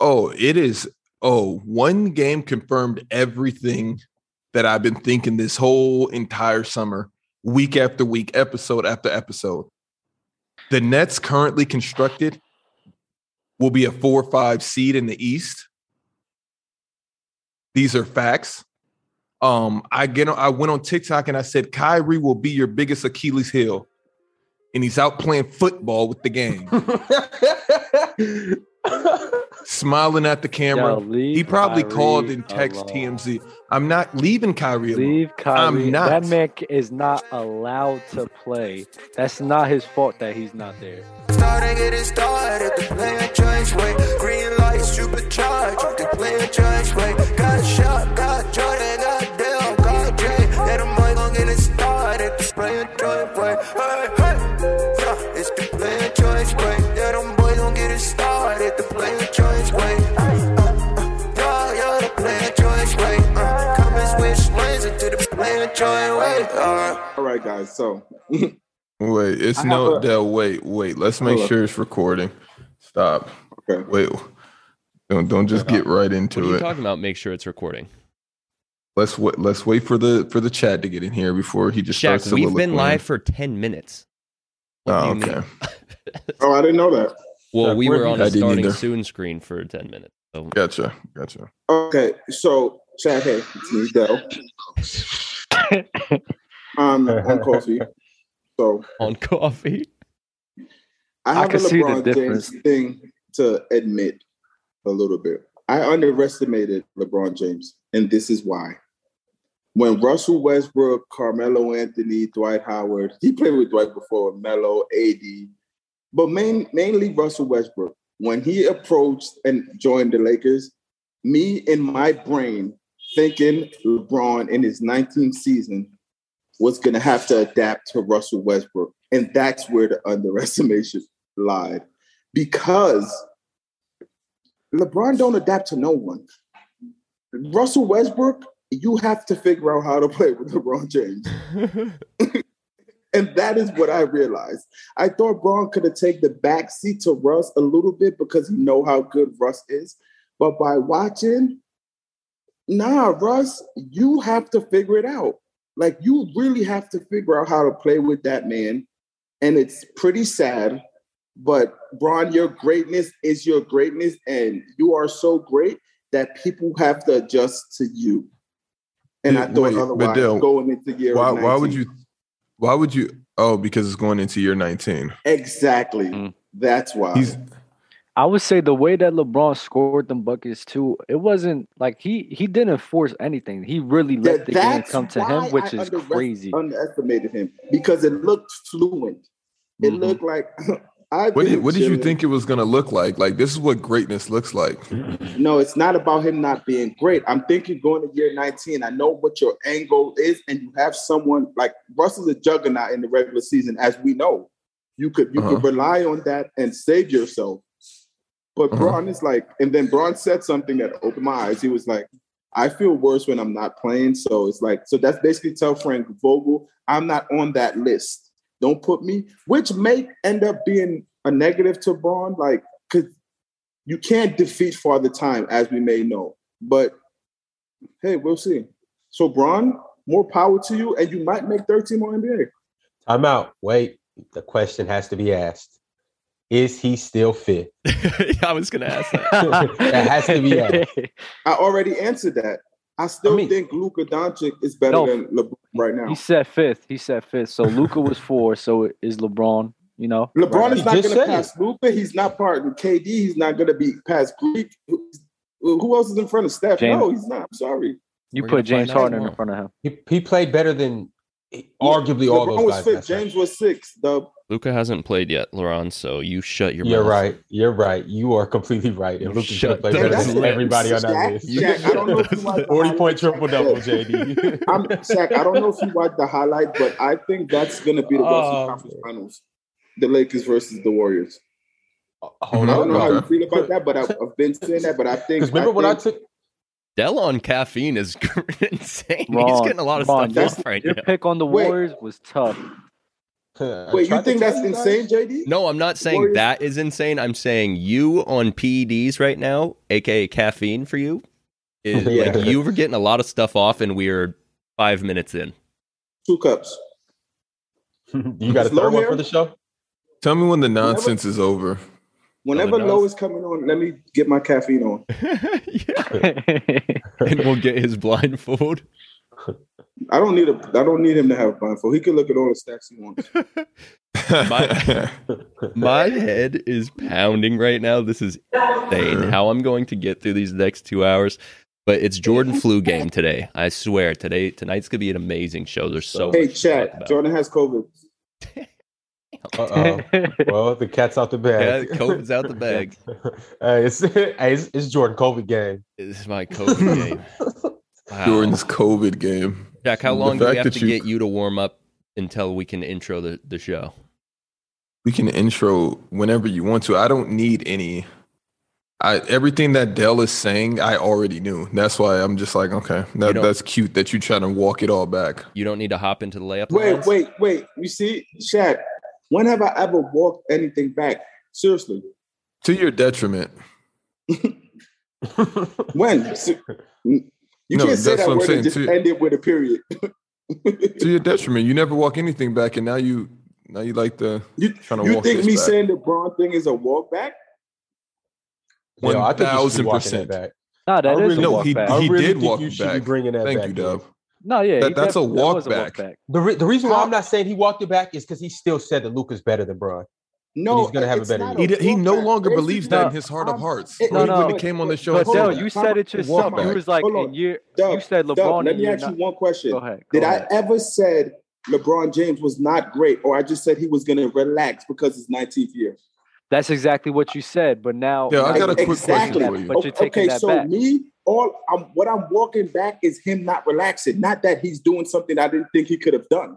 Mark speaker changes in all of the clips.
Speaker 1: Oh, it is. Oh, one game confirmed everything that I've been thinking this whole entire summer, week after week, episode after episode. The Nets currently constructed will be a four or five seed in the East. These are facts. Um, I get on, I went on TikTok and I said Kyrie will be your biggest Achilles heel, and he's out playing football with the game, smiling at the camera. He probably called and text TMZ. I'm not leaving Kyrie alone.
Speaker 2: Leave Kyrie.
Speaker 1: I'm not.
Speaker 2: That man is not allowed to play. That's not his fault that he's not there.
Speaker 3: Started getting started, the player choice way. Green lights, supercharged, the player choice way. Got shot, got Jordan, got Dell, got Jay. And I'm like, I'm getting started, the player choice way. Hey, hey, yeah, it's the player choice way. Yeah, them boys don't get it started, the player choice way. Hey, uh, uh, yeah, yeah, the player choice way. Uh, come and switch lanes into the player choice way. Uh. Alright.
Speaker 4: All right, guys. So
Speaker 1: Wait, it's
Speaker 4: I
Speaker 1: no
Speaker 4: have a-
Speaker 1: Dell. Wait, wait. Let's make
Speaker 4: Hold up.
Speaker 1: sure it's recording. Stop.
Speaker 4: okay,
Speaker 1: Wait. Don't don't just get right
Speaker 5: What are
Speaker 1: into
Speaker 5: you
Speaker 1: it.
Speaker 5: talking about? Make sure it's recording.
Speaker 1: Let's wait. Let's wait for the for the chat to get in here before he just starts.
Speaker 5: Shaq, we've been
Speaker 1: soliloquying.
Speaker 5: live for 10 minutes. What do
Speaker 1: Oh,
Speaker 5: you mean?
Speaker 1: okay.
Speaker 4: oh, I didn't know that.
Speaker 5: Well,
Speaker 1: Shaq,
Speaker 5: we
Speaker 1: where
Speaker 5: were
Speaker 1: have
Speaker 5: on
Speaker 1: you- I
Speaker 5: a
Speaker 1: didn't
Speaker 5: starting
Speaker 1: either.
Speaker 5: soon screen for 10 minutes. So
Speaker 1: Gotcha. Gotcha.
Speaker 4: Okay, so Chad, hey, it's me, Dell. I'm on coffee. So
Speaker 5: on coffee.
Speaker 4: I
Speaker 2: I
Speaker 4: have
Speaker 2: can
Speaker 4: a
Speaker 2: see the
Speaker 4: LeBron James
Speaker 2: difference.
Speaker 4: thing to admit a little bit. I underestimated LeBron James, and this is why. When Russell Westbrook, Carmelo Anthony, Dwight Howard, he played with Dwight before, Melo, AD, but main, mainly Russell Westbrook. When he approached and joined the Lakers, me in my brain thinking LeBron in his 19th season was going to have to adapt to Russell Westbrook. And that's where the underestimation lied because LeBron don't adapt to no one. Russell Westbrook, you have to figure out how to play with LeBron James. and that is what I realized. I thought Braun could have taken the backseat to Russ a little bit because he know how good Russ is. But by watching, nah, Russ, you have to figure it out. Like you really have to figure out how to play with that man. And it's pretty sad. But Braun, your greatness is your greatness, and you are so great that people have to adjust to you. And I
Speaker 1: Dude,
Speaker 4: thought
Speaker 1: wait, but
Speaker 4: otherwise
Speaker 1: Dale,
Speaker 4: going into year.
Speaker 1: Why why would
Speaker 4: 19.
Speaker 1: you why would you oh because it's going into year 19.
Speaker 4: Exactly.
Speaker 2: Mm.
Speaker 4: That's why.
Speaker 1: He's
Speaker 2: I would say the way that LeBron scored them buckets too, it wasn't like he he didn't force anything. He really let
Speaker 4: That-
Speaker 2: the game
Speaker 4: that's
Speaker 2: come to
Speaker 4: why
Speaker 2: him, which
Speaker 4: I
Speaker 2: is
Speaker 4: underest-
Speaker 2: crazy.
Speaker 4: underestimated him because it looked fluent. It
Speaker 2: Mhm.
Speaker 4: looked like I
Speaker 1: what did, what did you think it was going to look like? Like this is what greatness looks like.
Speaker 5: Mm-hmm.
Speaker 4: No, it's not about him not being great. I'm thinking going to year 19. I know what your end goal is, and you have someone like Russ is a juggernaut in the regular season, as we know. You could you could
Speaker 1: Uh-huh.
Speaker 4: rely on that and save yourself. But
Speaker 1: Uh-huh.
Speaker 4: Braun is like, and then Braun said something that opened my eyes. He was like, I feel worse when I'm not playing. So it's like, so that's basically tell Frank Vogel, I'm not on that list. Don't put me, which may end up being a negative to Braun. Like, cause you can't defeat Father Time, as we may know. But hey, we'll see. So Braun, more power to you, and you might make third team on NBA.
Speaker 6: Time out. Wait. The question has to be asked. Is he still fit?
Speaker 5: I was going to ask that.
Speaker 2: Mm-hmm.
Speaker 6: That has to be added.
Speaker 4: I already answered that. I still
Speaker 6: I mean-
Speaker 4: think Luka Doncic is better
Speaker 2: No.
Speaker 4: than LeBron right now.
Speaker 2: He said fifth. He said fifth. So Luca was four. So is LeBron. You know,
Speaker 4: LeBron
Speaker 6: He
Speaker 4: is not
Speaker 6: just
Speaker 4: going to
Speaker 6: said
Speaker 4: pass Luka. He's not part of KD. He's not going to be past Greek. Who who else is in front of Steph?
Speaker 2: James.
Speaker 4: No, he's not. I'm sorry.
Speaker 2: you
Speaker 5: We're gonna
Speaker 2: put James
Speaker 5: find out
Speaker 2: Harden in
Speaker 5: tomorrow.
Speaker 2: front of him.
Speaker 6: He, he played better than e, arguably all
Speaker 4: LeBron
Speaker 6: those
Speaker 4: was
Speaker 6: guys.
Speaker 4: fifth.
Speaker 6: last
Speaker 4: James
Speaker 6: night.
Speaker 4: was sixth. The
Speaker 5: Luca hasn't played yet, Laurent, so you shut your
Speaker 6: You're
Speaker 5: mouth.
Speaker 6: right. You're right. You are completely right. And Lucas
Speaker 5: Shut
Speaker 6: played
Speaker 5: the
Speaker 6: better
Speaker 4: That's
Speaker 6: than
Speaker 4: it.
Speaker 6: everybody on that
Speaker 4: Shaq,
Speaker 6: list.
Speaker 4: Shaq, I don't know if you watched the
Speaker 6: 40 point
Speaker 4: highlights.
Speaker 6: triple double, JD.
Speaker 4: I'm Shaq. I don't know if you watched the highlight, but I think that's going to be the Western
Speaker 6: Oh,
Speaker 4: Conference Finals. The Lakers versus the Warriors.
Speaker 6: Hold
Speaker 4: I don't know how you
Speaker 6: on.
Speaker 1: Okay.
Speaker 4: feel about that, but I, I've been saying that. But I think
Speaker 6: Because remember
Speaker 4: I
Speaker 6: when I
Speaker 4: think
Speaker 6: took
Speaker 5: Dell on caffeine is insane. He's
Speaker 2: Ron,
Speaker 5: getting a lot of
Speaker 2: Ron,
Speaker 5: stuff
Speaker 2: that's-
Speaker 5: off right
Speaker 2: Your
Speaker 5: now.
Speaker 2: pick on the
Speaker 4: Wait.
Speaker 2: Warriors was tough.
Speaker 6: uh, I
Speaker 4: Wait,
Speaker 6: tried to
Speaker 4: you think
Speaker 6: tell
Speaker 4: that's
Speaker 6: you guys.
Speaker 4: insane, JD?
Speaker 5: No, I'm not saying
Speaker 4: Warriors-
Speaker 5: that is insane. I'm saying you on PEDs right now, aka caffeine for you, is
Speaker 4: Yeah.
Speaker 5: like you were getting a lot of stuff off, and we are five minutes in.
Speaker 4: Two cups.
Speaker 6: you got a
Speaker 4: Slow
Speaker 6: third one
Speaker 4: hair?
Speaker 6: for the show?
Speaker 1: Tell me when the nonsense is over.
Speaker 4: Whenever
Speaker 5: knows?
Speaker 4: low is coming on, let me get my caffeine on.
Speaker 5: yeah.
Speaker 2: That's
Speaker 5: And we'll get his blindfold.
Speaker 4: I don't need a. I don't need him to have a blindfold. He can look at all the stacks he wants.
Speaker 5: My- My head is pounding right now. This is insane how I'm going to get through these next two hours. But it's Jordan flu game today. I swear today tonight's gonna be an amazing show. There's so
Speaker 4: hey,
Speaker 5: much to talk
Speaker 4: chat.
Speaker 5: about.
Speaker 4: Jordan has COVID.
Speaker 6: Uh-oh.
Speaker 5: Uh,
Speaker 6: Well, the cat's out the bag.
Speaker 5: Yeah, COVID's out the bag.
Speaker 6: hey, it's, hey, it's, it's Jordan COVID game.
Speaker 5: This is my COVID game. Wow.
Speaker 1: Jordan's COVID game.
Speaker 5: Jack, how
Speaker 1: The
Speaker 5: long do we
Speaker 1: fact
Speaker 5: have
Speaker 1: that
Speaker 5: to
Speaker 1: you-
Speaker 5: get you to warm up until we can intro the, the show?
Speaker 1: We can intro whenever you want to. I don't need any. I everything that Dell is saying, I already knew. That's why I'm just like, okay,
Speaker 5: You
Speaker 1: that,
Speaker 5: don't-
Speaker 1: that's cute that you trying to walk it all back.
Speaker 5: You don't need to hop into the layup.
Speaker 4: Wait,
Speaker 5: lines?
Speaker 4: wait, wait. You see, Shaq. When have I ever walked anything back? Seriously,
Speaker 1: To your detriment.
Speaker 4: when? Se- You
Speaker 1: No,
Speaker 4: can't
Speaker 1: that's
Speaker 4: say that
Speaker 1: what I'm
Speaker 4: word
Speaker 1: saying,
Speaker 4: and just
Speaker 1: too.
Speaker 4: end it with a period.
Speaker 1: To your detriment. You never walk anything back, and now you now you like the
Speaker 4: You,
Speaker 1: trying to
Speaker 4: you
Speaker 1: walk
Speaker 4: think
Speaker 1: this
Speaker 4: me
Speaker 1: back.
Speaker 4: saying the Braun thing is a walk back?
Speaker 6: Yo, I think you should be
Speaker 1: 1000%.
Speaker 6: walking that back.
Speaker 2: Nah, that
Speaker 6: I
Speaker 2: is
Speaker 6: really-
Speaker 2: a
Speaker 1: no,
Speaker 2: walk
Speaker 1: he,
Speaker 2: back.
Speaker 6: I
Speaker 1: he
Speaker 6: really
Speaker 1: did
Speaker 6: think
Speaker 1: walk
Speaker 6: you
Speaker 1: it
Speaker 6: should be
Speaker 1: back.
Speaker 6: bringing that
Speaker 1: Thank
Speaker 6: back
Speaker 1: you,
Speaker 6: in.
Speaker 1: Dub.
Speaker 2: No, yeah,
Speaker 1: That-
Speaker 2: he
Speaker 1: that's a
Speaker 2: definitely- that
Speaker 1: walk
Speaker 2: was
Speaker 1: back.
Speaker 6: The, re- the reason why
Speaker 4: How-
Speaker 6: I'm not saying he walked it back is because he still said that Luca's better than Braun.
Speaker 4: No,
Speaker 6: he's gonna have a
Speaker 4: it's
Speaker 6: better
Speaker 4: not
Speaker 6: year.
Speaker 1: He, d- he
Speaker 4: walk
Speaker 1: no
Speaker 4: back.
Speaker 1: longer
Speaker 4: It's
Speaker 1: believes
Speaker 4: just-
Speaker 1: that
Speaker 2: No.
Speaker 1: in his heart of hearts.
Speaker 4: It-
Speaker 2: No,
Speaker 1: When- when
Speaker 2: no.
Speaker 1: he came on the show,
Speaker 2: But
Speaker 1: and said
Speaker 2: Dell,
Speaker 1: that.
Speaker 2: you said it yourself.
Speaker 1: back.
Speaker 2: You was like,
Speaker 4: Hold on.
Speaker 2: in year, you
Speaker 4: Dub,
Speaker 2: said LeBron.
Speaker 4: Dub, let
Speaker 2: in
Speaker 4: me
Speaker 2: year
Speaker 4: ask you
Speaker 2: nine-
Speaker 4: one question.
Speaker 2: Go ahead.
Speaker 4: Did
Speaker 2: go
Speaker 4: I
Speaker 2: ahead.
Speaker 4: ever said LeBron James was not great, or I just said he was going to relax because it's 19th year?
Speaker 2: That's exactly what you said. But now,
Speaker 1: Yeah, I got a quick
Speaker 4: Exactly.
Speaker 1: question for you.
Speaker 2: But you're taking
Speaker 4: okay,
Speaker 2: that
Speaker 4: so
Speaker 2: back.
Speaker 4: me, all I'm, what I'm walking back is him not relaxing. Not that he's doing something I didn't think he could have done.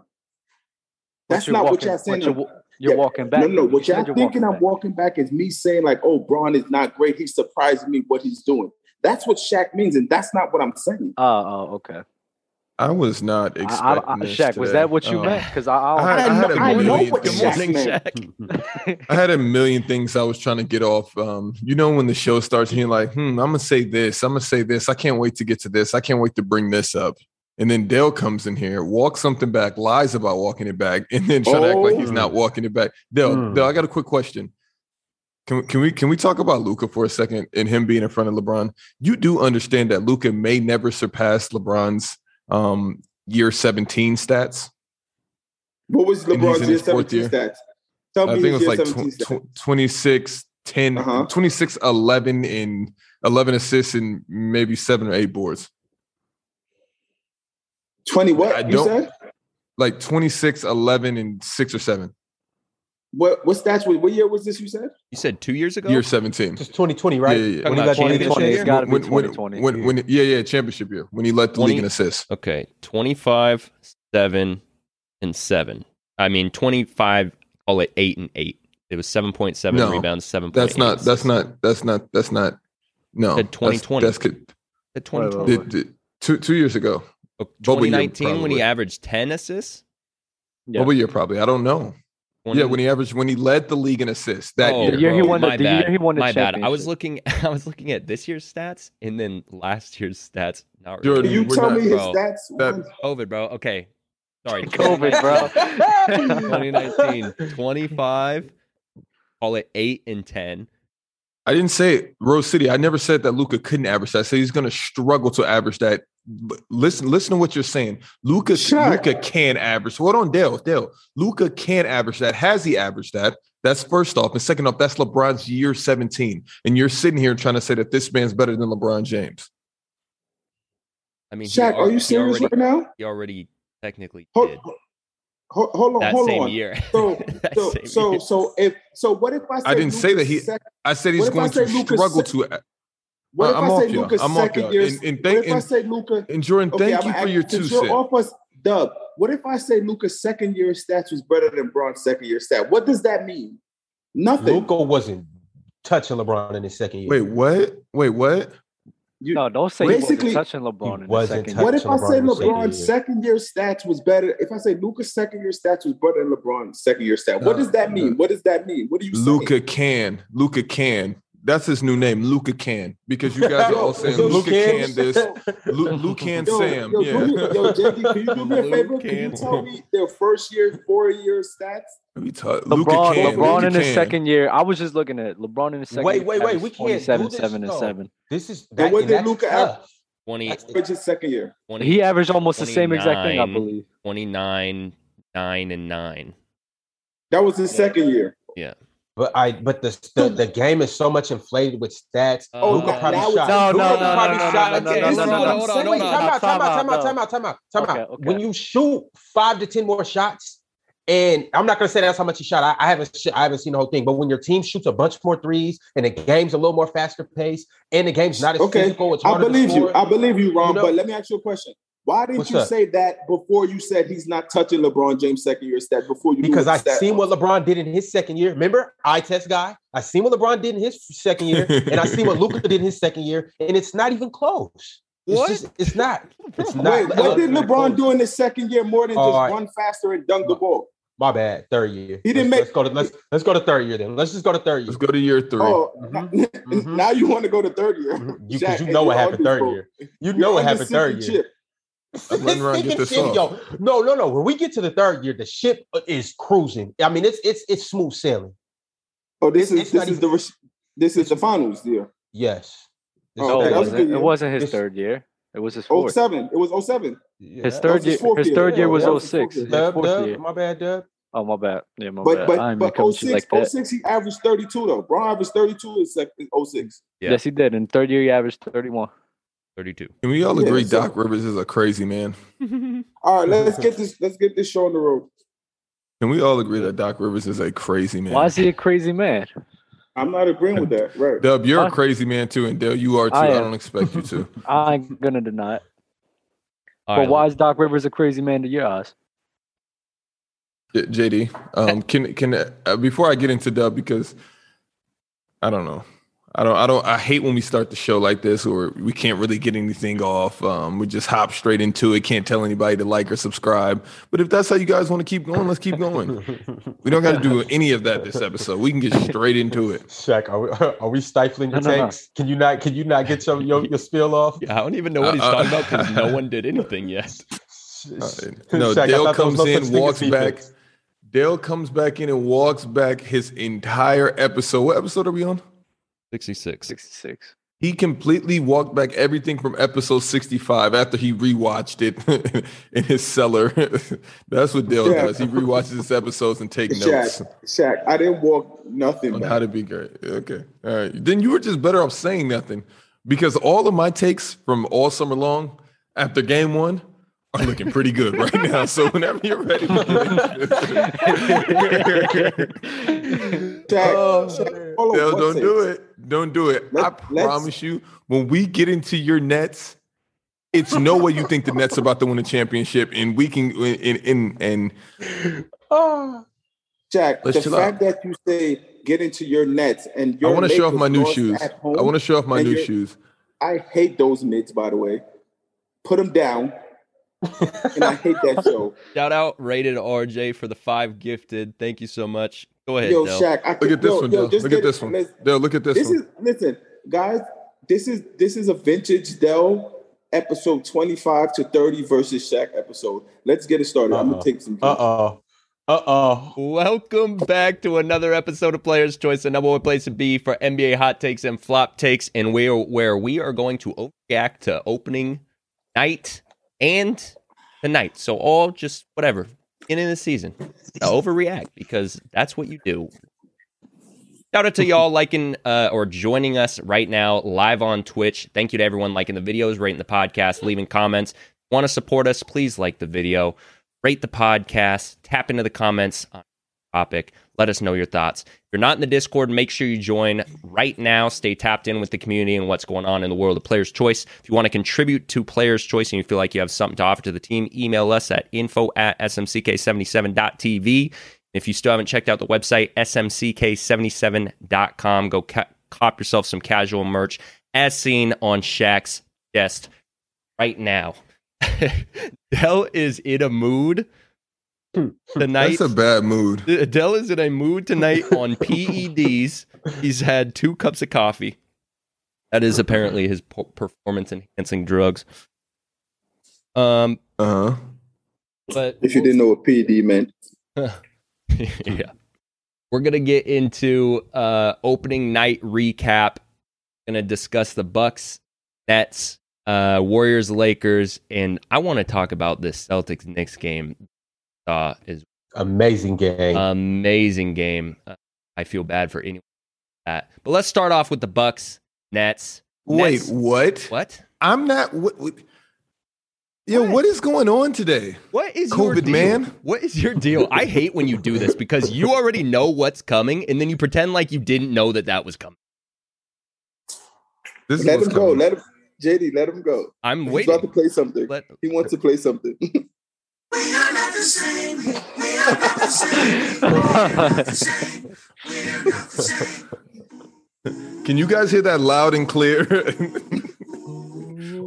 Speaker 2: But
Speaker 4: That's
Speaker 2: you're
Speaker 4: not what
Speaker 2: walking-
Speaker 4: y'all saying.
Speaker 2: but You're, wa- you're
Speaker 4: Yeah.
Speaker 2: walking back.
Speaker 4: no, no, no.
Speaker 2: You
Speaker 4: What
Speaker 2: said
Speaker 4: y'all
Speaker 2: you're
Speaker 4: thinking I'm
Speaker 2: back.
Speaker 4: walking back is me saying like, "Oh, Braun is not great. He surprised me what he's doing." That's what Shaq means, and that's not what I'm saying.
Speaker 2: Oh, oh, okay.
Speaker 1: I was not
Speaker 2: I,
Speaker 1: expecting.
Speaker 2: I, I,
Speaker 1: this
Speaker 2: Shaq, was
Speaker 1: today.
Speaker 2: that what you
Speaker 1: Oh.
Speaker 2: meant? Because I,
Speaker 1: I,
Speaker 2: I, don't-
Speaker 1: I had a
Speaker 4: I know
Speaker 1: million
Speaker 4: what
Speaker 5: Good
Speaker 1: things.
Speaker 4: Shaq
Speaker 5: morning,
Speaker 4: meant.
Speaker 5: Shaq.
Speaker 1: Hmm. I had a million things I was trying to get off. Um, you know, when the show starts, and you're like, "Hmm, I'm gonna say this. I'm gonna say this. I can't wait to get to this. I can't wait to bring this up." And then Dale comes in here, walks something back, lies about walking it back, and then trying to act like he's
Speaker 6: Oh.
Speaker 1: not walking it back. Dale,
Speaker 6: Hmm.
Speaker 1: Dale, I got a quick question. Can, can we can we talk about Luca for a second and him being in front of LeBron? You do understand that Luca may never surpass LeBron's um, year 17 stats.
Speaker 4: What was
Speaker 1: And he's in
Speaker 4: LeBron's year
Speaker 1: his fourth
Speaker 4: 17
Speaker 1: year.
Speaker 4: stats? Tell
Speaker 1: I
Speaker 4: me
Speaker 1: think it
Speaker 4: his
Speaker 1: was
Speaker 4: year
Speaker 1: like
Speaker 4: 17
Speaker 1: tw-
Speaker 4: stats.
Speaker 1: tw- 26, 10,
Speaker 4: Uh-huh.
Speaker 1: 26, 11, and 11 assists and maybe seven or eight boards.
Speaker 4: 20 what?
Speaker 1: I
Speaker 4: you
Speaker 1: don't-
Speaker 4: said?
Speaker 1: Like 26, 11, and six or seven.
Speaker 4: What, what stats? What, what year was this you said?
Speaker 5: You said two years ago.
Speaker 1: Year 17.
Speaker 6: It's 2020, right?
Speaker 1: Yeah, yeah,
Speaker 6: When he
Speaker 1: yeah.
Speaker 5: Talking
Speaker 6: got
Speaker 5: about
Speaker 6: the
Speaker 5: championship
Speaker 6: championship
Speaker 5: year?
Speaker 6: year?
Speaker 2: It's gotta be
Speaker 1: When- when-
Speaker 2: 2020.
Speaker 1: When, when, yeah, yeah, championship year. When he led the league in
Speaker 5: 20
Speaker 1: assists.
Speaker 5: Okay, 25, 7, and 7. I mean, 25, call it 8 and 8. It was 7.7
Speaker 1: No,
Speaker 5: rebounds, 7.8.
Speaker 1: That's not, that's
Speaker 5: assists.
Speaker 1: not, that's not, that's not, no.
Speaker 5: Said 2020.
Speaker 1: That's, that's, good.
Speaker 5: The
Speaker 2: Wait,
Speaker 5: 2020.
Speaker 2: wait,
Speaker 1: Did- did- two, two years ago.
Speaker 5: Oh,
Speaker 1: Bubble year,
Speaker 5: 2019 when he
Speaker 1: probably.
Speaker 5: averaged 10 assists?
Speaker 2: Yeah.
Speaker 1: What year probably? I don't know.
Speaker 5: 20
Speaker 1: yeah, when he averaged, when he led the league in assists that
Speaker 5: Oh,
Speaker 2: The
Speaker 1: year.
Speaker 2: year he
Speaker 5: bro,
Speaker 2: won the,
Speaker 5: my
Speaker 2: the year
Speaker 5: bad.
Speaker 2: he won the
Speaker 5: My bad.
Speaker 2: championship.
Speaker 5: I was looking I was looking at this year's stats and then last year's stats. Not
Speaker 1: Jordan,
Speaker 4: Can
Speaker 5: really.
Speaker 4: you
Speaker 1: we're
Speaker 4: tell
Speaker 1: not-
Speaker 4: me his
Speaker 5: bro.
Speaker 4: stats?
Speaker 1: That-
Speaker 4: When-
Speaker 5: COVID, bro. Okay. Sorry.
Speaker 2: COVID, bro.
Speaker 5: 2019, 25, call it 8 and 10.
Speaker 1: I didn't say Rose City. I never said that Luca couldn't average that. I said he's going to struggle to average that. But listen, listen to what you're saying. Luca,
Speaker 4: Shaq.
Speaker 1: Luca can average. Hold on, Dale. Dale. Luca can average that. Has he averaged that? That's first off, and second off, that's LeBron's year 17, and you're sitting here trying to say that this man's better than LeBron James.
Speaker 5: I mean, he
Speaker 4: Shaq,
Speaker 5: al-
Speaker 4: are you
Speaker 5: he
Speaker 4: serious
Speaker 5: already,
Speaker 4: right now?
Speaker 5: He already technically
Speaker 4: Hold,
Speaker 5: did
Speaker 4: hold, hold on,
Speaker 5: that
Speaker 4: hold
Speaker 5: same
Speaker 4: on.
Speaker 5: year.
Speaker 4: So,
Speaker 5: That
Speaker 4: so,
Speaker 5: same
Speaker 4: so,
Speaker 5: year.
Speaker 4: so, if so, what if I say
Speaker 1: I didn't say that
Speaker 4: Luka's
Speaker 1: he-
Speaker 4: sec-
Speaker 1: I said
Speaker 4: What
Speaker 1: he's
Speaker 4: if I
Speaker 1: going to
Speaker 4: say Luka's
Speaker 1: struggle
Speaker 4: sec-
Speaker 1: to.
Speaker 4: what if
Speaker 1: I'm
Speaker 4: I,
Speaker 1: off
Speaker 4: say
Speaker 1: y'all.
Speaker 4: Luca's
Speaker 1: I'm off
Speaker 4: second
Speaker 1: y'all.
Speaker 4: year?
Speaker 1: And, and
Speaker 4: what
Speaker 1: thank
Speaker 4: if I
Speaker 1: and,
Speaker 4: say Luca?
Speaker 1: and Jordan,
Speaker 4: Okay,
Speaker 1: thank
Speaker 4: I'm
Speaker 1: you for
Speaker 4: act-
Speaker 1: your two
Speaker 4: since you're
Speaker 1: cents.
Speaker 4: off us, Dub. What if I say Luca's second year stats was better than Braun's second year stat? What does that mean? Nothing.
Speaker 6: Luca wasn't touching LeBron in his second year.
Speaker 1: Wait, what? Wait, what?
Speaker 4: You,
Speaker 2: No, don't say he wasn't
Speaker 4: Basically,
Speaker 2: touching LeBron in the
Speaker 7: wasn't
Speaker 2: second.
Speaker 7: touching-
Speaker 4: what if I say
Speaker 7: LeBron was
Speaker 4: LeBron's
Speaker 7: second year.
Speaker 4: second year stats was better? If I say Luca's second year stats was better than LeBron's second year stat, what
Speaker 1: No,
Speaker 4: does that mean?
Speaker 1: no.
Speaker 4: What does that mean? What are you saying?
Speaker 1: Luca can. Luca can. That's his new name, Luca can. Because you guys are all saying
Speaker 4: Yo,
Speaker 1: Luca
Speaker 4: Cam-
Speaker 1: can this, Lu- Luke and
Speaker 4: Yo,
Speaker 1: Sam.
Speaker 4: yo,
Speaker 1: yeah.
Speaker 4: do me- yo, JD, can you do me a
Speaker 5: Luke
Speaker 4: favor? Can you
Speaker 5: and-
Speaker 4: tell me their first year, four year stats?
Speaker 1: We talk- Luka
Speaker 2: LeBron,
Speaker 1: can.
Speaker 2: LeBron
Speaker 1: Luka
Speaker 2: in his
Speaker 1: can.
Speaker 2: second year. I was just looking at LeBron in his second.
Speaker 7: Wait,
Speaker 2: year,
Speaker 7: wait, wait,
Speaker 2: averaged
Speaker 7: we can't do
Speaker 2: 27,
Speaker 7: this,
Speaker 2: seven and
Speaker 7: though.
Speaker 2: seven.
Speaker 7: This is
Speaker 4: But
Speaker 7: that,
Speaker 4: what
Speaker 7: and
Speaker 4: did
Speaker 7: that's
Speaker 4: Luka
Speaker 7: tough.
Speaker 5: 20,
Speaker 7: That's-
Speaker 4: Which is second year.
Speaker 5: 20
Speaker 2: He averaged almost the same exact thing, I
Speaker 5: 29.
Speaker 2: believe.
Speaker 5: 29, 9, and 9.
Speaker 4: That was his second year.
Speaker 7: But I but the, the the game is so much inflated with stats.
Speaker 5: Oh,
Speaker 7: Luka
Speaker 5: that-
Speaker 7: probably
Speaker 4: that was-
Speaker 7: shot.
Speaker 2: No, no,
Speaker 7: Luka
Speaker 2: no,
Speaker 7: probably
Speaker 2: no, no,
Speaker 7: shot.
Speaker 2: no, no,
Speaker 7: okay,
Speaker 4: no,
Speaker 7: this
Speaker 4: no,
Speaker 7: is-
Speaker 4: no, no,
Speaker 5: no, no,
Speaker 7: wait,
Speaker 5: no,
Speaker 7: time
Speaker 2: no,
Speaker 7: out, time out, time out,
Speaker 2: no.
Speaker 7: time out, time out, time out.
Speaker 2: Okay, okay.
Speaker 7: When you shoot five to ten more shots, and I'm not gonna say that's how much he shot. I, I haven't sh- I haven't seen the whole thing, but when your team shoots a bunch more threes and the game's a little more faster paced and the game's not as
Speaker 4: Okay,
Speaker 7: physical, it's
Speaker 4: I
Speaker 7: harder to
Speaker 4: believe you.
Speaker 7: score.
Speaker 4: I believe you, Ron.
Speaker 7: You know-
Speaker 4: but let me ask you a question. Why didn't
Speaker 7: What's
Speaker 4: you
Speaker 7: up?
Speaker 4: say that before you said he's not touching LeBron James' second year stat? Before you knew
Speaker 7: because
Speaker 4: what
Speaker 7: I
Speaker 4: the stat
Speaker 7: seen
Speaker 4: was?
Speaker 7: what LeBron did in his second year. Remember, I test guy. I seen what LeBron did in his second year, and I see what Luca did in his second year, and it's not even close.
Speaker 5: What?
Speaker 7: It's, just, it's not. It's not.
Speaker 4: Wait, what did
Speaker 7: not
Speaker 4: LeBron
Speaker 7: close.
Speaker 4: do in his second year more than
Speaker 7: All
Speaker 4: just
Speaker 7: right.
Speaker 4: run faster and
Speaker 7: uh,
Speaker 4: dunk the ball?
Speaker 7: My bad. Third year.
Speaker 4: He didn't
Speaker 7: let's,
Speaker 4: make-
Speaker 7: Let's go to let's let's go to third year then. Let's just go to third year.
Speaker 1: Let's go to year three.
Speaker 4: Oh,
Speaker 7: Mhm. Mhm.
Speaker 4: now you want to go to third year.
Speaker 7: You
Speaker 4: Shaq,
Speaker 7: because you know
Speaker 4: and
Speaker 7: what
Speaker 4: you're
Speaker 7: happened
Speaker 4: on
Speaker 7: third
Speaker 4: this
Speaker 7: year. You know what
Speaker 4: on the
Speaker 7: happened third
Speaker 4: second
Speaker 7: year.
Speaker 4: chip.
Speaker 1: Run around, get
Speaker 7: Sinking
Speaker 1: this
Speaker 7: ship,
Speaker 1: off.
Speaker 7: yo. No, no, no. When we get to the third year, the ship is cruising. I mean, it's it's it's smooth sailing.
Speaker 4: Oh, this
Speaker 7: It's-
Speaker 4: is
Speaker 7: it's
Speaker 4: this
Speaker 7: not
Speaker 4: is the res- this is the finals year.
Speaker 7: Yes. It's
Speaker 4: Oh,
Speaker 2: No,
Speaker 4: that
Speaker 2: it
Speaker 7: third
Speaker 4: was
Speaker 7: year.
Speaker 2: wasn't.
Speaker 4: good
Speaker 2: It
Speaker 4: year.
Speaker 2: wasn't his
Speaker 7: This-
Speaker 2: third year. It was his
Speaker 4: Oh
Speaker 2: fourth.
Speaker 4: seven. It was 07.
Speaker 7: Yeah.
Speaker 2: His
Speaker 4: That
Speaker 2: third
Speaker 4: was his
Speaker 2: year.
Speaker 4: fourth
Speaker 2: His
Speaker 4: year.
Speaker 2: third year
Speaker 4: Yeah,
Speaker 2: was
Speaker 4: that was his
Speaker 2: 06.
Speaker 4: fourth
Speaker 2: His
Speaker 4: year.
Speaker 7: Dub,
Speaker 2: fourth
Speaker 7: dub.
Speaker 2: year.
Speaker 7: My bad, Dub.
Speaker 2: Oh my bad. Yeah, my
Speaker 4: But
Speaker 2: bad. I
Speaker 4: but
Speaker 2: didn't mean to
Speaker 4: but
Speaker 2: come to you
Speaker 4: 06,
Speaker 2: like that.
Speaker 4: 06 he averaged 32 though. Braun averaged 32 in oh sec- in 06.
Speaker 5: Yeah.
Speaker 2: Yes, he did. In third year, he averaged thirty-one.
Speaker 5: 32.
Speaker 1: Can we all
Speaker 4: Yeah,
Speaker 1: agree
Speaker 4: so-
Speaker 1: Doc Rivers is a crazy man?
Speaker 4: All right, let's get this let's get this show on the road.
Speaker 1: Can we all agree that Doc Rivers is a crazy man?
Speaker 2: Why is he a crazy man?
Speaker 4: I'm not agreeing with that. Right.
Speaker 1: Dub, you're a
Speaker 2: Why-
Speaker 1: crazy man too, and Dale, you are too.
Speaker 2: I
Speaker 1: I,
Speaker 2: am.
Speaker 1: don't expect you to.
Speaker 2: I ain't gonna deny it.
Speaker 5: All
Speaker 2: but
Speaker 5: right,
Speaker 2: why is Doc Rivers a crazy man to your eyes?
Speaker 1: J- JD, um, can can uh, before I get into Dub because I don't know, I don't, I don't, I hate when we start the show like this or we can't really get anything off. Um, we just hop straight into it. Can't tell anybody to like or subscribe. But if that's how you guys want to keep going, let's keep going. We don't got to do any of that this episode. We can get straight into it.
Speaker 7: Shaq, are we, are we stifling
Speaker 2: No,
Speaker 7: your
Speaker 2: no, no.
Speaker 7: takes? Can you not? Can you not get your your, your spill off?
Speaker 5: Yeah, I don't even know what he's
Speaker 1: Uh, uh,
Speaker 5: talking about because no one did anything yet.
Speaker 1: no,
Speaker 7: I
Speaker 1: Dale
Speaker 7: thought there was
Speaker 1: comes in,
Speaker 7: such thing as
Speaker 1: walks back.
Speaker 7: defense.
Speaker 1: Dale comes back in and walks back his entire episode. What episode are we on?
Speaker 5: 66.
Speaker 2: Sixty-six.
Speaker 1: He completely walked back everything from episode 65 after he rewatched it in his cellar. That's what Dale
Speaker 4: Yeah.
Speaker 1: does. He rewatches his episodes and take notes
Speaker 4: Shaq, Shaq, I didn't walk nothing
Speaker 1: on
Speaker 4: back.
Speaker 1: how to be great. Okay. All right. Then you were just better off saying nothing because all of my takes from all summer long after game one are looking pretty good right now. So whenever you're ready, we can get into this.
Speaker 4: Shaq,
Speaker 7: Oh,
Speaker 4: Shaq,
Speaker 7: man.
Speaker 4: hold on
Speaker 1: Dale,
Speaker 4: one
Speaker 1: don't
Speaker 4: second.
Speaker 1: do it. Don't do it.
Speaker 4: Let-
Speaker 1: I
Speaker 4: let's-
Speaker 1: promise you, when we get into your Nets, it's no way you think the Nets about to win a championship, and we can in in and
Speaker 7: Ah.
Speaker 4: Jack,
Speaker 1: Let's
Speaker 4: the
Speaker 1: chill out.
Speaker 4: fact that you say get into your nets and
Speaker 1: I
Speaker 4: your
Speaker 1: want to show off
Speaker 4: Lakers
Speaker 1: my new
Speaker 4: lost
Speaker 1: shoes.
Speaker 4: at home,
Speaker 1: I want to show off my
Speaker 4: and
Speaker 1: new
Speaker 4: you're-
Speaker 1: shoes.
Speaker 4: I hate those mitts, by the way. Put them down, and I hate that show.
Speaker 5: Shout out rated RJ for the five gifted. Thank you so much. Go ahead,
Speaker 4: yo,
Speaker 5: Del.
Speaker 4: Shaq, I
Speaker 1: Look
Speaker 4: can-
Speaker 1: at this
Speaker 4: yo,
Speaker 1: one,
Speaker 4: yo,
Speaker 1: Dale.
Speaker 4: just
Speaker 1: Look at
Speaker 4: get-
Speaker 1: this one,
Speaker 4: let's-
Speaker 1: Dale. Look at this,
Speaker 4: This
Speaker 1: one.
Speaker 4: is listen, guys. This is this is a vintage Dell episode twenty five to thirty versus Shaq episode. Let's get it started. I'm gonna
Speaker 7: Uh-oh.
Speaker 4: take some.
Speaker 7: Uh oh. Uh oh.
Speaker 5: Welcome back to another episode of Players Choice, the number one place to be for NBA hot takes and flop takes, and we are where we are going to overreact to opening night and tonight. So all just whatever beginning of the season, Now overreact because that's what you do. Shout out to y'all liking uh, or joining us right now live on Twitch. Thank you to everyone liking the videos, rating the podcast, leaving comments. Want to support us? Please like the video, rate the podcast, tap into the comments on the topic. Let us know your thoughts. If you're not in the Discord, make sure you join right now. Stay tapped in with the community and what's going on in the world of Players Choice. If you want to contribute to Players Choice and you feel like you have something to offer to the team, email us at info at smck77.tv. If you still haven't checked out the website, smck77.com, go ca- cop yourself some casual merch. as seen on Shaq's chest right now. Dell is in a mood tonight.
Speaker 1: Hmm. That's a bad mood.
Speaker 5: Adele is in a mood tonight on PEDs. He's had two cups of coffee. That is apparently his performance enhancing drugs. Um,
Speaker 1: Uh huh.
Speaker 5: but
Speaker 4: If you didn't know what PD meant,
Speaker 5: yeah. We're gonna get into uh opening night recap. Gonna discuss the Bucks, Nets, uh Warriors, Lakers, and I want to talk about this Celtics Knicks game. Uh is
Speaker 6: Amazing game.
Speaker 1: Uh,
Speaker 5: amazing game. Uh, I feel bad for anyone that. But let's start off with the Bucks, Nets.
Speaker 1: Wait,
Speaker 5: Nets-
Speaker 1: what?
Speaker 5: What?
Speaker 1: I'm not. What? what yeah, what is going on today?
Speaker 5: What is your
Speaker 1: COVID
Speaker 5: deal?
Speaker 1: man?
Speaker 5: What is your deal? I hate when you do this because you already know what's coming, and then you pretend like you didn't know that that was coming.
Speaker 1: This
Speaker 4: let
Speaker 1: what's
Speaker 4: him go.
Speaker 1: coming.
Speaker 4: Let him, JD, let him go.
Speaker 5: I'm
Speaker 4: He's about to
Speaker 5: waiting.
Speaker 4: play something.
Speaker 5: Let-
Speaker 4: He wants to play something.
Speaker 2: Mm-hmm.
Speaker 1: Can you guys hear that loud and clear?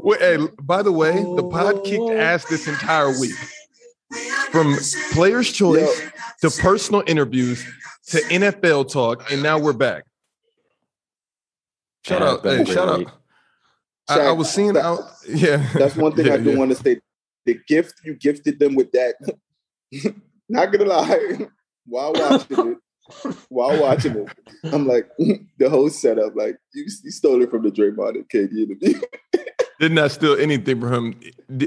Speaker 1: Wait, hey, by the way, the pod kicked ass this entire week. From players' choice to personal interviews to NFL talk, and now we're back. Shout
Speaker 2: Yeah,
Speaker 1: out! Hey,
Speaker 2: that's
Speaker 1: shout
Speaker 2: great.
Speaker 1: out! I, I was seeing
Speaker 4: That-
Speaker 1: out. Yeah,
Speaker 4: That's one thing
Speaker 1: Yeah,
Speaker 4: I do
Speaker 1: yeah.
Speaker 4: want to say. The gift you gifted them with that. Not gonna lie, while watching it, while watching it, I'm like the whole setup. Like you, you stole it from the Draymond and KD interview.
Speaker 1: Did not steal anything from him.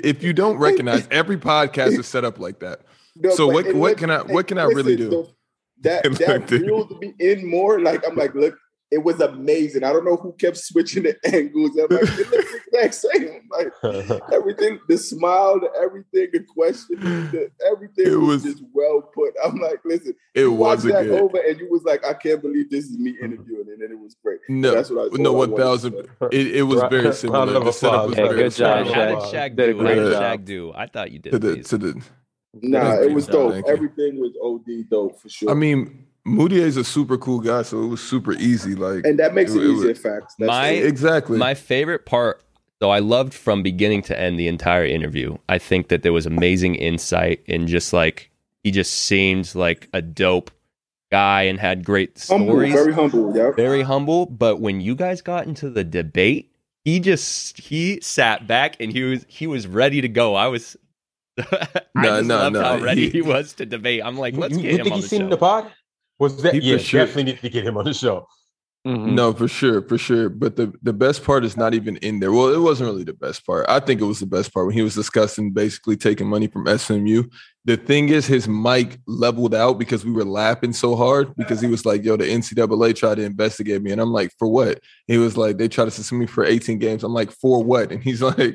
Speaker 1: If you don't recognize, every podcast is set up like that.
Speaker 4: No,
Speaker 1: So
Speaker 4: but
Speaker 1: what-
Speaker 4: it
Speaker 1: what
Speaker 4: went-
Speaker 1: can I-
Speaker 4: it-
Speaker 1: what can I really do?
Speaker 4: the- that
Speaker 1: Can I
Speaker 4: that
Speaker 1: do?
Speaker 4: reeled me in more. Like I'm like, look, it was amazing. I don't know who kept switching the angles. I'm like, it looks the exact same. Like everything, the smile, the everything, the question, the, everything
Speaker 1: It
Speaker 4: was
Speaker 1: was-
Speaker 4: just well put. I'm like, listen,
Speaker 1: It
Speaker 4: you watched
Speaker 1: wasn't
Speaker 4: that
Speaker 1: good.
Speaker 4: over, and you was like, I can't believe this is me interviewing, and then it was great.
Speaker 1: No,
Speaker 4: That's what I
Speaker 1: no,
Speaker 4: all I
Speaker 1: one
Speaker 4: wanted to
Speaker 1: thousand.
Speaker 4: say.
Speaker 1: It, it was
Speaker 6: Round-
Speaker 1: very
Speaker 6: round
Speaker 1: similar.
Speaker 6: of
Speaker 1: The setup
Speaker 6: applause.
Speaker 1: was
Speaker 2: Hey,
Speaker 1: very
Speaker 2: good job,
Speaker 1: similar
Speaker 5: How did
Speaker 2: Shaq.
Speaker 5: Shaq
Speaker 2: Did a
Speaker 5: do? How did
Speaker 1: great
Speaker 5: Shaq
Speaker 2: job.
Speaker 5: do? I thought you did.
Speaker 1: to the
Speaker 5: these.
Speaker 1: to the.
Speaker 4: Nah,
Speaker 1: Thank
Speaker 4: it
Speaker 1: you.
Speaker 4: was dope.
Speaker 1: Thank you.
Speaker 4: Everything was OD dope for sure.
Speaker 1: I mean, Moutier is a super cool guy, so it was super easy. Like
Speaker 4: and that makes
Speaker 1: it-
Speaker 4: it,
Speaker 1: it was-
Speaker 4: easier. Facts. That's
Speaker 5: My-
Speaker 4: it.
Speaker 1: exactly.
Speaker 5: My favorite part, though, I loved from beginning to end the entire interview. I think that there was amazing insight and just like he just seemed like a dope guy and had great
Speaker 4: humble,
Speaker 5: stories.
Speaker 4: very humble. Yeah.
Speaker 5: very humble. But when you guys got into the debate, he just he sat back and he was he was ready to go. I was. I
Speaker 1: No,
Speaker 5: just
Speaker 1: no,
Speaker 5: loved
Speaker 1: no,
Speaker 5: how ready
Speaker 1: he-
Speaker 5: he, was to debate. I'm like,
Speaker 6: You-
Speaker 5: let's
Speaker 6: you,
Speaker 5: get
Speaker 6: you
Speaker 5: him
Speaker 6: think
Speaker 5: on
Speaker 6: he's
Speaker 5: the
Speaker 6: seen
Speaker 5: show.
Speaker 6: the pod? Was that
Speaker 1: He
Speaker 6: yeah?
Speaker 1: for sure-
Speaker 6: Definitely need to get him on the show.
Speaker 2: Mhm.
Speaker 1: no, for sure, for sure. But the the best part is not even in there. Well, it wasn't really the best part. I think it was the best part when he was discussing basically taking money from SMU. The thing is, his mic leveled out because we were laughing so hard because he was like, "Yo, the NCAA tried to investigate me," and I'm like, "For what?" He was like, "They tried to suspend me for 18 games." I'm like, "For what?" And he's like,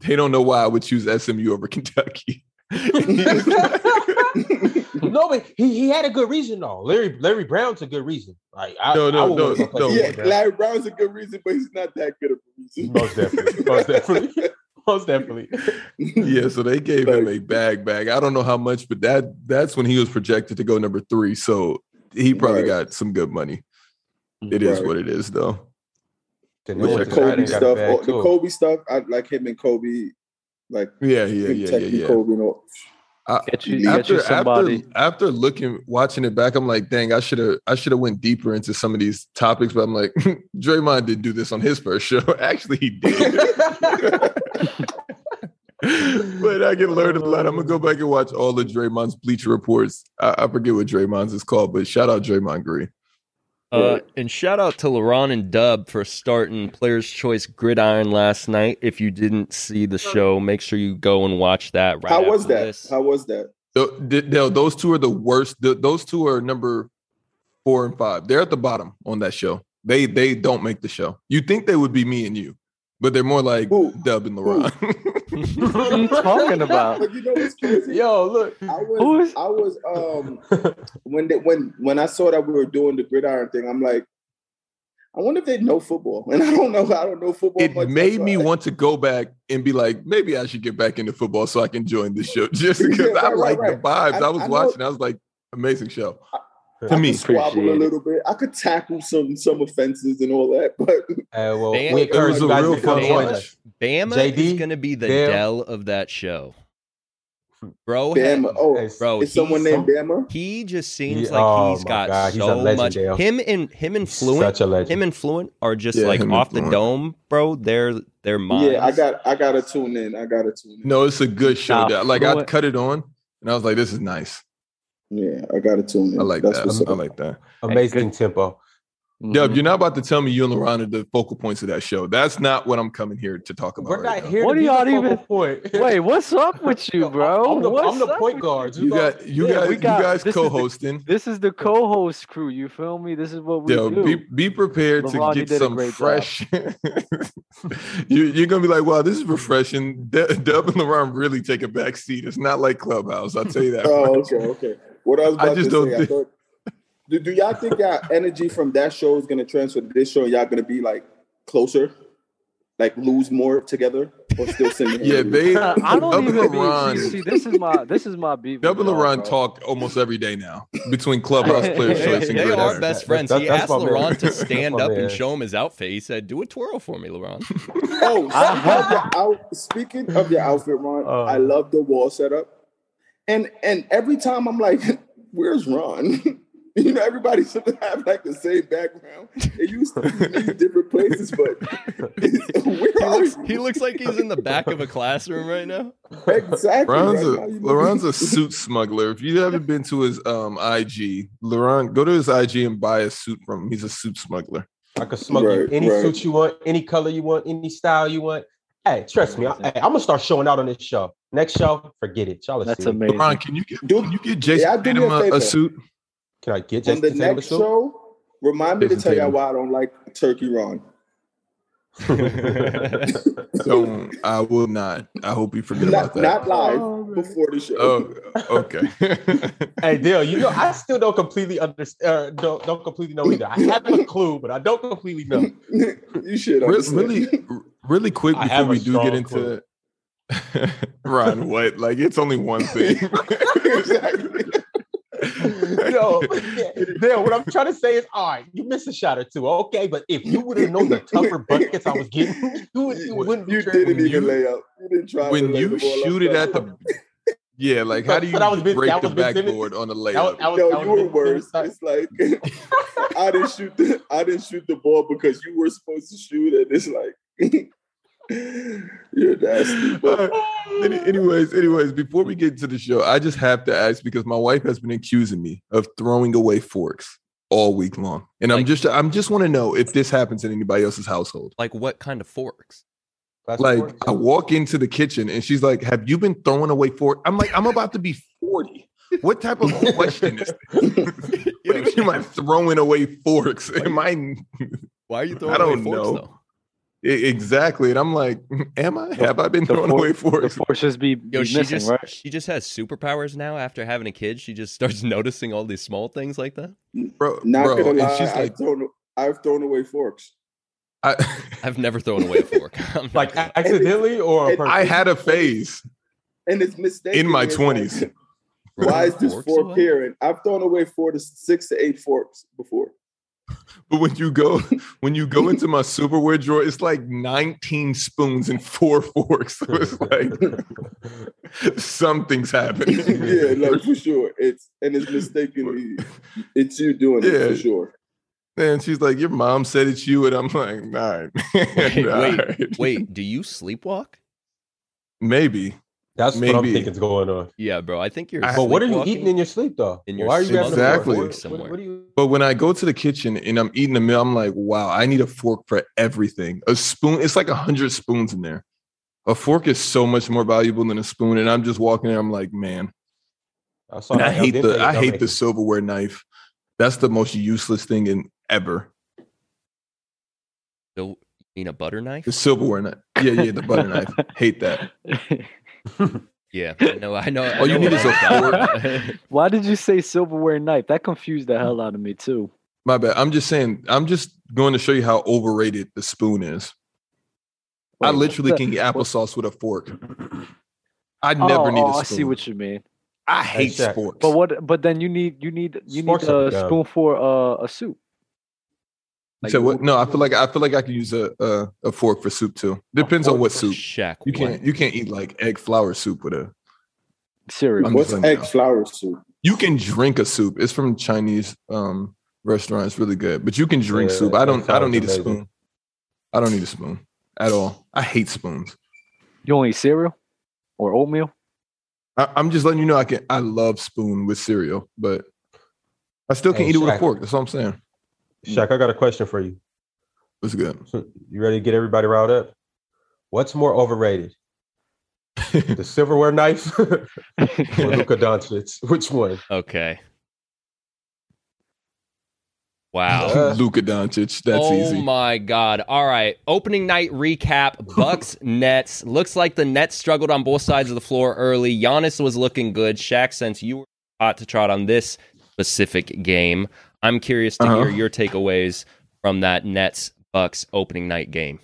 Speaker 1: "They don't know why I would choose SMU over Kentucky."
Speaker 6: no, but he, he had a good reason though. Larry Larry Brown's a good reason. Like I,
Speaker 1: No, no,
Speaker 6: I would
Speaker 1: no,
Speaker 6: wanna go play
Speaker 1: no.
Speaker 6: with
Speaker 4: Yeah,
Speaker 6: Larry Brown.
Speaker 4: Larry Brown's a good reason, but he's not that good of a reason.
Speaker 6: most definitely, most definitely, most definitely.
Speaker 1: yeah, so they gave him a bag bag. I don't know how much, but that that's when he was projected to go number three. So he probably
Speaker 4: Right.
Speaker 1: got some good money. It is
Speaker 4: Right.
Speaker 1: what it is, though.
Speaker 6: Then
Speaker 1: Wish
Speaker 6: they went
Speaker 1: I
Speaker 4: With the
Speaker 1: could.
Speaker 6: to Friday
Speaker 4: Kobe
Speaker 6: and got a
Speaker 4: stuff,
Speaker 6: bag,
Speaker 4: all- the
Speaker 6: too.
Speaker 4: Kobe stuff, I like him and Kobe, like
Speaker 1: Yeah, yeah,
Speaker 4: him
Speaker 1: yeah,
Speaker 4: texting
Speaker 1: yeah, yeah.
Speaker 4: Kobe and all.
Speaker 1: I-
Speaker 2: Get you, get you
Speaker 1: After, after
Speaker 2: somebody.
Speaker 1: after looking watching it back, I'm like, dang, I should have I should have went deeper into some of these topics, but I'm like, Draymond did do this on his first show. Actually, he did. but I can learn a lot. I'm gonna go back and watch all of Draymond's Bleacher Reports. I, I forget what Draymond's is called, but shout out Draymond Green.
Speaker 5: Uh, and shout out to LaRon and Dub for starting Players Choice Gridiron last night. If you didn't see the show, make sure you go and watch that. Right
Speaker 4: How was
Speaker 5: after
Speaker 4: that?
Speaker 5: this.
Speaker 4: How was that?
Speaker 1: Tho- th- no, those two are the worst. Th- those two are number four and five. They're at the bottom on that show. They they don't make the show. You think they would be me and you, but they're more like
Speaker 4: Who?
Speaker 1: Dub and LaRon.
Speaker 2: What are you talking about?
Speaker 4: But you know what's crazy?
Speaker 6: Yo, look.
Speaker 4: I
Speaker 2: Who
Speaker 4: was,
Speaker 2: is-
Speaker 4: I was, um, when they, when when I saw that we were doing the gridiron thing, I'm like, I wonder if they know football, and I don't know, I don't know football.
Speaker 1: it
Speaker 4: much,
Speaker 1: made
Speaker 4: so
Speaker 1: me
Speaker 4: I-
Speaker 1: want to go back and be like, maybe I should get back into football so I can join this show. Just
Speaker 4: Yeah,
Speaker 1: because I
Speaker 4: right, right,
Speaker 1: like the vibes.
Speaker 4: right.
Speaker 1: I,
Speaker 4: I-
Speaker 1: was
Speaker 4: I know-
Speaker 1: watching, I was like, amazing show. To me,
Speaker 4: squabble a
Speaker 2: Appreciate it.
Speaker 4: little bit. I could tackle some some offenses and all that, but
Speaker 6: Uh, well,
Speaker 5: Damn.
Speaker 6: we
Speaker 5: It
Speaker 6: encourage
Speaker 1: was
Speaker 6: you
Speaker 1: a
Speaker 6: guys
Speaker 1: real
Speaker 6: to come
Speaker 1: fun
Speaker 6: join
Speaker 1: bunch.
Speaker 6: us.
Speaker 5: Bama
Speaker 6: JD,
Speaker 5: is going to be the
Speaker 6: Bam.
Speaker 5: Dell of that show. Bro, had-
Speaker 4: Bama. Oh,
Speaker 6: Hey,
Speaker 5: bro,
Speaker 4: is someone
Speaker 5: he's-
Speaker 4: named Bama?
Speaker 5: He just seems
Speaker 6: He-
Speaker 5: like
Speaker 6: oh
Speaker 5: he's
Speaker 6: my
Speaker 5: got
Speaker 6: God, he's a
Speaker 5: so
Speaker 6: legend,
Speaker 5: much.
Speaker 6: Dale.
Speaker 5: Him and him and Fluent,
Speaker 6: Such a legend.
Speaker 5: him and Fluent are just
Speaker 1: Yeah,
Speaker 5: like
Speaker 1: him and
Speaker 5: off the
Speaker 1: Fluent.
Speaker 5: dome, bro. They're they're minds.
Speaker 4: Yeah, I got I gotta tune in. I gotta tune in.
Speaker 1: No, it's a good show.
Speaker 2: Nah,
Speaker 1: Dad. like I
Speaker 2: Fluent-
Speaker 1: cut it on, and I was like, "This is nice.
Speaker 4: Yeah, I gotta tune in.
Speaker 1: I like
Speaker 4: That's
Speaker 1: that.
Speaker 4: what's up.
Speaker 1: I like that."
Speaker 6: Amazing tempo.
Speaker 2: Mm-hmm.
Speaker 1: Dub, you're not about to tell me you and LaRon are the focal points of that show. That's not what I'm coming here to talk about.
Speaker 6: We're
Speaker 1: right
Speaker 6: not
Speaker 1: now.
Speaker 6: here
Speaker 2: What
Speaker 6: to
Speaker 2: are
Speaker 6: be
Speaker 2: y'all
Speaker 6: the focal
Speaker 2: even-
Speaker 6: point.
Speaker 2: Wait, what's up with you, bro?
Speaker 6: I'm the,
Speaker 2: what's
Speaker 6: I'm the
Speaker 2: up
Speaker 6: point
Speaker 2: with-
Speaker 6: guard.
Speaker 1: You got you
Speaker 6: Yeah,
Speaker 1: guys
Speaker 2: we got-
Speaker 1: you guys
Speaker 2: this is the-
Speaker 1: co-hosting.
Speaker 2: This is the co-host crew. You feel me? This is what we
Speaker 1: Yo,
Speaker 2: do.
Speaker 1: be, be prepared
Speaker 2: LeBron,
Speaker 1: to
Speaker 2: you
Speaker 1: get
Speaker 2: did a
Speaker 1: some
Speaker 2: great job.
Speaker 1: fresh. you, you're gonna be like, "Wow, this is refreshing." De- Dub and LaRon really take a back seat. It's not like Clubhouse. I'll tell you that.
Speaker 4: Oh, okay, okay. What I was
Speaker 1: I
Speaker 4: about
Speaker 1: just
Speaker 4: to
Speaker 1: don't
Speaker 4: say, I
Speaker 1: think-
Speaker 4: thought, do, do y'all think y'all energy from that show is gonna transfer to this show? and Y'all gonna be like closer, like lose more together, or still sitting?
Speaker 1: Yeah, they.
Speaker 2: Uh, I don't
Speaker 1: Dub and
Speaker 2: even
Speaker 1: LaRon-
Speaker 2: be, see, see, this is my this is my beef. with
Speaker 1: Double
Speaker 2: y'all,
Speaker 1: LaRon
Speaker 2: bro.
Speaker 1: talk almost every day now between Clubhouse
Speaker 5: They,
Speaker 1: Player Choice and
Speaker 5: they
Speaker 1: Great
Speaker 5: are
Speaker 1: Iron.
Speaker 5: best
Speaker 6: That-
Speaker 5: friends.
Speaker 6: that-
Speaker 5: he
Speaker 6: that's
Speaker 5: asked
Speaker 6: my man.
Speaker 5: LaRon to
Speaker 6: That's
Speaker 5: stand
Speaker 6: my
Speaker 5: up and
Speaker 6: man.
Speaker 5: show him his outfit. He said, "Do a twirl for me, LaRon."
Speaker 4: Oh, so I love your out, speaking of your outfit, Ron,
Speaker 6: Oh.
Speaker 4: I love the wall setup. And and every time I'm like, where's Ron? you know, everybody should have like the same background. It used to be in different places, but where
Speaker 5: He
Speaker 4: are
Speaker 5: looks,
Speaker 4: you?
Speaker 5: he looks like he's in the back of a classroom right now.
Speaker 4: exactly.
Speaker 1: Laurent's
Speaker 4: right?
Speaker 1: a,
Speaker 4: How you know?
Speaker 1: Laurent's a suit smuggler. If you haven't been to his um IG, Laurent, go to his IG and buy a suit from him. He's a suit smuggler.
Speaker 6: I can smoke you
Speaker 4: Right,
Speaker 6: any
Speaker 4: right.
Speaker 6: suit you want, any color you want, any style you want. Hey, trust me. I, am gonna start showing out on this show. Next show, forget it. Y'all are
Speaker 2: That's
Speaker 6: silly.
Speaker 2: amazing.
Speaker 1: Laurent, can you get
Speaker 4: Dude,
Speaker 1: can you get Jason
Speaker 4: Yeah, do me a
Speaker 1: Tatum a, a
Speaker 4: favor.
Speaker 1: suit?
Speaker 6: Can I get
Speaker 4: on
Speaker 6: just
Speaker 4: the next show, remind me to
Speaker 1: Jason
Speaker 4: tell y'all
Speaker 1: Tatum.
Speaker 4: why I don't like Turkey Ron.
Speaker 1: Don't. I will not. I hope you forget about
Speaker 4: Not,
Speaker 1: that.
Speaker 4: not live before the show.
Speaker 1: oh, okay.
Speaker 6: Hey, Dale, you know I still don't completely understand. don't don't completely know either. I have a clue, but I don't completely know.
Speaker 4: you should
Speaker 1: Re-
Speaker 4: understand.
Speaker 1: really, really quick
Speaker 6: I
Speaker 1: before
Speaker 6: have a
Speaker 1: we do get
Speaker 6: strong
Speaker 1: into Ron, what? Like it's only one thing.
Speaker 4: exactly.
Speaker 6: Yo, Dale, what I'm trying to say is, all right, you missed a shot or two, okay? But if you would have known the tougher buckets I was getting, you, would, you wouldn't. be
Speaker 4: You
Speaker 6: tripping.
Speaker 4: didn't even
Speaker 1: you-
Speaker 4: lay up. You didn't try. to
Speaker 1: when
Speaker 4: lay
Speaker 1: you
Speaker 4: the ball
Speaker 1: shoot
Speaker 4: up
Speaker 1: it at
Speaker 4: front.
Speaker 1: the yeah, like how
Speaker 6: But-
Speaker 1: do you
Speaker 6: but I was Ben-
Speaker 1: break
Speaker 6: that
Speaker 1: the
Speaker 6: was Ben Simmons.
Speaker 1: backboard on a
Speaker 6: That was,
Speaker 1: layup?
Speaker 6: that was,
Speaker 4: no,
Speaker 6: that
Speaker 4: you were
Speaker 6: was
Speaker 4: worse. It's like I didn't shoot the I didn't shoot the ball because you were supposed to shoot it. It's like you're nasty. But
Speaker 1: Uh, any- anyways, anyways, before we get to the show, I just have to ask because my wife has been accusing me of throwing away forks all week long, and I'm
Speaker 5: Like-
Speaker 1: just I'm just want to know if this happens in anybody else's household.
Speaker 5: Like what kind of forks?
Speaker 1: Like I walk into the kitchen and she's like, "Have you been throwing away fork?" I'm like, "I'm about to be 40." What type of question is this? what do you mean by throwing away forks? Am I
Speaker 5: Why are you throwing
Speaker 1: I don't
Speaker 5: away forks
Speaker 1: know.
Speaker 5: though?
Speaker 1: I- exactly. And I'm like, am I? Have I been
Speaker 2: the
Speaker 1: thrown
Speaker 2: fork-
Speaker 1: away for
Speaker 2: The
Speaker 1: it?
Speaker 2: forces be, be
Speaker 5: Yo, she
Speaker 2: missing,
Speaker 5: just
Speaker 2: right?
Speaker 5: she just has superpowers now. After having a kid, she just starts noticing all these small things like that.
Speaker 1: Bro,
Speaker 4: not
Speaker 1: bro.
Speaker 4: gonna
Speaker 1: And
Speaker 4: lie,
Speaker 1: she's like,
Speaker 4: I've thrown I've thrown away forks.
Speaker 1: I,
Speaker 5: I've never thrown away a fork. I'm not
Speaker 6: like
Speaker 5: gonna-
Speaker 6: a- accidentally or
Speaker 4: It-
Speaker 6: a
Speaker 1: I had a phase.
Speaker 4: And it's mistaken.
Speaker 1: In my
Speaker 4: It's
Speaker 1: 20s.
Speaker 4: like, why is this
Speaker 5: Forks
Speaker 4: fork
Speaker 5: away?
Speaker 4: here? And I've thrown away four to six to eight forks before.
Speaker 1: But when you go, when you go into my superware drawer, it's like 19 spoons and four forks. So it's like something's happening.
Speaker 4: yeah, like for sure. It's and it's mistakenly it's you doing it
Speaker 1: Yeah.
Speaker 4: for sure.
Speaker 1: And she's like, Your mom said it's you. And I'm like, all right.
Speaker 5: Wait,
Speaker 1: All
Speaker 5: wait,
Speaker 1: right.
Speaker 5: Wait, do you sleepwalk?
Speaker 1: Maybe.
Speaker 6: That's what
Speaker 1: Maybe.
Speaker 6: I'm thinking is going on.
Speaker 5: Yeah, bro. I think you're.
Speaker 1: I-
Speaker 6: But what are you
Speaker 5: sleepwalking.
Speaker 6: eating in your sleep though?
Speaker 5: In your
Speaker 6: Why are you
Speaker 5: sleep.
Speaker 6: grabbing the fork?
Speaker 1: Exactly.
Speaker 6: What- What,
Speaker 5: Somewhere.
Speaker 6: what are you?
Speaker 1: But when I go to the kitchen and I'm eating a meal, I'm like, wow, I need a fork for everything. A spoon, it's like a hundred spoons in there. A fork is so much more valuable than a spoon. And I'm just walking there, I'm like, man,
Speaker 6: I, saw
Speaker 1: and I
Speaker 6: that.
Speaker 1: hate
Speaker 6: didn't
Speaker 1: the
Speaker 6: pay
Speaker 1: I hate the
Speaker 6: attention.
Speaker 1: silverware knife. That's the most useless thing in ever.
Speaker 5: The, you mean a butter knife?
Speaker 1: The silverware knife. Yeah, yeah, the butter knife. Hate that.
Speaker 5: Yeah, I know. I know. I
Speaker 1: All you
Speaker 5: know
Speaker 1: need
Speaker 5: what
Speaker 1: is a
Speaker 5: you're talking about.
Speaker 2: Why did you say silverware knife? That confused the hell out of me too.
Speaker 1: My bad. I'm just saying, I'm just going to show you how overrated the spoon is. I
Speaker 2: Wait, what
Speaker 1: literally
Speaker 2: the-
Speaker 1: can eat
Speaker 2: what-
Speaker 1: applesauce with a fork. I never
Speaker 2: oh,
Speaker 1: need a spoon.
Speaker 2: oh, I see what you mean.
Speaker 1: I hate
Speaker 6: Shaq.
Speaker 1: sports.
Speaker 2: But what? But then you need you need you
Speaker 6: Sports
Speaker 2: need a
Speaker 6: are dumb.
Speaker 2: spoon for uh, a soup.
Speaker 1: so what? No, I feel like I feel like I can use a a, a fork for soup too. Depends on
Speaker 2: fork
Speaker 1: what
Speaker 2: for
Speaker 1: soup.
Speaker 5: Shaq.
Speaker 1: You can't you can't eat like egg flour soup with a.
Speaker 2: cereal.
Speaker 1: I'm
Speaker 4: What's
Speaker 1: just letting
Speaker 4: egg
Speaker 1: you know.
Speaker 4: flour soup?
Speaker 1: You can drink a soup. It's from Chinese um restaurant. It's really good, but you can drink
Speaker 6: Yeah,
Speaker 1: soup. I
Speaker 6: that
Speaker 1: don't I
Speaker 6: sounds
Speaker 1: don't need a
Speaker 6: amazing.
Speaker 1: spoon. I don't need a spoon at all. I hate spoons.
Speaker 2: You only eat cereal or oatmeal.
Speaker 1: I, I'm just letting you know I can I love spoon with cereal, but I still can
Speaker 6: Hey,
Speaker 1: eat it with a
Speaker 6: Shaq.
Speaker 1: fork. That's what I'm saying.
Speaker 6: Shaq, I got a question for you.
Speaker 1: It's good.
Speaker 6: You ready to get everybody riled up? What's more overrated? the silverware knife or Luka Doncic? Which one?
Speaker 5: Okay. Wow.
Speaker 6: Uh,
Speaker 1: Luka Doncic. That's
Speaker 5: oh
Speaker 1: easy.
Speaker 5: my God. All right. Opening night recap Bucks, Nets. Looks like the Nets struggled on both sides of the floor early. Giannis was looking good. Shaq, since you were hot to trot on this specific game, I'm curious to
Speaker 1: Uh-huh.
Speaker 5: hear your takeaways from that Nets Bucks opening night game.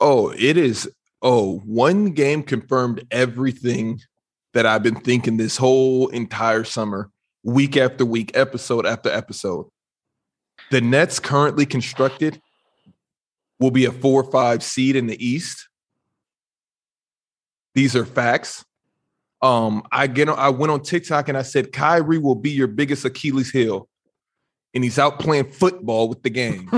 Speaker 1: Oh, it is. Oh, one game confirmed everything that I've been thinking this whole entire summer, week after week, episode after episode. The Nets currently constructed will be a four or five seed in the East. These are facts. Um, I get on, I went on TikTok and I said Kyrie will be your biggest Achilles heel. And he's out playing football with the game,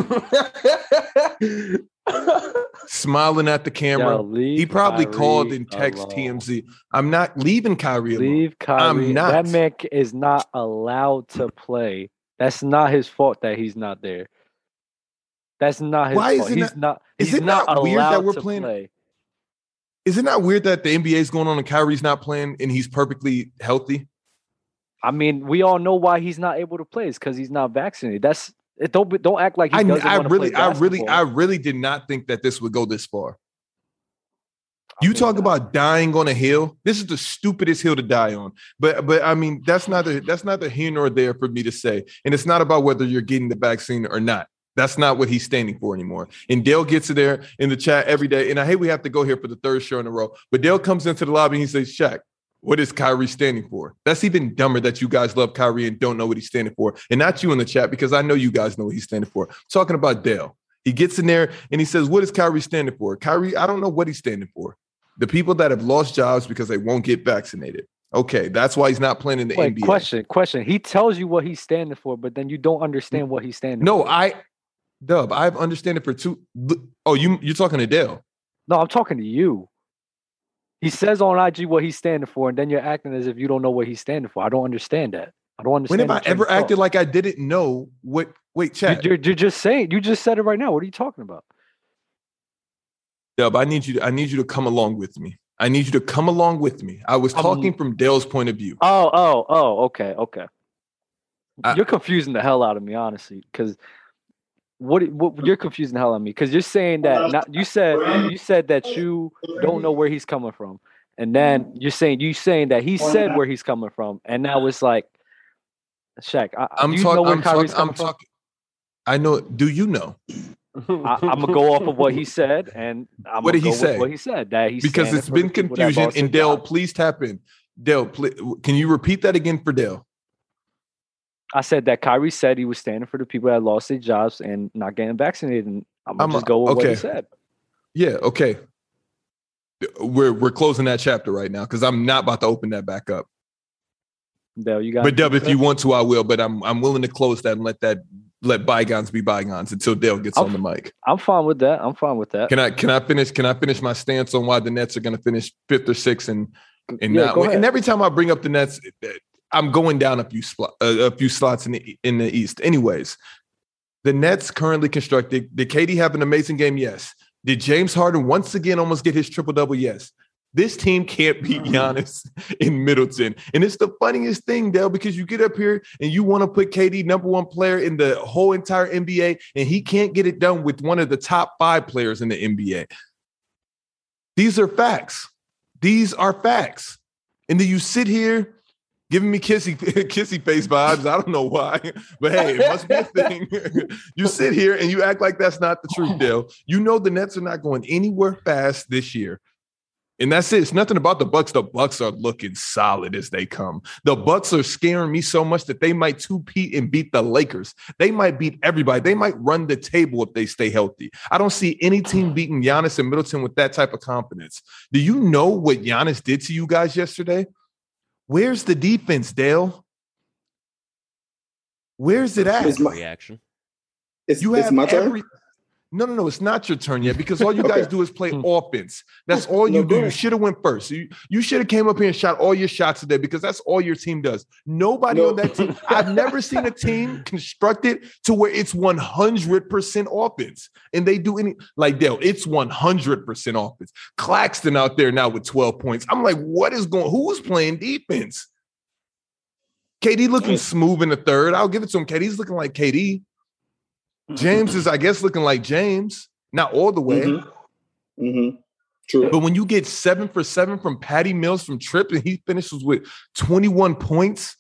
Speaker 1: smiling at the camera.
Speaker 2: Yo, leave
Speaker 1: He probably
Speaker 2: Kyrie
Speaker 1: called and text
Speaker 2: alone.
Speaker 1: TMZ. I'm not leaving Kyrie alone.
Speaker 2: Leave Kyrie.
Speaker 1: not.
Speaker 2: That man c- is not allowed to play. That's not his fault that he's not there. That's not his
Speaker 1: Why is
Speaker 2: fault.
Speaker 1: it
Speaker 2: he's not,
Speaker 1: is
Speaker 2: he's
Speaker 1: it not weird that
Speaker 2: allowed
Speaker 1: we're
Speaker 2: to
Speaker 1: playing-
Speaker 2: play.
Speaker 1: Is it not weird that the NBA is going on and Kyrie's not playing and he's perfectly healthy?
Speaker 2: I mean, we all know why he's not able to play. It's because he's not vaccinated. That's it. Don't be- don't act like he
Speaker 1: I,
Speaker 2: doesn't
Speaker 1: I
Speaker 2: want to
Speaker 1: really,
Speaker 2: play
Speaker 1: I really, I
Speaker 2: basketball.
Speaker 1: really did not think that this would go this far.
Speaker 2: I
Speaker 1: You
Speaker 2: mean,
Speaker 1: talk
Speaker 2: I-
Speaker 1: about dying on a hill. This is the stupidest hill to die on. But but I mean that's not the that's not the here nor there for me to say. And it's not about whether you're getting the vaccine or not. That's not what he's standing for anymore. And Dale gets it there in the chat every day. And I hate we have to go here for the third show in a row. But Dale comes into the lobby and he says, Shaq, what is Kyrie standing for? That's even dumber that you guys love Kyrie and don't know what he's standing for. And not you in the chat, because I know you guys know what he's standing for. I'm talking about Dale. He gets in there and he says, What is Kyrie standing for? Kyrie, I don't know what he's standing for the people that have lost jobs because they won't get vaccinated. Okay, that's why he's not playing in the
Speaker 2: Wait,
Speaker 1: NBA.
Speaker 2: question, question. He tells you what he's standing for, but then you don't understand what he's standing.
Speaker 1: No,
Speaker 2: for.
Speaker 1: I, Dub, I've understood it for two. l- Oh, you you're talking to Dale?
Speaker 2: no, I'm talking to you. He says on IG what he's standing for, and then you're acting as if you don't know what he's standing for. I don't understand that. I don't
Speaker 1: When
Speaker 2: understand.
Speaker 1: have I
Speaker 2: that train
Speaker 1: ever
Speaker 2: of thought.
Speaker 1: acted like I didn't know what? Wait,
Speaker 2: You-
Speaker 1: chat,
Speaker 2: you're, you're just saying? You just said it right now. What are you talking about?
Speaker 1: Dub. I need you. To, I need you to come along with me. I need you to come along with me. I was
Speaker 2: I'm-
Speaker 1: talking from Dale's point of view.
Speaker 2: Oh, oh, oh. Okay, okay.
Speaker 1: I-
Speaker 2: you're confusing the hell out of me, honestly, because. What, what you're confusing the hell out of me because you're saying that not, you said you said that you don't know where he's coming from, and
Speaker 4: Mm-hmm.
Speaker 2: then you're saying you saying that he said where he's coming from, and now it's like, Shaq, I,
Speaker 1: I'm
Speaker 2: do you know
Speaker 1: talking.
Speaker 2: where
Speaker 1: I'm
Speaker 2: Kyrie's
Speaker 1: talking.
Speaker 2: coming
Speaker 1: I'm
Speaker 2: from?
Speaker 1: talking. I know. Do you know?
Speaker 2: I, I'm gonna go off of what he said, and I'm
Speaker 1: What did he say?
Speaker 2: What he said that he's
Speaker 1: because
Speaker 2: standing
Speaker 1: it's
Speaker 2: for the
Speaker 1: been
Speaker 2: people that
Speaker 1: confusion.
Speaker 2: lost
Speaker 1: And
Speaker 2: their
Speaker 1: Dale,
Speaker 2: jobs.
Speaker 1: please tap in. Dale, please, can you repeat that again for Dale?
Speaker 2: I said that Kyrie said he was standing for the people that lost their jobs and not getting vaccinated, and I'm gonna
Speaker 1: I'm a-
Speaker 2: just go with what
Speaker 1: okay.
Speaker 2: he said.
Speaker 1: Yeah, okay. We're we're closing that chapter right now because I'm not about to open that back up.
Speaker 2: Dale, you got
Speaker 1: But Dub, if you want to, I will. But I'm I'm willing to close that and let that let bygones be bygones until Dale gets on the mic.
Speaker 2: I'm fine with that. I'm fine with that.
Speaker 1: Can I can I finish? Can I finish my stance on why the Nets are going to finish fifth or sixth and and
Speaker 2: Yeah,
Speaker 1: not
Speaker 2: go
Speaker 1: win? And
Speaker 2: ahead.
Speaker 1: every time I bring up the Nets, I'm going down a few spl- uh, a few slots in the in the East. Anyways, the Nets currently constructed. Did KD have an amazing game? Yes. Did James Harden once again almost get his triple double? Yes. This team can't beat
Speaker 2: Mm.
Speaker 1: Giannis in Middleton. And it's the funniest thing, Dale, because you get up here and you want to put KD number one player in the whole entire NBA, and he can't get it done with one of the top five players in the NBA. These are facts. These are facts. And then you sit here giving me kissy kissy face vibes. I don't know why, but hey, it must be a thing. you sit here and you act like that's not the truth, Dale. You know the Nets are not going anywhere fast this year. And that's it. It's nothing about the Bucks. The Bucks are looking solid as they come. The Bucks are scaring me so much that they might two peat and beat the Lakers. They might beat everybody. They might run the table if they stay healthy. I don't see any team beating Giannis and Middleton with that type of confidence. Do you know what Giannis did to you guys yesterday? Where's the defense, Dale? Where's it at?
Speaker 4: It's my,
Speaker 5: Reaction.
Speaker 4: it's,
Speaker 1: You
Speaker 4: it's
Speaker 1: have
Speaker 4: my turn.
Speaker 1: every- No, no, no. It's not your turn yet because all you
Speaker 4: Okay.
Speaker 1: guys do is play offense. That's all
Speaker 4: No,
Speaker 1: you
Speaker 4: go
Speaker 1: do. You
Speaker 4: ahead.
Speaker 1: should have went first. You you should have came up here and shot all your shots today because that's all your team does. Nobody
Speaker 4: No.
Speaker 1: on that team. I've never seen a team constructed to where it's one hundred percent offense and they do any like Dale. It's one hundred percent offense. Claxton out there now with twelve points. I'm like, what is going? Who's playing defense? KD looking
Speaker 4: Mm.
Speaker 1: smooth in the third. I'll give it to him. KD's looking like KD. James is, I guess, looking like James, not all the way.
Speaker 4: Mhm. Mhm. True.
Speaker 1: But when you get seven for seven from Patty Mills from Tripp and he finishes with 21 points,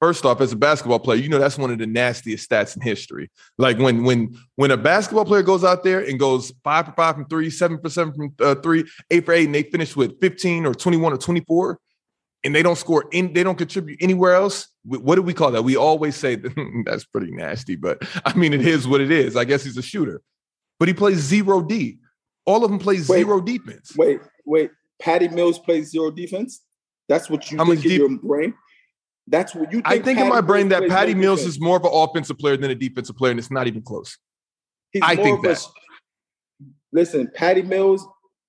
Speaker 1: first off, as a basketball player, you know that's one of the nastiest stats in history. Like when when when a basketball player goes out there and goes five for five from three, seven for seven from uh, three, eight for eight, and they finish with 15 or 21 or 24, and they don't score in, they don't contribute anywhere else. wh- What do we call that? We always say that- that's pretty nasty, but I mean it is what it is. I guess he's a shooter, but he plays zero D. All of them play
Speaker 4: Wait.
Speaker 1: zero defense.
Speaker 4: Wait, wait. Patty Mills plays zero defense. That's what you
Speaker 1: How
Speaker 4: think
Speaker 1: much
Speaker 4: in
Speaker 1: def-
Speaker 4: your brain. That's what you. Think
Speaker 1: I think in my
Speaker 4: Patty
Speaker 1: brain
Speaker 4: Mills
Speaker 1: that
Speaker 4: plays
Speaker 1: Patty
Speaker 4: no
Speaker 1: Mills
Speaker 4: defense.
Speaker 1: is more of an offensive player than a defensive player, and it's not even close.
Speaker 4: He's
Speaker 1: I
Speaker 4: more
Speaker 1: think
Speaker 4: of a-
Speaker 1: that.
Speaker 4: listen, Patty Mills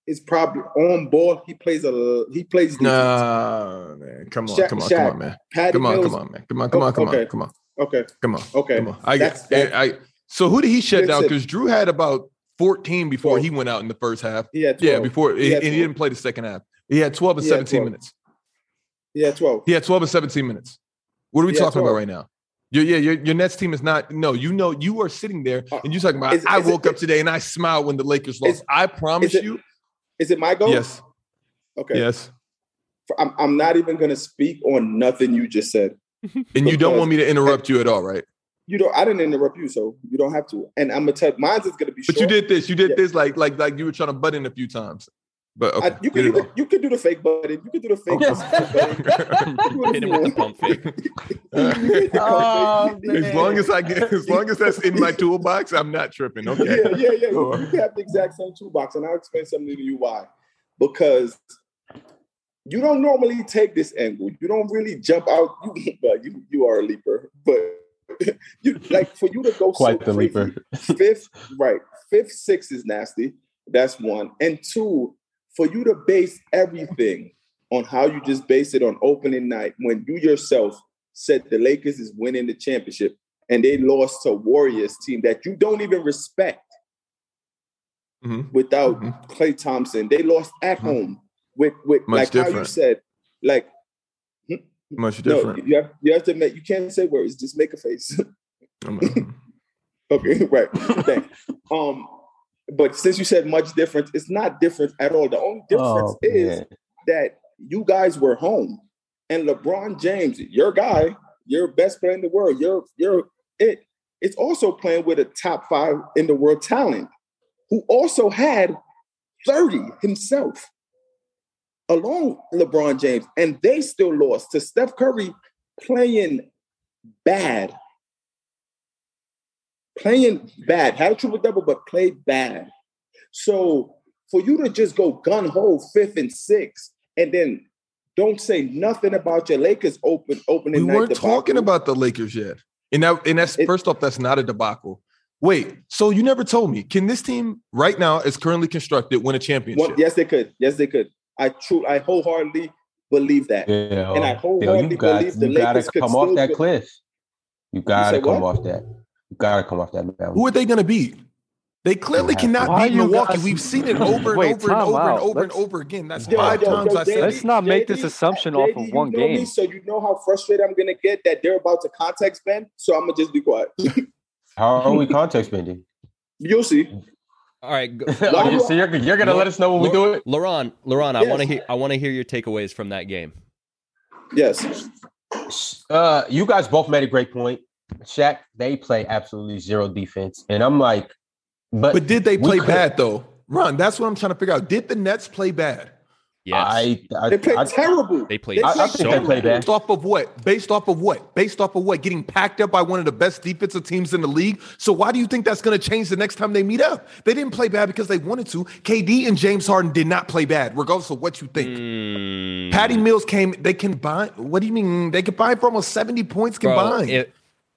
Speaker 4: is probably on ball. He plays a he plays defense.
Speaker 1: No, man. Come on,
Speaker 4: Shaq-
Speaker 1: come on,
Speaker 4: Shaq,
Speaker 1: come on, man.
Speaker 4: Patty
Speaker 1: Come on,
Speaker 4: Mills.
Speaker 1: come on, man. Come on, come
Speaker 4: Oh,
Speaker 1: on, come on,
Speaker 4: okay.
Speaker 1: come on,
Speaker 4: Okay,
Speaker 1: come on.
Speaker 4: okay.
Speaker 1: Come on. I
Speaker 4: That's-
Speaker 1: get and I so who did he shut down?
Speaker 4: Listen.
Speaker 1: Because Drew had about 14 before
Speaker 4: Twelve.
Speaker 1: he went out in the first half.
Speaker 4: He had 12.
Speaker 1: Yeah, before
Speaker 4: He had
Speaker 1: and he
Speaker 4: 12.
Speaker 1: didn't play the second half. He had 12 and
Speaker 4: He had
Speaker 1: 17
Speaker 4: 12.
Speaker 1: minutes.
Speaker 4: He had twelve.
Speaker 1: He had 12 and 17 minutes. What are we
Speaker 4: He had
Speaker 1: talking about
Speaker 4: 12.
Speaker 1: right now? Your, yeah, your, your Nets team is not. No, you know, you are sitting there
Speaker 4: Uh,
Speaker 1: and you're talking about,
Speaker 4: is-
Speaker 1: I
Speaker 4: is it-
Speaker 1: woke up today and I smiled when the Lakers lost.
Speaker 4: is-
Speaker 1: I promise
Speaker 4: is it-
Speaker 1: you.
Speaker 4: Is it my goal?
Speaker 1: Yes.
Speaker 4: Okay.
Speaker 1: Yes.
Speaker 4: I'm, I'm not even gonna speak on nothing you just said.
Speaker 1: And you don't
Speaker 4: Because-
Speaker 1: want me to interrupt you at all, right?
Speaker 4: You don't. I didn't interrupt you, so you don't have to. And I'm gonna tell. Mine's is gonna be.
Speaker 1: But
Speaker 4: short.
Speaker 1: you did this. You did
Speaker 4: Yeah.
Speaker 1: this like like like you were trying to butt in a few times. But okay.
Speaker 4: I, you
Speaker 1: get
Speaker 4: can
Speaker 1: it
Speaker 4: do the,
Speaker 1: off.
Speaker 4: you can do the fake button. You can do the fake.
Speaker 1: Okay.
Speaker 4: button. You can
Speaker 5: Hit him
Speaker 4: do
Speaker 5: with the
Speaker 4: the-
Speaker 5: pump fake.
Speaker 4: you can do the
Speaker 6: Oh,
Speaker 4: fake-
Speaker 1: as long as I get, as long as that's in my toolbox, I'm not tripping. Okay.
Speaker 4: Yeah, yeah, yeah.
Speaker 1: Go
Speaker 4: You,
Speaker 1: on.
Speaker 4: you have the exact same toolbox, and I'll explain something to you why. Because you don't normally take this angle. You don't really jump out. You, well, you, you are a leaper, but you like for you to go
Speaker 7: Quite
Speaker 4: so
Speaker 7: the
Speaker 4: crazy,
Speaker 7: leaper.
Speaker 4: fifth, right? Fifth, six is nasty. That's one, and two, for you to base everything on how you just base it on opening night when you yourself said the Lakers is winning the championship and they lost to Warriors team that you don't even respect
Speaker 1: Mhm.
Speaker 4: without
Speaker 7: Mm-hmm.
Speaker 1: Mhm.
Speaker 4: Clay Thompson. They lost at
Speaker 1: Mhm.
Speaker 4: home with with
Speaker 1: Much
Speaker 4: like how you
Speaker 1: different.
Speaker 4: said, like
Speaker 1: Much
Speaker 4: no,
Speaker 1: different.
Speaker 4: you have you have to admit you can't say words, just make a face.
Speaker 1: I'm like, mm.
Speaker 4: okay, right. Thanks. Um but since you said much different, it's not different at all. The only difference
Speaker 7: Oh,
Speaker 4: is
Speaker 7: man.
Speaker 4: that you guys were home and LeBron James, your guy, your best player in the world, your your it is also playing with a top five in the world talent who also had 30 himself along LeBron James, and they still lost to Steph Curry playing bad. Playing bad, had a triple double, but played bad. So for you to just go gun ho fifth and sixth, and then don't say nothing about your Lakers open
Speaker 1: we
Speaker 4: opening night.
Speaker 1: weren't
Speaker 4: debacle.
Speaker 1: talking about the Lakers yet. And that and that's
Speaker 4: It-
Speaker 1: first off, that's not a debacle. Wait, so you never told me, can this team right now as currently constructed win a championship?
Speaker 4: One- yes, they could. Yes, they could. I true. I wholeheartedly believe that.
Speaker 7: Yeah, oh,
Speaker 4: And I wholeheartedly
Speaker 7: you got,
Speaker 4: believe the
Speaker 7: you gotta
Speaker 4: Lakers could
Speaker 7: come off
Speaker 4: still
Speaker 7: that
Speaker 4: go-
Speaker 7: cliff. You gotta
Speaker 4: said
Speaker 7: come
Speaker 4: what?
Speaker 7: off that. You gotta come off that mountain.
Speaker 1: Who are they gonna beat? They clearly
Speaker 7: Why
Speaker 1: cannot
Speaker 2: are
Speaker 1: beat
Speaker 2: you
Speaker 1: Milwaukee.
Speaker 2: guys-
Speaker 1: We've seen it over and
Speaker 2: Wait,
Speaker 1: over and
Speaker 2: time
Speaker 1: over and
Speaker 2: out.
Speaker 1: over and
Speaker 2: Let's-
Speaker 1: over again. That's
Speaker 7: Yo,
Speaker 1: five
Speaker 7: yo,
Speaker 1: times
Speaker 4: yo,
Speaker 1: I said.
Speaker 4: Danny,
Speaker 1: it.
Speaker 2: Let's not make this assumption off
Speaker 4: JD,
Speaker 2: of one
Speaker 4: you know Me,
Speaker 2: game.
Speaker 4: so you know how frustrated I'm gonna get that they're about to contact Ben. So I'm gonna just be quiet.
Speaker 7: How are we context bending?
Speaker 4: You'll see.
Speaker 5: All right, go,
Speaker 7: Oh, you- so you're, you're gonna let us know when we do it?
Speaker 5: Laron, Laron, I
Speaker 4: Yes.
Speaker 5: want to hear. I want to hear your takeaways from that game.
Speaker 4: Yes.
Speaker 7: Uh, you guys both made a great point. Shaq, they play absolutely zero defense, and I'm like, but,
Speaker 1: But did they
Speaker 7: We
Speaker 1: play
Speaker 7: could-
Speaker 1: bad though? Ron, that's what I'm trying to figure out. Did the Nets play bad?
Speaker 5: Yes.
Speaker 7: I, I,
Speaker 4: They played
Speaker 7: I-
Speaker 4: terrible.
Speaker 5: they played
Speaker 4: I- I
Speaker 7: I
Speaker 4: think
Speaker 5: so
Speaker 7: think they play
Speaker 5: bad.
Speaker 7: bad.
Speaker 1: Based off of what? Based off of what? Based off of what? Getting packed up by one of the best defensive teams in the league. So why do you think that's going to change the next time they meet up? They didn't play bad because they wanted to. KD and James Harden did not play bad, regardless of what you think.
Speaker 5: Mm.
Speaker 1: Patty Mills came. They combined. What do you mean? They combined for almost seventy points
Speaker 5: Bro,
Speaker 1: combined.
Speaker 5: it-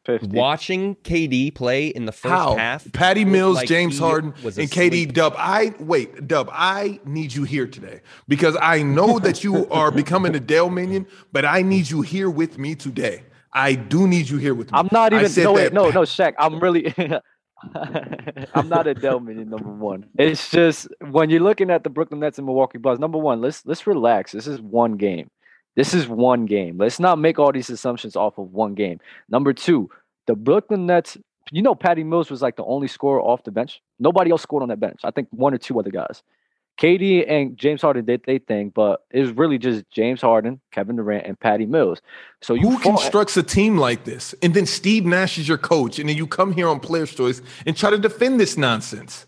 Speaker 2: 50.
Speaker 5: watching KD play in the first
Speaker 1: How?
Speaker 5: half.
Speaker 1: Patty
Speaker 5: looked
Speaker 1: Mills,
Speaker 5: like
Speaker 1: James
Speaker 5: he
Speaker 1: Harden,
Speaker 5: was
Speaker 1: and
Speaker 5: asleep.
Speaker 1: KD. Dub, I wait, Dub. I need you here today because I know that you are becoming a Dale minion, but I need you here with me today. I do need you here with me.
Speaker 2: I'm not
Speaker 1: I
Speaker 2: even.
Speaker 1: said
Speaker 2: No, wait,
Speaker 1: that-
Speaker 2: no, no, Shaq. I'm really. I'm not a Dell minion, number one. It's just when you're looking at the Brooklyn Nets and Milwaukee Bucks. Number one, let's let's relax. This is one game. This is one game. Let's not make all these assumptions off of one game. Number two, the Brooklyn Nets. You know, Patty Mills was like the only scorer off the bench. Nobody else scored on that bench. I think one or two other guys. KD and James Harden did they thing, but it was really just James Harden, Kevin Durant, and Patty Mills. So you
Speaker 1: Who
Speaker 2: fall-
Speaker 1: constructs a team like this? And then Steve Nash is your coach, and then you come here on Player's Choice and try to defend this nonsense.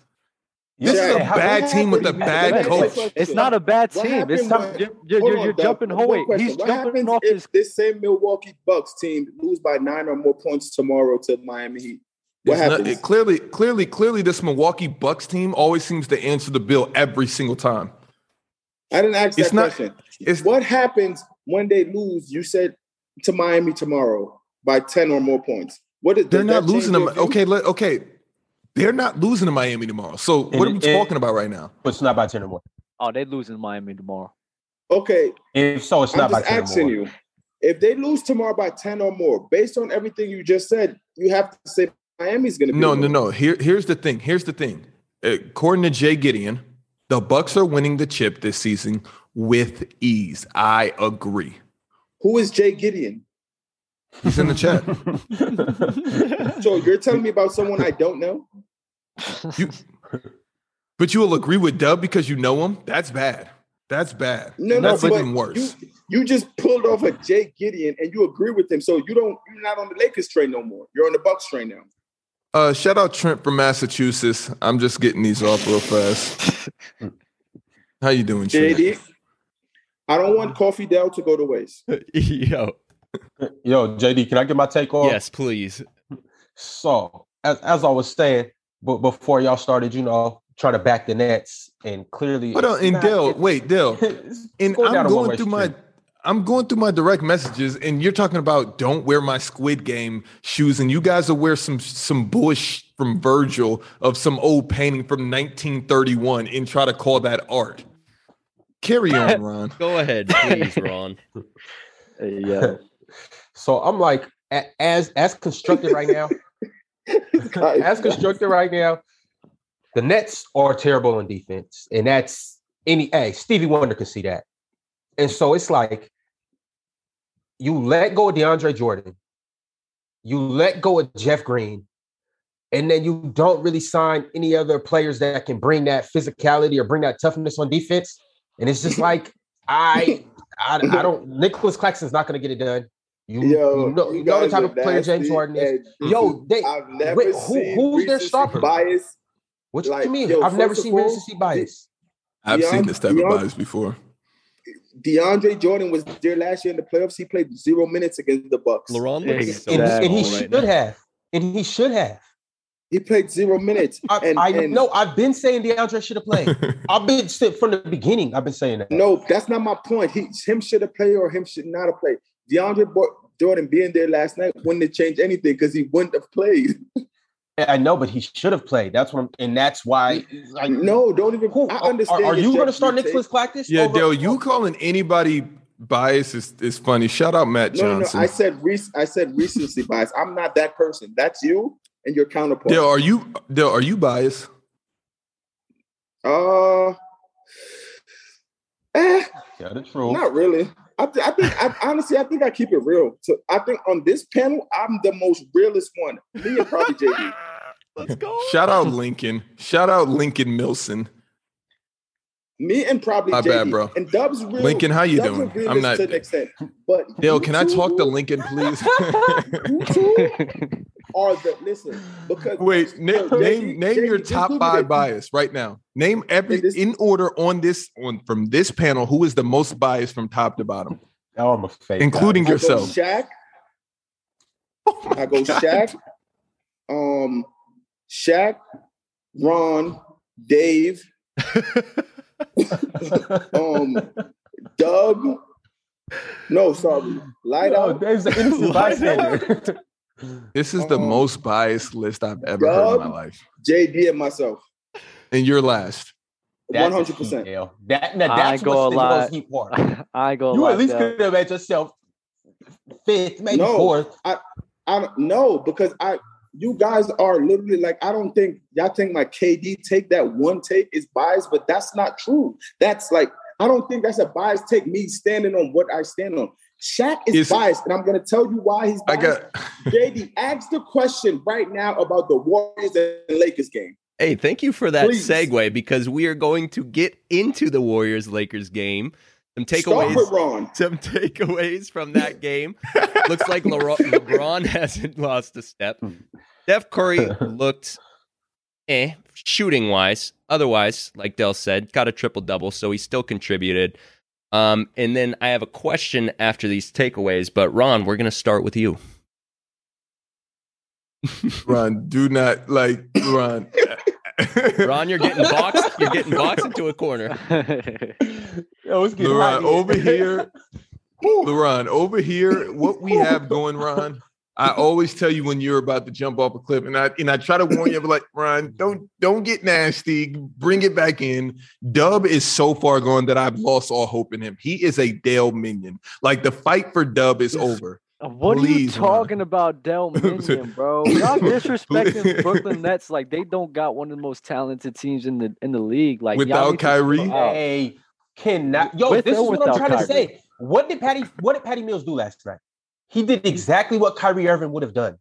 Speaker 1: This
Speaker 4: Yeah,
Speaker 1: is a
Speaker 4: how-
Speaker 1: bad
Speaker 4: what
Speaker 1: team with a
Speaker 4: happened?
Speaker 1: bad
Speaker 2: It's like-
Speaker 1: coach.
Speaker 2: It's not a bad
Speaker 4: What
Speaker 2: team. It's
Speaker 4: happened
Speaker 2: not,
Speaker 4: when-
Speaker 2: you're, you're,
Speaker 4: Hold
Speaker 2: you're,
Speaker 4: on,
Speaker 2: you're
Speaker 4: Doug.
Speaker 2: jumping
Speaker 4: One
Speaker 2: whole way.
Speaker 4: question.
Speaker 2: He's
Speaker 4: what
Speaker 2: jumping
Speaker 4: happens
Speaker 2: off
Speaker 4: if
Speaker 2: his.
Speaker 4: this same Milwaukee Bucks team lose by nine or more points tomorrow to Miami Heat? What
Speaker 1: It's not-
Speaker 4: happens?
Speaker 1: it clearly, clearly, clearly, this Milwaukee Bucks team always seems to answer the bill every single time.
Speaker 4: I didn't ask
Speaker 1: it's
Speaker 4: that
Speaker 1: not-
Speaker 4: question.
Speaker 1: It's
Speaker 4: What happens when they lose? You said to Miami tomorrow by ten or more points. What is
Speaker 1: They're
Speaker 4: does
Speaker 1: not
Speaker 4: that
Speaker 1: losing
Speaker 4: change
Speaker 1: them.
Speaker 4: your view?
Speaker 1: Okay, let, okay. They're not losing to Miami tomorrow. So what are we
Speaker 7: And- and-
Speaker 1: talking about right now?
Speaker 7: but it's not by ten or more.
Speaker 2: Oh, they losing Miami tomorrow.
Speaker 4: okay.
Speaker 7: If so, it's
Speaker 4: I'm
Speaker 7: not by
Speaker 4: just
Speaker 7: ten or
Speaker 4: asking
Speaker 7: more.
Speaker 4: you. If they lose tomorrow by ten or more, based on everything you just said, you have to say Miami's going to be
Speaker 1: No, no,
Speaker 4: the winner.
Speaker 1: no. Here, here's the thing. Here's the thing. Uh, According to Jay Gideon, the Bucks are winning the chip this season with ease. I agree.
Speaker 4: Who is Jay Gideon?
Speaker 1: He's in the chat.
Speaker 4: So you're telling me about someone I don't know?
Speaker 1: You, but you will agree with Dub because you know him. That's bad. That's bad.
Speaker 4: No,
Speaker 1: And
Speaker 4: no,
Speaker 1: that's
Speaker 4: but
Speaker 1: even worse.
Speaker 4: You, you just pulled off a Jay Gideon and you agree with him. So you don't you're not on the Lakers train no more. You're on the Bucks train now.
Speaker 1: Uh, shout out Trent from Massachusetts. I'm just getting these off real fast. How you doing, Trent?
Speaker 4: JD. I don't want Coffee Dell to go to waste.
Speaker 5: Yo,
Speaker 7: Yo, JD, can I get my take off?
Speaker 5: yes, please.
Speaker 7: So, as, as I was saying, but before y'all started, you know, trying to back the Nets, and clearly,
Speaker 1: Hold on, and Dale, wait, Dale. And I'm going through my I'm going through my direct messages, and you're talking about don't wear my Squid Game shoes, and you guys will wear some some bush from Virgil of some old painting from 1931 and try to call that art. Carry on, Ron.
Speaker 5: Go ahead, please, Ron.
Speaker 2: Yeah.
Speaker 7: So I'm like, a- as as constructed right now, as constructed right now, the Nets are terrible in defense, and that's any. Hey, Stevie Wonder can see that, and so it's like you let go of DeAndre Jordan, you let go of Jeff Green, and then you don't really sign any other players that can bring that physicality or bring that toughness on defense, and it's just like I, I, I don't. Nicholas Claxton's not going to get it done. You,
Speaker 4: Yo,
Speaker 7: you know, you know the
Speaker 4: guys
Speaker 7: type
Speaker 4: are
Speaker 7: of player James
Speaker 4: nasty
Speaker 7: Harden is.
Speaker 4: and
Speaker 7: Yo, they,
Speaker 4: I've never
Speaker 7: wait, who-
Speaker 4: seen
Speaker 7: who's their
Speaker 4: recency
Speaker 7: stopper?
Speaker 4: bias.
Speaker 7: What
Speaker 4: Like,
Speaker 7: you mean?
Speaker 4: yo,
Speaker 7: I've never
Speaker 4: first of
Speaker 7: seen
Speaker 4: all,
Speaker 7: recency bias.
Speaker 1: I've seen
Speaker 4: Beyond-
Speaker 1: this type of
Speaker 4: beyond-
Speaker 1: vibes before.
Speaker 4: DeAndre Jordan was there last year in the playoffs. He played zero minutes against the Bucks.
Speaker 5: LaRon looks so
Speaker 7: And, he- and he
Speaker 5: small right
Speaker 7: should
Speaker 5: now.
Speaker 7: have. And he should have.
Speaker 4: He played zero minutes.
Speaker 7: I,
Speaker 4: and,
Speaker 7: I
Speaker 4: and-
Speaker 7: know. I've been saying DeAndre should have played. I've been saying from the beginning. I've been saying that.
Speaker 4: No, that's not my point. He, him should have played or him should not have played. DeAndre Bo- Jordan being there last night wouldn't have changed anything because he wouldn't have played.
Speaker 7: I know, but he should have played. That's what I'm, and that's why. Like,
Speaker 4: No, don't even.
Speaker 7: who-
Speaker 4: I
Speaker 7: are-
Speaker 4: understand.
Speaker 7: Are,
Speaker 4: your
Speaker 7: you going to
Speaker 4: judgment,
Speaker 7: start
Speaker 4: Tate.
Speaker 7: Nicholas Claxton?
Speaker 1: Yeah,
Speaker 7: over-
Speaker 1: Dale, you calling anybody biased is, is funny. Shout out Matt
Speaker 4: No, no, no.
Speaker 1: Johnson.
Speaker 4: I said rec- I said recency bias. I'm not that person. That's you and your counterpart.
Speaker 1: Dale, are you Dale, are you biased?
Speaker 4: Uh, eh,
Speaker 7: Tell the
Speaker 1: Oh.
Speaker 7: truth.
Speaker 4: not really. I, th- I think I, honestly, I think I keep it real. So I think on this panel, I'm the most realest one. Me and probably JD.
Speaker 5: Let's go.
Speaker 1: Shout out Lincoln. Shout out Lincoln Milson.
Speaker 4: Me and probably
Speaker 1: My
Speaker 4: JD.
Speaker 1: bad, bro.
Speaker 4: And Dubs real.
Speaker 1: Lincoln, how you
Speaker 4: Dubs
Speaker 1: doing?
Speaker 4: agree
Speaker 1: I'm
Speaker 4: this
Speaker 1: not-
Speaker 4: to an extent, but
Speaker 1: Dale,
Speaker 4: you
Speaker 1: can I talk to
Speaker 4: two-
Speaker 1: Lincoln, please?
Speaker 4: You two are the listen because
Speaker 1: Wait, na-
Speaker 4: Yo,
Speaker 1: name
Speaker 4: JD
Speaker 1: name your
Speaker 4: JD
Speaker 1: top
Speaker 4: included
Speaker 1: five
Speaker 4: it.
Speaker 1: bias right now. Name every
Speaker 4: And this-
Speaker 1: in order on this on from this panel who is the most biased from top to bottom,
Speaker 7: Oh, I'm a fake.
Speaker 1: including yourself.
Speaker 4: I go Shaq.
Speaker 7: Oh
Speaker 4: I go Shaq. Um, Shaq, Ron, Dave, um, Doug. No, sorry, Light
Speaker 7: No,
Speaker 4: out.
Speaker 7: Dave's an innocent bystander.
Speaker 1: This is the
Speaker 4: Um,
Speaker 1: most biased list I've ever heard in my
Speaker 4: Dub.
Speaker 1: life.
Speaker 4: JD, and myself.
Speaker 1: And you're last.
Speaker 4: One
Speaker 7: That's a
Speaker 4: hundred percent.
Speaker 7: cheat, Dale. That, now
Speaker 2: I
Speaker 7: that's
Speaker 2: ain't gonna
Speaker 7: what's the
Speaker 2: lie.
Speaker 7: most heat part.
Speaker 2: I ain't gonna
Speaker 7: You
Speaker 2: lie,
Speaker 7: at least
Speaker 2: Del.
Speaker 7: could have made yourself fifth, maybe
Speaker 4: No.
Speaker 7: fourth.
Speaker 4: I don't know because I you guys are literally like I don't think y'all think my KD take that one take is biased, but that's not true. That's like I don't think that's a biased take. Me standing on what I stand on. Shaq is
Speaker 1: Is-
Speaker 4: biased, and I'm gonna tell you why he's
Speaker 1: I
Speaker 4: biased.
Speaker 1: got
Speaker 4: JD, ask the question right now about the Warriors and Lakers game.
Speaker 5: Hey, thank you for that
Speaker 4: Please.
Speaker 5: segue because we are going to get into the Warriors Lakers game. Some
Speaker 4: Start with
Speaker 5: takeaways.
Speaker 4: Ron.
Speaker 5: Some takeaways from that game. Looks like Lero- LeBron hasn't lost a step. Steph Curry looked eh, shooting wise. Otherwise, like Dell said, got a triple double, so he still contributed. Um, and then I have a question after these takeaways, but Ron, we're going to start with you.
Speaker 1: Ron. Do not like Ron.
Speaker 5: Ron, you're getting boxed. You're getting boxed into a corner.
Speaker 7: Yo, it's getting hot
Speaker 1: LeRon, over here.
Speaker 7: Woo.
Speaker 1: LeRon, over here, what we have going, Ron. I always tell you when you're about to jump off a cliff, and I and I try to warn you, but like Ron, don't don't get nasty. Bring it back in. Dub is so far gone that I've lost all hope in him. He is a Dale minion. Like the fight for Dub is over.
Speaker 2: What are you
Speaker 1: Please, man.
Speaker 2: talking about, Del Minion, bro? Y'all disrespecting
Speaker 1: Please.
Speaker 2: Brooklyn Nets like they don't got one of the most talented teams in the in the league. Like y'all
Speaker 1: Without
Speaker 2: need to
Speaker 1: Kyrie?
Speaker 2: chill out.
Speaker 7: Hey, cannot. Yo,
Speaker 2: With
Speaker 7: this
Speaker 2: or
Speaker 7: is what I'm
Speaker 2: without
Speaker 7: trying to
Speaker 2: Kyrie?
Speaker 7: say. What did Patty? What did Patty Mills do last night? He did exactly what Kyrie Irving would have done.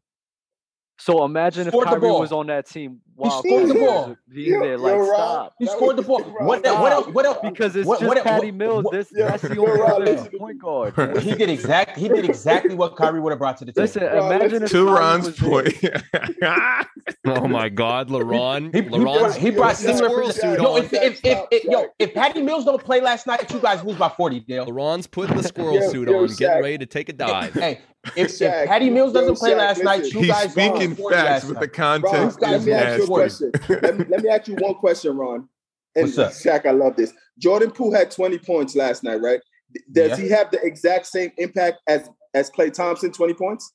Speaker 2: So imagine if
Speaker 7: Scored the
Speaker 2: Kyrie
Speaker 7: ball.
Speaker 2: was on that team. While
Speaker 7: scored
Speaker 4: the
Speaker 2: Kawhi was
Speaker 7: ball.
Speaker 2: being there, like
Speaker 4: You're right.
Speaker 2: stop.
Speaker 7: He
Speaker 4: That
Speaker 7: scored the
Speaker 4: was-
Speaker 7: ball.
Speaker 4: Ron,
Speaker 7: What? What else? What else?
Speaker 2: Because it's
Speaker 7: What-
Speaker 2: just
Speaker 7: what- what-
Speaker 2: Patty Mills.
Speaker 7: what-
Speaker 2: This
Speaker 4: Yeah,
Speaker 2: that's the
Speaker 4: you're
Speaker 2: only
Speaker 4: right.
Speaker 2: other
Speaker 4: Listen to
Speaker 2: point
Speaker 4: me.
Speaker 2: guard.
Speaker 7: He did exactly. He did exactly what Kyrie would have brought to the team.
Speaker 2: Listen,
Speaker 4: Bro,
Speaker 2: imagine
Speaker 4: listen
Speaker 2: if
Speaker 1: to
Speaker 2: Kyrie
Speaker 1: Ron's
Speaker 2: was there.
Speaker 1: point.
Speaker 5: Oh my God, LaRon.
Speaker 7: He, he brought, he brought
Speaker 4: Stop,
Speaker 7: similar
Speaker 5: squirrel
Speaker 7: percent-
Speaker 5: suit
Speaker 7: Yo,
Speaker 5: on.
Speaker 7: if, if, if,
Speaker 4: Stop,
Speaker 7: if- yo,
Speaker 4: Shaq.
Speaker 7: if Patty Mills don't play last night, you guys lose by 40, Dale.
Speaker 5: LaRon's putting the squirrel
Speaker 4: Yo,
Speaker 5: suit
Speaker 4: yo,
Speaker 5: on, getting
Speaker 4: Shaq.
Speaker 5: ready to take a dive.
Speaker 7: Hey, if,
Speaker 4: Shaq,
Speaker 7: if Patty Mills
Speaker 4: yo,
Speaker 7: doesn't play
Speaker 4: Shaq,
Speaker 7: last night,
Speaker 4: listen.
Speaker 7: you
Speaker 1: He's
Speaker 7: guys lose by
Speaker 1: speaking
Speaker 7: 40
Speaker 1: facts,
Speaker 7: last
Speaker 1: but
Speaker 7: night.
Speaker 1: the
Speaker 4: Ron,
Speaker 1: context
Speaker 4: let
Speaker 1: is
Speaker 4: me ask you a
Speaker 1: nasty.
Speaker 4: question. let, me, let me ask you one question, Ron. And
Speaker 7: What's up?
Speaker 4: Shaq, I love this. Jordan Poole had 20 points last night, right? D- Does
Speaker 7: Yeah.
Speaker 4: he have the exact same impact as as Clay Thompson, 20 points?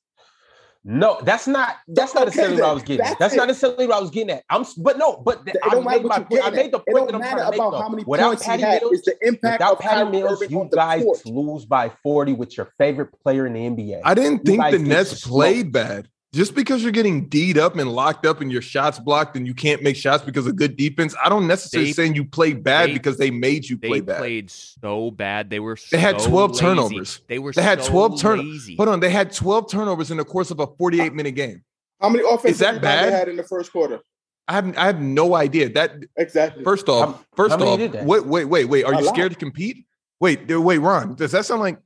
Speaker 7: No, that's not that's not
Speaker 4: Okay,
Speaker 7: necessarily what I was
Speaker 4: then.
Speaker 7: getting. At.
Speaker 4: That's
Speaker 7: That's
Speaker 4: it.
Speaker 7: not necessarily what I was getting at. I'm, s- but no, but th-
Speaker 4: It
Speaker 7: I
Speaker 4: don't matter
Speaker 7: made
Speaker 4: what
Speaker 7: my
Speaker 4: you're
Speaker 7: point. I
Speaker 4: getting at.
Speaker 7: made the
Speaker 4: It
Speaker 7: point that
Speaker 4: don't
Speaker 7: I'm
Speaker 4: matter
Speaker 7: trying to make.
Speaker 4: about
Speaker 7: though.
Speaker 4: how many
Speaker 7: Without
Speaker 4: points
Speaker 7: Patty
Speaker 4: he had.
Speaker 7: Mills,
Speaker 4: It's the impact
Speaker 7: without
Speaker 4: of
Speaker 7: Patty
Speaker 4: Kyrie
Speaker 7: Mills,
Speaker 4: Irving
Speaker 7: you
Speaker 4: on the
Speaker 7: guys
Speaker 4: court.
Speaker 7: lose by 40 with your favorite player in the NBA.
Speaker 1: I didn't
Speaker 7: You
Speaker 1: think
Speaker 7: guys
Speaker 1: the
Speaker 7: get
Speaker 1: Nets
Speaker 7: smoked.
Speaker 1: played bad. Just because you're getting D'd up and locked up and your shots blocked and you can't make shots because of good defense, I don't necessarily
Speaker 5: They-
Speaker 1: saying you play bad
Speaker 5: they-
Speaker 1: because they made you
Speaker 5: They
Speaker 1: play bad.
Speaker 5: played so bad. They were.
Speaker 1: They had
Speaker 5: so
Speaker 1: 12
Speaker 5: lazy.
Speaker 1: turnovers.
Speaker 5: They were.
Speaker 1: They had
Speaker 5: so
Speaker 1: 12 turno-
Speaker 5: lazy.
Speaker 1: Hold on, they had 12 turnovers in the course of a 48 minute game.
Speaker 4: How many
Speaker 1: Is
Speaker 4: offensive
Speaker 1: that
Speaker 4: rebounds
Speaker 1: bad?
Speaker 4: they had in the first quarter?
Speaker 1: I have I have no idea. That
Speaker 4: Exactly.
Speaker 1: first off,
Speaker 7: How-
Speaker 1: first
Speaker 7: how many
Speaker 1: off,
Speaker 7: did they?
Speaker 1: wait, wait, wait, wait. Are
Speaker 4: A
Speaker 1: you
Speaker 4: lot.
Speaker 1: scared to compete? Wait, there- wait, Ron. Does that sound like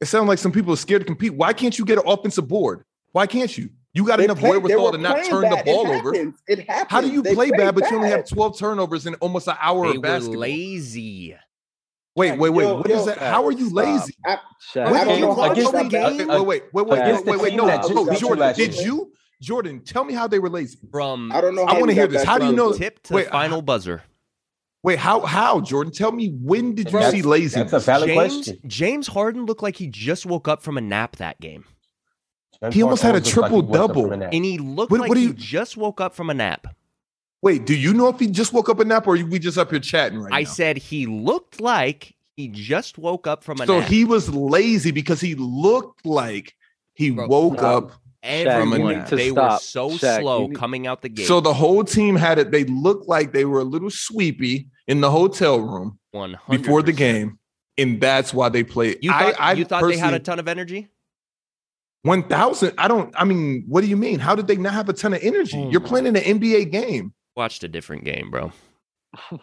Speaker 1: it sounds like some people are scared to compete? Why can't you get an offensive board? Why can't you? You got
Speaker 4: They
Speaker 1: enough
Speaker 4: played- they
Speaker 1: wherewithal
Speaker 4: were
Speaker 1: to not
Speaker 4: playing
Speaker 1: turn the
Speaker 4: bad.
Speaker 1: ball
Speaker 4: it
Speaker 1: over.
Speaker 4: Happens. It happens.
Speaker 1: How do you
Speaker 4: They
Speaker 1: play
Speaker 4: played
Speaker 1: bad, but you only have 12 turnovers in almost an hour
Speaker 5: They
Speaker 1: of
Speaker 5: were
Speaker 1: basketball?
Speaker 5: lazy.
Speaker 1: Wait, wait, wait.
Speaker 4: Yo,
Speaker 1: What is
Speaker 4: yo,
Speaker 1: that? How are you
Speaker 2: stop.
Speaker 1: lazy?
Speaker 2: Shaq,
Speaker 4: I
Speaker 1: What
Speaker 4: don't
Speaker 1: did you
Speaker 4: know how
Speaker 1: watch
Speaker 4: you
Speaker 1: every
Speaker 4: got that.
Speaker 1: game? Wait, wait, wait, wait,
Speaker 2: Against
Speaker 1: wait,
Speaker 2: the
Speaker 1: wait, wait.
Speaker 7: team
Speaker 1: No,
Speaker 7: that just
Speaker 1: no,
Speaker 7: got you
Speaker 1: Jordan,
Speaker 7: last
Speaker 1: did
Speaker 7: year.
Speaker 1: you? Jordan, tell me how they were lazy.
Speaker 5: From
Speaker 4: I don't know. How
Speaker 1: I wanna
Speaker 4: you
Speaker 1: hear
Speaker 4: got
Speaker 1: this.
Speaker 4: that
Speaker 1: How do you
Speaker 4: from.
Speaker 1: know-
Speaker 5: tip to
Speaker 1: wait,
Speaker 5: final buzzer.
Speaker 1: Wait, how? How, Jordan? Tell me when did you
Speaker 7: Bro,
Speaker 1: see
Speaker 7: That's
Speaker 1: laziness?
Speaker 7: a valid
Speaker 5: James
Speaker 7: question.
Speaker 5: James Harden looked like he just woke up from a nap that game,
Speaker 7: James
Speaker 1: He almost
Speaker 7: Harden
Speaker 1: had a
Speaker 7: always looks like he woke up
Speaker 1: triple-double.
Speaker 7: from a nap.
Speaker 5: and he looked
Speaker 1: What-
Speaker 5: like
Speaker 1: what do
Speaker 5: he
Speaker 1: you-
Speaker 5: just woke up from a nap.
Speaker 1: Wait, do you know if he just woke up a nap or we just up here chatting right
Speaker 5: I
Speaker 1: now?
Speaker 5: said he looked like he just woke up from a
Speaker 1: so
Speaker 5: nap.
Speaker 1: he was lazy because he looked like he
Speaker 5: Bro,
Speaker 1: woke
Speaker 2: stop.
Speaker 1: up.
Speaker 5: Everyone,
Speaker 1: you need to
Speaker 5: they were
Speaker 2: stop.
Speaker 5: so
Speaker 2: Shaq,
Speaker 5: slow
Speaker 2: you need-
Speaker 5: coming out the gate.
Speaker 1: So the whole team had it. They looked like they were a little sweepy in the hotel room
Speaker 5: 100%.
Speaker 1: before the game, and that's why they played.
Speaker 5: You thought,
Speaker 1: I, I
Speaker 5: you thought they had a
Speaker 1: personally-
Speaker 5: ton of energy?
Speaker 1: one thousand. I don't. I mean, what do
Speaker 6: Hmm.
Speaker 1: you mean? How did they not have a ton of energy?
Speaker 5: Oh
Speaker 1: You're
Speaker 5: my-
Speaker 1: playing in an NBA game.
Speaker 5: Watched a different game, bro.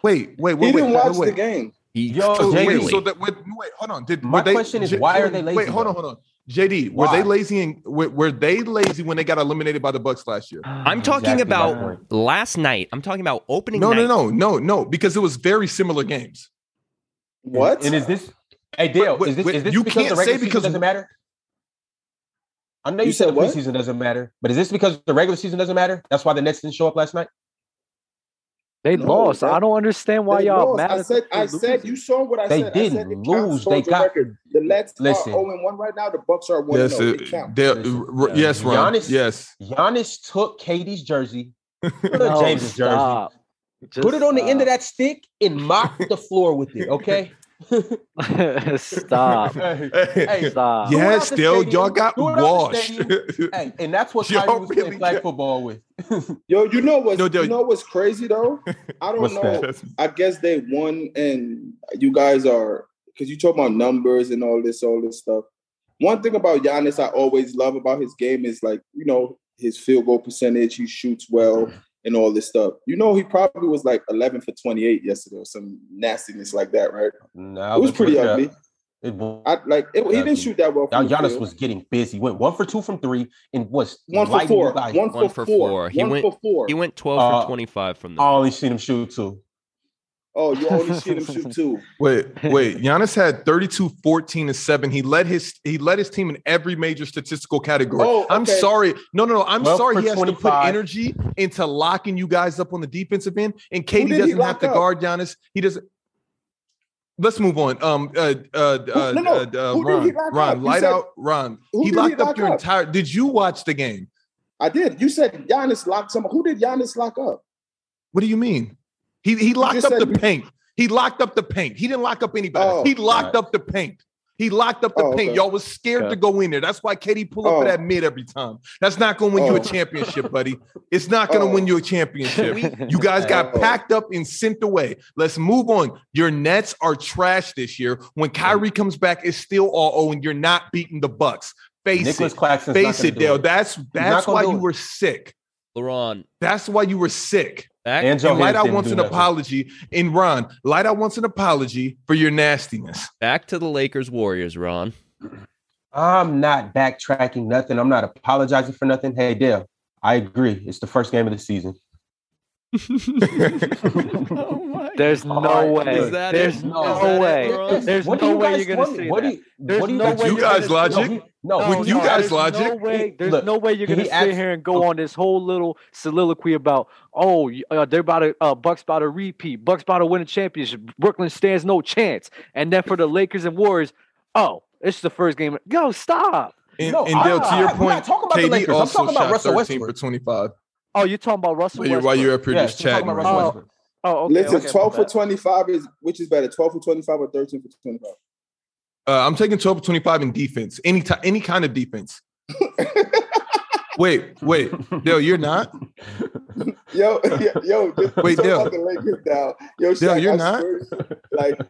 Speaker 1: Wait, wait,
Speaker 4: He
Speaker 1: wait, wait,
Speaker 4: didn't watch
Speaker 1: wait, wait.
Speaker 4: the game.
Speaker 5: He
Speaker 7: Yo,
Speaker 1: So,
Speaker 7: JD.
Speaker 1: wait, so that wait, wait, hold on. Did were
Speaker 6: My
Speaker 1: they-
Speaker 6: question is,
Speaker 1: J-
Speaker 6: why are they lazy,
Speaker 1: Wait, hold on,
Speaker 6: though?
Speaker 1: hold on. JD, were
Speaker 6: Why?
Speaker 1: they lazy and were, were they lazy when they got eliminated by the Bucks last year?
Speaker 5: I'm talking
Speaker 6: Exactly my point.
Speaker 5: about last night. I'm talking about opening
Speaker 1: No,
Speaker 5: night.
Speaker 1: no, no, no, no, because it was very similar games.
Speaker 4: What?
Speaker 6: And is this? Hey, Dale,
Speaker 1: Wait,
Speaker 6: is this
Speaker 1: wait,
Speaker 6: is this
Speaker 1: you
Speaker 6: because
Speaker 1: can't
Speaker 6: the regular
Speaker 1: say
Speaker 6: season
Speaker 1: because-
Speaker 6: doesn't matter? I know you,
Speaker 4: You
Speaker 6: said
Speaker 4: said
Speaker 6: the
Speaker 4: what?
Speaker 6: preseason doesn't matter, but is this because the regular season doesn't matter? That's why the Nets didn't show up last night.
Speaker 2: They
Speaker 4: No,
Speaker 2: lost.
Speaker 4: that-
Speaker 2: I don't understand why
Speaker 4: They
Speaker 2: y'all
Speaker 4: lost.
Speaker 2: mad.
Speaker 4: I
Speaker 2: at
Speaker 4: said,
Speaker 2: the
Speaker 4: I said, you saw what I
Speaker 6: They
Speaker 4: said. I said
Speaker 6: didn't
Speaker 4: it counts
Speaker 6: lose. They
Speaker 4: total
Speaker 6: got-
Speaker 4: record. The Nets
Speaker 6: Listen.
Speaker 4: are 0 1 right now. The Bucks are 1
Speaker 1: Yes,
Speaker 4: 0.
Speaker 1: it,
Speaker 4: It counts.
Speaker 1: Dale-
Speaker 6: Listen,
Speaker 1: r-
Speaker 2: yeah.
Speaker 1: yes, Ron.
Speaker 6: Giannis-
Speaker 1: yes.
Speaker 6: Giannis took Katie's jersey, put on
Speaker 2: No,
Speaker 6: James's jersey,
Speaker 2: stop. Just
Speaker 6: put it on the end of
Speaker 2: stop.
Speaker 6: that stick, and mopped the floor with it. Okay.
Speaker 2: stop.
Speaker 6: hey,
Speaker 1: Hey,
Speaker 6: Yeah.
Speaker 2: Stop.
Speaker 1: yes,
Speaker 6: out the
Speaker 1: Dale,
Speaker 6: stadium.
Speaker 1: y'all got
Speaker 6: Do it out the
Speaker 1: washed.
Speaker 6: hey, and that's what
Speaker 1: Y'all
Speaker 6: Kyrie was
Speaker 1: really
Speaker 6: playing flag
Speaker 1: got-
Speaker 6: football with.
Speaker 4: Yo, you know what's,
Speaker 1: No, Dale-
Speaker 4: you know what's crazy, though? I don't
Speaker 6: What's
Speaker 4: know.
Speaker 6: that?
Speaker 4: I guess they won, and you guys are because you talk about numbers and all this, all this stuff. One thing about Giannis I always love about his game is like you know his field goal percentage. He shoots well and all this stuff. You know he probably was like eleven for twenty eight yesterday or some nastiness like that, right?
Speaker 6: No,
Speaker 4: it was pretty ugly.
Speaker 6: It was,
Speaker 4: I like it, he
Speaker 6: Ugly.
Speaker 4: didn't shoot that well.
Speaker 6: Now
Speaker 4: from the
Speaker 6: Giannis
Speaker 4: field.
Speaker 6: was getting busy. Went one for two from three and was
Speaker 4: one for
Speaker 6: lighting
Speaker 4: four.
Speaker 6: you guys.
Speaker 4: One for four.
Speaker 5: four. He
Speaker 4: One
Speaker 5: went-
Speaker 4: for four.
Speaker 5: He went 12
Speaker 6: Uh,
Speaker 5: for 25 from
Speaker 6: I
Speaker 5: the.
Speaker 6: only Oh, seen him shoot two.
Speaker 4: Oh, you only see him shoot two.
Speaker 1: Wait, wait. Giannis had 32, 14, and 7. He led his he led his team in every major statistical category.
Speaker 4: Oh,
Speaker 1: I'm
Speaker 4: okay.
Speaker 1: sorry. No, no, no. I'm
Speaker 6: 12
Speaker 1: sorry
Speaker 6: for
Speaker 1: he has to put
Speaker 6: 25.
Speaker 1: energy into locking you guys up on the defensive end. And Katie
Speaker 4: did he
Speaker 1: doesn't have
Speaker 4: lock
Speaker 1: to
Speaker 4: up?
Speaker 1: guard Giannis. He doesn't. Let's move on. Um uh uh, uh,
Speaker 4: no, no.
Speaker 1: uh, uh
Speaker 4: Who did
Speaker 1: Ron,
Speaker 4: he
Speaker 1: Ron,
Speaker 4: lock up? You
Speaker 1: light
Speaker 4: said-
Speaker 1: out Ron.
Speaker 4: Who
Speaker 1: He
Speaker 4: did he
Speaker 1: locked up
Speaker 4: lock
Speaker 1: your
Speaker 4: up?
Speaker 1: entire did you watch the game?
Speaker 4: I did. You said Giannis locked someone. Who did Giannis lock up?
Speaker 1: What do you mean? He he locked
Speaker 4: just
Speaker 1: up
Speaker 4: said
Speaker 1: the
Speaker 4: you-
Speaker 1: paint. He locked up the paint. He didn't lock up anybody.
Speaker 4: Oh.
Speaker 1: he locked up the paint. He locked up the
Speaker 4: Oh,
Speaker 1: paint.
Speaker 4: okay.
Speaker 1: Y'all was scared
Speaker 2: Okay.
Speaker 1: to go in there. That's why Katie pull up for
Speaker 4: Oh.
Speaker 1: that mid every time. That's not gonna win you a
Speaker 4: Oh.
Speaker 1: championship, buddy. It's not gonna
Speaker 4: Oh.
Speaker 1: win you a championship. You guys got
Speaker 4: Oh.
Speaker 1: packed up and sent away. Let's move on. Your Nets are trash this year. When Kyrie comes back, it's still all oh, and you're not beating the Bucks. Face
Speaker 6: Nicholas
Speaker 1: it.
Speaker 6: Claxton's not
Speaker 1: Face
Speaker 6: gonna
Speaker 1: it,
Speaker 6: do
Speaker 1: Dale. That's that's
Speaker 6: gonna
Speaker 1: why
Speaker 6: do
Speaker 1: you
Speaker 6: it.
Speaker 1: were sick.
Speaker 5: LaRon,
Speaker 1: That's why you were sick.
Speaker 5: back.
Speaker 6: And Joe
Speaker 1: And Light
Speaker 6: Harris
Speaker 1: Out
Speaker 6: didn't
Speaker 1: wants
Speaker 6: do
Speaker 1: an
Speaker 6: nothing.
Speaker 1: apology. And Ron, Light Out wants an apology for your nastiness.
Speaker 5: back to the Lakers Warriors, Ron.
Speaker 6: I'm not backtracking nothing. I'm not apologizing for nothing. Hey, Dale, I agree. It's the first game of the season.
Speaker 5: oh my
Speaker 2: There's no
Speaker 6: Alright,
Speaker 2: way.
Speaker 6: is
Speaker 5: that
Speaker 2: There's
Speaker 5: it?
Speaker 2: no
Speaker 5: Is that it,
Speaker 2: way.
Speaker 5: Ron?
Speaker 2: There's
Speaker 6: What do
Speaker 2: no
Speaker 6: you
Speaker 2: way
Speaker 6: guys
Speaker 2: you're
Speaker 6: want
Speaker 2: gonna
Speaker 6: me-
Speaker 2: say
Speaker 6: what
Speaker 2: that.
Speaker 6: Do you,
Speaker 2: There's
Speaker 6: what do you
Speaker 2: no
Speaker 6: guys
Speaker 2: way
Speaker 1: you
Speaker 2: you're
Speaker 1: guys
Speaker 2: gonna-
Speaker 1: logic?
Speaker 6: No, he- no,
Speaker 2: No,
Speaker 1: With
Speaker 6: he-
Speaker 1: you
Speaker 2: no,
Speaker 1: guys
Speaker 2: there's No
Speaker 1: logic?
Speaker 2: way, there's
Speaker 6: Look,
Speaker 2: no way you're
Speaker 6: he
Speaker 2: gonna sit
Speaker 6: asked-
Speaker 2: here and go on this whole little soliloquy about, oh, y- uh, they're about to uh, Bucks about to repeat, Bucks about to win a championship, Brooklyn stands no chance, and then for the Lakers and Warriors, oh, it's the first game. Yo, stop.
Speaker 1: And,
Speaker 6: No,
Speaker 1: and Dale, to
Speaker 6: I'm
Speaker 1: your
Speaker 6: not- I'm
Speaker 1: point,
Speaker 6: not talking about the
Speaker 1: KD
Speaker 6: Lakers. I'm
Speaker 1: also
Speaker 6: talking about
Speaker 1: shot
Speaker 6: Russell
Speaker 1: 13 for
Speaker 6: Westbrook.
Speaker 1: 25.
Speaker 2: Oh, you're talking about Russell
Speaker 1: While you're, while you're
Speaker 2: Westbrook.
Speaker 1: up here
Speaker 6: yeah,
Speaker 1: just
Speaker 6: she's talking
Speaker 1: chatting.
Speaker 6: about
Speaker 1: Ron.
Speaker 6: Russell
Speaker 2: Oh,
Speaker 6: Westbrook.
Speaker 2: Oh, okay.
Speaker 4: Listen,
Speaker 2: okay, my
Speaker 4: twelve for
Speaker 2: bad.
Speaker 4: twenty five is which is better, twelve for twenty five or thirteen for twenty five?
Speaker 1: Uh, I'm taking 12 for 25 in defense. Any ti- any kind of defense. wait, wait. Dale, you're not?
Speaker 4: Yo, yo, just
Speaker 1: Wait,
Speaker 4: talk
Speaker 1: Dale.
Speaker 4: about the Lakers now. Yo,
Speaker 1: Dale,
Speaker 4: Shaq,
Speaker 1: you're
Speaker 4: I
Speaker 1: not?
Speaker 4: swear, like,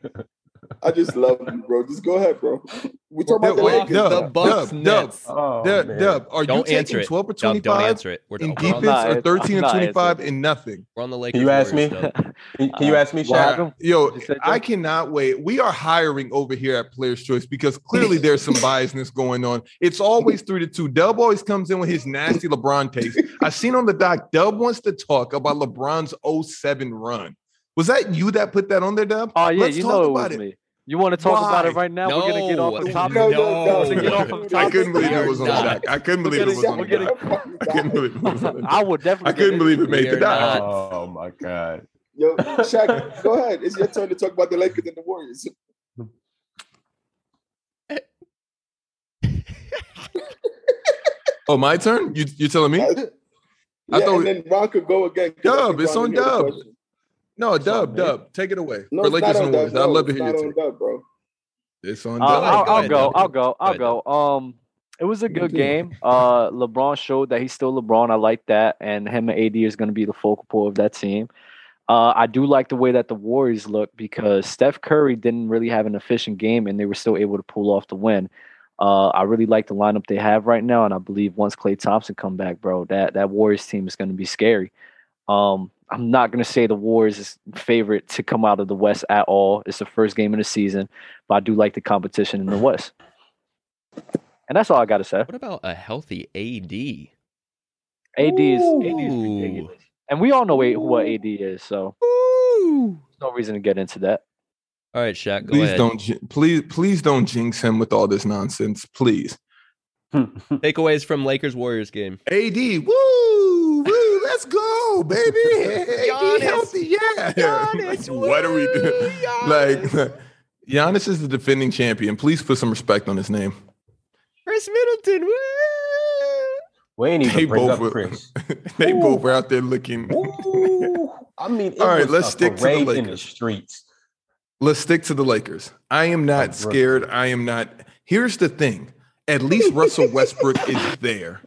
Speaker 4: I just love you, bro. Just go ahead, bro. We talk about
Speaker 1: Dale,
Speaker 4: the
Speaker 1: wait,
Speaker 4: Lakers.
Speaker 1: Dub,
Speaker 5: the
Speaker 1: Dub,
Speaker 5: Bucks
Speaker 1: Dub,
Speaker 5: Nets.
Speaker 6: Oh,
Speaker 1: Dub,
Speaker 6: man.
Speaker 1: Dub, are
Speaker 5: Don't
Speaker 1: you
Speaker 5: answer
Speaker 1: taking
Speaker 5: it.
Speaker 1: 12 or
Speaker 5: Dub,
Speaker 1: 25
Speaker 5: don't answer it. We're,
Speaker 1: in
Speaker 5: we're, on,
Speaker 1: defense
Speaker 5: the-
Speaker 2: not
Speaker 1: or
Speaker 2: answering-
Speaker 1: 13
Speaker 2: I'm
Speaker 1: and
Speaker 2: not
Speaker 1: 25
Speaker 2: answering.
Speaker 1: and nothing?
Speaker 5: we're on the Lakers.
Speaker 6: Can you ask me?
Speaker 5: Warriors, Dub.
Speaker 6: Can can you ask me,
Speaker 2: Why-
Speaker 6: Shaq?
Speaker 2: Welcome.
Speaker 1: Yo,
Speaker 2: You said
Speaker 1: I
Speaker 2: that?
Speaker 1: cannot wait. We are hiring over here at Players Choice because clearly there's some biasness going on. It's always three to two. Dub always comes in with his nasty LeBron takes. I seen on the doc, Dub wants to talk about LeBron's 07 run. Was that you that put that on there, Dub?
Speaker 2: Oh yeah,
Speaker 1: Let's
Speaker 2: you
Speaker 1: talk
Speaker 2: know it
Speaker 1: about
Speaker 2: was
Speaker 1: it.
Speaker 2: me. You want to talk about it
Speaker 1: Why?
Speaker 2: right now? We're gonna get off the
Speaker 5: No.
Speaker 2: topic.
Speaker 4: No, no,
Speaker 2: We're
Speaker 4: no.
Speaker 2: gonna get off of topic.
Speaker 1: I couldn't believe it
Speaker 5: We're
Speaker 1: was on the doc.
Speaker 5: not.
Speaker 1: I couldn't believe it
Speaker 2: gonna-
Speaker 1: was on the
Speaker 2: we're gonna-
Speaker 1: doc. I couldn't believe it was on the
Speaker 2: I
Speaker 1: doc.
Speaker 2: would definitely.
Speaker 1: I couldn't
Speaker 2: get
Speaker 1: believe
Speaker 2: into
Speaker 1: it made the
Speaker 5: We're
Speaker 1: doc.
Speaker 5: not.
Speaker 6: Oh my god.
Speaker 4: Yo, Shaq, go ahead. It's your turn to talk about the Lakers and the Warriors.
Speaker 1: Oh, my turn? You, you're telling me?
Speaker 4: yeah,
Speaker 1: I thought-
Speaker 4: and then Ron could go again. 'cause I
Speaker 1: Dub,
Speaker 4: think
Speaker 1: it's
Speaker 4: Ron
Speaker 1: on
Speaker 4: didn't hear the
Speaker 1: Dub.
Speaker 4: question.
Speaker 1: No,
Speaker 2: on
Speaker 1: Dub,
Speaker 2: me.
Speaker 1: Dub, take it away.
Speaker 4: No,
Speaker 1: For
Speaker 4: it's
Speaker 1: Lakers
Speaker 4: not on
Speaker 1: and
Speaker 4: Dub.
Speaker 1: Warriors,
Speaker 4: No,
Speaker 1: I'd love to
Speaker 4: it's
Speaker 1: hear
Speaker 4: not
Speaker 1: your
Speaker 4: on
Speaker 1: take.
Speaker 4: Dub, bro.
Speaker 1: It's on
Speaker 2: Uh,
Speaker 1: Dub.
Speaker 5: ahead,
Speaker 2: I'll,
Speaker 5: go
Speaker 2: I'll
Speaker 5: ahead,
Speaker 2: go.
Speaker 5: Doc.
Speaker 2: I'll go. I'll
Speaker 5: Go
Speaker 2: go. Um, it was a
Speaker 1: Go
Speaker 2: good
Speaker 1: ahead.
Speaker 2: game. Uh, LeBron showed that he's still LeBron. I like that, and him and AD is going to be the focal point of that team. Uh, I do like the way that the Warriors look because Steph Curry didn't really have an efficient game, and they were still able to pull off the win. Uh, I really like the lineup they have right now, and I believe once Klay Thompson come back, bro, that that Warriors team is going to be scary. Um, I'm not gonna say the Warriors is favorite to come out of the West at all. It's the first game of the season, but I do like the competition in the West. And that's all I gotta say.
Speaker 5: What about a healthy AD?
Speaker 2: AD is, AD is
Speaker 5: Ooh.
Speaker 2: ridiculous. And we all know who what AD is, so there's no reason to get into that.
Speaker 5: All right, Shaq, go
Speaker 1: please
Speaker 5: ahead.
Speaker 1: don't jin- please please don't jinx him with all this nonsense, please.
Speaker 5: Takeaways from Lakers Warriors game.
Speaker 1: AD, woo, woo, let's go, baby.
Speaker 5: Giannis.
Speaker 1: AD healthy, yeah.
Speaker 5: Giannis,
Speaker 1: what are we doing?
Speaker 5: woo,
Speaker 1: Like, Giannis is the defending champion. Please put some respect on his name.
Speaker 5: Chris Middleton. Woo!
Speaker 7: We ain't
Speaker 1: They
Speaker 7: even bring
Speaker 1: both
Speaker 7: up
Speaker 1: were-
Speaker 7: Chris.
Speaker 1: they both were out there looking.
Speaker 7: Ooh. I mean, it
Speaker 1: All right,
Speaker 7: was
Speaker 1: let's
Speaker 7: a
Speaker 1: stick to the
Speaker 7: parade in the
Speaker 1: Lakers.
Speaker 7: streets.
Speaker 1: Let's stick to the Lakers. I am not
Speaker 7: Russell.
Speaker 1: scared. I am not. Here's the thing. At least Russell Westbrook is there.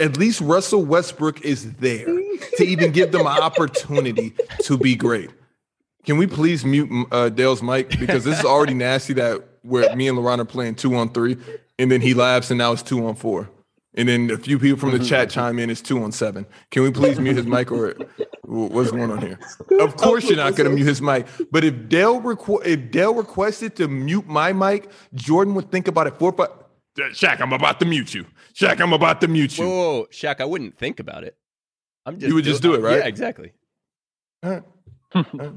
Speaker 1: At least Russell Westbrook is there to even give them an opportunity to be great. Can we please mute m- uh, Dale's mic because this is already nasty that where me and LaRon are playing two on three, and then he laughs, and now it's two on four, and then a few people from the chat chime in. It's two on seven. Can we please mute his mic or wh- what's going on here? Of course you're not going to mute his mic, but if Dale requ- if Dale requested to mute my mic, Jordan would think about it for but. Shaq, I'm about to mute you. Shaq, I'm about to mute
Speaker 5: Whoa,
Speaker 1: you.
Speaker 5: whoa, whoa, Shaq, I wouldn't think about it. I'm just
Speaker 1: You would just do it, right?
Speaker 5: Yeah, exactly. Don't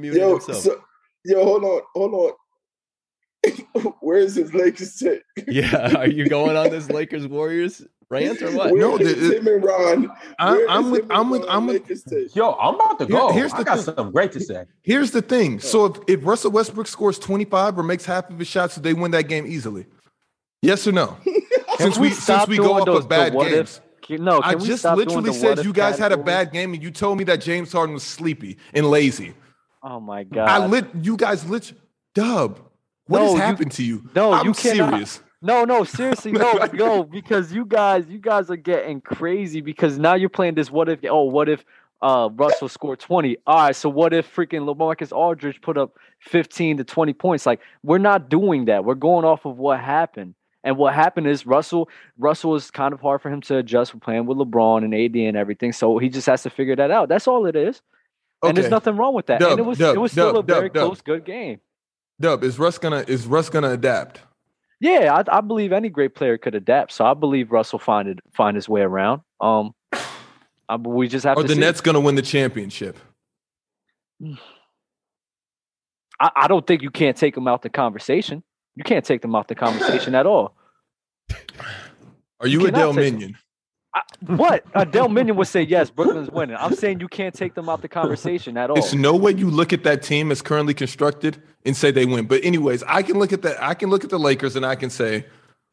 Speaker 5: mute
Speaker 4: Yo,
Speaker 5: himself.
Speaker 4: so, yo, hold on, hold on. Where is his Lakers take?
Speaker 5: yeah, are you going on this Lakers Warriors rant or what?
Speaker 4: Where
Speaker 1: No,
Speaker 4: is
Speaker 1: the-
Speaker 4: him and Ron?
Speaker 1: I'm,
Speaker 4: Where
Speaker 1: I'm
Speaker 4: is
Speaker 1: with.
Speaker 4: him and
Speaker 1: I'm with.
Speaker 4: Ron
Speaker 1: I'm with.
Speaker 4: Lakers take?
Speaker 7: Yo, I'm about to
Speaker 1: Here-
Speaker 7: go.
Speaker 1: here's
Speaker 7: I
Speaker 1: the
Speaker 7: got
Speaker 1: thing.
Speaker 7: something great to say.
Speaker 1: Here's the
Speaker 2: Oh.
Speaker 1: thing. So if, if Russell Westbrook scores 25 or makes half of his shots, they win that game easily. Yes or no? since we, since
Speaker 2: stop
Speaker 1: we go
Speaker 2: doing
Speaker 1: off
Speaker 2: those-
Speaker 1: of
Speaker 2: the
Speaker 1: bad
Speaker 2: what
Speaker 1: games.
Speaker 2: if- Can- no,
Speaker 1: I
Speaker 2: can we
Speaker 1: just
Speaker 2: stop doing
Speaker 1: literally
Speaker 2: the what
Speaker 1: said
Speaker 2: if
Speaker 1: you guys had a
Speaker 2: category?
Speaker 1: bad game and you told me that James Harden was sleepy and lazy.
Speaker 2: Oh my god!
Speaker 1: I lit you guys lit dub. What
Speaker 2: No,
Speaker 1: has
Speaker 2: you-
Speaker 1: happened to you?
Speaker 2: no,
Speaker 1: I'm
Speaker 2: you cannot.
Speaker 1: serious.
Speaker 2: No, no, seriously, no, no, because you guys, you guys are getting crazy because now you're playing this. What if? Oh, what if? Uh, Russell scored 20. All right, so what if freaking Lamarcus Aldridge put up 15 to 20 points? Like we're not doing that. We're going off of what happened, and what happened is Russell. Russell is kind of hard for him to adjust with playing with LeBron and AD and everything. So he just has to figure that out. That's all it is, and there's
Speaker 1: Okay.
Speaker 2: nothing wrong with that.
Speaker 1: Dub,
Speaker 2: and it was
Speaker 1: dub,
Speaker 2: it was still
Speaker 1: dub,
Speaker 2: a very
Speaker 1: dub, dub.
Speaker 2: close, good game.
Speaker 1: Dub, is Russ gonna is Russ gonna adapt?
Speaker 2: Yeah, I, I believe any great player could adapt. So I believe Russell find it, find his way around. Um, I, but we just have
Speaker 1: Or
Speaker 2: to.
Speaker 1: the
Speaker 2: see.
Speaker 1: Nets gonna win the championship?
Speaker 2: I, I don't think you can't take them out the conversation. You can't take them out the conversation at all.
Speaker 1: Are you,
Speaker 2: You
Speaker 1: a
Speaker 2: cannot
Speaker 1: Dell
Speaker 2: take him.
Speaker 1: Minion?
Speaker 2: What Adele Minion uh, would say? Yes, Brooklyn's winning. I'm saying you can't take them out the conversation at all.
Speaker 1: It's no way you look at that team as currently constructed and say they win. But anyways, I can look at that. I can look at the Lakers and I can say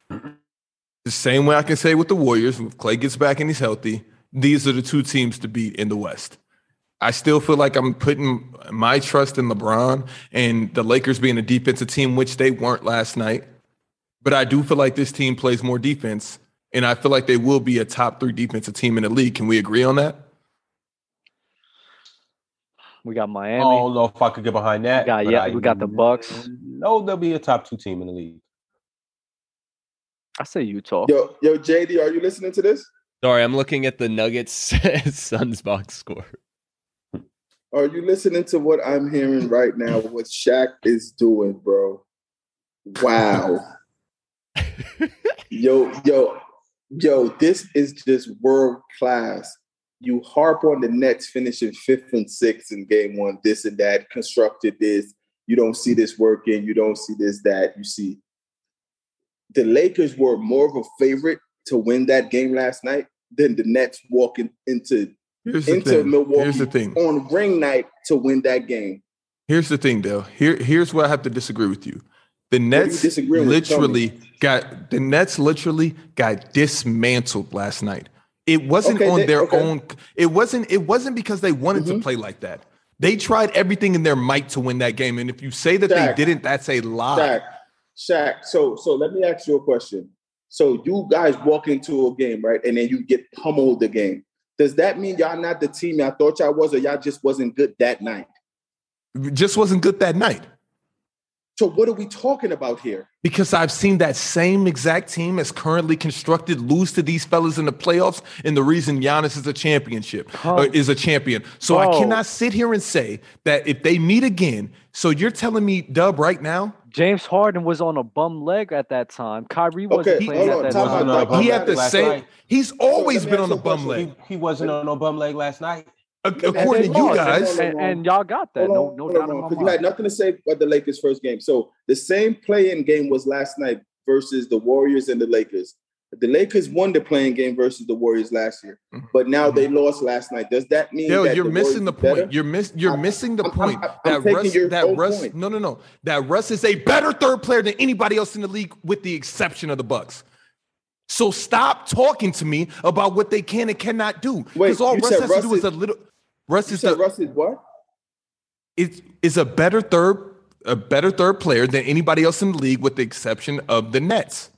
Speaker 1: the same way I can say with the Warriors. If Clay gets back and he's healthy, these are the two teams to beat in the West. I still feel like I'm putting my trust in LeBron and the Lakers being a defensive team, which they weren't last night. But I do feel like this team plays more defense, and I feel like they will be a top three defensive team in the league. Can we agree on that?
Speaker 2: We got
Speaker 7: I
Speaker 2: Miami.
Speaker 1: Oh.
Speaker 7: don't know if I could get behind
Speaker 2: we
Speaker 7: that.
Speaker 2: got
Speaker 7: but
Speaker 2: yeah.
Speaker 7: I
Speaker 2: We got the Bucks.
Speaker 7: know they'll be a top two team in the league.
Speaker 2: I say Utah.
Speaker 4: Yo, yo, JD, are you listening to this?
Speaker 5: Sorry, I'm looking at the Nuggets Suns box score.
Speaker 4: Are you listening to what I'm hearing right now? What Shaq is doing, bro? Wow. yo, yo, yo, this is just world class. You harp on the Nets finishing fifth and sixth in game one, this and that, constructed this. You don't see this working. You don't see this, that. You see, the Lakers were more of a favorite to win that game last night than the Nets walking into
Speaker 1: Here's the
Speaker 4: Into
Speaker 1: thing. Here's
Speaker 4: Milwaukee.
Speaker 1: the thing.
Speaker 4: on ring night to win that game.
Speaker 1: Here's the thing, though. Here, here's where I have to disagree with you. The
Speaker 4: do you
Speaker 1: Nets
Speaker 4: disagree with? Tell me.
Speaker 1: literally got the Nets literally got dismantled last night. It wasn't
Speaker 4: Okay,
Speaker 1: on
Speaker 4: they-
Speaker 1: their
Speaker 4: okay. Mm-hmm.
Speaker 1: own. It wasn't. It wasn't because they wanted to play like that. They tried everything in their might to win that game, and if you say that
Speaker 4: Shaq.
Speaker 1: they didn't, that's a lie.
Speaker 4: Shaq, Shaq. So, so let me ask you a question. So, you guys walk into a game, right, and then you get pummeled the game. Does that mean y'all not the team y'all thought y'all was, or y'all just wasn't good that night?
Speaker 1: It just wasn't good that night.
Speaker 4: So what are we talking about here?
Speaker 1: Because I've seen that same exact team as currently constructed lose to these fellas in the playoffs, and the reason Giannis is a championship
Speaker 2: Oh.
Speaker 1: uh, is a champion. So I
Speaker 2: Oh.
Speaker 1: cannot sit here and say that if they meet again. So you're telling me, Dub, right now
Speaker 2: James Harden was on a bum leg at that time. Kyrie wasn't
Speaker 4: Okay,
Speaker 2: playing
Speaker 4: hold
Speaker 2: at
Speaker 4: on.
Speaker 2: that
Speaker 4: Time
Speaker 2: time.
Speaker 4: out.
Speaker 6: No,
Speaker 4: Doc.
Speaker 1: he had the
Speaker 6: last
Speaker 1: same.
Speaker 6: night.
Speaker 1: He's always
Speaker 4: So let me
Speaker 1: been
Speaker 4: ask
Speaker 1: on a
Speaker 4: you a
Speaker 1: bum
Speaker 4: question.
Speaker 1: leg,
Speaker 6: He, he wasn't on no bum leg last night.
Speaker 1: Ac-
Speaker 4: me
Speaker 2: And,
Speaker 1: according
Speaker 2: they
Speaker 1: to you
Speaker 2: lost, and-
Speaker 1: guys.
Speaker 2: and, and y'all got that.
Speaker 4: Hold
Speaker 2: no,
Speaker 4: on,
Speaker 2: no
Speaker 4: hold
Speaker 2: doubt
Speaker 4: on,
Speaker 2: in my
Speaker 4: 'cause you
Speaker 2: mind.
Speaker 4: had nothing to say about the Lakers' first game. So the same play-in game was last night versus the Warriors and the Lakers. The Lakers won the playing game versus the Warriors last year,
Speaker 1: Mhm.
Speaker 4: but now they lost last night. Does that mean
Speaker 1: Yo,
Speaker 4: that
Speaker 1: you're
Speaker 4: the
Speaker 1: missing
Speaker 4: Warriors
Speaker 1: the
Speaker 4: is better?
Speaker 1: point. You're miss. You're
Speaker 4: I'm-
Speaker 1: missing the
Speaker 4: I'm- I'm-
Speaker 1: point
Speaker 4: I'm- I'm
Speaker 1: that
Speaker 4: taking
Speaker 1: Russ.
Speaker 4: your
Speaker 1: That
Speaker 4: whole
Speaker 1: Russ.
Speaker 4: point.
Speaker 1: No, no, no. That Russ is a better third player than anybody else in the league, with the exception of the Bucks. So stop talking to me about what they can and cannot do.
Speaker 4: Wait,
Speaker 1: Because all
Speaker 4: you
Speaker 1: Russ
Speaker 4: said
Speaker 1: has
Speaker 4: Russ
Speaker 1: to do is
Speaker 4: is-
Speaker 1: a little. Russ
Speaker 4: You
Speaker 1: is
Speaker 4: said
Speaker 1: the
Speaker 4: Russ is what?
Speaker 1: is is a better third a better third player than anybody else in the league, with the exception of the Nets.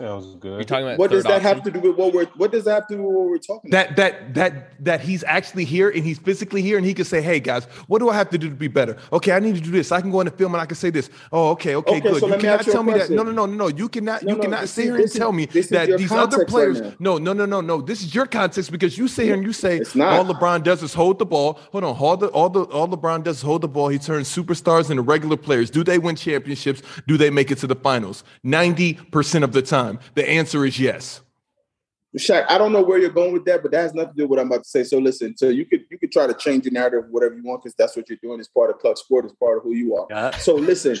Speaker 6: Sounds
Speaker 5: You're
Speaker 6: good.
Speaker 5: talking about
Speaker 4: What does
Speaker 5: third
Speaker 4: that have to
Speaker 5: option?
Speaker 4: do with what we're? What does that have to do with what we're talking about?
Speaker 1: that that that that he's actually here and he's physically here and he can say, "Hey guys, what do I have to do to be better? Okay, I need to do this. I can go in the film and I can say this. Oh, okay, okay,
Speaker 4: Okay,
Speaker 1: good.
Speaker 4: so
Speaker 1: you
Speaker 4: let me
Speaker 1: cannot
Speaker 4: ask you a
Speaker 1: tell me that. No, no,
Speaker 4: question.
Speaker 1: no, no, no. You cannot.
Speaker 4: No,
Speaker 1: you
Speaker 4: no,
Speaker 1: cannot
Speaker 4: you
Speaker 1: sit
Speaker 4: see,
Speaker 1: here and
Speaker 4: this is-
Speaker 1: tell me
Speaker 4: this is
Speaker 1: that
Speaker 4: your
Speaker 1: these other
Speaker 4: context right
Speaker 1: players. no,
Speaker 4: now.
Speaker 1: no, no, no, no. This is your context because you sit here and you say
Speaker 4: It's not.
Speaker 1: all LeBron does is hold the ball. Hold on, all the all the all LeBron does is hold the ball. He turns superstars into regular players. Do they win championships? Do they make it to the finals? Ninety percent of the time, the answer is yes.
Speaker 4: Shaq, I don't know where you're going with that, but that has nothing to do with what I'm about to say. So listen, so you could you could try to change the narrative whatever you want because that's what you're doing. It's part of club sport. It's part of who you are.
Speaker 2: Yeah.
Speaker 4: So listen,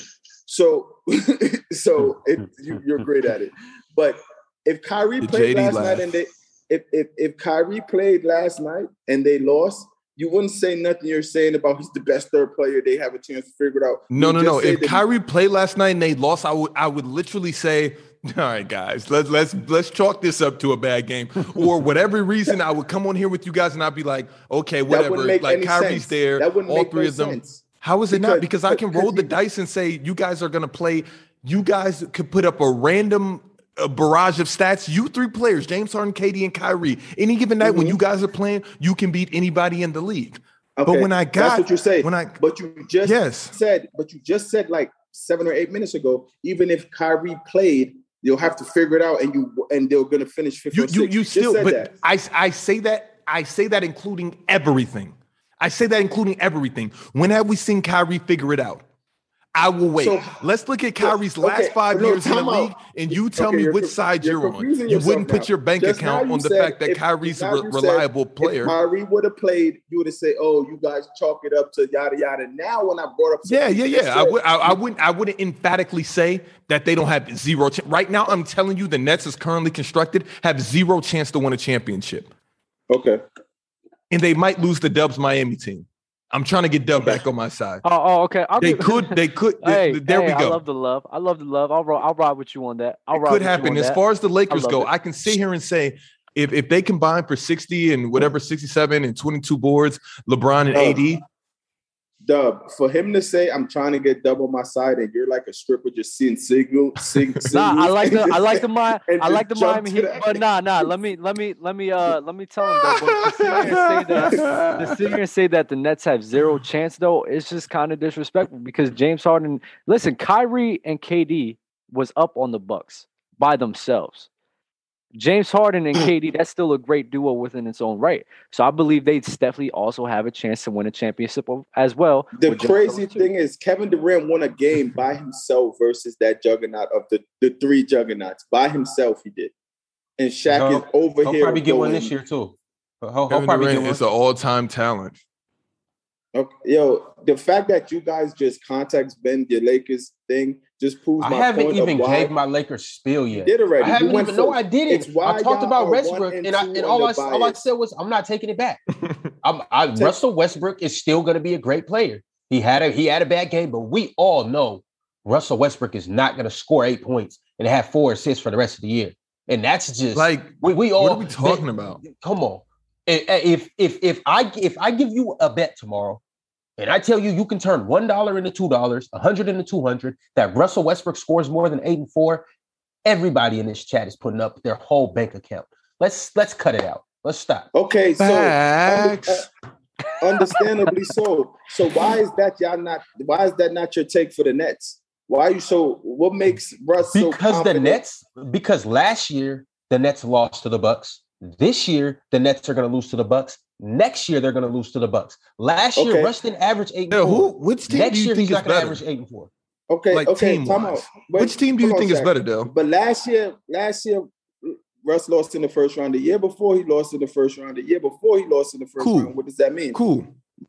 Speaker 4: so so it, you, you're great at it. But if Kyrie
Speaker 1: Did
Speaker 4: played
Speaker 1: JD
Speaker 4: last
Speaker 1: laugh?
Speaker 4: night and they if, if if Kyrie played last night and they lost, you wouldn't say nothing you're saying about he's the best third player. They have a chance to figure it out.
Speaker 1: No,
Speaker 4: You
Speaker 1: no,
Speaker 4: just
Speaker 1: no.
Speaker 4: say
Speaker 1: If
Speaker 4: that he-
Speaker 1: Kyrie played last night and they lost, I would I would literally say, all right, guys, let's let's let's chalk this up to a bad game. Or whatever reason, I would come on here with you guys and I'd be like, okay,
Speaker 4: that
Speaker 1: whatever.
Speaker 4: wouldn't make
Speaker 1: Like
Speaker 4: any
Speaker 1: Kyrie's
Speaker 4: sense.
Speaker 1: there,
Speaker 4: That wouldn't
Speaker 1: all
Speaker 4: make
Speaker 1: three
Speaker 4: no
Speaker 1: of them.
Speaker 4: sense.
Speaker 1: How is it not? Because
Speaker 4: Because-
Speaker 1: I can roll the
Speaker 4: because you-
Speaker 1: dice and say you guys are gonna play, you guys could put up a random uh barrage of stats. You three players, James Harden, Katie, and Kyrie. Any given night
Speaker 4: Mm-hmm.
Speaker 1: when you guys are playing, you can beat anybody in the league. but
Speaker 4: Okay,
Speaker 1: when I got
Speaker 4: that's what you're saying.
Speaker 1: when I
Speaker 4: But you just
Speaker 1: Yes.
Speaker 4: said, but you just said like seven or eight minutes ago, even if Kyrie played, you'll have to figure it out and you and they're gonna finish fifth
Speaker 1: you
Speaker 4: or
Speaker 1: you
Speaker 4: sixth.
Speaker 1: you
Speaker 4: just
Speaker 1: still
Speaker 4: said
Speaker 1: but
Speaker 4: that.
Speaker 1: I I say that I say that including everything. I say that including everything. When have we seen Kyrie figure it out? I will wait.
Speaker 4: So-
Speaker 1: Let's look at Kyrie's
Speaker 4: Okay,
Speaker 1: last five
Speaker 4: no,
Speaker 1: years in the
Speaker 4: time out.
Speaker 1: league, and you tell
Speaker 4: Okay,
Speaker 1: me
Speaker 4: you're
Speaker 1: which
Speaker 4: co-
Speaker 1: side
Speaker 4: you're
Speaker 1: you're, on.
Speaker 4: confusing
Speaker 1: You
Speaker 4: yourself
Speaker 1: wouldn't
Speaker 4: now.
Speaker 1: put your bank
Speaker 4: Just now
Speaker 1: account
Speaker 4: you
Speaker 1: on the
Speaker 4: said
Speaker 1: fact that
Speaker 4: if-
Speaker 1: Kyrie's a
Speaker 4: now
Speaker 1: re-
Speaker 4: you said
Speaker 1: reliable player.
Speaker 4: If Kyrie would have played, you would have said, "Oh, you guys chalk it up to yada yada." Now, when I brought up,
Speaker 1: Yeah,
Speaker 4: something
Speaker 1: yeah,
Speaker 4: you
Speaker 1: yeah.
Speaker 4: just
Speaker 1: I
Speaker 4: said,
Speaker 1: would, I, I wouldn't, I wouldn't emphatically say that they don't have zero. Ch- right now, I'm telling you, the Nets is currently constructed have zero chance to win a championship,
Speaker 4: Okay,
Speaker 1: and they might lose the Dubs Miami team. I'm trying to get Dub back on my side.
Speaker 2: Oh, oh, okay. I'll
Speaker 1: They
Speaker 2: be-
Speaker 1: could, they could.
Speaker 2: hey,
Speaker 1: th- th- there
Speaker 2: hey,
Speaker 1: we go.
Speaker 2: I love the love. I love the love. I'll, ro- I'll ride with you on that. I'll
Speaker 1: it
Speaker 2: ride
Speaker 1: could
Speaker 2: with you
Speaker 1: happen.
Speaker 2: on
Speaker 1: As
Speaker 2: that.
Speaker 1: far as the Lakers
Speaker 2: love
Speaker 1: go,
Speaker 2: it.
Speaker 1: I can sit here and say if, if they combine for 60 and whatever 67 and 22 boards, LeBron and
Speaker 4: Oh.
Speaker 1: AD,
Speaker 4: Dub, for him to say I'm trying to get Dub on my side, and you're like a stripper just seeing signal, sig- signals.
Speaker 2: Nah, I like
Speaker 4: and
Speaker 2: the I
Speaker 4: just-
Speaker 2: like the Mi-
Speaker 4: and
Speaker 2: I like the
Speaker 4: just jump
Speaker 2: Miami
Speaker 4: to
Speaker 2: Heat,
Speaker 4: that.
Speaker 2: but nah, nah. Let me let me let me uh let me tell him though. But to sit here and say that to sit here and say that the Nets have zero chance though, it's just kind of disrespectful because James Harden. Listen, Kyrie and KD was up on the Bucks by themselves. James Harden and KD, that's still a great duo within its own right. So I believe they definitely also have a chance to win a championship of- as well.
Speaker 4: The
Speaker 2: with just those
Speaker 4: crazy
Speaker 2: two.
Speaker 4: thing is, Kevin Durant won a game by himself versus that juggernaut of the, the three juggernauts. By himself, he did. And Shaq
Speaker 6: He'll-
Speaker 4: is over
Speaker 6: He'll
Speaker 4: here.
Speaker 6: probably get one
Speaker 4: going-
Speaker 6: this year too. He'll, he'll
Speaker 1: Kevin
Speaker 6: probably get
Speaker 1: Durant
Speaker 6: one.
Speaker 1: is an all-time talent.
Speaker 4: Okay, yo, the fact that you guys just context Ben the Lakers thing just proves
Speaker 6: I
Speaker 4: my
Speaker 6: haven't
Speaker 4: point
Speaker 6: even
Speaker 4: of why
Speaker 6: gave my Lakers spiel
Speaker 4: you
Speaker 6: yet.
Speaker 4: did already.
Speaker 6: I
Speaker 4: You
Speaker 6: haven't
Speaker 4: went
Speaker 6: even. No,
Speaker 4: first.
Speaker 6: I
Speaker 4: It's
Speaker 6: didn't.
Speaker 4: why
Speaker 6: I talked
Speaker 4: y'all are
Speaker 6: about
Speaker 4: one
Speaker 6: Westbrook,
Speaker 4: and
Speaker 6: and, I
Speaker 4: two
Speaker 6: and
Speaker 4: on
Speaker 6: all
Speaker 4: the
Speaker 6: I s- all I
Speaker 4: bias.
Speaker 6: said was I'm not taking it back. I'm, I
Speaker 4: Take-
Speaker 6: Russell Westbrook is still going to be a great player. He had a he had a bad game, but we all know Russell Westbrook is not going to score eight points and have four assists for the rest of the year. And that's just
Speaker 1: Like,
Speaker 6: we we all
Speaker 1: what are we talking
Speaker 6: that-
Speaker 1: about?
Speaker 6: Come on, I- I- if if if I if I give you a bet tomorrow, and I tell you you can turn one dollar into two dollars, a hundred into two hundred, that Russell Westbrook scores more than eight and four, everybody in this chat is putting up their whole bank account. Let's let's cut it out. Let's stop.
Speaker 4: Okay,
Speaker 2: oh,
Speaker 4: so
Speaker 1: Facts.
Speaker 4: Understandably so. So why is that y'all not? Why is that not your take for the Nets? Why are you so? What makes Russ so?
Speaker 7: because the
Speaker 4: confident?
Speaker 7: Nets because last year the Nets lost to the Bucks. This year the Nets are going to lose to the Bucks. Next year they're going to lose to the Bucks. Last year
Speaker 4: Okay.
Speaker 7: Russ didn't average eight.
Speaker 1: Now,
Speaker 7: and
Speaker 1: who?
Speaker 2: oh.
Speaker 7: four.
Speaker 1: Which team
Speaker 7: Next
Speaker 1: do you
Speaker 7: year
Speaker 1: think
Speaker 7: he's
Speaker 1: is
Speaker 7: not going to
Speaker 1: better?
Speaker 7: average eight and four.
Speaker 4: Okay,
Speaker 1: like,
Speaker 4: okay,
Speaker 1: team-wise?
Speaker 4: time out. Wait,
Speaker 1: Which team do you
Speaker 4: hold on
Speaker 1: think
Speaker 4: a
Speaker 1: is
Speaker 4: sec.
Speaker 1: better, though?
Speaker 4: But last year, last year, Russ lost in the first round. The year before, he lost in the first round. The year before, he lost in the first
Speaker 1: Cool.
Speaker 4: round. What does that mean?
Speaker 1: Cool,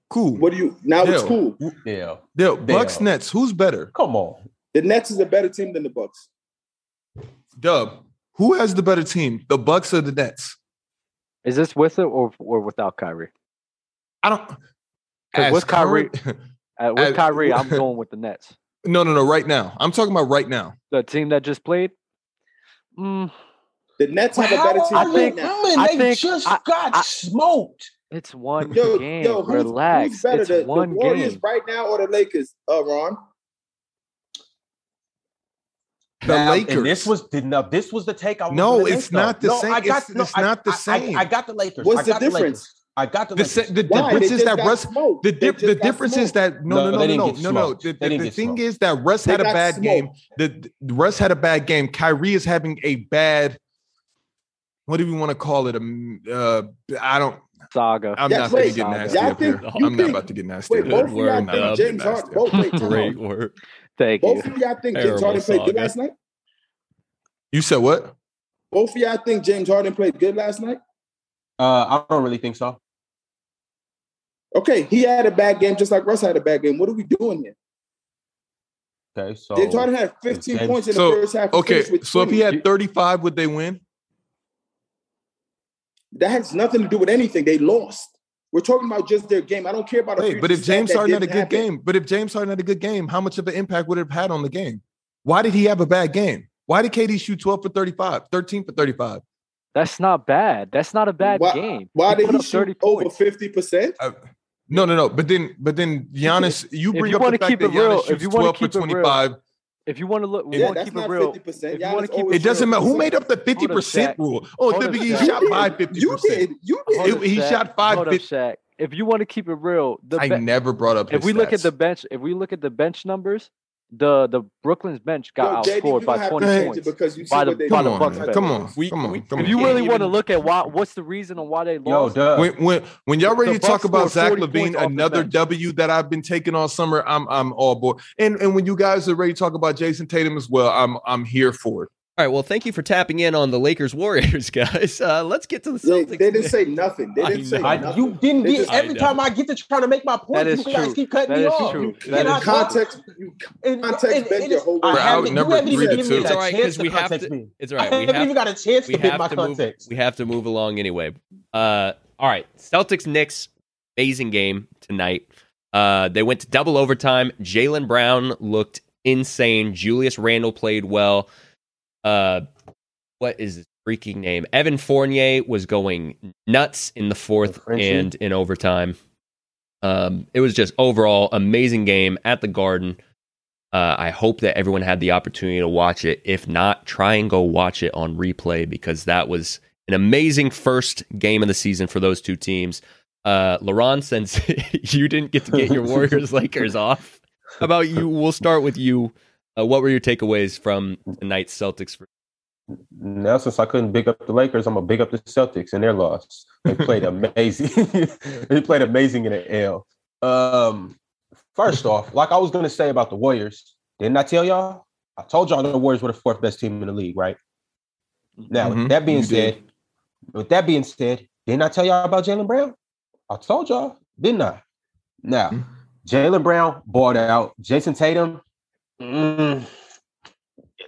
Speaker 1: cool.
Speaker 4: What do you now? It's
Speaker 1: Yeah.
Speaker 4: cool.
Speaker 7: Yeah,
Speaker 1: Yo, Bucks
Speaker 7: Damn.
Speaker 1: Nets. Who's better?
Speaker 7: come on.
Speaker 4: The Nets is a better team than the Bucks.
Speaker 1: Dub. Who has the better team? The Bucks or the Nets?
Speaker 2: Is this with it or or without Kyrie?
Speaker 1: I don't.
Speaker 2: Because what's
Speaker 1: As
Speaker 2: Kyrie?
Speaker 1: current-
Speaker 2: Uh, with
Speaker 1: as-
Speaker 2: Kyrie, I'm going with the Nets.
Speaker 1: no, no, no. Right now, I'm talking about right now.
Speaker 2: The team that just played. Mm,
Speaker 4: The Nets have a
Speaker 7: How
Speaker 4: better team
Speaker 7: are
Speaker 2: I
Speaker 7: you
Speaker 4: right
Speaker 2: think-
Speaker 4: now.
Speaker 7: women?
Speaker 2: I
Speaker 7: they
Speaker 2: think-
Speaker 7: just
Speaker 2: I-
Speaker 7: got
Speaker 2: I-
Speaker 7: smoked.
Speaker 2: it's one
Speaker 4: Yo,
Speaker 2: game.
Speaker 4: yo, who's,
Speaker 2: Relax.
Speaker 4: who's better,
Speaker 2: it's
Speaker 4: the,
Speaker 2: one
Speaker 4: the Warriors
Speaker 2: game.
Speaker 4: right now or the Lakers? Uh, Ron,
Speaker 1: The
Speaker 7: Now, and
Speaker 1: Lakers.
Speaker 7: this was did not. This was the take I was
Speaker 1: No,
Speaker 7: gonna make,
Speaker 1: it's
Speaker 7: though.
Speaker 1: not the
Speaker 7: No,
Speaker 1: same.
Speaker 7: I got,
Speaker 1: It's-
Speaker 7: no,
Speaker 1: it's
Speaker 7: I-
Speaker 1: not the
Speaker 7: I- I-
Speaker 1: same.
Speaker 7: I, got the Lakers.
Speaker 4: What's
Speaker 7: I
Speaker 4: the
Speaker 7: got Lakers.
Speaker 4: difference?
Speaker 7: I got the
Speaker 1: The,
Speaker 7: Lakers.
Speaker 1: se- the
Speaker 4: Why?
Speaker 1: difference
Speaker 4: They
Speaker 1: is
Speaker 4: just
Speaker 1: that
Speaker 4: got
Speaker 1: Russ.
Speaker 4: smoked.
Speaker 1: The,
Speaker 4: They
Speaker 1: dip,
Speaker 4: just
Speaker 1: the
Speaker 4: got
Speaker 1: difference is
Speaker 4: smoked.
Speaker 1: that no,
Speaker 7: No,
Speaker 1: no,
Speaker 7: they
Speaker 1: no, no,
Speaker 7: didn't
Speaker 1: no,
Speaker 7: get
Speaker 1: no, no.
Speaker 7: smoked.
Speaker 1: The,
Speaker 7: They
Speaker 1: the,
Speaker 7: didn't
Speaker 1: the
Speaker 7: get
Speaker 1: thing
Speaker 7: smoked.
Speaker 1: is that Russ
Speaker 4: They
Speaker 1: had a
Speaker 4: got
Speaker 1: bad
Speaker 4: smoked.
Speaker 1: game. The the- Russ had a bad game. Kyrie is having a bad. What do we want to call it? Um, uh, I don't.
Speaker 2: Saga.
Speaker 1: I'm
Speaker 4: Yeah,
Speaker 1: not going
Speaker 4: wait,
Speaker 1: to get nasty
Speaker 4: y'all
Speaker 1: up here.
Speaker 4: think- you
Speaker 1: I'm not
Speaker 4: think-
Speaker 1: about to get nasty.
Speaker 4: Wait,
Speaker 1: up
Speaker 4: both
Speaker 1: here.
Speaker 4: of
Speaker 5: word,
Speaker 4: y'all
Speaker 1: I'm not
Speaker 4: think
Speaker 5: dub.
Speaker 4: James
Speaker 1: about to
Speaker 4: Harden?
Speaker 1: get nasty up
Speaker 4: Both
Speaker 1: here.
Speaker 4: wait, time
Speaker 5: Great
Speaker 4: out.
Speaker 5: work.
Speaker 2: Thank you.
Speaker 4: Both of y'all think James
Speaker 5: Terrible
Speaker 4: Harden played good
Speaker 5: saga.
Speaker 4: last night.
Speaker 1: You said what?
Speaker 4: Both of y'all think James Harden played good last night.
Speaker 7: Uh, I don't really think so.
Speaker 4: Okay, he had a bad game just like Russ had a bad game. What are we doing here?
Speaker 7: Okay, so
Speaker 4: James Harden had 15
Speaker 7: James-
Speaker 4: points in
Speaker 1: So,
Speaker 4: the first half. and
Speaker 1: Okay,
Speaker 4: finished with
Speaker 1: so if he
Speaker 4: 20.
Speaker 1: had 35, would they win?
Speaker 4: that has nothing to do with anything. They lost. We're talking about just their game. I don't care about. a
Speaker 1: Wait,
Speaker 4: future
Speaker 1: but if
Speaker 4: stat
Speaker 1: James
Speaker 4: that
Speaker 1: Harden had a
Speaker 4: didn't
Speaker 1: good
Speaker 4: happen.
Speaker 1: game, but if James Harden had a good game, how much of an impact would it have had on the game? Why did he have a bad game? Why did KD shoot 12 for 35, 13 for 35?
Speaker 2: That's not bad. That's not a bad
Speaker 4: Why-
Speaker 2: game.
Speaker 4: Why did
Speaker 2: put
Speaker 4: he
Speaker 2: up
Speaker 4: shoot
Speaker 2: 30
Speaker 4: over
Speaker 2: points.
Speaker 4: fifty percent?
Speaker 1: Uh, no, no, no. But then, but then Giannis, you
Speaker 2: If
Speaker 1: bring
Speaker 2: you
Speaker 1: up the
Speaker 2: wanna
Speaker 1: fact
Speaker 2: keep
Speaker 1: that
Speaker 2: it real-
Speaker 1: Giannis
Speaker 2: if
Speaker 1: shoots
Speaker 2: you wanna
Speaker 1: 12 for
Speaker 2: keep it real,
Speaker 1: 25.
Speaker 2: If you want to look, we
Speaker 4: Yeah,
Speaker 2: want to
Speaker 4: that's
Speaker 2: keep it
Speaker 4: not
Speaker 2: real.
Speaker 4: fifty percent.
Speaker 2: If you wanna keep-
Speaker 1: It doesn't matter. Who made up the 50%
Speaker 2: Shaq.
Speaker 1: rule? Oh,
Speaker 2: Hold up,
Speaker 1: he
Speaker 2: Shaq.
Speaker 1: shot by
Speaker 4: You
Speaker 1: 50%.
Speaker 4: did. You
Speaker 2: Hold
Speaker 4: did.
Speaker 2: up,
Speaker 1: It- he
Speaker 2: Shaq.
Speaker 1: shot
Speaker 2: Hold up,
Speaker 1: 550.
Speaker 2: Shaq. If you want to keep it real, the
Speaker 1: I
Speaker 2: be-
Speaker 1: never brought up.
Speaker 2: if
Speaker 1: his
Speaker 2: we look at
Speaker 1: stats.
Speaker 2: the bench, if we look at the bench numbers, the the Brooklyn's bench got
Speaker 4: Yo, JD,
Speaker 2: outscored
Speaker 4: you
Speaker 2: by
Speaker 4: gonna have to
Speaker 2: 20
Speaker 4: change it
Speaker 2: points.
Speaker 4: because you see
Speaker 2: By the-
Speaker 4: what they
Speaker 1: come
Speaker 2: by the
Speaker 4: did.
Speaker 1: on,
Speaker 2: Bucks
Speaker 1: man.
Speaker 2: better.
Speaker 1: come on,
Speaker 5: We-
Speaker 1: come on,
Speaker 5: we-
Speaker 1: come
Speaker 2: If
Speaker 1: on.
Speaker 5: we
Speaker 2: you really
Speaker 5: can't
Speaker 2: want to
Speaker 5: even-
Speaker 2: look at why, what's the reason on why they
Speaker 7: yo,
Speaker 2: lost?
Speaker 7: duh.
Speaker 1: when when when y'all
Speaker 2: The
Speaker 1: ready to
Speaker 2: Bucks
Speaker 1: talk about
Speaker 2: scored
Speaker 1: Zach
Speaker 2: 40
Speaker 1: Levine,
Speaker 2: points off the
Speaker 1: another
Speaker 2: bench.
Speaker 1: W that I've been taking all summer, I'm I'm all board. And and when you guys are ready to talk about Jason Tatum as well, I'm I'm here for it.
Speaker 5: All right. Well, thank you for tapping in on the Lakers Warriors, guys. Uh, let's get to the
Speaker 4: They,
Speaker 5: Celtics.
Speaker 4: they didn't say nothing. They
Speaker 5: I
Speaker 4: didn't say
Speaker 5: know.
Speaker 7: I,
Speaker 4: nothing.
Speaker 7: you didn't
Speaker 4: They
Speaker 7: get
Speaker 4: just-
Speaker 7: every
Speaker 5: I know.
Speaker 7: time I get to try to make my point.
Speaker 2: That is
Speaker 7: you guys
Speaker 2: true.
Speaker 7: keep cutting
Speaker 2: That
Speaker 7: me
Speaker 2: is
Speaker 7: off.
Speaker 2: true.
Speaker 7: You
Speaker 2: That is
Speaker 7: cannot
Speaker 2: true.
Speaker 7: talk.
Speaker 4: context. You
Speaker 7: And,
Speaker 4: Context
Speaker 7: and-
Speaker 4: bend your
Speaker 7: and it's-
Speaker 4: whole
Speaker 7: I
Speaker 1: We're
Speaker 7: haven't, you
Speaker 1: outnumbered
Speaker 7: haven't
Speaker 1: three
Speaker 7: even
Speaker 1: to
Speaker 7: given me
Speaker 1: two.
Speaker 5: It's all right,
Speaker 7: a
Speaker 5: 'cause
Speaker 7: chance
Speaker 5: we
Speaker 7: to
Speaker 5: have
Speaker 7: context
Speaker 5: to-
Speaker 7: me.
Speaker 5: it's all right,
Speaker 7: I
Speaker 5: we
Speaker 7: haven't
Speaker 5: have-
Speaker 7: even got a chance
Speaker 5: we
Speaker 7: to bid
Speaker 5: have
Speaker 7: my
Speaker 5: to move.
Speaker 7: context.
Speaker 5: We have to move along anyway. Uh, all right, Celtics Knicks, amazing game tonight. Uh, they went to double overtime. Jalen Brown looked insane. Julius Randle played well. Uh, what is his freaking name? Evan Fournier was going nuts in the fourth
Speaker 7: The Frenchie.
Speaker 5: and in overtime. Um, it was just overall amazing game at the Garden. Uh, I hope that everyone had the opportunity to watch it. If not, try and go watch it on replay because that was an amazing first game of the season for those two teams. Uh, Laron, since you didn't get to get your Warriors Lakers off, how about you? We'll start with you. Uh, what were your takeaways from tonight's Celtics?
Speaker 7: Now, since I couldn't big up the Lakers, I'm gonna big up the Celtics and their loss. They played amazing. they played amazing in the L. Um, first off, like I was gonna say about the Warriors, didn't I tell y'all? I told y'all the Warriors were the fourth best team in the league, right? Now,
Speaker 1: Mhm,
Speaker 7: with that being
Speaker 1: you did.
Speaker 7: said, with that being said, didn't I tell y'all about Jalen Brown? I told y'all, didn't I? Now,
Speaker 1: Mhm.
Speaker 7: Jalen Brown bought out Jason Tatum. mm,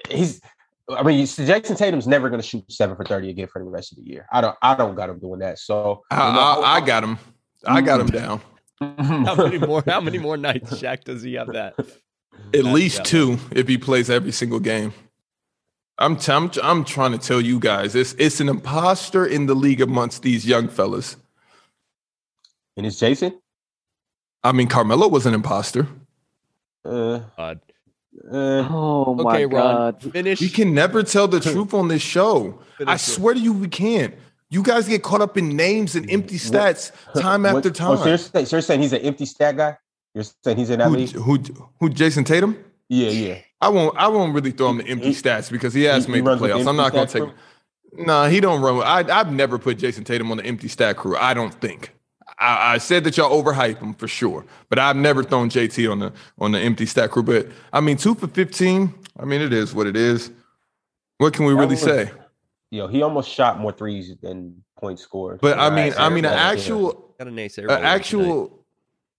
Speaker 7: he's I mean, you see, Jason Tatum's never going to shoot seven for thirty again for the rest of the year. I don't, I don't got him doing that. So
Speaker 1: I,
Speaker 7: uh,
Speaker 1: I, I got him. I got him down.
Speaker 5: How many more? How many more nights, Shaq? Does he have that?
Speaker 1: At
Speaker 5: That-
Speaker 1: least
Speaker 5: that
Speaker 1: two if he plays every single game. I'm, t- I'm, I'm trying to tell you guys, it's, it's an imposter in the league amongst these young fellas.
Speaker 7: And it's Jason.
Speaker 1: I mean, Carmelo was an imposter.
Speaker 7: Uh,
Speaker 5: God.
Speaker 7: uh,
Speaker 2: Oh my
Speaker 5: Okay, Ron.
Speaker 2: god.
Speaker 5: Finish.
Speaker 1: We can never tell the truth on this show.
Speaker 5: finish
Speaker 1: I
Speaker 5: it.
Speaker 1: swear to you, we can't. You guys get caught up in names and empty stats time
Speaker 7: what-
Speaker 1: after
Speaker 7: oh, so, you're
Speaker 1: time.
Speaker 7: saying, so you're saying he's an empty stat guy? You're saying he's in that
Speaker 1: Who,
Speaker 7: league?
Speaker 1: who, who? Jason Tatum?
Speaker 7: Yeah, yeah.
Speaker 1: I won't. I won't really throw him the empty stats because he has
Speaker 7: He- he
Speaker 1: made the
Speaker 7: runs with
Speaker 1: playoffs. I'm
Speaker 7: empty
Speaker 1: not going
Speaker 7: stats
Speaker 1: to take.
Speaker 7: crew?
Speaker 1: Nah, he don't run. with- I I've never put Jason Tatum on the empty stat crew. I don't think. I, I said that y'all overhype him for sure, but I've never thrown JT on the on the empty stat crew. But I mean, two for fifteen. I mean, it is what it is. What can we really
Speaker 7: was-
Speaker 1: say?
Speaker 7: Yo, he almost shot more threes than points scored.
Speaker 1: But I
Speaker 7: Nah,
Speaker 1: mean, I
Speaker 7: Eric
Speaker 1: mean, an
Speaker 7: Bledsoe.
Speaker 1: actual
Speaker 5: Got a nice
Speaker 1: an Uh, actual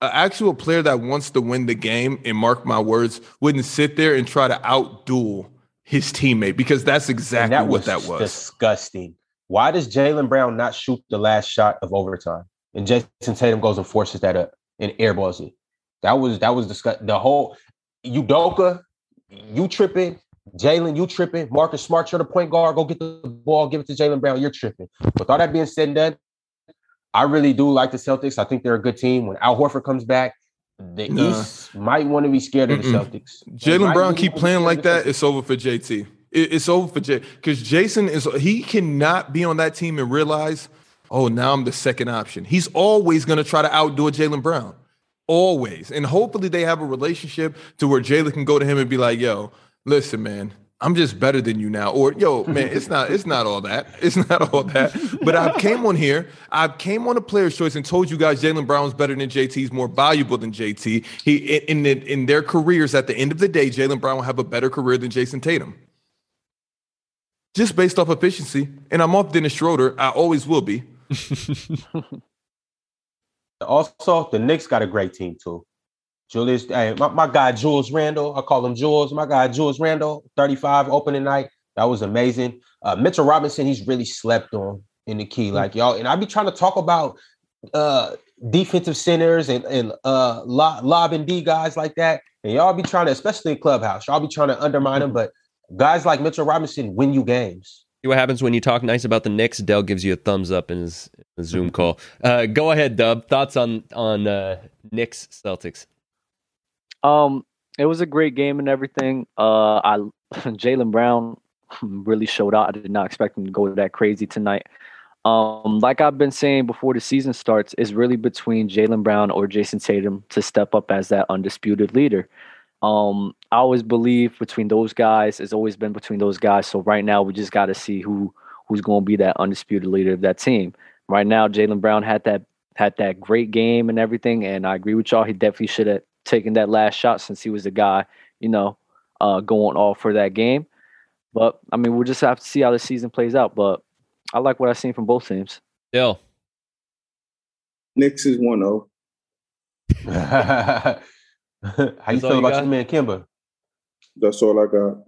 Speaker 1: an actual player that wants to win the game and mark my words wouldn't sit there and try to outduel his teammate because that's
Speaker 7: And
Speaker 1: exactly what that was.
Speaker 7: disgusting. Why does Jalen Brown not shoot the last shot of overtime? And Jason Tatum goes and forces that up and airballs it. That was that was discuss- the whole Udoka, you tripping, Jalen, you tripping, Marcus Smart, you're the point guard. Go get the ball, give it to Jalen Brown. You're tripping. With all that being said and done, I really do like the Celtics. I think they're a good team. When Al Horford comes back, the
Speaker 1: Nah.
Speaker 7: East might want to be scared of the
Speaker 1: Mm-mm.
Speaker 7: Celtics. They
Speaker 1: Jalen
Speaker 7: might
Speaker 1: Brown
Speaker 7: really
Speaker 1: keep
Speaker 7: wanna be
Speaker 1: playing
Speaker 7: scared
Speaker 1: like
Speaker 7: of the
Speaker 1: that,
Speaker 7: Celtics.
Speaker 1: it's over for JT. It- it's over for J because Jason is he cannot be on that team and realize, oh, now I'm the second option. He's always gonna try to outdo Jalen Brown. Always. And hopefully they have a relationship to where Jalen can go to him and be like, yo, listen, man. I'm just better than you now. Or yo, man, it's not it's not all that. It's not all that. But I came on here, I came on a player's choice and told you guys Jalen Brown's better than JT. He's more valuable than JT. He in in, in their careers at the end of the day, Jalen Brown will have a better career than Jason Tatum. Just based off efficiency. And I'm off Dennis Schroeder. I always will be.
Speaker 7: Also, the Knicks got a great team too. Julius, hey, my, my guy Jules Randle, I call him Jules. My guy Jules Randle, 35 opening night. That was amazing. Uh, Mitchell Robinson, he's really slept on in the
Speaker 5: Mm.
Speaker 7: key. Like y'all, and I be trying to talk about uh defensive centers and, and uh lo- lob and D guys like that. And y'all be trying to, especially in clubhouse, y'all be trying to undermine them.
Speaker 5: Mm-hmm.
Speaker 7: But guys like Mitchell Robinson win you games.
Speaker 5: See what happens when you talk nice about the Knicks. Dell gives you a thumbs up in his, in his Zoom
Speaker 7: Mm-hmm.
Speaker 5: call. Uh, go ahead, Dub. Thoughts on on uh, Knicks Celtics?
Speaker 2: Um, it was a great game and everything. Uh, I Jalen Brown really showed out. I did not expect him to go that crazy tonight. Um, like I've been saying before the season starts, it's really between Jalen Brown or Jason Tatum to step up as that undisputed leader. Um, I always believe between those guys, it's always been between those guys. So right now we just gotta see who who's gonna be that undisputed leader of that team. Right now, Jalen Brown had that had that great game and everything, and I agree with y'all. He definitely should have taken that last shot since he was the guy, you know, uh, going all for that game. But I mean, we'll just have to see how the season plays out. But I like what I've seen from both teams.
Speaker 5: Dell,
Speaker 4: Knicks is oh. 1 0.
Speaker 7: How you
Speaker 5: That's all
Speaker 7: feel
Speaker 5: you
Speaker 7: about
Speaker 5: got?
Speaker 7: your man Kimba?
Speaker 4: That's all I got.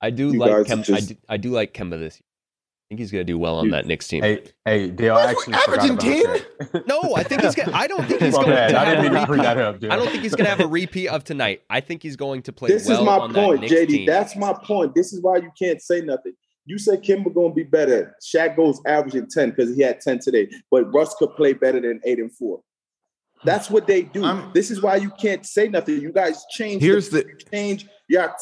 Speaker 5: I do
Speaker 4: You
Speaker 5: like
Speaker 4: guys
Speaker 5: Kemba. I,
Speaker 4: just-
Speaker 5: do, I do like Kemba this year. I think he's gonna do well on
Speaker 7: You-
Speaker 5: that Knicks team.
Speaker 7: Hey, hey, Dale
Speaker 1: What,
Speaker 7: actually
Speaker 1: we're
Speaker 7: forgot about
Speaker 1: averaging
Speaker 7: that.
Speaker 5: No, I think he's gonna. I don't think he's
Speaker 7: My
Speaker 5: gonna.
Speaker 7: bad. I
Speaker 5: have
Speaker 7: didn't
Speaker 5: a
Speaker 7: mean to bring
Speaker 5: repeat.
Speaker 7: that up, Dale.
Speaker 5: I don't think he's gonna have a repeat of tonight. I think he's going to play.
Speaker 4: This
Speaker 5: well
Speaker 4: is my
Speaker 5: on that
Speaker 4: point,
Speaker 5: Knicks
Speaker 4: JD.
Speaker 5: team.
Speaker 4: That's my point. This is why you can't say nothing. You say Kimba gonna be better. Shaq goes averaging 10 because he had 10 today, but Russ could play better than eight and four. That's what they do.
Speaker 1: I'm-
Speaker 4: this is why you can't say nothing. You guys change
Speaker 1: Here's the
Speaker 4: the change your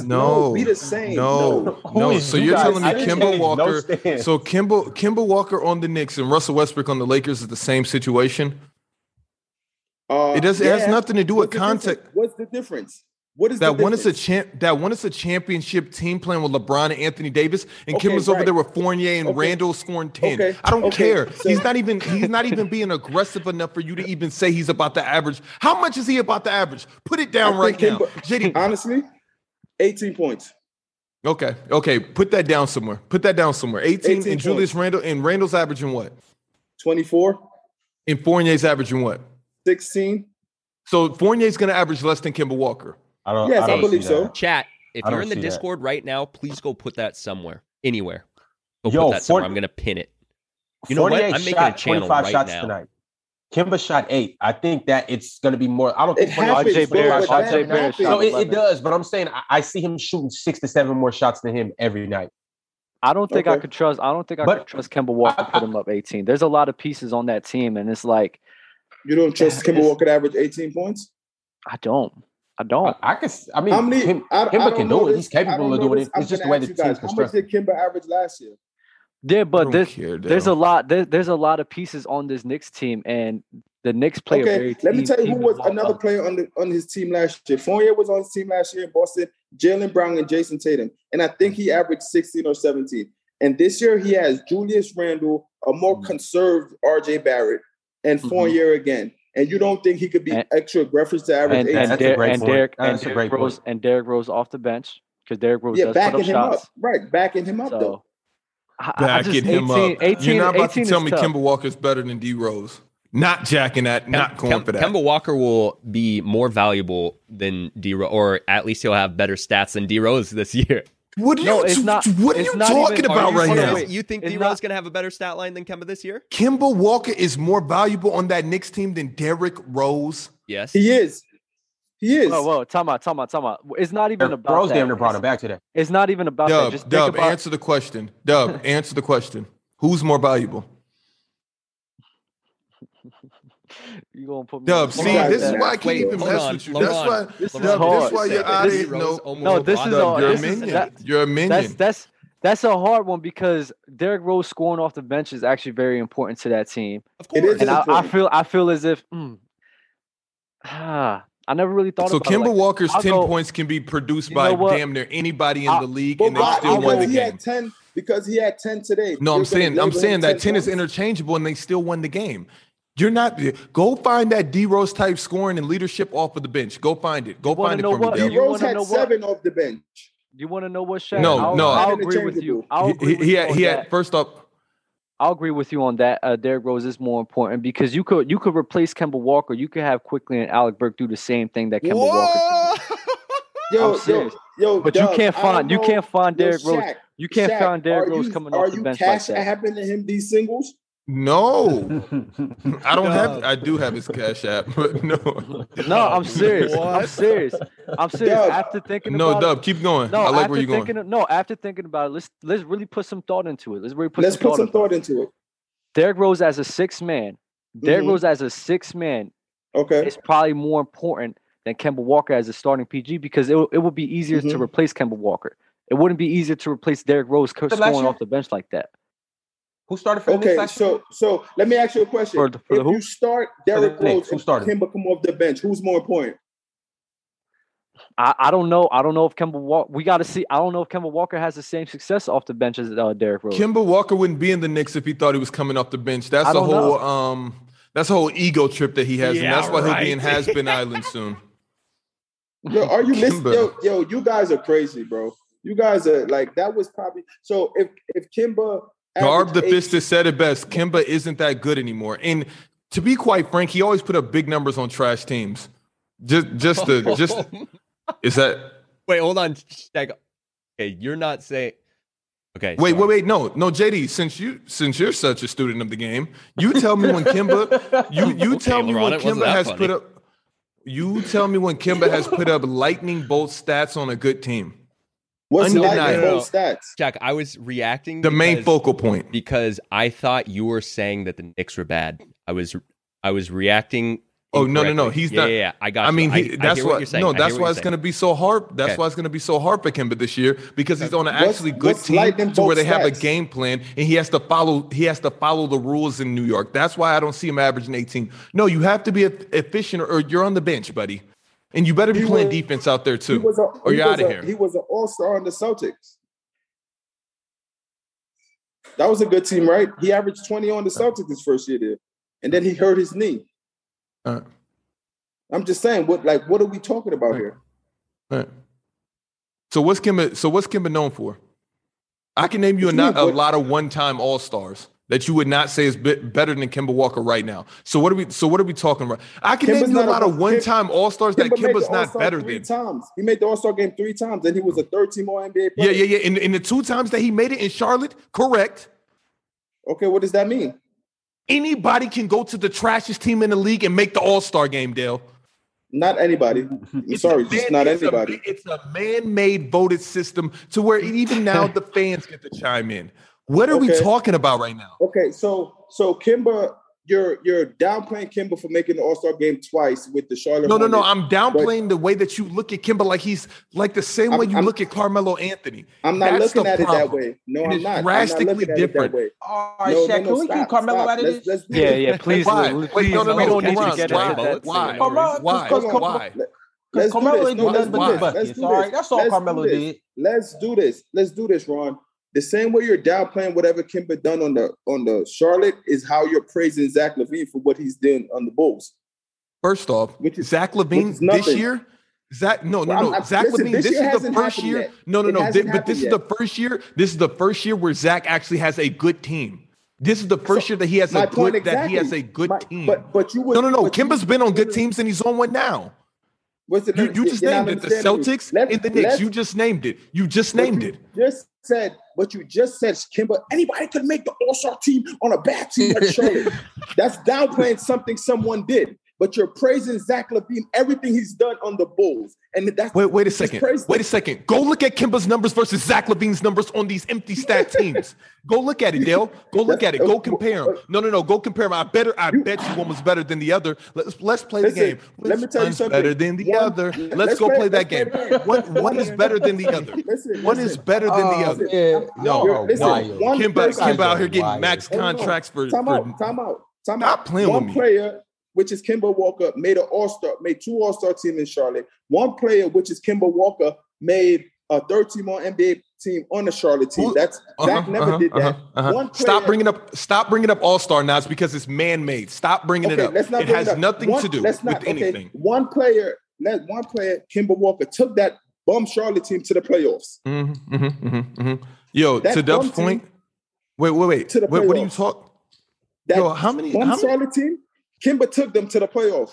Speaker 1: no,
Speaker 4: be the same.
Speaker 1: No,
Speaker 7: Who
Speaker 1: no.
Speaker 7: is
Speaker 1: So
Speaker 7: you
Speaker 1: you're
Speaker 7: guys?
Speaker 1: telling me
Speaker 7: I didn't
Speaker 1: Kimball
Speaker 7: change no
Speaker 1: Walker
Speaker 7: stance.
Speaker 1: So Kimball Kimball Walker on the Knicks and Russell Westbrook on the Lakers is the same situation.
Speaker 4: Uh,
Speaker 1: It doesn't it has
Speaker 4: yeah.
Speaker 1: nothing to do with
Speaker 4: What's the
Speaker 1: context.
Speaker 4: difference? What's the difference? What is
Speaker 1: That
Speaker 4: the
Speaker 1: one is a
Speaker 4: difference?
Speaker 1: champ. That one is a championship team playing with LeBron and Anthony Davis, and
Speaker 4: Okay,
Speaker 1: Kimball's over
Speaker 4: right.
Speaker 1: there with Fournier and
Speaker 4: Okay.
Speaker 1: Randall scoring ten.
Speaker 4: Okay,
Speaker 1: I don't
Speaker 4: okay,
Speaker 1: care.
Speaker 4: so-
Speaker 1: he's not even. He's not even being aggressive enough for you to even say he's about the average. How much is he about the average? Put it down
Speaker 4: I
Speaker 1: right
Speaker 4: think
Speaker 1: now,
Speaker 4: Kimball-
Speaker 1: JD.
Speaker 4: Honestly, 18 points.
Speaker 1: Okay, okay. Put that down somewhere. Put that down somewhere. Eighteen,
Speaker 4: 18
Speaker 1: and Julius
Speaker 4: points.
Speaker 1: Randall and Randall's averaging what?
Speaker 4: 24,
Speaker 1: And Fournier's averaging what?
Speaker 4: 16.
Speaker 1: So Fournier's going to average less than Kimball Walker.
Speaker 7: I don't.
Speaker 4: Yes,
Speaker 7: I, don't
Speaker 4: I believe
Speaker 7: see
Speaker 4: so.
Speaker 7: that.
Speaker 5: Chat. If
Speaker 7: I
Speaker 5: you're
Speaker 7: don't
Speaker 5: in the
Speaker 7: see that.
Speaker 5: Discord right now, please go put that somewhere, anywhere. Go
Speaker 7: Yo,
Speaker 5: put that somewhere.
Speaker 7: Fort-
Speaker 5: I'm gonna pin it. You know what?
Speaker 7: 48
Speaker 5: I'm making a
Speaker 7: shot,
Speaker 5: channel
Speaker 7: 25
Speaker 5: right
Speaker 7: shots
Speaker 5: now.
Speaker 7: tonight. Kimba shot eight. I think that it's going to be more. I don't
Speaker 4: It
Speaker 7: think
Speaker 4: happens.
Speaker 2: RJ
Speaker 4: bro,
Speaker 2: Barrett-
Speaker 4: but
Speaker 2: RJ
Speaker 4: that
Speaker 2: Barrett
Speaker 4: happens.
Speaker 2: shot
Speaker 7: No, it, it
Speaker 2: 11.
Speaker 7: does. But I'm saying I, I see him shooting six to seven more shots than him every night.
Speaker 2: I don't think I
Speaker 4: Okay.
Speaker 2: could trust. I don't think I could
Speaker 7: But-
Speaker 2: trust Kemba Walker
Speaker 7: I-
Speaker 2: put him up 18. There's a lot of pieces on that team, and it's like
Speaker 4: You don't trust Kimball
Speaker 2: It's-
Speaker 4: Walker to average 18 points?
Speaker 2: I don't, I don't.
Speaker 7: I, I can. s- I mean,
Speaker 4: How many?
Speaker 7: Kim,
Speaker 4: I, I
Speaker 7: Kimba
Speaker 4: don't
Speaker 7: can
Speaker 4: know
Speaker 7: do it.
Speaker 4: this.
Speaker 7: He's
Speaker 4: I don't
Speaker 7: capable of
Speaker 4: know
Speaker 7: doing
Speaker 4: this.
Speaker 7: it.
Speaker 4: I'm
Speaker 7: It's just the
Speaker 4: gonna
Speaker 7: way
Speaker 4: ask
Speaker 7: the
Speaker 4: you
Speaker 7: team's
Speaker 4: guys, How much
Speaker 7: constructed.
Speaker 4: did Kimba average last year?
Speaker 2: Yeah,
Speaker 1: I
Speaker 2: but
Speaker 1: don't
Speaker 2: this
Speaker 1: care,
Speaker 2: there's a
Speaker 1: Dale.
Speaker 2: lot there, there's a lot of pieces on this Knicks team and The Knicks play a very
Speaker 4: okay, let me
Speaker 2: team-
Speaker 4: tell you who
Speaker 2: even
Speaker 4: was
Speaker 2: lineup.
Speaker 4: another player on the, on his team last year. Fournier was on his team last year in Boston. Jalen Brown and Jason Tatum, and I think
Speaker 2: Mm-hmm.
Speaker 4: he averaged sixteen or seventeen. And this year he has Julius Randle, a more
Speaker 2: Mhm.
Speaker 4: conserved R.J. Barrett, and
Speaker 2: Mhm.
Speaker 4: Fournier again. And you don't think he could be
Speaker 2: And-
Speaker 4: extra reference to average
Speaker 2: And,
Speaker 4: eight?
Speaker 2: and,
Speaker 7: That's a
Speaker 2: Der-
Speaker 7: great
Speaker 2: and
Speaker 7: point.
Speaker 2: Derek and
Speaker 7: That's a
Speaker 2: Derrick
Speaker 7: great
Speaker 2: Rose
Speaker 7: point.
Speaker 2: and Derrick Rose off the bench because Derrick Rose
Speaker 4: yeah,
Speaker 2: does put
Speaker 4: backing
Speaker 2: up
Speaker 4: him
Speaker 2: shots.
Speaker 4: up, right? Backing him up
Speaker 2: So
Speaker 4: though.
Speaker 2: I- I- I
Speaker 1: Backing
Speaker 2: just-
Speaker 1: him
Speaker 2: 18
Speaker 1: up.
Speaker 2: 18
Speaker 1: You're not about
Speaker 2: 18
Speaker 1: to tell
Speaker 2: is
Speaker 1: me
Speaker 2: tough.
Speaker 1: Kimber Walker's better than D Rose. Not jacking that. not going
Speaker 5: Kem-
Speaker 1: for that.
Speaker 5: Kemba Walker will be more valuable than D Rose, or at least he'll have better stats than D Rose this year.
Speaker 1: what are
Speaker 2: No,
Speaker 1: you?
Speaker 2: it's not-
Speaker 1: what are
Speaker 2: it's
Speaker 1: you
Speaker 2: not
Speaker 1: talking
Speaker 2: even-
Speaker 1: about
Speaker 5: you,
Speaker 1: right
Speaker 5: hold on,
Speaker 1: now?
Speaker 5: wait, you think
Speaker 2: It's
Speaker 5: D
Speaker 2: not-
Speaker 5: Rose gonna have a better stat line than Kemba this year?
Speaker 1: Kimball Walker is more valuable on that Knicks team than Derrick Rose.
Speaker 5: Yes.
Speaker 4: He is. He is.
Speaker 2: Whoa, whoa, time out, time out, time out. It's not even about
Speaker 7: Rose
Speaker 2: that.
Speaker 7: damn near brought
Speaker 2: It's-
Speaker 7: him back today.
Speaker 2: It's not even about that.
Speaker 1: Dub,
Speaker 2: Just
Speaker 1: Dub,
Speaker 2: think about
Speaker 1: answer the question. Dub, answer the question. Who's more valuable?
Speaker 2: you gonna put me. on
Speaker 1: Dub,
Speaker 2: the
Speaker 1: see,
Speaker 4: Hold
Speaker 2: spot
Speaker 4: on,
Speaker 1: this is
Speaker 4: man.
Speaker 1: why I can't
Speaker 5: Wait,
Speaker 1: even
Speaker 5: hold
Speaker 1: mess
Speaker 5: on,
Speaker 1: with you.
Speaker 5: hold
Speaker 1: That's
Speaker 5: on.
Speaker 1: why,
Speaker 2: This is
Speaker 1: Dub,
Speaker 2: hard.
Speaker 1: that's why
Speaker 2: This-
Speaker 1: you're out
Speaker 2: this-
Speaker 1: of no,
Speaker 2: No, this is
Speaker 1: Dub,
Speaker 2: all-
Speaker 1: you're a
Speaker 2: this is-
Speaker 1: minion.
Speaker 2: that-
Speaker 1: you're a
Speaker 2: That's
Speaker 1: minion.
Speaker 2: that's that's a hard one because Derrick Rose scoring off the bench is actually very important to that team,
Speaker 5: Of
Speaker 4: It
Speaker 5: course.
Speaker 4: is
Speaker 2: and I, I
Speaker 4: important.
Speaker 2: feel I feel as if mm, ah, I never really thought
Speaker 1: So
Speaker 2: about
Speaker 1: Kimber
Speaker 2: it. like,
Speaker 1: Walker's
Speaker 2: I'll
Speaker 1: 10
Speaker 2: go-
Speaker 1: points can be produced
Speaker 2: You
Speaker 1: by
Speaker 2: know what?
Speaker 1: damn near anybody in
Speaker 2: I-
Speaker 1: the league
Speaker 4: But
Speaker 1: and they
Speaker 4: why?
Speaker 1: still
Speaker 4: because
Speaker 1: won the
Speaker 4: he
Speaker 1: game.
Speaker 4: had ten. Because he had ten today.
Speaker 1: No,
Speaker 4: You're
Speaker 1: I'm
Speaker 4: gonna
Speaker 1: saying I'm
Speaker 4: label him
Speaker 1: saying that 10 is
Speaker 4: points?
Speaker 1: interchangeable and they still won the game. You're not go find that D Rose type scoring and leadership off of the bench. Go find it. Go
Speaker 2: wanna
Speaker 1: find it
Speaker 2: know
Speaker 1: for me.
Speaker 2: what?
Speaker 1: Dub.
Speaker 4: D
Speaker 2: You
Speaker 4: Rose
Speaker 2: wanna know
Speaker 4: had
Speaker 2: what?
Speaker 4: seven off the bench.
Speaker 2: you want to know what, Shaq?
Speaker 1: No,
Speaker 2: I'll,
Speaker 1: no.
Speaker 2: I'll agree with you.
Speaker 4: Interchangeable.
Speaker 2: I'll
Speaker 1: He,
Speaker 2: agree
Speaker 1: he,
Speaker 2: with
Speaker 1: he
Speaker 2: you
Speaker 1: had,
Speaker 2: on
Speaker 1: he had
Speaker 2: that.
Speaker 1: first up.
Speaker 2: I'll agree with you on that. Uh, Derrick Rose is more important because you could you could replace Kemba Walker. You could have quickly and Alec Burke do the same thing that Kemba Walker. Can do.
Speaker 4: Yo,
Speaker 2: I'm serious.
Speaker 4: yo, yo,
Speaker 2: But
Speaker 4: Dub,
Speaker 2: you can't
Speaker 4: I don't
Speaker 2: find you
Speaker 4: know-
Speaker 2: can't find
Speaker 4: yo,
Speaker 2: Derrick Rose.
Speaker 4: Shaq,
Speaker 2: You can't
Speaker 4: Shaq,
Speaker 2: find Derrick
Speaker 4: are
Speaker 2: Rose
Speaker 4: you-
Speaker 2: coming
Speaker 4: are
Speaker 2: off the
Speaker 4: you
Speaker 2: bench like
Speaker 4: cash
Speaker 2: that.
Speaker 4: happened to him these singles?
Speaker 1: No, I don't have.
Speaker 5: Dub.
Speaker 1: I do have his cash app, but no,
Speaker 2: No, I'm serious. I'm
Speaker 5: What?
Speaker 2: serious. I'm serious.
Speaker 4: Dub.
Speaker 2: After thinking
Speaker 1: no.
Speaker 2: about
Speaker 1: Dub,
Speaker 2: it,
Speaker 1: keep going.
Speaker 2: no,
Speaker 1: I like
Speaker 2: after
Speaker 1: where you're going.
Speaker 2: thinking, of- no, after thinking about it, let's let's really put some thought into it. Let's really put
Speaker 4: Let's
Speaker 2: some
Speaker 4: put
Speaker 2: thought
Speaker 4: some
Speaker 2: into it.
Speaker 4: thought into it.
Speaker 2: Derrick Rose as a six man. Derrick
Speaker 4: Mhm.
Speaker 2: Rose as a six man
Speaker 4: Okay.
Speaker 2: is probably more important than Kemba Walker as a starting PG because it, w- it would be easier
Speaker 4: Mhm.
Speaker 2: to
Speaker 1: Mm-hmm.
Speaker 2: replace Kemba Walker. It wouldn't be easier to replace Derrick Rose co-
Speaker 7: The last
Speaker 2: scoring
Speaker 7: year?
Speaker 2: off the bench like that.
Speaker 7: Who started for the Knicks
Speaker 4: Okay,
Speaker 7: last year?
Speaker 4: so so let me ask you a question.
Speaker 2: For the- for the
Speaker 4: if
Speaker 2: who?
Speaker 4: you start Derrick
Speaker 7: Knicks,
Speaker 4: Rose
Speaker 7: who
Speaker 4: and
Speaker 7: started?
Speaker 4: Kimba come off the bench, who's more important?
Speaker 2: I, I don't know. I don't know if Kemba Walker. We got to see. I don't know if Kemba Walker has the same success off the bench as uh, Derrick Rose.
Speaker 1: Kimber Walker wouldn't be in the Knicks if he thought he was coming off the bench. That's
Speaker 2: I
Speaker 1: a
Speaker 2: don't
Speaker 1: whole
Speaker 2: know.
Speaker 1: um that's a whole ego trip that he has, and
Speaker 5: Yeah,
Speaker 1: that's why he'll be
Speaker 5: right.
Speaker 1: in Has Been Island soon.
Speaker 4: Yo, are you listening?
Speaker 1: Kimba.
Speaker 4: Yo, yo, you guys are crazy, bro. You guys are like that was probably so if if Kimba
Speaker 1: Garb the
Speaker 4: averaged eight-
Speaker 1: Fistus said it best. Kimba isn't that good anymore. And to be quite frank, he always put up big numbers on trash teams. Just just the just is that
Speaker 5: wait, hold on. Shaq. Okay, you're not saying. Okay.
Speaker 1: wait, wait,
Speaker 5: sorry.
Speaker 1: wait, no, no, JD, since you since you're such a student of the game, you tell me when Kimba you you
Speaker 5: Okay,
Speaker 1: tell me
Speaker 5: LeBron,
Speaker 1: when
Speaker 5: it wasn't
Speaker 1: Kimba
Speaker 5: that
Speaker 1: has
Speaker 5: funny.
Speaker 1: put up you tell me when Kimba has put up lightning bolt stats on a good team.
Speaker 4: what's like
Speaker 1: Undeniable.
Speaker 4: both stats?
Speaker 5: Shaq, I was reacting.
Speaker 1: The main
Speaker 5: because-
Speaker 1: focal point.
Speaker 5: because I thought you were saying that the Knicks were bad. I was I was reacting.
Speaker 1: Oh, no, no, no,
Speaker 5: incorrectly.
Speaker 1: he's
Speaker 5: yeah,
Speaker 1: not-
Speaker 5: Yeah, yeah, I got.
Speaker 1: I mean,
Speaker 5: you.
Speaker 1: he, that's
Speaker 5: hear
Speaker 1: why.
Speaker 5: what you're saying. I
Speaker 1: no,
Speaker 5: hear
Speaker 1: that's
Speaker 5: what
Speaker 1: why
Speaker 5: you're
Speaker 1: it's
Speaker 5: saying.
Speaker 1: going to be so hard. That's
Speaker 5: Okay.
Speaker 1: why it's going to be so hard for Kimba this year because he's on an
Speaker 4: What's-
Speaker 1: actually good
Speaker 4: what's
Speaker 1: team
Speaker 4: lightning
Speaker 1: to where
Speaker 4: bolt
Speaker 1: they have a
Speaker 4: stats?
Speaker 1: game plan and he has to follow. He has to follow the rules in New York. That's why I don't see him averaging 18. No, you have to be e- efficient, or you're on the bench, buddy, and you better be
Speaker 4: He
Speaker 1: playing
Speaker 4: was-
Speaker 1: defense out there
Speaker 4: He
Speaker 1: too,
Speaker 4: was a,
Speaker 1: or Oh,
Speaker 4: he
Speaker 1: you're
Speaker 4: was
Speaker 1: out of
Speaker 4: a-
Speaker 1: here.
Speaker 4: He was an all star on the Celtics. That was a good team, right? He averaged 20 on the Celtics his first year there. And then he hurt his knee.
Speaker 1: Uh.
Speaker 4: I'm just saying, what like what are we talking about here?
Speaker 1: Right. So what's Kimba? So what's Kimba known for? I can name you a,
Speaker 4: What do you
Speaker 1: not,
Speaker 4: mean,
Speaker 1: a
Speaker 4: what-
Speaker 1: lot of one-time All Stars that you would not say is bit better than Kimba Walker right now. So what are we? So what are we talking about? I can
Speaker 4: Kimba's
Speaker 1: name you a
Speaker 4: not a
Speaker 1: lot of
Speaker 4: one- Kim-
Speaker 1: one-time All Stars that
Speaker 4: made
Speaker 1: Kimba's
Speaker 4: the
Speaker 1: not
Speaker 4: All-Star
Speaker 1: better
Speaker 4: three
Speaker 1: than.
Speaker 4: times. He made the All Star game three times, and he was a 13 more NBA
Speaker 1: Yeah,
Speaker 4: player.
Speaker 1: yeah, yeah. In, in the two times that he made it in Charlotte, correct.
Speaker 4: Okay, what does that mean?
Speaker 1: Anybody can go to the trashiest team in the league and make the All Star game, Dale.
Speaker 4: Not anybody. I'm
Speaker 1: It's
Speaker 4: sorry,
Speaker 1: a
Speaker 4: just
Speaker 1: man-
Speaker 4: not
Speaker 1: it's a-
Speaker 4: anybody.
Speaker 1: it's a man-made voted system to where e-, even now the fans get to chime in. What are we
Speaker 4: Okay.
Speaker 1: talking about right now?
Speaker 4: Okay, so so Kimba you're you're downplaying Kimba for making the All Star game twice with the Charlotte.
Speaker 1: No, no, no.
Speaker 4: Hornets.
Speaker 1: I'm downplaying the way that you look at Kimba like he's like the same
Speaker 4: I'm-
Speaker 1: way you
Speaker 4: I'm-
Speaker 1: look at Carmelo Anthony.
Speaker 4: I'm not
Speaker 1: That's
Speaker 4: looking
Speaker 1: the
Speaker 4: at it that
Speaker 1: problem.
Speaker 4: way. No,
Speaker 1: It
Speaker 4: I'm
Speaker 1: is
Speaker 4: not.
Speaker 1: drastically
Speaker 4: I'm not looking At it
Speaker 1: different.
Speaker 4: that way.
Speaker 6: All right,
Speaker 4: no,
Speaker 6: Shaq,
Speaker 4: no, no,
Speaker 6: can we
Speaker 4: stop,
Speaker 6: keep Carmelo
Speaker 4: stop.
Speaker 6: out of
Speaker 4: Let's-
Speaker 6: this?
Speaker 4: let's-
Speaker 2: Yeah, yeah. Please,
Speaker 1: Why?
Speaker 2: please, uh,
Speaker 1: Wait, no, no, no.
Speaker 2: we don't
Speaker 1: no,
Speaker 2: need
Speaker 1: Ron,
Speaker 2: to get
Speaker 1: why?
Speaker 2: into that.
Speaker 1: Why?
Speaker 2: scenario.
Speaker 6: Carmelo-
Speaker 1: Why?
Speaker 6: Because Carmelo-
Speaker 1: Why?
Speaker 6: Because
Speaker 4: Let's do
Speaker 6: Carmelo
Speaker 4: this.
Speaker 6: ain't
Speaker 4: No,
Speaker 6: doing
Speaker 4: let's
Speaker 6: nothing
Speaker 4: do
Speaker 6: but
Speaker 1: this.
Speaker 6: get buckets.
Speaker 4: Let's do
Speaker 6: All
Speaker 4: this.
Speaker 6: right, that's all
Speaker 4: Let's do
Speaker 6: Carmelo
Speaker 4: this.
Speaker 6: did.
Speaker 4: Let's do this. Let's do this, Ron. The same way you're downplaying whatever Kimba done on the on the Charlotte is how you're praising Zach Levine for what he's done on the Bulls.
Speaker 1: First off,
Speaker 4: Which is-
Speaker 1: Zach Levine
Speaker 4: which
Speaker 1: this
Speaker 4: is nothing.
Speaker 1: year. Zach, no, no,
Speaker 4: Well,
Speaker 1: no.
Speaker 4: I'm- I'm-
Speaker 1: Zach
Speaker 4: listen,
Speaker 1: Levine.
Speaker 4: this
Speaker 1: This,
Speaker 4: year
Speaker 1: is the
Speaker 4: hasn't
Speaker 1: first
Speaker 4: happened
Speaker 1: year.
Speaker 4: yet.
Speaker 1: No, no,
Speaker 4: It
Speaker 1: no. thi-
Speaker 4: hasn't
Speaker 1: but this
Speaker 4: happened
Speaker 1: is the first year. This is the first year where Zach actually has a good team. This is the first year that he has
Speaker 4: My
Speaker 1: a good
Speaker 4: point
Speaker 1: that he
Speaker 4: exactly.
Speaker 1: has a good
Speaker 4: My-
Speaker 1: team.
Speaker 4: But but you would
Speaker 1: no, no, no.
Speaker 4: but you-
Speaker 1: Kimba's been on good teams and he's on one now.
Speaker 4: What's the
Speaker 1: You,
Speaker 4: difference?
Speaker 1: you just
Speaker 4: You're not
Speaker 1: named it. The
Speaker 4: understanding me.
Speaker 1: Celtics
Speaker 4: Let's-
Speaker 1: and the Knicks.
Speaker 4: let's-
Speaker 1: You just named it. You just
Speaker 4: what
Speaker 1: named
Speaker 4: you
Speaker 1: it.
Speaker 4: Just said what you just said, Kimba. Anybody could make the All Star team on a bad team like Charlotte. That's downplaying something someone did. But you're praising Zach Levine, everything he's done on the Bulls, and that's
Speaker 1: Wait, wait a
Speaker 4: just
Speaker 1: second.
Speaker 4: praise
Speaker 1: Wait
Speaker 4: them.
Speaker 1: a second. Go look at Kimba's numbers versus Zach Levine's numbers on these empty stat teams. Go look at it, Dale. Go look at it. Go compare them. No, no, no. Go compare them. I better. I bet you one was better than the other. Let's let's play the
Speaker 4: Listen,
Speaker 1: game.
Speaker 4: let
Speaker 1: Which
Speaker 4: me tell you
Speaker 1: one's
Speaker 4: something.
Speaker 1: Better than the
Speaker 4: One-
Speaker 1: other. Let's,
Speaker 4: let's
Speaker 1: go
Speaker 4: play-
Speaker 1: play that
Speaker 4: let's play
Speaker 1: game.
Speaker 4: the game.
Speaker 1: One one is better than the other.
Speaker 4: Listen,
Speaker 1: One
Speaker 4: listen.
Speaker 1: is better than the
Speaker 7: Oh,
Speaker 1: other.
Speaker 7: man.
Speaker 1: No.
Speaker 7: Y'all are
Speaker 4: Listen,
Speaker 7: wild.
Speaker 4: one
Speaker 1: Kimba
Speaker 4: person-
Speaker 1: Kimba out here getting
Speaker 7: Wild.
Speaker 1: max
Speaker 4: Hold on.
Speaker 1: contracts for,
Speaker 4: Time
Speaker 1: for
Speaker 4: out. Time out. Time
Speaker 1: Stop
Speaker 4: out.
Speaker 1: playing
Speaker 4: One
Speaker 1: with me.
Speaker 4: player, which is Kimber Walker, made an All Star, made two All Star team in Charlotte. One player, which is Kimber Walker, made a third team on NBA team on the Charlotte team.
Speaker 1: Who-
Speaker 4: That's Zach
Speaker 1: Uh-huh,
Speaker 4: never
Speaker 1: uh-huh,
Speaker 4: did that.
Speaker 1: uh-huh, uh-huh.
Speaker 4: One player,
Speaker 1: stop bringing up stop bringing up All Star now. It's because it's man made. Stop bringing it
Speaker 4: Okay,
Speaker 1: up.
Speaker 4: let's not
Speaker 1: it
Speaker 4: bring
Speaker 1: has
Speaker 4: up.
Speaker 1: nothing
Speaker 4: One-
Speaker 1: to do
Speaker 4: let's
Speaker 1: with
Speaker 4: not, okay,
Speaker 1: anything.
Speaker 4: One player, let one player, Kimber Walker, took that bum Charlotte team to the playoffs.
Speaker 1: Mhm, mhm, mhm, mhm. Yo,
Speaker 4: That
Speaker 1: to Dub's
Speaker 4: bum team-
Speaker 1: point. Wait, wait, wait.
Speaker 4: to the
Speaker 1: Wait, what are you
Speaker 4: playoffs.
Speaker 1: talking?
Speaker 4: That
Speaker 1: Yo, how many?
Speaker 4: bum
Speaker 1: How many?
Speaker 4: Charlotte team, Kimber took them to the playoffs.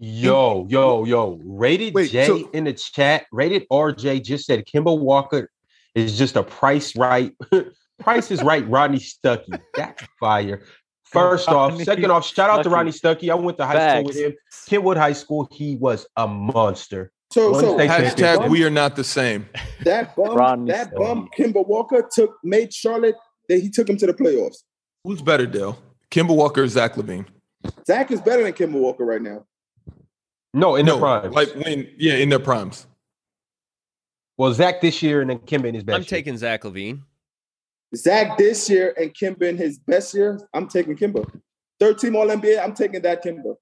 Speaker 7: Yo, yo, yo. Rated
Speaker 1: Wait,
Speaker 7: J
Speaker 1: so-
Speaker 7: in the chat. Rated RJ just said Kimball Walker is just a price right. price is right, Rodney Stuckey. That's fire. First off,
Speaker 2: Rodney
Speaker 7: second off, shout out to
Speaker 2: Stuckey.
Speaker 7: Rodney Stuckey. I went to high school with
Speaker 2: Facts.
Speaker 7: him. Kenwood High School, he was a monster.
Speaker 4: So,
Speaker 7: One
Speaker 4: so
Speaker 7: state
Speaker 4: that
Speaker 7: championship.
Speaker 1: Hashtag
Speaker 4: bum-
Speaker 1: we are not the same.
Speaker 4: That bum,
Speaker 2: Rodney
Speaker 4: that
Speaker 2: Stuckey.
Speaker 4: bum, Kimber Walker took made Charlotte. That he took him to the playoffs.
Speaker 1: Who's better, Dale? Kimber Walker or Zach Levine?
Speaker 4: Zach is better than Kimber Walker right now.
Speaker 7: No, in
Speaker 1: no,
Speaker 7: the prime.
Speaker 1: like when yeah, in their primes.
Speaker 7: well, Zach this year and then Kimba in his best.
Speaker 5: I'm
Speaker 7: year.
Speaker 5: taking Zach Levine.
Speaker 4: Zach this year and Kimber in his best year. I'm taking Kimber. Third team All NBA. I'm taking that Kimber.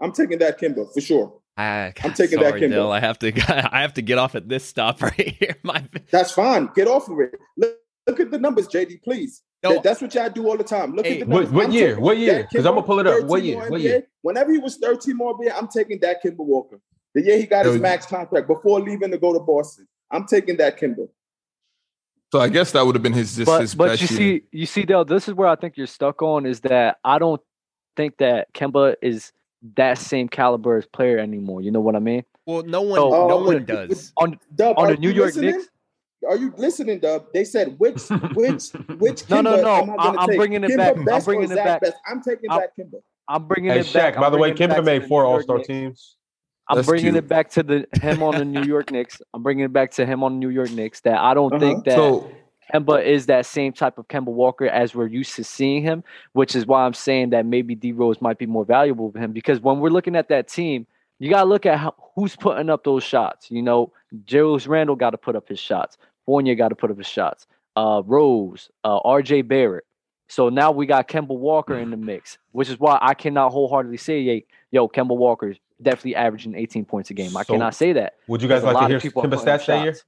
Speaker 4: I'm taking that Kimber for sure.
Speaker 5: I,
Speaker 4: I'm taking that,
Speaker 5: Ah, sorry,
Speaker 4: Kimbo.
Speaker 5: Dale. I have to. I have to get off at this stop right here. My
Speaker 4: That's fine. Get off of it. Look, look at the numbers, JD. Please.
Speaker 5: No.
Speaker 4: That- that's what y'all do all the time. Look
Speaker 5: Hey,
Speaker 4: at the numbers.
Speaker 7: What, what
Speaker 4: I'm
Speaker 7: year?
Speaker 4: taking
Speaker 7: What year?
Speaker 4: that
Speaker 7: Because I'm
Speaker 4: Kimber,
Speaker 7: gonna pull it up.
Speaker 4: third
Speaker 7: What
Speaker 4: team
Speaker 7: year?
Speaker 4: All
Speaker 7: What
Speaker 4: NBA.
Speaker 7: year?
Speaker 4: Whenever he was 13 more NBA, I'm taking that Kimber Walker. The year he got his
Speaker 7: Yo.
Speaker 4: max contract before leaving to go to Boston. I'm taking that Kimber.
Speaker 1: So I guess that would have been his just
Speaker 2: but
Speaker 1: his
Speaker 2: but
Speaker 1: best
Speaker 2: you
Speaker 1: year.
Speaker 2: see you see Dale, this is where I think you're stuck on is that I don't think that Kemba is that same caliber as player anymore. You know what I mean?
Speaker 5: well, no one,
Speaker 2: Oh,
Speaker 5: no
Speaker 4: but-
Speaker 5: one does.
Speaker 2: On
Speaker 4: Dub,
Speaker 2: on
Speaker 4: are
Speaker 2: the New
Speaker 4: you
Speaker 2: York
Speaker 4: listening?
Speaker 2: Knicks.
Speaker 4: Are you listening, Dub? They said which which which
Speaker 2: No,
Speaker 4: Kimber
Speaker 2: no, no.
Speaker 4: am I gonna
Speaker 2: I- I'm
Speaker 4: take?
Speaker 2: bringing it
Speaker 4: Kimba
Speaker 2: back. I'm
Speaker 4: Best
Speaker 2: bringing
Speaker 4: or
Speaker 2: it
Speaker 4: Zach
Speaker 2: back.
Speaker 4: Best? I'm taking
Speaker 2: I'm-
Speaker 4: that Kimber.
Speaker 2: I'm bringing
Speaker 7: Hey
Speaker 2: it back.
Speaker 7: Shaq,
Speaker 2: I'm
Speaker 7: by the way,
Speaker 2: bringing it back
Speaker 7: Kimba
Speaker 2: to
Speaker 7: made
Speaker 2: the
Speaker 7: four
Speaker 2: New York
Speaker 7: All Star
Speaker 2: Knicks.
Speaker 7: teams.
Speaker 2: I'm
Speaker 1: That's
Speaker 2: bringing
Speaker 1: cute.
Speaker 2: it back to the him on the New York Knicks. I'm bringing it back to him on the New York Knicks. That I
Speaker 7: Uh-huh.
Speaker 2: don't think that
Speaker 1: So
Speaker 2: Kemba is that same type of Kemba Walker as we're used to seeing him, which is why I'm saying that maybe D Rose might be more valuable to him because when we're looking at that team, you got to look at how, who's putting up those shots. You know, Julius Randle got to put up his shots. Fournier got to put up his shots. Uh, Rose, uh, RJ Barrett. So now we got Kemba Walker in the mix, which is why I cannot wholeheartedly say, "Yay, yo, Kemba Walker's definitely averaging 18 points a game. I
Speaker 7: So,
Speaker 2: cannot say that.
Speaker 7: Would you guys
Speaker 2: There's a
Speaker 7: like to
Speaker 2: lot
Speaker 7: hear
Speaker 2: of people
Speaker 7: Kimba
Speaker 2: putting up
Speaker 7: stats that year?
Speaker 2: shots.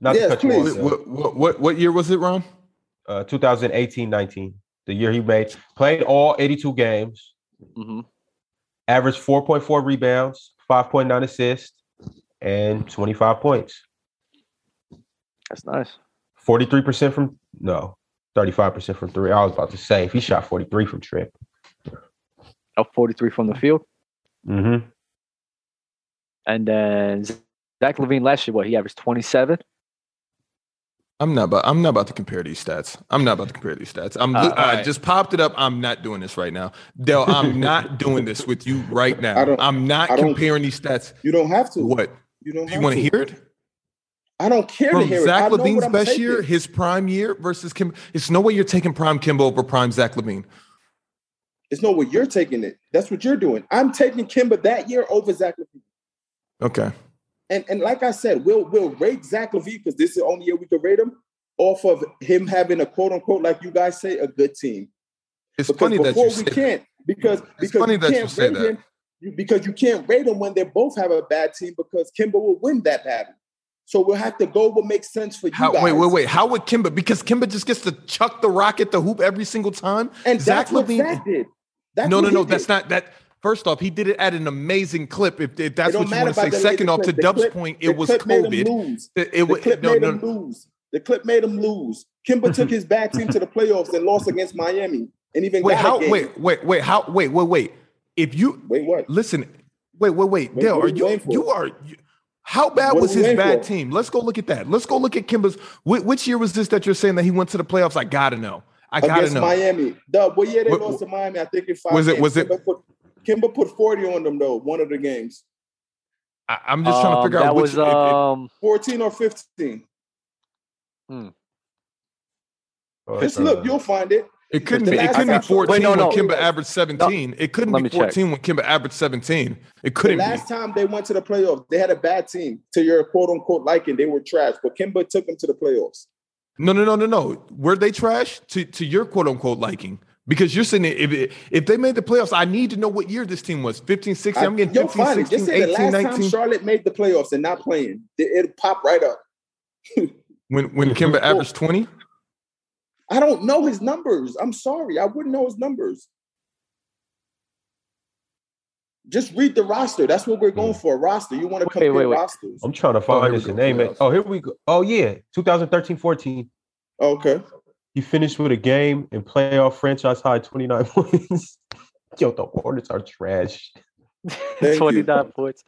Speaker 7: Not
Speaker 4: Yes,
Speaker 7: to cut you
Speaker 4: please.
Speaker 7: off. Dale.
Speaker 1: what, what what what year was it, Ron?
Speaker 7: Uh, 2018-19, the year he made played all 82 games,
Speaker 2: hmm
Speaker 7: averaged 4.4 rebounds, 5.9 assists, and 25 points.
Speaker 2: That's nice.
Speaker 7: 43% from no, 35% from three. I was about to say if he shot 43 from trip.
Speaker 2: Up 43 from the field.
Speaker 7: Mm-hmm.
Speaker 2: And then Zach Levine last year, what he averaged 27.
Speaker 1: I'm not about. I'm not about to compare these stats. I'm not about to compare these stats. I'm.
Speaker 2: Uh,
Speaker 1: I
Speaker 5: alright.
Speaker 1: just popped it up. I'm not doing this right now, Dell. I'm not doing this with you right now.
Speaker 4: I don't-
Speaker 1: I'm not
Speaker 4: I don't-
Speaker 1: comparing these stats.
Speaker 4: You don't have to.
Speaker 1: What?
Speaker 4: You don't
Speaker 1: Do you
Speaker 4: have
Speaker 1: want to
Speaker 4: to
Speaker 1: hear it
Speaker 4: I don't care to
Speaker 1: from
Speaker 4: hear it. I
Speaker 1: Zach
Speaker 4: know what
Speaker 1: Levine's
Speaker 4: I'm
Speaker 1: best
Speaker 4: taking.
Speaker 1: year, his prime year versus Kim? It's no way you're taking prime Kimbo over prime Zach Levine.
Speaker 4: It's not where you're taking it. That's what you're doing. I'm taking Kimba that year over Zach Levine.
Speaker 1: Okay.
Speaker 4: And and like I said, we'll we'll rate Zach Levine because this is the only year we can rate him off of him having a quote unquote, like you guys say, a good team.
Speaker 1: It's
Speaker 4: Because
Speaker 1: funny that
Speaker 4: before
Speaker 1: you
Speaker 4: we
Speaker 1: say that.
Speaker 4: can't because because
Speaker 1: funny
Speaker 4: you
Speaker 1: that you
Speaker 4: can't
Speaker 1: say
Speaker 4: rate
Speaker 1: that.
Speaker 4: him you, because you can't rate them when they both have a bad team because Kimba will win that battle. So we'll have to go what makes sense for you
Speaker 1: How,
Speaker 4: guys.
Speaker 1: wait, wait, wait. How would Kimba? Because Kimba just gets to chuck the rock at the hoop every single time.
Speaker 4: And
Speaker 1: Zach
Speaker 4: that's what
Speaker 1: Levine-
Speaker 4: Zach did. That's
Speaker 1: no,
Speaker 4: what
Speaker 1: no,
Speaker 4: he
Speaker 1: no.
Speaker 4: did.
Speaker 1: That's not that. First off, he did it at an amazing clip. If, if
Speaker 4: It
Speaker 1: that's
Speaker 4: don't
Speaker 1: what you
Speaker 4: matter
Speaker 1: want to say.
Speaker 4: about the
Speaker 1: Second
Speaker 4: latest
Speaker 1: off, to
Speaker 4: clip. The
Speaker 1: Dub's
Speaker 4: clip-
Speaker 1: point,
Speaker 4: the
Speaker 1: it was
Speaker 4: clip made him
Speaker 1: COVID.
Speaker 4: lose.
Speaker 1: It, it
Speaker 4: The
Speaker 1: was
Speaker 4: clip
Speaker 1: no,
Speaker 4: made
Speaker 1: no.
Speaker 4: him lose. The clip made him lose. Kimba took his bad team to the playoffs and lost against Miami, and even
Speaker 1: Wait,
Speaker 4: got
Speaker 1: how?
Speaker 4: a game.
Speaker 1: Wait, wait, wait. How? Wait, wait, wait. If you
Speaker 4: Wait, what?
Speaker 1: listen, wait, wait, wait.
Speaker 4: Wait,
Speaker 1: Dale,
Speaker 4: what
Speaker 1: are
Speaker 4: are we
Speaker 1: you?
Speaker 4: waiting for?
Speaker 1: You are. You, how bad
Speaker 4: What are
Speaker 1: was
Speaker 4: we
Speaker 1: his
Speaker 4: waiting
Speaker 1: bad
Speaker 4: for?
Speaker 1: team? Let's go look at that. Let's go look at Kimba's. Which, which year was this that you're saying that he went to the playoffs? I gotta know. I gotta
Speaker 4: against
Speaker 1: know.
Speaker 4: Miami. Dub, what year they
Speaker 1: What-
Speaker 4: lost to Miami? I think in five.
Speaker 1: Was it-
Speaker 4: games.
Speaker 1: was it-
Speaker 4: Kimba put, Kimba put forty on them though. One of the games,
Speaker 1: I, I'm just trying to
Speaker 2: Um,
Speaker 1: figure
Speaker 2: that
Speaker 1: out which.
Speaker 2: was
Speaker 1: if- if-
Speaker 2: um
Speaker 4: fourteen or fifteen. Just look, you'll find it.
Speaker 1: It couldn't
Speaker 4: the
Speaker 1: be. It
Speaker 4: last
Speaker 1: couldn't
Speaker 4: time-
Speaker 1: be 14
Speaker 2: Wait, no, no.
Speaker 1: when Kimba averaged 17. It couldn't
Speaker 2: Let
Speaker 1: be
Speaker 2: me check.
Speaker 1: 14 when Kimba averaged 17. It
Speaker 4: The
Speaker 1: couldn't be.
Speaker 4: last time they went to the playoffs, they had a bad team. To your quote unquote liking, they were trash. But Kimba took them to the playoffs.
Speaker 1: No, no, no, no, no. Were they trash to, to your quote unquote liking? Because you're saying if it, if they made the playoffs, I need to know what year this team was. 15, 16. I'm getting
Speaker 4: Yo,
Speaker 1: 15,
Speaker 4: find it.
Speaker 1: 16,
Speaker 4: Just say the
Speaker 1: 18,
Speaker 4: last time
Speaker 1: 19.
Speaker 4: Charlotte made the playoffs and not playing, it, will pop right up.
Speaker 1: When when Kimba averaged 20?
Speaker 4: I don't know his numbers. I'm sorry, I wouldn't know his numbers. Just read the roster. That's what we're going
Speaker 1: Mm.
Speaker 4: for. a Roster. You want to
Speaker 2: Wait,
Speaker 4: compare
Speaker 2: wait, wait.
Speaker 4: rosters?
Speaker 7: I'm trying to
Speaker 1: here
Speaker 7: find
Speaker 1: we
Speaker 7: this
Speaker 1: go,
Speaker 7: name. it.
Speaker 1: playoffs.
Speaker 7: Oh, here we go. Oh yeah, 2013-14.
Speaker 4: Okay.
Speaker 7: He finished with a game and playoff franchise high 29 points. Yo, the Hornets are trash.
Speaker 4: you.
Speaker 2: 29 points.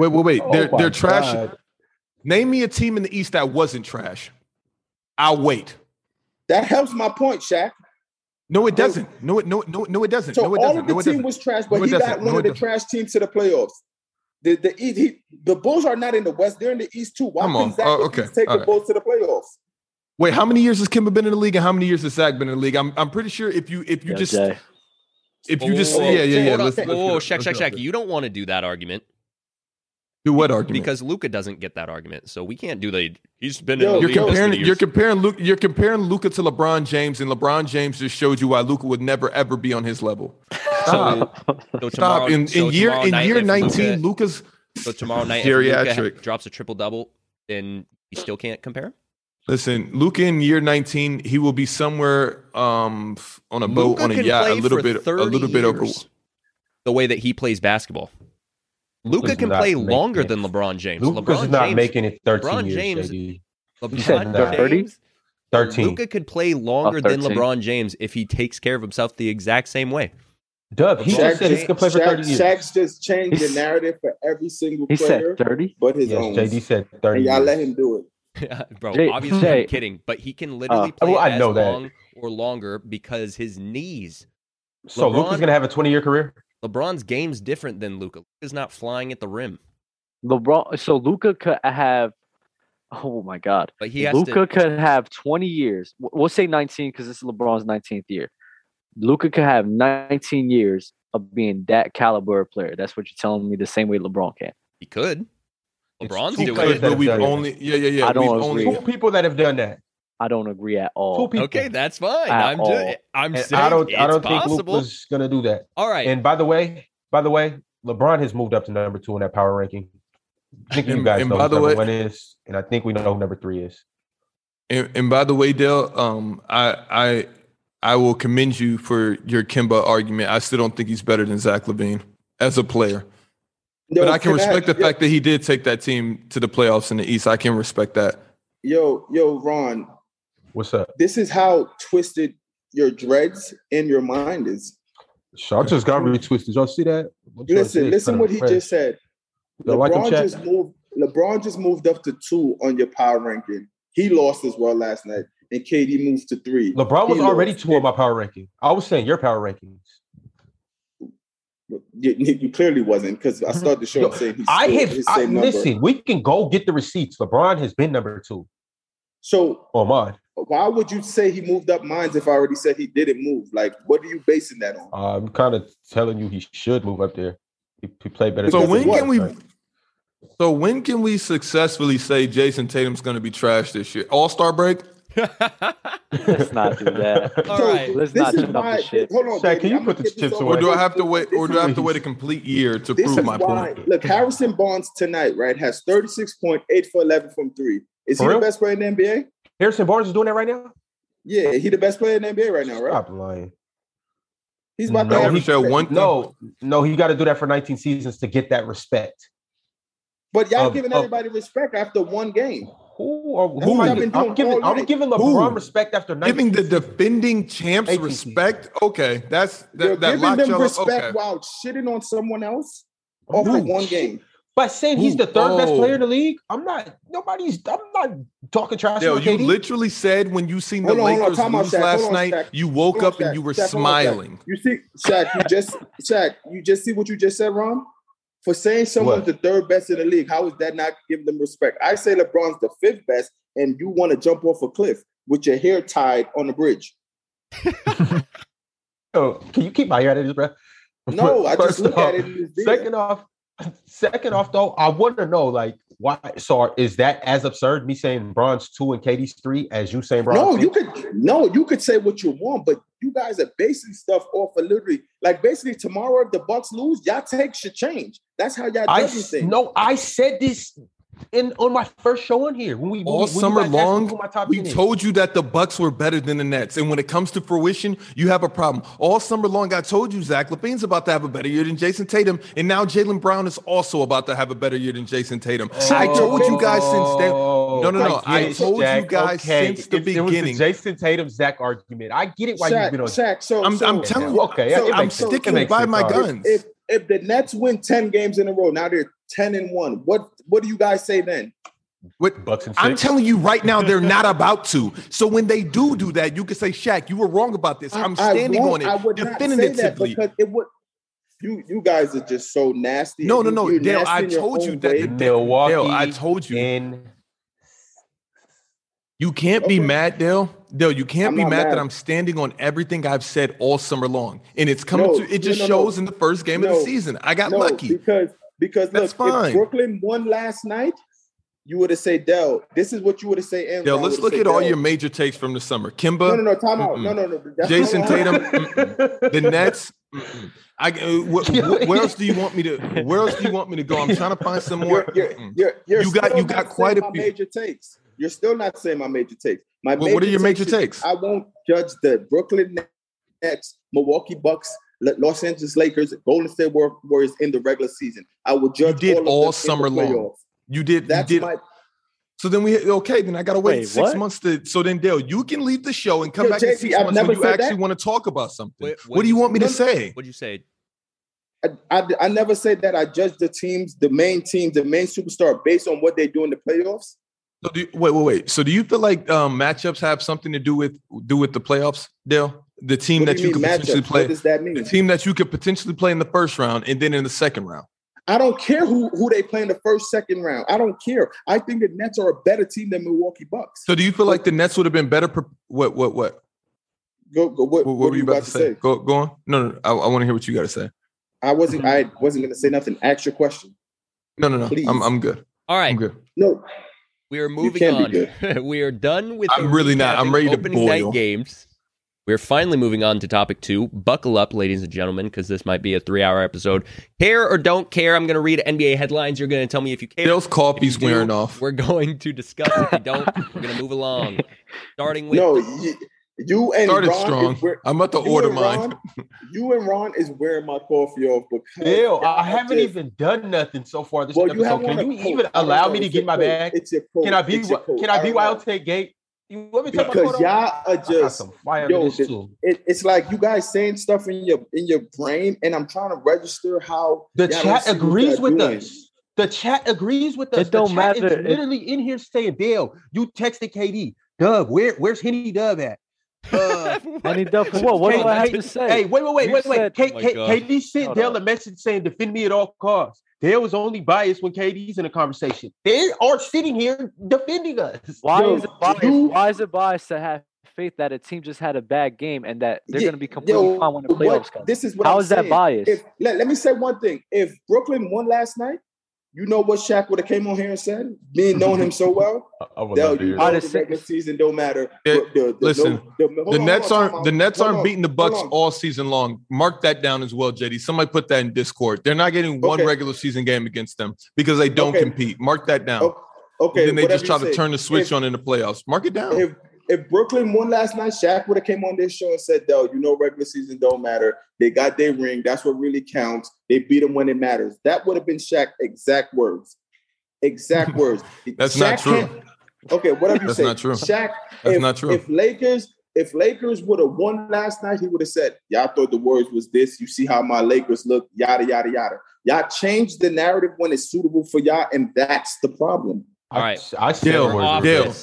Speaker 1: Wait, wait,
Speaker 4: Oh
Speaker 1: wait. They're,
Speaker 7: my
Speaker 1: they're trash.
Speaker 7: God.
Speaker 1: Name me a team in the East that wasn't trash. I'll wait.
Speaker 4: That helps my point, Shaq.
Speaker 1: No, it doesn't. No, it no, no, no, it doesn't.
Speaker 4: So
Speaker 1: no, it
Speaker 4: all
Speaker 1: doesn't.
Speaker 4: of the
Speaker 1: no, it
Speaker 4: team
Speaker 1: doesn't.
Speaker 4: was trash, but
Speaker 1: No, it
Speaker 4: he got
Speaker 1: doesn't.
Speaker 4: one
Speaker 1: No,
Speaker 4: of
Speaker 1: it
Speaker 4: the trash teams to the playoffs. The the East, he, the Bulls are not in the West; they're in the East too. Why
Speaker 1: Come
Speaker 4: couldn't
Speaker 1: on.
Speaker 4: Zach
Speaker 1: Oh,
Speaker 4: Levine
Speaker 1: okay.
Speaker 4: take
Speaker 1: All
Speaker 4: the
Speaker 1: right.
Speaker 4: Bulls to the playoffs?
Speaker 1: Wait, how many years has Kimba been in the league, and how many years has Zach been in the league? I'm, I'm pretty sure if you if you
Speaker 2: Yo,
Speaker 1: just
Speaker 2: Jay.
Speaker 1: if you just
Speaker 5: Whoa,
Speaker 1: yeah yeah yeah.
Speaker 5: hold on.
Speaker 1: Let's, let's
Speaker 5: whoa, whoa,
Speaker 1: get up,
Speaker 5: Shaq,
Speaker 1: let's
Speaker 5: Shaq,
Speaker 1: get up
Speaker 5: Shaq.
Speaker 1: there.
Speaker 5: You don't want to do that argument
Speaker 1: do what argument?
Speaker 5: because Luca doesn't get that argument, so we can't do the. He's been
Speaker 4: Yo,
Speaker 5: in
Speaker 1: you're
Speaker 5: the league. this
Speaker 1: comparing
Speaker 5: many
Speaker 1: you're
Speaker 5: years.
Speaker 1: comparing Luke you're comparing Luca to LeBron James, and LeBron James just showed you why Luca would never ever be on his level. Stop,
Speaker 5: so tomorrow,
Speaker 1: stop. In,
Speaker 5: so
Speaker 1: in year
Speaker 5: tomorrow
Speaker 1: in
Speaker 5: night,
Speaker 1: year
Speaker 5: if
Speaker 1: 19,
Speaker 5: Luka-
Speaker 1: Luca's
Speaker 5: so tomorrow night, if Luka ha-
Speaker 1: Geriatric.
Speaker 5: drops a triple double, then you still can't compare. him?
Speaker 1: listen. Luca in year 19, he will be somewhere um f- on a boat
Speaker 5: Luka
Speaker 1: on a
Speaker 5: can
Speaker 1: yacht, a
Speaker 5: play
Speaker 1: little
Speaker 5: for
Speaker 1: bit, a
Speaker 5: 30
Speaker 1: little bit over.
Speaker 5: years the way that he plays basketball. Luca
Speaker 7: Luka's
Speaker 5: can
Speaker 7: not
Speaker 5: play
Speaker 7: making
Speaker 5: longer
Speaker 7: it.
Speaker 5: than LeBron James.
Speaker 7: Luca's
Speaker 5: LeBron
Speaker 7: not
Speaker 5: James,
Speaker 7: making it 13
Speaker 5: LeBron
Speaker 7: years,
Speaker 5: James-
Speaker 7: JD.
Speaker 5: LeBron
Speaker 7: said
Speaker 2: 30?
Speaker 5: James,
Speaker 7: 13.
Speaker 5: Luca could play longer than
Speaker 2: 13.
Speaker 5: LeBron James if he takes care of himself the exact same way.
Speaker 7: Dub, he
Speaker 5: Shaq
Speaker 7: just said he's
Speaker 5: James-
Speaker 7: going to play for 30 years.
Speaker 4: Shaq's just changed the
Speaker 2: He's-
Speaker 4: narrative for every single
Speaker 2: He said
Speaker 4: player
Speaker 2: 30.
Speaker 4: but his
Speaker 7: yes,
Speaker 4: own.
Speaker 7: JD said 30
Speaker 4: And y'all
Speaker 7: years.
Speaker 4: let him do it.
Speaker 5: Bro,
Speaker 2: Jay-
Speaker 5: obviously
Speaker 2: Jay.
Speaker 5: I'm kidding, but he can literally
Speaker 2: Uh,
Speaker 5: play
Speaker 7: well, I
Speaker 5: as
Speaker 7: know that.
Speaker 5: long or longer because his knees.
Speaker 7: So
Speaker 5: LeBron-
Speaker 7: Luca's going to have a 20-year career?
Speaker 5: LeBron's game's different than Luca. Luca's not flying at the rim,
Speaker 2: LeBron. So Luca could have. Oh my God.
Speaker 5: but he has
Speaker 2: Luca
Speaker 5: to.
Speaker 2: could have 20 years. W- We'll say 19 because this is LeBron's 19th year. Luca could have 19 years of being that caliber of player. That's what you're telling me. The same way LeBron can.
Speaker 5: He could.
Speaker 7: It's
Speaker 5: LeBron's
Speaker 7: too
Speaker 1: He
Speaker 5: doing
Speaker 7: close
Speaker 1: could,
Speaker 5: it.
Speaker 7: to
Speaker 1: but we've
Speaker 7: That's-
Speaker 1: only yeah yeah yeah.
Speaker 2: I don't
Speaker 1: we've
Speaker 2: agree.
Speaker 1: only
Speaker 7: Two people that have done that.
Speaker 2: I don't agree at
Speaker 7: Two
Speaker 2: all.
Speaker 7: people.
Speaker 5: Oh, Okay, that's fine.
Speaker 2: At
Speaker 5: I'm
Speaker 2: all.
Speaker 5: just. I'm
Speaker 7: And
Speaker 5: saying
Speaker 7: I don't.
Speaker 5: it's
Speaker 7: I don't think
Speaker 5: possible.
Speaker 7: Luca's going to do that.
Speaker 5: All right.
Speaker 7: And by the way, by the way, LeBron has moved up to number two in that power ranking. I think you
Speaker 1: And-
Speaker 7: guys
Speaker 1: and
Speaker 7: know
Speaker 1: by
Speaker 7: who
Speaker 1: the
Speaker 7: number
Speaker 1: way-
Speaker 7: one is, and I think we know who number three is.
Speaker 1: And, and by the way, Dale, um, I I I will commend you for your Kimba argument. I still don't think he's better than Zach Levine as a player,
Speaker 4: Yo,
Speaker 1: but I can respect the
Speaker 4: yo,
Speaker 1: fact that he did take that team to the playoffs in the East. I can respect that.
Speaker 4: Yo, yo, Ron,
Speaker 7: What's up?
Speaker 4: this is how twisted your dreads in your mind is.
Speaker 7: So I just got retwisted. Y'all see that? I'm trying to
Speaker 4: Listen,
Speaker 7: say
Speaker 4: listen
Speaker 7: it's
Speaker 4: what he
Speaker 7: kinda
Speaker 4: just said.
Speaker 7: fresh. Y'all like him,
Speaker 4: LeBron
Speaker 7: Shaq?
Speaker 4: just moved. LeBron just moved up to two on your power ranking. He lost as well last night, and KD moved to three.
Speaker 7: LeBron was
Speaker 4: He
Speaker 7: already
Speaker 4: lost.
Speaker 7: two on my power ranking. I was saying your power rankings.
Speaker 4: You, you clearly wasn't because I started the show
Speaker 7: Mm-hmm. Yo,
Speaker 4: and saying he's
Speaker 7: I
Speaker 4: still
Speaker 7: have.
Speaker 4: his
Speaker 7: I,
Speaker 4: same number.
Speaker 7: listen, we can go get the receipts. LeBron has been number two
Speaker 4: So
Speaker 7: on mine.
Speaker 4: Why would you say he moved up mines if I already said he didn't move? Like, what are you basing that on?
Speaker 7: I'm kind of telling you he should move up there. He, he played better.
Speaker 1: So
Speaker 4: So
Speaker 7: than
Speaker 1: when
Speaker 7: he
Speaker 1: can we?
Speaker 7: was, right?
Speaker 1: So when can we successfully say Jason Tatum's going to be trash this year? All Star break.
Speaker 2: Let's not do that.
Speaker 5: All right.
Speaker 2: Let's not
Speaker 4: is
Speaker 2: jump off
Speaker 4: why-
Speaker 2: the shit.
Speaker 4: Hold on,
Speaker 7: Shaq,
Speaker 4: baby,
Speaker 7: can you
Speaker 4: I'ma
Speaker 7: put the
Speaker 4: get this
Speaker 7: chips
Speaker 4: off
Speaker 7: away?
Speaker 1: Or
Speaker 4: my
Speaker 1: do I
Speaker 4: list.
Speaker 1: have to wait? Or do I have to
Speaker 4: This is-
Speaker 1: wait a complete year to
Speaker 4: This
Speaker 1: prove
Speaker 4: is
Speaker 1: my
Speaker 4: why.
Speaker 1: point?
Speaker 4: Look, Harrison Barnes tonight, right, has 36.8 for 11 from three. Is
Speaker 7: For
Speaker 4: he
Speaker 7: real?
Speaker 4: the best player in the NBA?
Speaker 7: Harrison Barnes is doing that right now.
Speaker 4: Yeah, he the best player in the NBA right now, right?
Speaker 7: Stop lying.
Speaker 4: He's about
Speaker 1: I
Speaker 7: No,
Speaker 4: to
Speaker 1: never
Speaker 4: have
Speaker 7: he-
Speaker 1: said one thing.
Speaker 7: No, no, he got to do that for 19 seasons to get that respect.
Speaker 4: But y'all
Speaker 7: Of-
Speaker 4: giving
Speaker 7: of-
Speaker 4: everybody respect after one game.
Speaker 7: Who are who?
Speaker 4: That's
Speaker 7: am I
Speaker 4: what I've been
Speaker 7: giving-
Speaker 4: doing
Speaker 7: I'm giving,
Speaker 4: all
Speaker 7: I'm
Speaker 4: year.
Speaker 7: giving
Speaker 1: Who?
Speaker 7: LeBron respect after 19
Speaker 1: Giving the
Speaker 7: seasons.
Speaker 1: defending champs
Speaker 7: 18.
Speaker 1: respect. Okay, that's
Speaker 4: You're
Speaker 1: that. that
Speaker 4: giving them
Speaker 1: Lachello-
Speaker 4: respect
Speaker 1: okay.
Speaker 4: while shitting on someone else
Speaker 7: I'm
Speaker 4: off
Speaker 7: not
Speaker 4: of one
Speaker 7: shit-
Speaker 4: game.
Speaker 7: By saying he's
Speaker 1: Who?
Speaker 7: the third best
Speaker 1: Oh.
Speaker 7: player in the league, I'm not. Nobody's. I'm not talking trash
Speaker 1: Yo,
Speaker 7: about
Speaker 1: you
Speaker 7: KD.
Speaker 1: literally said when you seen the
Speaker 4: Hold on, hold on,
Speaker 1: Lakers
Speaker 4: time out,
Speaker 1: lose
Speaker 4: Shaq,
Speaker 1: last
Speaker 4: hold on,
Speaker 1: night,
Speaker 4: Shaq.
Speaker 1: you woke
Speaker 4: Hold on,
Speaker 1: up and
Speaker 4: Shaq,
Speaker 1: you were
Speaker 4: Shaq, hold on, Shaq.
Speaker 1: smiling.
Speaker 4: You see, Shaq, you just Shaq, you just see what you just said, Ron? For saying someone's
Speaker 7: What?
Speaker 4: the third best in the league, how is that not giving them respect? I say LeBron's the fifth best, and you want to jump off a cliff with your hair tied on the bridge.
Speaker 7: Yo, can you keep my hair out of this, bro?
Speaker 4: No, I just
Speaker 7: First
Speaker 4: look
Speaker 7: off,
Speaker 4: at it. And it's there.
Speaker 7: Second off, second off though, I want to know like why. So is that as absurd? Me saying bronze two and KD's three as you saying bronze?
Speaker 4: no,
Speaker 7: two?
Speaker 4: you could no, you could say what you want, but you guys are basing stuff off of literally like basically tomorrow if the Bucks lose, y'all take should change. That's how y'all
Speaker 7: I
Speaker 4: judging
Speaker 7: s-
Speaker 4: things.
Speaker 7: no, I said this in on my first show on here when we when
Speaker 1: All
Speaker 7: we- when you
Speaker 1: summer
Speaker 7: guys asked me
Speaker 1: long,
Speaker 7: who my top
Speaker 1: We
Speaker 7: 10 is.
Speaker 1: told you that the Bucks were better than the Nets, and when it comes to fruition, you have a problem. All summer long, I told you Zach Levine's about to have a better year than Jason Tatum, and now Jalen Brown is also about to have a better year than Jason Tatum.
Speaker 7: Oh,
Speaker 1: I told you guys since day.
Speaker 4: Oh,
Speaker 1: No, no, no. I told you guys since the
Speaker 7: If it was
Speaker 1: beginning.
Speaker 7: Jason Tatum Zach argument. I get it why
Speaker 4: Shaq,
Speaker 7: you've been on.
Speaker 4: Shaq, so
Speaker 1: I'm-
Speaker 4: so-
Speaker 1: I'm telling you,
Speaker 7: Okay,
Speaker 4: So-
Speaker 7: it
Speaker 1: I'm
Speaker 7: makes sense. It
Speaker 1: sticking
Speaker 7: makes
Speaker 1: by
Speaker 7: sense.
Speaker 1: my
Speaker 7: All right.
Speaker 1: guns.
Speaker 4: if if the Nets win 10 games in a row, now they're 10 and 1. What what do you guys say then?
Speaker 1: What,
Speaker 7: Bucks and
Speaker 1: I'm
Speaker 7: six.
Speaker 1: telling you right now, they're not about to. So when they do do that, you can say, Shaq, you were wrong about this. I'm
Speaker 4: I- I
Speaker 1: standing
Speaker 4: won't-
Speaker 1: on it
Speaker 4: I would not say that
Speaker 1: definitively.
Speaker 4: because it would you you guys are just so nasty.
Speaker 1: No,
Speaker 4: and
Speaker 1: no, no,
Speaker 4: you- you're
Speaker 1: Dale,
Speaker 4: nasty
Speaker 1: I
Speaker 4: in your
Speaker 1: told
Speaker 4: own
Speaker 1: you that
Speaker 4: way.
Speaker 1: the-
Speaker 7: Milwaukee.
Speaker 1: Dale, I told you,
Speaker 7: in
Speaker 1: you can't be
Speaker 4: Okay.
Speaker 1: mad, Dale. Dale, you can't
Speaker 4: I'm
Speaker 1: be
Speaker 4: not
Speaker 1: mad, that
Speaker 4: mad.
Speaker 1: I'm standing on everything I've said all summer long. And it's coming
Speaker 4: No,
Speaker 1: to it
Speaker 4: no,
Speaker 1: just
Speaker 4: no, no.
Speaker 1: shows in the first game of
Speaker 4: No.
Speaker 1: the season. I got
Speaker 4: No,
Speaker 1: lucky.
Speaker 4: because because
Speaker 1: That's
Speaker 4: look,
Speaker 1: fine.
Speaker 4: if Brooklyn won last night, you would have said Dell. This is what you would have said. and
Speaker 1: Dale,
Speaker 4: Ron
Speaker 1: let's
Speaker 4: would've
Speaker 1: look
Speaker 4: said,
Speaker 1: at all
Speaker 4: Dell.
Speaker 1: your major takes from the summer.
Speaker 4: No,
Speaker 1: Kimba,
Speaker 4: no, no. Time out.
Speaker 1: Mm-mm.
Speaker 4: No, no, no. that's-
Speaker 1: Jason
Speaker 4: hold on.
Speaker 1: Tatum, the Nets. mm-mm. I, uh, wh- wh- where else do you want me to? Where else do you want me to go? I'm trying to find some more.
Speaker 4: You're, you're,
Speaker 1: Mm-mm.
Speaker 4: you're, you're
Speaker 1: You got-
Speaker 4: still
Speaker 1: you
Speaker 4: not
Speaker 1: got
Speaker 4: saying
Speaker 1: quite a
Speaker 4: my
Speaker 1: few.
Speaker 4: major takes. You're still not saying my major takes. My
Speaker 1: Well, what are your major
Speaker 4: is-
Speaker 1: takes?
Speaker 4: I won't judge the Brooklyn Nets, Milwaukee Bucks, L- Los Angeles Lakers, Golden State War- Warriors in the regular season. I will judge
Speaker 1: did
Speaker 4: all, of
Speaker 1: all
Speaker 4: them in the
Speaker 1: summer long.
Speaker 4: playoffs.
Speaker 1: You did.
Speaker 4: That's
Speaker 1: you did.
Speaker 4: my
Speaker 1: so then we okay. Then I gotta wait,
Speaker 2: Wait,
Speaker 1: six
Speaker 2: what?
Speaker 1: months to. So then Dale, you can leave the show and come
Speaker 4: Yo,
Speaker 1: back in
Speaker 4: JP,
Speaker 1: 6
Speaker 4: I've
Speaker 1: months when
Speaker 4: never
Speaker 1: you
Speaker 4: said
Speaker 1: actually
Speaker 4: that.
Speaker 1: want to talk about something.
Speaker 5: Wait,
Speaker 1: what do you want me to say?
Speaker 5: What'd you say?
Speaker 4: I, I, I never said that I judge the teams, the main teams, the main superstar based on what they do in the playoffs.
Speaker 1: So do you, wait, wait, wait. So do you feel like um, matchups have something to do with do with the playoffs, Dale? The team
Speaker 4: What
Speaker 1: that
Speaker 4: do
Speaker 1: you,
Speaker 4: you
Speaker 1: could
Speaker 4: mean
Speaker 1: potentially
Speaker 4: matchups? What
Speaker 1: play,
Speaker 4: does that
Speaker 1: the
Speaker 4: mean?
Speaker 1: team that you could potentially play in the first round, and then in the second round.
Speaker 4: I don't care who, who they play in the first, second round. I don't care. I think the Nets are a better team than Milwaukee Bucks.
Speaker 1: So do you feel like the Nets would have been better? Pre- what, what, what?
Speaker 4: Go, go. What,
Speaker 1: What,
Speaker 4: what
Speaker 1: were you about, to say? Go, go on. No, no, no. I, I want to hear what you got to say.
Speaker 4: I wasn't. I
Speaker 1: Mm-hmm.
Speaker 4: wasn't going to say nothing. Ask your question.
Speaker 1: No, no, no.
Speaker 4: Please.
Speaker 1: I'm, I'm good.
Speaker 5: All
Speaker 1: I'm
Speaker 5: right,
Speaker 1: good.
Speaker 4: No,
Speaker 5: we are moving
Speaker 4: can't be
Speaker 5: on. we are done with.
Speaker 1: I'm
Speaker 5: the
Speaker 1: really not. I'm
Speaker 5: recapping
Speaker 1: ready to
Speaker 5: opening night
Speaker 1: boil.
Speaker 5: games. We're finally moving on to topic two. Buckle up, ladies and gentlemen, because this might be a three-hour episode. Care or don't care, I'm going to read NBA headlines. You're going to tell me if you care.
Speaker 1: Dale's coffee's
Speaker 5: If you do,
Speaker 1: wearing off.
Speaker 5: We're going to discuss. If you don't, we're going to move along. Starting with
Speaker 4: no. You, you and
Speaker 1: Started
Speaker 4: Ron
Speaker 1: strong.
Speaker 4: Is where,
Speaker 1: I'm about to
Speaker 4: you
Speaker 1: order
Speaker 4: and
Speaker 1: mine.
Speaker 4: Ron- you and Ron is wearing my coffee off because
Speaker 7: Bill, I haven't
Speaker 4: just-
Speaker 7: even done nothing so far this
Speaker 4: Well, you have
Speaker 7: episode.
Speaker 4: on
Speaker 7: Can
Speaker 4: a
Speaker 7: you
Speaker 4: coat.
Speaker 7: even
Speaker 4: I don't
Speaker 7: allow
Speaker 4: know.
Speaker 7: me to
Speaker 4: It's
Speaker 7: get
Speaker 4: your
Speaker 7: my
Speaker 4: coat.
Speaker 7: bag?
Speaker 4: It's your coat.
Speaker 7: Can I be
Speaker 4: It's your coat.
Speaker 7: can I
Speaker 4: don't
Speaker 7: be
Speaker 4: know.
Speaker 7: wild take gate? You let me take my coat
Speaker 4: Because
Speaker 7: off. I
Speaker 4: y'all are
Speaker 7: got
Speaker 4: just
Speaker 7: some fire
Speaker 4: yo,
Speaker 7: in this
Speaker 4: the-
Speaker 7: too.
Speaker 4: it, it's like you guys saying stuff in your in your brain, and I'm trying to register how
Speaker 7: The
Speaker 4: y'all don't
Speaker 7: chat
Speaker 4: see what
Speaker 7: agrees
Speaker 4: y'all
Speaker 7: with
Speaker 4: doing.
Speaker 7: us. The chat agrees with us.
Speaker 2: It don't
Speaker 7: the chat
Speaker 2: matter. It-
Speaker 7: Is literally in here saying, Dale, you texted KD. Doug, where, where's Henny Dub at? Uh,
Speaker 2: I need that for what? What do I have to
Speaker 7: hey,
Speaker 2: say?
Speaker 7: wait, wait, wait,
Speaker 2: You
Speaker 7: wait, wait.
Speaker 2: said-
Speaker 7: K-
Speaker 5: Oh my
Speaker 7: K-
Speaker 5: God.
Speaker 7: KD sent
Speaker 2: Hold
Speaker 7: Dale
Speaker 2: up.
Speaker 7: a message saying, defend me at all costs. They was only biased when KD's in the conversation. They are sitting here defending us.
Speaker 2: Why
Speaker 4: Yo,
Speaker 2: is it biased?
Speaker 4: you-
Speaker 2: Why is it biased to have faith that a team just had a bad game and that they're
Speaker 4: Yeah,
Speaker 2: going to be completely
Speaker 4: yo,
Speaker 2: fine when the
Speaker 4: what-
Speaker 2: playoffs come?
Speaker 4: This is what
Speaker 2: How
Speaker 4: I'm
Speaker 2: is that
Speaker 4: saying.
Speaker 2: biased?
Speaker 4: If let, let me say one thing. If Brooklyn won last night, you know what Shaq would have came on here and said, being knowing him so well,
Speaker 7: I would
Speaker 4: that you
Speaker 2: that.
Speaker 4: know the regular season don't matter.
Speaker 1: Yeah,
Speaker 4: The- the- the-
Speaker 1: listen,
Speaker 4: the, hold
Speaker 1: the
Speaker 4: on,
Speaker 1: Nets
Speaker 4: hold on,
Speaker 1: aren't the Nets
Speaker 4: hold
Speaker 1: aren't
Speaker 4: on,
Speaker 1: beating the
Speaker 4: hold
Speaker 1: Bucks
Speaker 4: on.
Speaker 1: all season long. Mark that down as well, JD. Somebody put that in Discord. They're not getting one
Speaker 4: Okay.
Speaker 1: regular season game against them because they don't
Speaker 4: Okay.
Speaker 1: compete. Mark that down.
Speaker 4: O-
Speaker 1: and
Speaker 4: Okay,
Speaker 1: then they
Speaker 4: whatever
Speaker 1: just try
Speaker 4: you
Speaker 1: to
Speaker 4: say.
Speaker 1: turn the switch
Speaker 4: If-
Speaker 1: on in the playoffs. Mark it down.
Speaker 4: If if Brooklyn won last night, Shaq would have came on this show and said, "Though you know regular season don't matter. They got their ring. That's what really counts. They beat them when it matters." That would have been Shaq exact words. Exact words.
Speaker 1: That's not
Speaker 4: Shaq
Speaker 1: true.
Speaker 4: can't- Okay, whatever you
Speaker 1: That's
Speaker 4: say.
Speaker 1: not true.
Speaker 4: Shaq.
Speaker 1: That's
Speaker 4: if,
Speaker 1: not true.
Speaker 4: If Lakers, if Lakers would have won last night, he would have said, "Y'all thought the words was this. You see how my Lakers look. Yada yada yada." Y'all change the narrative when it's suitable for y'all, and that's the problem.
Speaker 5: All right.
Speaker 7: I, I said
Speaker 1: Dale,
Speaker 7: the word
Speaker 1: off
Speaker 7: real.
Speaker 1: Dale.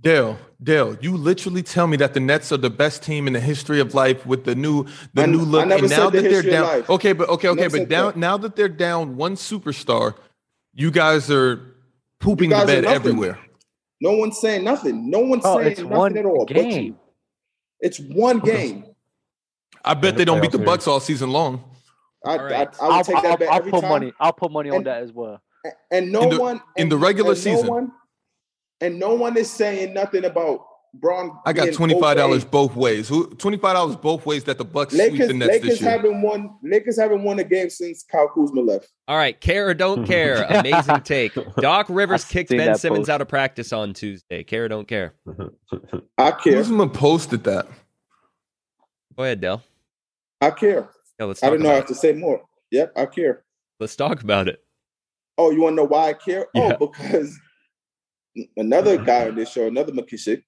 Speaker 1: Dale, Dale, you literally tell me that the Nets are the best team in the history of life with the new the
Speaker 4: I-
Speaker 1: new look,
Speaker 4: I never
Speaker 1: and now
Speaker 4: said the
Speaker 1: that they're
Speaker 4: history of
Speaker 1: down.
Speaker 4: life.
Speaker 1: Okay, but okay, okay,
Speaker 4: Never
Speaker 1: but
Speaker 4: said
Speaker 1: down
Speaker 4: that.
Speaker 1: now that they're down one superstar, you guys are pooping
Speaker 4: You guys
Speaker 1: the
Speaker 4: are
Speaker 1: bed
Speaker 4: nothing.
Speaker 1: everywhere.
Speaker 4: No one's saying nothing. No one's
Speaker 2: Oh,
Speaker 4: saying
Speaker 2: it's
Speaker 4: nothing
Speaker 2: one
Speaker 4: at all. But you,
Speaker 2: game.
Speaker 4: it's one game.
Speaker 1: I bet
Speaker 7: In the
Speaker 1: they don't beat the
Speaker 7: playoff
Speaker 1: Bucks all season long.
Speaker 4: I,
Speaker 5: All right.
Speaker 4: I, I,
Speaker 2: I'll,
Speaker 4: would take
Speaker 2: I'll-
Speaker 4: that bet
Speaker 2: I'll
Speaker 4: every
Speaker 2: put
Speaker 4: time.
Speaker 2: money. I'll put money on
Speaker 4: And-
Speaker 2: that as well.
Speaker 4: And no
Speaker 1: In the-
Speaker 4: one
Speaker 1: in
Speaker 4: and-
Speaker 1: the regular
Speaker 4: and
Speaker 1: season.
Speaker 4: No one, and no one is saying nothing about Braun.
Speaker 1: I got
Speaker 4: being
Speaker 1: twenty five dollars
Speaker 4: okay.
Speaker 1: both ways. Who twenty five dollars both ways that the Bucks sweep
Speaker 4: Lakers,
Speaker 1: the Nets
Speaker 4: Lakers
Speaker 1: this year?
Speaker 4: haven't won. Lakers haven't won a game since Kyle Kuzma left.
Speaker 5: All right, care or don't care. Amazing take. Doc Rivers
Speaker 2: I've
Speaker 5: kicked
Speaker 2: seen
Speaker 5: Ben
Speaker 2: that
Speaker 5: Simmons
Speaker 2: post.
Speaker 5: out of practice on Tuesday. Care or don't care.
Speaker 4: I care.
Speaker 1: Kuzma posted that.
Speaker 5: Go ahead, Dale.
Speaker 4: I care.
Speaker 5: Yeah, let's
Speaker 4: I
Speaker 5: talk
Speaker 4: don't know. I
Speaker 5: about
Speaker 4: have
Speaker 5: it.
Speaker 4: to say more. Yep, I care.
Speaker 5: Let's talk about it.
Speaker 4: Oh, you want to know why I care?
Speaker 5: Yeah.
Speaker 4: Oh, because another guy on this show, another McKissick,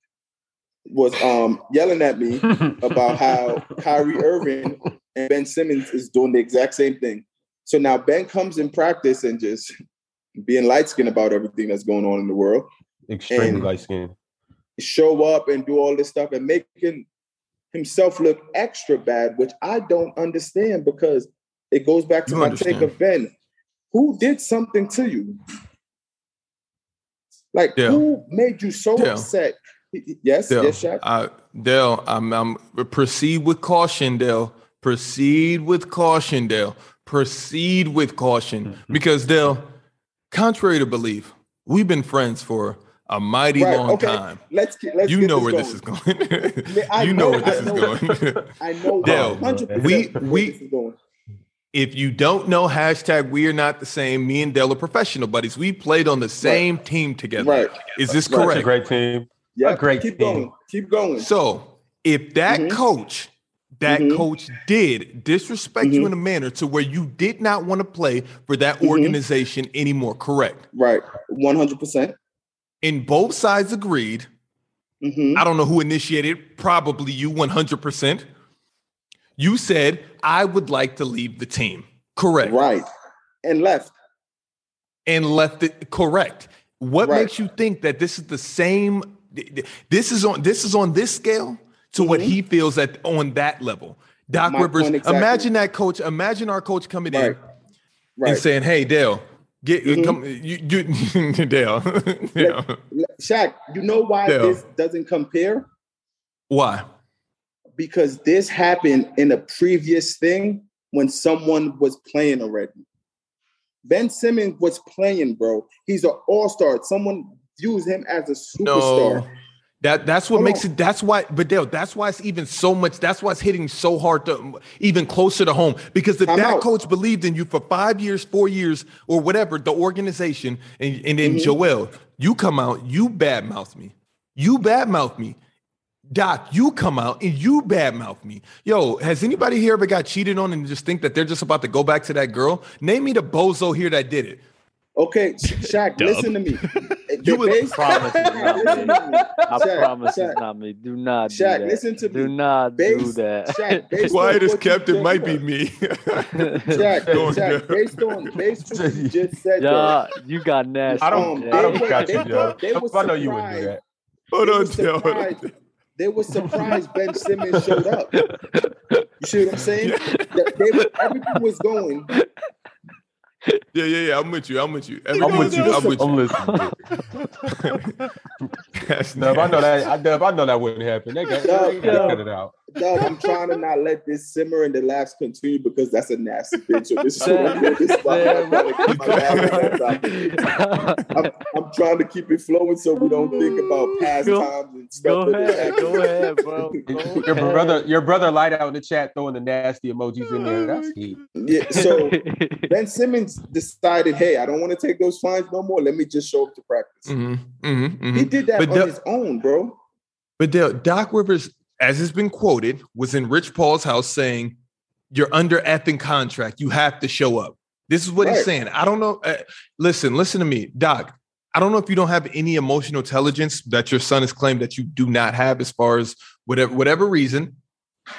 Speaker 4: was um yelling at me about how Kyrie Irving and Ben Simmons is doing the exact same thing. So now Ben comes in practice and just being light skinned about everything that's going on in the world,
Speaker 7: extremely
Speaker 4: And-
Speaker 7: light skinned.
Speaker 4: show up and do all this stuff and making himself look extra bad, which I don't understand because it goes back to
Speaker 1: You
Speaker 4: my
Speaker 1: understand.
Speaker 4: take of Ben. Who did something to you? Like
Speaker 1: Yeah.
Speaker 4: who made you so
Speaker 1: Yeah.
Speaker 4: upset? Yes,
Speaker 1: Dale,
Speaker 4: yes, Shaq.
Speaker 1: I, Dale, I'm, I'm proceed with caution, Dale. Proceed with caution, Dale. Proceed with caution, because Dale, contrary to belief, we've been friends for a mighty
Speaker 4: Right,
Speaker 1: long
Speaker 4: okay.
Speaker 1: time.
Speaker 4: Let's get let's
Speaker 1: You
Speaker 4: get
Speaker 1: know where
Speaker 4: going.
Speaker 1: this is going.
Speaker 4: Man, I
Speaker 1: you know
Speaker 4: know-
Speaker 1: where this
Speaker 4: I
Speaker 1: is
Speaker 4: know.
Speaker 1: going.
Speaker 4: I know
Speaker 1: Dale,
Speaker 4: 100%
Speaker 1: we-
Speaker 4: where
Speaker 1: we-
Speaker 4: this is going.
Speaker 1: if you don't know, hashtag we are not the same. Me and Dale are professional buddies. We played on the same team together.
Speaker 4: Right.
Speaker 1: Is this
Speaker 4: Right.
Speaker 7: Such a
Speaker 1: correct?
Speaker 7: great team.
Speaker 4: Yeah.
Speaker 7: A great
Speaker 4: Keep
Speaker 7: team.
Speaker 4: going. Keep going.
Speaker 1: So if that
Speaker 4: Mhm.
Speaker 1: coach, that
Speaker 4: Mhm.
Speaker 1: coach did disrespect
Speaker 4: Mm-hmm.
Speaker 1: you in a manner to where you did not want to play for that
Speaker 4: Mhm.
Speaker 1: organization anymore, correct?
Speaker 4: Right. 100%. percent
Speaker 1: And both sides agreed.
Speaker 4: hmm
Speaker 1: I don't know who initiated, it, probably you 100%. You said, I would like to leave the team, correct?
Speaker 4: Right. And left.
Speaker 1: And left it, correct. What
Speaker 4: Right.
Speaker 1: makes you think that this is the same? th- th- This is on this is on this scale to what
Speaker 4: Mhm.
Speaker 1: he feels at on that level. Doc
Speaker 4: My
Speaker 1: Rivers,
Speaker 4: point exactly.
Speaker 1: imagine that coach. Imagine our coach coming in
Speaker 4: Right. Right.
Speaker 1: and saying, "Hey, Dale, get
Speaker 4: Mhm.
Speaker 1: come, you, you Dale, Dale.
Speaker 4: Le- Shaq, you know why
Speaker 1: Dale.
Speaker 4: this doesn't compare?
Speaker 1: why?
Speaker 4: Because this happened in a previous thing when someone was playing already. Ben Simmons was playing, bro. He's an all-star. Someone views him as a superstar.
Speaker 1: No, that that's what
Speaker 4: Hold
Speaker 1: makes
Speaker 4: on.
Speaker 1: it. That's why, but Dale, that's why it's even so much. That's why it's hitting so hard to even closer to home. Because if
Speaker 4: Time
Speaker 1: that
Speaker 4: out.
Speaker 1: coach believed in you for five years, four years, or whatever, the organization, and, and then
Speaker 4: Mhm.
Speaker 1: Joel, you come out, you badmouth me, you badmouth me. Doc, you come out and you badmouth me. Yo, has anybody here ever got cheated on and just think that they're just about to go back to that girl? Name me the bozo here that did it.
Speaker 4: Okay, Sh- Shaq,
Speaker 5: Dub.
Speaker 4: listen to me.
Speaker 1: You would-
Speaker 4: Base-
Speaker 2: Promise it's not me.
Speaker 4: Listen to me.
Speaker 2: I
Speaker 4: Shaq,
Speaker 2: promise
Speaker 4: Shaq,
Speaker 2: it's not me. Do not do
Speaker 4: Shaq,
Speaker 2: that.
Speaker 4: listen to
Speaker 2: do
Speaker 4: me.
Speaker 2: not do
Speaker 4: Based-
Speaker 2: that.
Speaker 4: Shaq, based on
Speaker 1: Quiet as
Speaker 4: what you
Speaker 1: kept, it
Speaker 4: just
Speaker 1: might be
Speaker 4: said-
Speaker 1: me.
Speaker 4: Shaq,
Speaker 1: Going
Speaker 4: Shaq,
Speaker 1: there.
Speaker 4: based on based on what you just said, though,
Speaker 2: yeah, you got nasty.
Speaker 7: I
Speaker 1: Um,
Speaker 7: don't.
Speaker 2: Jay.
Speaker 7: I don't
Speaker 4: They-
Speaker 7: got
Speaker 4: they
Speaker 7: you, Joe.
Speaker 4: were- they were
Speaker 7: I know you wouldn't do
Speaker 4: surprised.
Speaker 7: that.
Speaker 1: Hold
Speaker 4: they
Speaker 1: on,
Speaker 4: were
Speaker 1: Dale. Hold on.
Speaker 4: surprised. They were surprised Ben Simmons showed up. You see what I'm saying? That they were, everything was going.
Speaker 1: Yeah, yeah, yeah. I'm with you. I'm with you. Every
Speaker 7: I'm
Speaker 1: game
Speaker 7: with you.
Speaker 1: is- I'm with
Speaker 7: I'm
Speaker 1: you.
Speaker 7: listening.
Speaker 1: That's
Speaker 7: Dub, I know
Speaker 1: nasty.
Speaker 7: that. I, Dub, I know that wouldn't happen. They got they got to cut it out.
Speaker 4: Dog, I'm trying to not let this simmer and the laughs continue because that's a nasty bitch. So this is what I'm doing. This is why I gotta keep my laughs on top. I'm, I'm trying to keep it flowing so we don't think about past
Speaker 2: Go-
Speaker 4: times and
Speaker 2: go
Speaker 4: stuff. that
Speaker 2: ahead,
Speaker 4: happened.
Speaker 2: go ahead, bro. Go
Speaker 7: Your
Speaker 2: ahead.
Speaker 7: brother, your brother, light out in the chat throwing the nasty emojis in there. That's heat.
Speaker 4: Yeah, so Ben Simmons decided, hey, I don't want to take those fines no more. Let me just show up to practice.
Speaker 1: Mhm, mhm, mhm.
Speaker 4: He did that
Speaker 1: But
Speaker 4: on
Speaker 1: the-
Speaker 4: his own, bro.
Speaker 1: But Dale, Doc Rivers, as has been quoted, was in Rich Paul's house saying, "You're under effing contract. You have to show up." This is what he's
Speaker 4: Right.
Speaker 1: saying. I don't know. uh, listen, listen to me, Doc. I don't know if you don't have any emotional intelligence that your son has claimed that you do not have, as far as whatever whatever reason.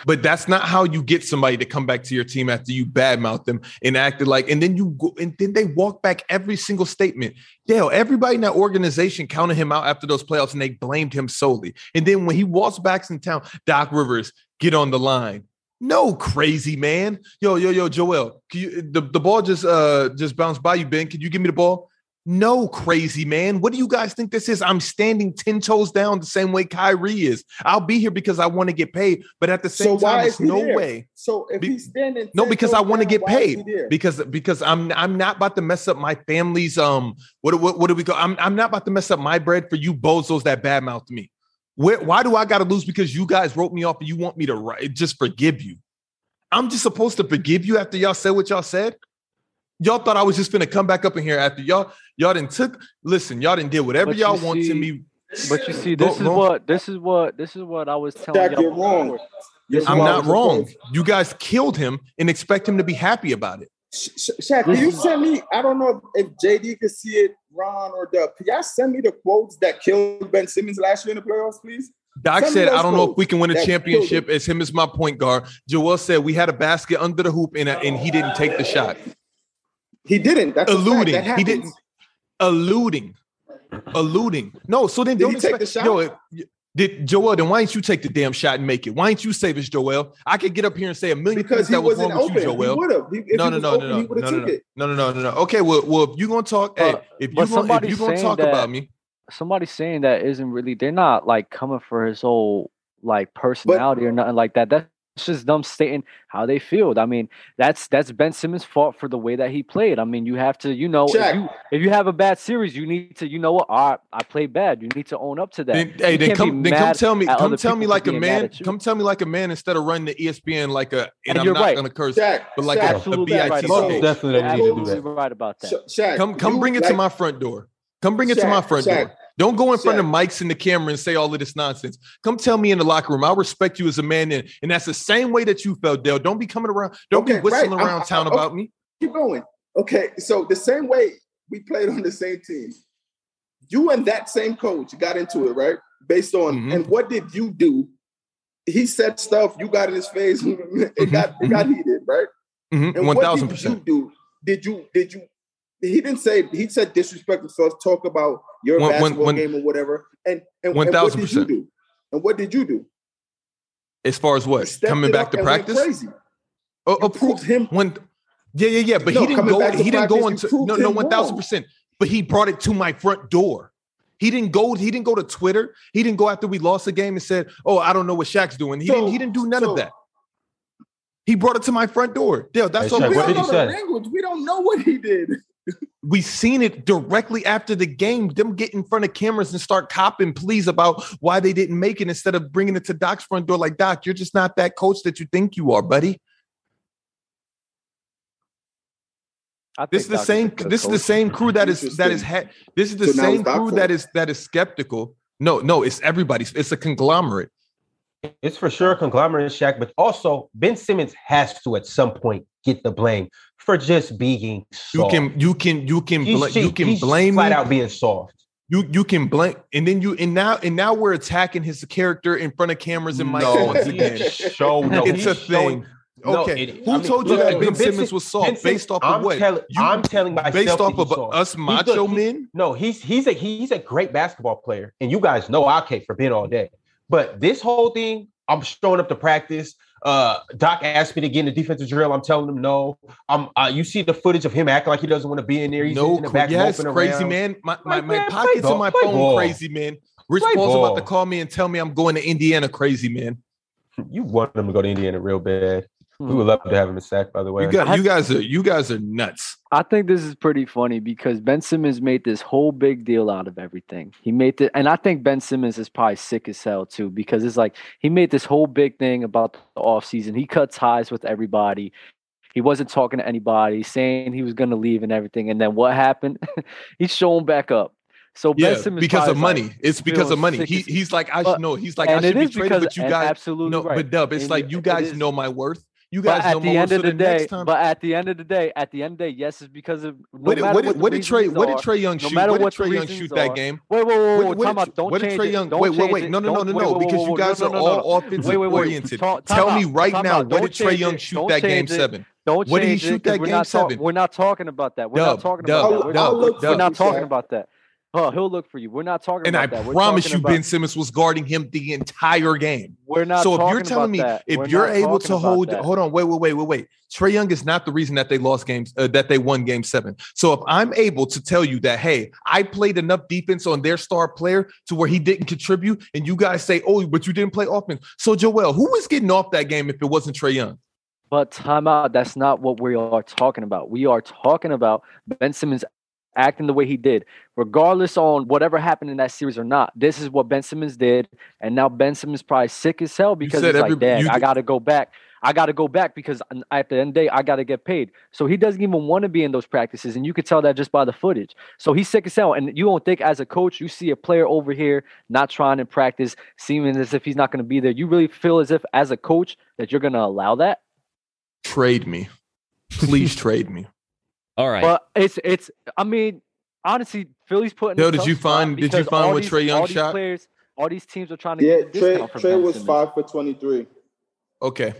Speaker 1: But that's not how you get somebody to come back to your team after you badmouth them and acted like, and then you go, and then they walk back every single statement. Dale, everybody in that organization counted him out after those playoffs and they blamed him solely. And then when he walks back in town, Doc Rivers, get on the line. No crazy man. Yo, yo, yo, Joel, can you, the, the ball just uh just bounced by you, Ben. Can you give me the ball? No crazy man. What do you guys think this is? I'm standing 10 toes down the same way Kyrie is. I'll be here because I want to get paid, but at the
Speaker 4: So
Speaker 1: same
Speaker 4: why
Speaker 1: time,
Speaker 4: is
Speaker 1: it's
Speaker 4: he
Speaker 1: no
Speaker 4: there?
Speaker 1: way
Speaker 4: So if
Speaker 1: Be-
Speaker 4: he's standing,
Speaker 1: No,
Speaker 4: 10
Speaker 1: because
Speaker 4: toes
Speaker 1: I wanna
Speaker 4: down,
Speaker 1: get
Speaker 4: why is
Speaker 1: paid.
Speaker 4: he there?
Speaker 1: because because I'm I'm not about to mess up my family's um what what, what do we go I'm I'm not about to mess up my bread for you bozos that badmouth me. Where, why do I got to lose because you guys wrote me off and you want me to ri- just forgive you? I'm just supposed to forgive you after y'all said what y'all said. Y'all thought I was just gonna come back up in here after y'all y'all didn't took listen y'all didn't did whatever
Speaker 2: But you
Speaker 1: y'all want
Speaker 2: see-
Speaker 1: to me.
Speaker 2: But you see,
Speaker 1: Go-
Speaker 2: this is
Speaker 1: go.
Speaker 2: what this is what this is what I was telling
Speaker 4: Jack,
Speaker 2: y'all.
Speaker 4: you're wrong.
Speaker 2: before.
Speaker 4: You're
Speaker 1: I'm
Speaker 4: wrong.
Speaker 1: not wrong. You guys killed him and expect him to be happy about it.
Speaker 4: Sh- Sh- Shaq, can you send me? I don't know if JD could see it, Ron or Dub. Can y'all send me the quotes that killed Ben Simmons last year in the playoffs, please?
Speaker 1: Doc
Speaker 4: Send me
Speaker 1: said,
Speaker 4: those
Speaker 1: I don't know if
Speaker 4: goals.
Speaker 1: we can win a
Speaker 4: That
Speaker 1: championship. It's him as my point guard. Joel said, we had a basket under the hoop and, and he didn't take the shot.
Speaker 4: He didn't. That's a fact.
Speaker 1: Alluding.
Speaker 4: That
Speaker 1: He
Speaker 4: happens.
Speaker 1: didn't. Alluding. Alluding. No, so then
Speaker 4: Did
Speaker 1: don't
Speaker 4: he take
Speaker 1: expect.
Speaker 4: the shot?
Speaker 1: Yo, it- did Joel, then why didn't you take the damn shot and make it? Why didn't you save us, Joel? I could get up here and say a million things
Speaker 4: because he
Speaker 1: that was wrong
Speaker 4: wasn't
Speaker 1: with
Speaker 4: open.
Speaker 1: you,
Speaker 4: He
Speaker 1: Joel.
Speaker 4: would have.
Speaker 1: No, no, no, no, no,
Speaker 4: He would
Speaker 1: no,
Speaker 4: have
Speaker 1: no,
Speaker 4: took
Speaker 1: no,
Speaker 4: it.
Speaker 1: no, no, no, no, no. Okay, well, well, if you're gonna talk, hey,
Speaker 2: But-
Speaker 1: if you're
Speaker 2: but
Speaker 1: gonna, if
Speaker 2: somebody's
Speaker 1: you're gonna
Speaker 2: saying
Speaker 1: talk
Speaker 2: that-
Speaker 1: about me,
Speaker 2: Somebody saying that isn't really they're not like coming for his whole like personality or nothing like that. That's just them stating how they feel. I mean, that's that's Ben Simmons' fault for the way that he played. I mean, you have to, you know,
Speaker 4: Shaq.
Speaker 2: if you if you have a bad series, you need to, you know what, all right, I played bad. You need to own up to that.
Speaker 1: Then, hey,
Speaker 2: You
Speaker 1: then
Speaker 2: can't be
Speaker 1: come, then come
Speaker 2: mad
Speaker 1: tell me,
Speaker 2: at
Speaker 1: come
Speaker 2: other
Speaker 1: tell me
Speaker 2: people
Speaker 1: like a
Speaker 2: being mad
Speaker 1: man,
Speaker 2: at you.
Speaker 1: come tell me like a man instead of running the E ESPN like a, and,
Speaker 2: And
Speaker 1: I'm
Speaker 2: you're
Speaker 1: not
Speaker 2: right.
Speaker 1: gonna curse,
Speaker 4: Shaq,
Speaker 1: but like
Speaker 4: Shaq,
Speaker 1: a, a
Speaker 2: Absolutely
Speaker 1: bit
Speaker 2: right.
Speaker 1: stage.
Speaker 4: So-
Speaker 7: Most definitely,
Speaker 2: You're
Speaker 7: they need to do
Speaker 2: absolutely
Speaker 7: that.
Speaker 2: right about that.
Speaker 4: Sha- Shaq,
Speaker 1: Come, come,
Speaker 4: you
Speaker 1: bring it to
Speaker 4: like-
Speaker 1: my front door. Come bring it to
Speaker 4: Shaq,
Speaker 1: my front
Speaker 4: Shaq,
Speaker 1: door. Don't go in front of
Speaker 4: Shaq.
Speaker 1: mics and the camera and say all of this nonsense. Come tell me in the locker room. I respect you as a man, and, and that's the same way that you felt, Dale. Don't be coming around. Don't be
Speaker 4: Okay, right.
Speaker 1: whistling
Speaker 4: I'm-
Speaker 1: around
Speaker 4: I'm-
Speaker 1: town
Speaker 4: okay.
Speaker 1: about me.
Speaker 4: Keep going. Okay, so the same way we played on the same team, you and that same coach got into it, right? Based on
Speaker 1: Mhm.
Speaker 4: and what did you do? He said stuff. You got in his face. it got it got heated,
Speaker 1: Mhm,
Speaker 4: right? And
Speaker 1: Mm-hmm. One thousand
Speaker 4: what did you
Speaker 1: percent.
Speaker 4: do? Did you did you? He didn't say. He said disrespectful stuff. Talk about your
Speaker 1: One- one-
Speaker 4: basketball
Speaker 1: one-
Speaker 4: game or whatever. And and,
Speaker 1: One
Speaker 4: and what
Speaker 1: thousand
Speaker 4: did you
Speaker 1: percent.
Speaker 4: do? And what did you do?
Speaker 1: As far as
Speaker 4: You
Speaker 1: what
Speaker 4: stepped
Speaker 1: coming
Speaker 4: it
Speaker 1: back
Speaker 4: up
Speaker 1: to
Speaker 4: and went
Speaker 1: practice,
Speaker 4: Crazy.
Speaker 1: oh,
Speaker 4: You
Speaker 1: oh, prove-
Speaker 4: proved him.
Speaker 1: One, yeah, yeah, yeah. But
Speaker 4: No,
Speaker 1: he didn't
Speaker 4: coming
Speaker 1: go.
Speaker 4: back to
Speaker 1: He didn't go
Speaker 4: practice,
Speaker 1: into
Speaker 4: you proved
Speaker 1: no, no,
Speaker 4: him
Speaker 1: one thousand percent. But he brought it to my front door. He didn't go. He didn't go to Twitter. He didn't go after we lost the game and said, "Oh, I don't know what Shaq's doing." He
Speaker 4: So-
Speaker 1: didn't. He didn't do none
Speaker 4: so-
Speaker 1: of that. He brought it to my front door. Dale, that's
Speaker 7: Hey,
Speaker 1: all.
Speaker 7: Shaq,
Speaker 4: we
Speaker 1: we-
Speaker 7: what
Speaker 4: don't
Speaker 7: did
Speaker 4: know the
Speaker 7: he say?
Speaker 4: language. We don't know what he did.
Speaker 1: we seen it directly after the game. Them get in front of cameras and start copping pleas about why they didn't make it instead of bringing it to Doc's front door. Like Doc, you're just not that coach that you think you are, buddy.
Speaker 2: I
Speaker 1: This is
Speaker 2: think
Speaker 1: the
Speaker 2: Doc a
Speaker 1: same.
Speaker 2: good
Speaker 1: This is the
Speaker 2: coach.
Speaker 1: same crew that is that is
Speaker 4: Interesting.
Speaker 1: ha- this is the
Speaker 4: So now
Speaker 1: same
Speaker 4: it's Doc's
Speaker 1: crew
Speaker 4: fault.
Speaker 1: that is that is skeptical. No, no, it's everybody's. It's a conglomerate.
Speaker 7: It's for sure a conglomerate shack, but also Ben Simmons has to at some point get the blame for just being
Speaker 1: You
Speaker 7: soft.
Speaker 1: can you can you can
Speaker 7: He's
Speaker 1: bl-
Speaker 7: just-
Speaker 1: you can
Speaker 7: he's
Speaker 1: blame
Speaker 7: flat
Speaker 1: me.
Speaker 7: out being soft.
Speaker 1: you you can blame and then you and now and now we're attacking his character in front of cameras and mics once
Speaker 7: he's
Speaker 1: again.
Speaker 7: show- no,
Speaker 1: it's
Speaker 7: he's
Speaker 1: a
Speaker 7: showing-
Speaker 1: thing.
Speaker 7: no,
Speaker 1: okay,
Speaker 7: it-
Speaker 1: who
Speaker 7: I mean,
Speaker 1: told you
Speaker 7: look,
Speaker 1: that Ben
Speaker 7: Sim-
Speaker 1: Simmons was soft
Speaker 7: Ben Simmons-
Speaker 1: based off
Speaker 7: I'm
Speaker 1: of what?
Speaker 7: tell-
Speaker 1: You-
Speaker 7: I'm telling myself
Speaker 1: based
Speaker 7: that
Speaker 1: off
Speaker 7: he's
Speaker 1: of
Speaker 7: soft.
Speaker 1: us
Speaker 7: He's
Speaker 1: macho
Speaker 7: good. He-
Speaker 1: men.
Speaker 7: No, he's he's a he's a great basketball player, and you guys know I will cake for Ben all day. But this whole thing, I'm showing up to practice. Uh, Doc asked me to get in the defensive drill. I'm telling him no. I'm. Uh, you see the footage of him acting like he doesn't want to be in there. He's
Speaker 1: no,
Speaker 7: in the
Speaker 1: cr-
Speaker 7: back
Speaker 1: yes,
Speaker 7: moping
Speaker 1: crazy
Speaker 7: around.
Speaker 1: man. My my,
Speaker 7: Like,
Speaker 1: my
Speaker 7: man, play
Speaker 1: pockets
Speaker 7: ball-
Speaker 1: in my
Speaker 7: play
Speaker 1: phone,
Speaker 7: ball.
Speaker 1: crazy man. Rich
Speaker 7: Play
Speaker 1: Paul's about
Speaker 7: ball.
Speaker 1: to call me and tell me I'm going to Indiana, crazy man.
Speaker 7: You want him to go to Indiana real bad. We
Speaker 2: Hmm.
Speaker 7: would love to have him in sack, by the way.
Speaker 1: You got
Speaker 2: I-
Speaker 1: you guys are you guys are nuts.
Speaker 2: I think this is pretty funny because Ben Simmons made this whole big deal out of everything. He made the, and I think Ben Simmons is probably sick as hell too because it's like he made this whole big thing about the offseason. He cut ties with everybody. He wasn't talking to anybody, saying he was going to leave and everything. And then what happened? He's showing back up. So Ben
Speaker 1: Yeah,
Speaker 2: Simmons
Speaker 1: because
Speaker 2: probably
Speaker 1: of
Speaker 2: is like-
Speaker 1: money. it's because of
Speaker 2: feeling
Speaker 1: money.
Speaker 2: sick
Speaker 1: He,
Speaker 2: as-
Speaker 1: he's like I
Speaker 2: But-
Speaker 1: should know. He's like I
Speaker 2: and
Speaker 1: should
Speaker 2: it
Speaker 1: be
Speaker 2: is
Speaker 1: traded,
Speaker 2: because
Speaker 1: but you
Speaker 2: and
Speaker 1: guys
Speaker 2: absolutely
Speaker 1: no.
Speaker 2: right.
Speaker 1: But Dub, it's
Speaker 2: And
Speaker 1: like
Speaker 2: you-
Speaker 1: you
Speaker 2: it
Speaker 1: guys
Speaker 2: is-
Speaker 1: know my worth. You
Speaker 2: But
Speaker 1: guys know
Speaker 2: at
Speaker 1: my worth.
Speaker 2: the end
Speaker 1: So
Speaker 2: of the day,
Speaker 1: next time,
Speaker 2: but at the end of the day, at the end of the day, yes, it's because of no
Speaker 1: what did
Speaker 2: matter
Speaker 1: what did
Speaker 2: the
Speaker 1: what did Trey
Speaker 2: reasons
Speaker 1: what did
Speaker 2: are-
Speaker 1: Trey Young
Speaker 2: no
Speaker 1: shoot?
Speaker 2: matter
Speaker 1: What did
Speaker 2: what the
Speaker 1: Trey Young
Speaker 2: reasons
Speaker 1: shoot
Speaker 2: are,
Speaker 1: that game?
Speaker 2: Wait, wait, wait,
Speaker 1: What-
Speaker 2: wait,
Speaker 1: what
Speaker 2: Oh, time
Speaker 1: did-
Speaker 2: out. Don't
Speaker 1: what did
Speaker 2: change
Speaker 1: Trey
Speaker 2: it.
Speaker 1: Young-
Speaker 2: Don't
Speaker 1: wait, wait,
Speaker 2: change
Speaker 1: wait.
Speaker 2: it.
Speaker 1: No, no, no,
Speaker 2: Don't-
Speaker 1: no,
Speaker 2: wait,
Speaker 1: no,
Speaker 2: wait, wait,
Speaker 1: because
Speaker 2: wait,
Speaker 1: you
Speaker 2: wait,
Speaker 1: guys
Speaker 2: no, no,
Speaker 1: are
Speaker 2: no, no.
Speaker 1: all offensively oriented.
Speaker 2: Ta- time
Speaker 1: Tell
Speaker 2: out.
Speaker 1: me right
Speaker 2: Time
Speaker 1: now,
Speaker 2: out.
Speaker 1: what
Speaker 2: Don't
Speaker 1: did Trey
Speaker 2: change
Speaker 1: Young
Speaker 2: it.
Speaker 1: shoot
Speaker 2: Don't
Speaker 1: that game
Speaker 2: change it.
Speaker 1: seven?
Speaker 2: Don't
Speaker 1: What did he
Speaker 2: change it,
Speaker 1: shoot
Speaker 2: 'cause
Speaker 1: that
Speaker 2: we're
Speaker 1: game
Speaker 2: not talk-
Speaker 1: seven?
Speaker 2: We're not talking about that. We're
Speaker 1: Dub,
Speaker 2: not talking about
Speaker 1: dub,
Speaker 2: that.
Speaker 4: I'll,
Speaker 2: We're
Speaker 1: dub,
Speaker 4: I'll
Speaker 2: not.
Speaker 4: look
Speaker 2: We're
Speaker 1: dub.
Speaker 4: for
Speaker 2: not
Speaker 4: you, Shaq.
Speaker 2: talking about that. Huh, he'll look for you. We're not talking
Speaker 1: And I
Speaker 2: about that. We're
Speaker 1: promise
Speaker 2: talking
Speaker 1: you,
Speaker 2: about-
Speaker 1: Ben Simmons was guarding him the entire game.
Speaker 2: we're not
Speaker 1: so if you're
Speaker 2: talking about
Speaker 1: telling me
Speaker 2: that.
Speaker 1: if
Speaker 2: We're
Speaker 1: you're
Speaker 2: not
Speaker 1: able
Speaker 2: talking
Speaker 1: to
Speaker 2: about
Speaker 1: hold,
Speaker 2: that.
Speaker 1: hold on, wait, wait, wait, wait, wait. Trey Young is not the reason that they lost games, uh, that they won game seven. So if I'm able to tell you that, hey, I played enough defense on their star player to where he didn't contribute, and you guys say, oh, but you didn't play offense. So Joel, who was getting off that game if it wasn't Trey Young?
Speaker 2: But time out. That's not what we are talking about. We are talking about Ben Simmons acting the way he did, regardless on whatever happened in that series or not. This is what Ben Simmons did, and now Ben Simmons probably sick as hell because
Speaker 1: said
Speaker 2: it's like,
Speaker 1: every-
Speaker 2: Dad,
Speaker 1: you
Speaker 2: I
Speaker 1: did-
Speaker 2: got to go back. I got to go back because n- at the end of the day, I got to get paid. So he doesn't even want to be in those practices, and you can tell that just by the footage. So he's sick as hell, and you don't think as a coach, you see a player over here not trying to practice, seeming as if he's not going to be there. You really feel as if, as a coach, that you're going to allow that.
Speaker 1: Trade me. Please trade me.
Speaker 5: All right.
Speaker 2: But it's it's. I mean, honestly, Philly's putting.
Speaker 1: Yo,
Speaker 2: a
Speaker 1: did
Speaker 2: tough
Speaker 1: you
Speaker 2: spot
Speaker 1: find- did you
Speaker 2: because
Speaker 1: find
Speaker 2: all
Speaker 1: what
Speaker 2: these-
Speaker 1: Trae Young
Speaker 2: all these
Speaker 1: shot?
Speaker 2: Players, all these teams are trying to
Speaker 4: Yeah,
Speaker 2: get a
Speaker 4: Trey,
Speaker 2: discount from
Speaker 4: Trey
Speaker 2: Ben
Speaker 4: was
Speaker 2: Simmons.
Speaker 4: five for 23.
Speaker 1: Okay.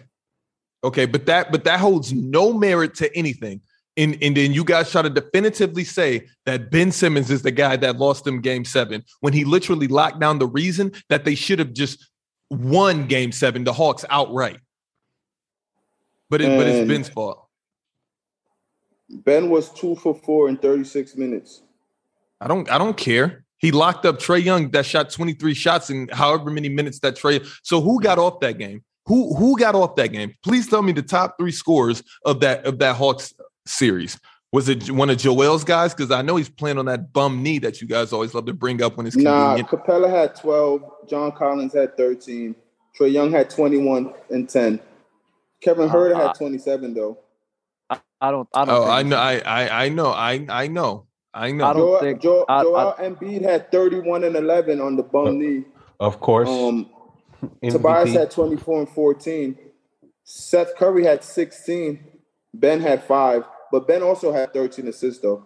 Speaker 1: Okay, but that but that holds no merit to anything. And and then you guys try to definitively say that Ben Simmons is the guy that lost them game seven when he literally locked down the reason that they should have just won game seven, the Hawks outright. But it, but it's
Speaker 4: And-
Speaker 1: Ben's fault.
Speaker 4: Ben was two for four in 36 minutes.
Speaker 1: I don't I don't care. He locked up Trey Young that shot 23 shots in however many minutes that Trey. So who got off that game? Who who got off that game? Please tell me the top three scores of that of that Hawks series. Was it one of Joel's guys? Because I know he's playing on that bum knee that you guys always love to bring up when it's
Speaker 4: Nah,
Speaker 1: convenient.
Speaker 4: Capella had 12. John Collins had 13. Trey Young had 21 and 10. Kevin Herter
Speaker 2: Uh,
Speaker 4: had 27, though.
Speaker 2: I don't. I don't.
Speaker 1: Oh,
Speaker 2: think
Speaker 1: I
Speaker 2: it's-
Speaker 1: know, I I I know, I I know, I know.
Speaker 2: I don't
Speaker 4: Joel,
Speaker 2: think-
Speaker 4: Joel,
Speaker 2: I-
Speaker 4: Joel Embiid had 31 and 11 on the bum
Speaker 7: Uh,
Speaker 4: knee.
Speaker 7: Of course.
Speaker 4: Um,
Speaker 7: MVP.
Speaker 4: Tobias had 24 and 14. Seth Curry had 16. Ben had five. But Ben also had 13 assists, though.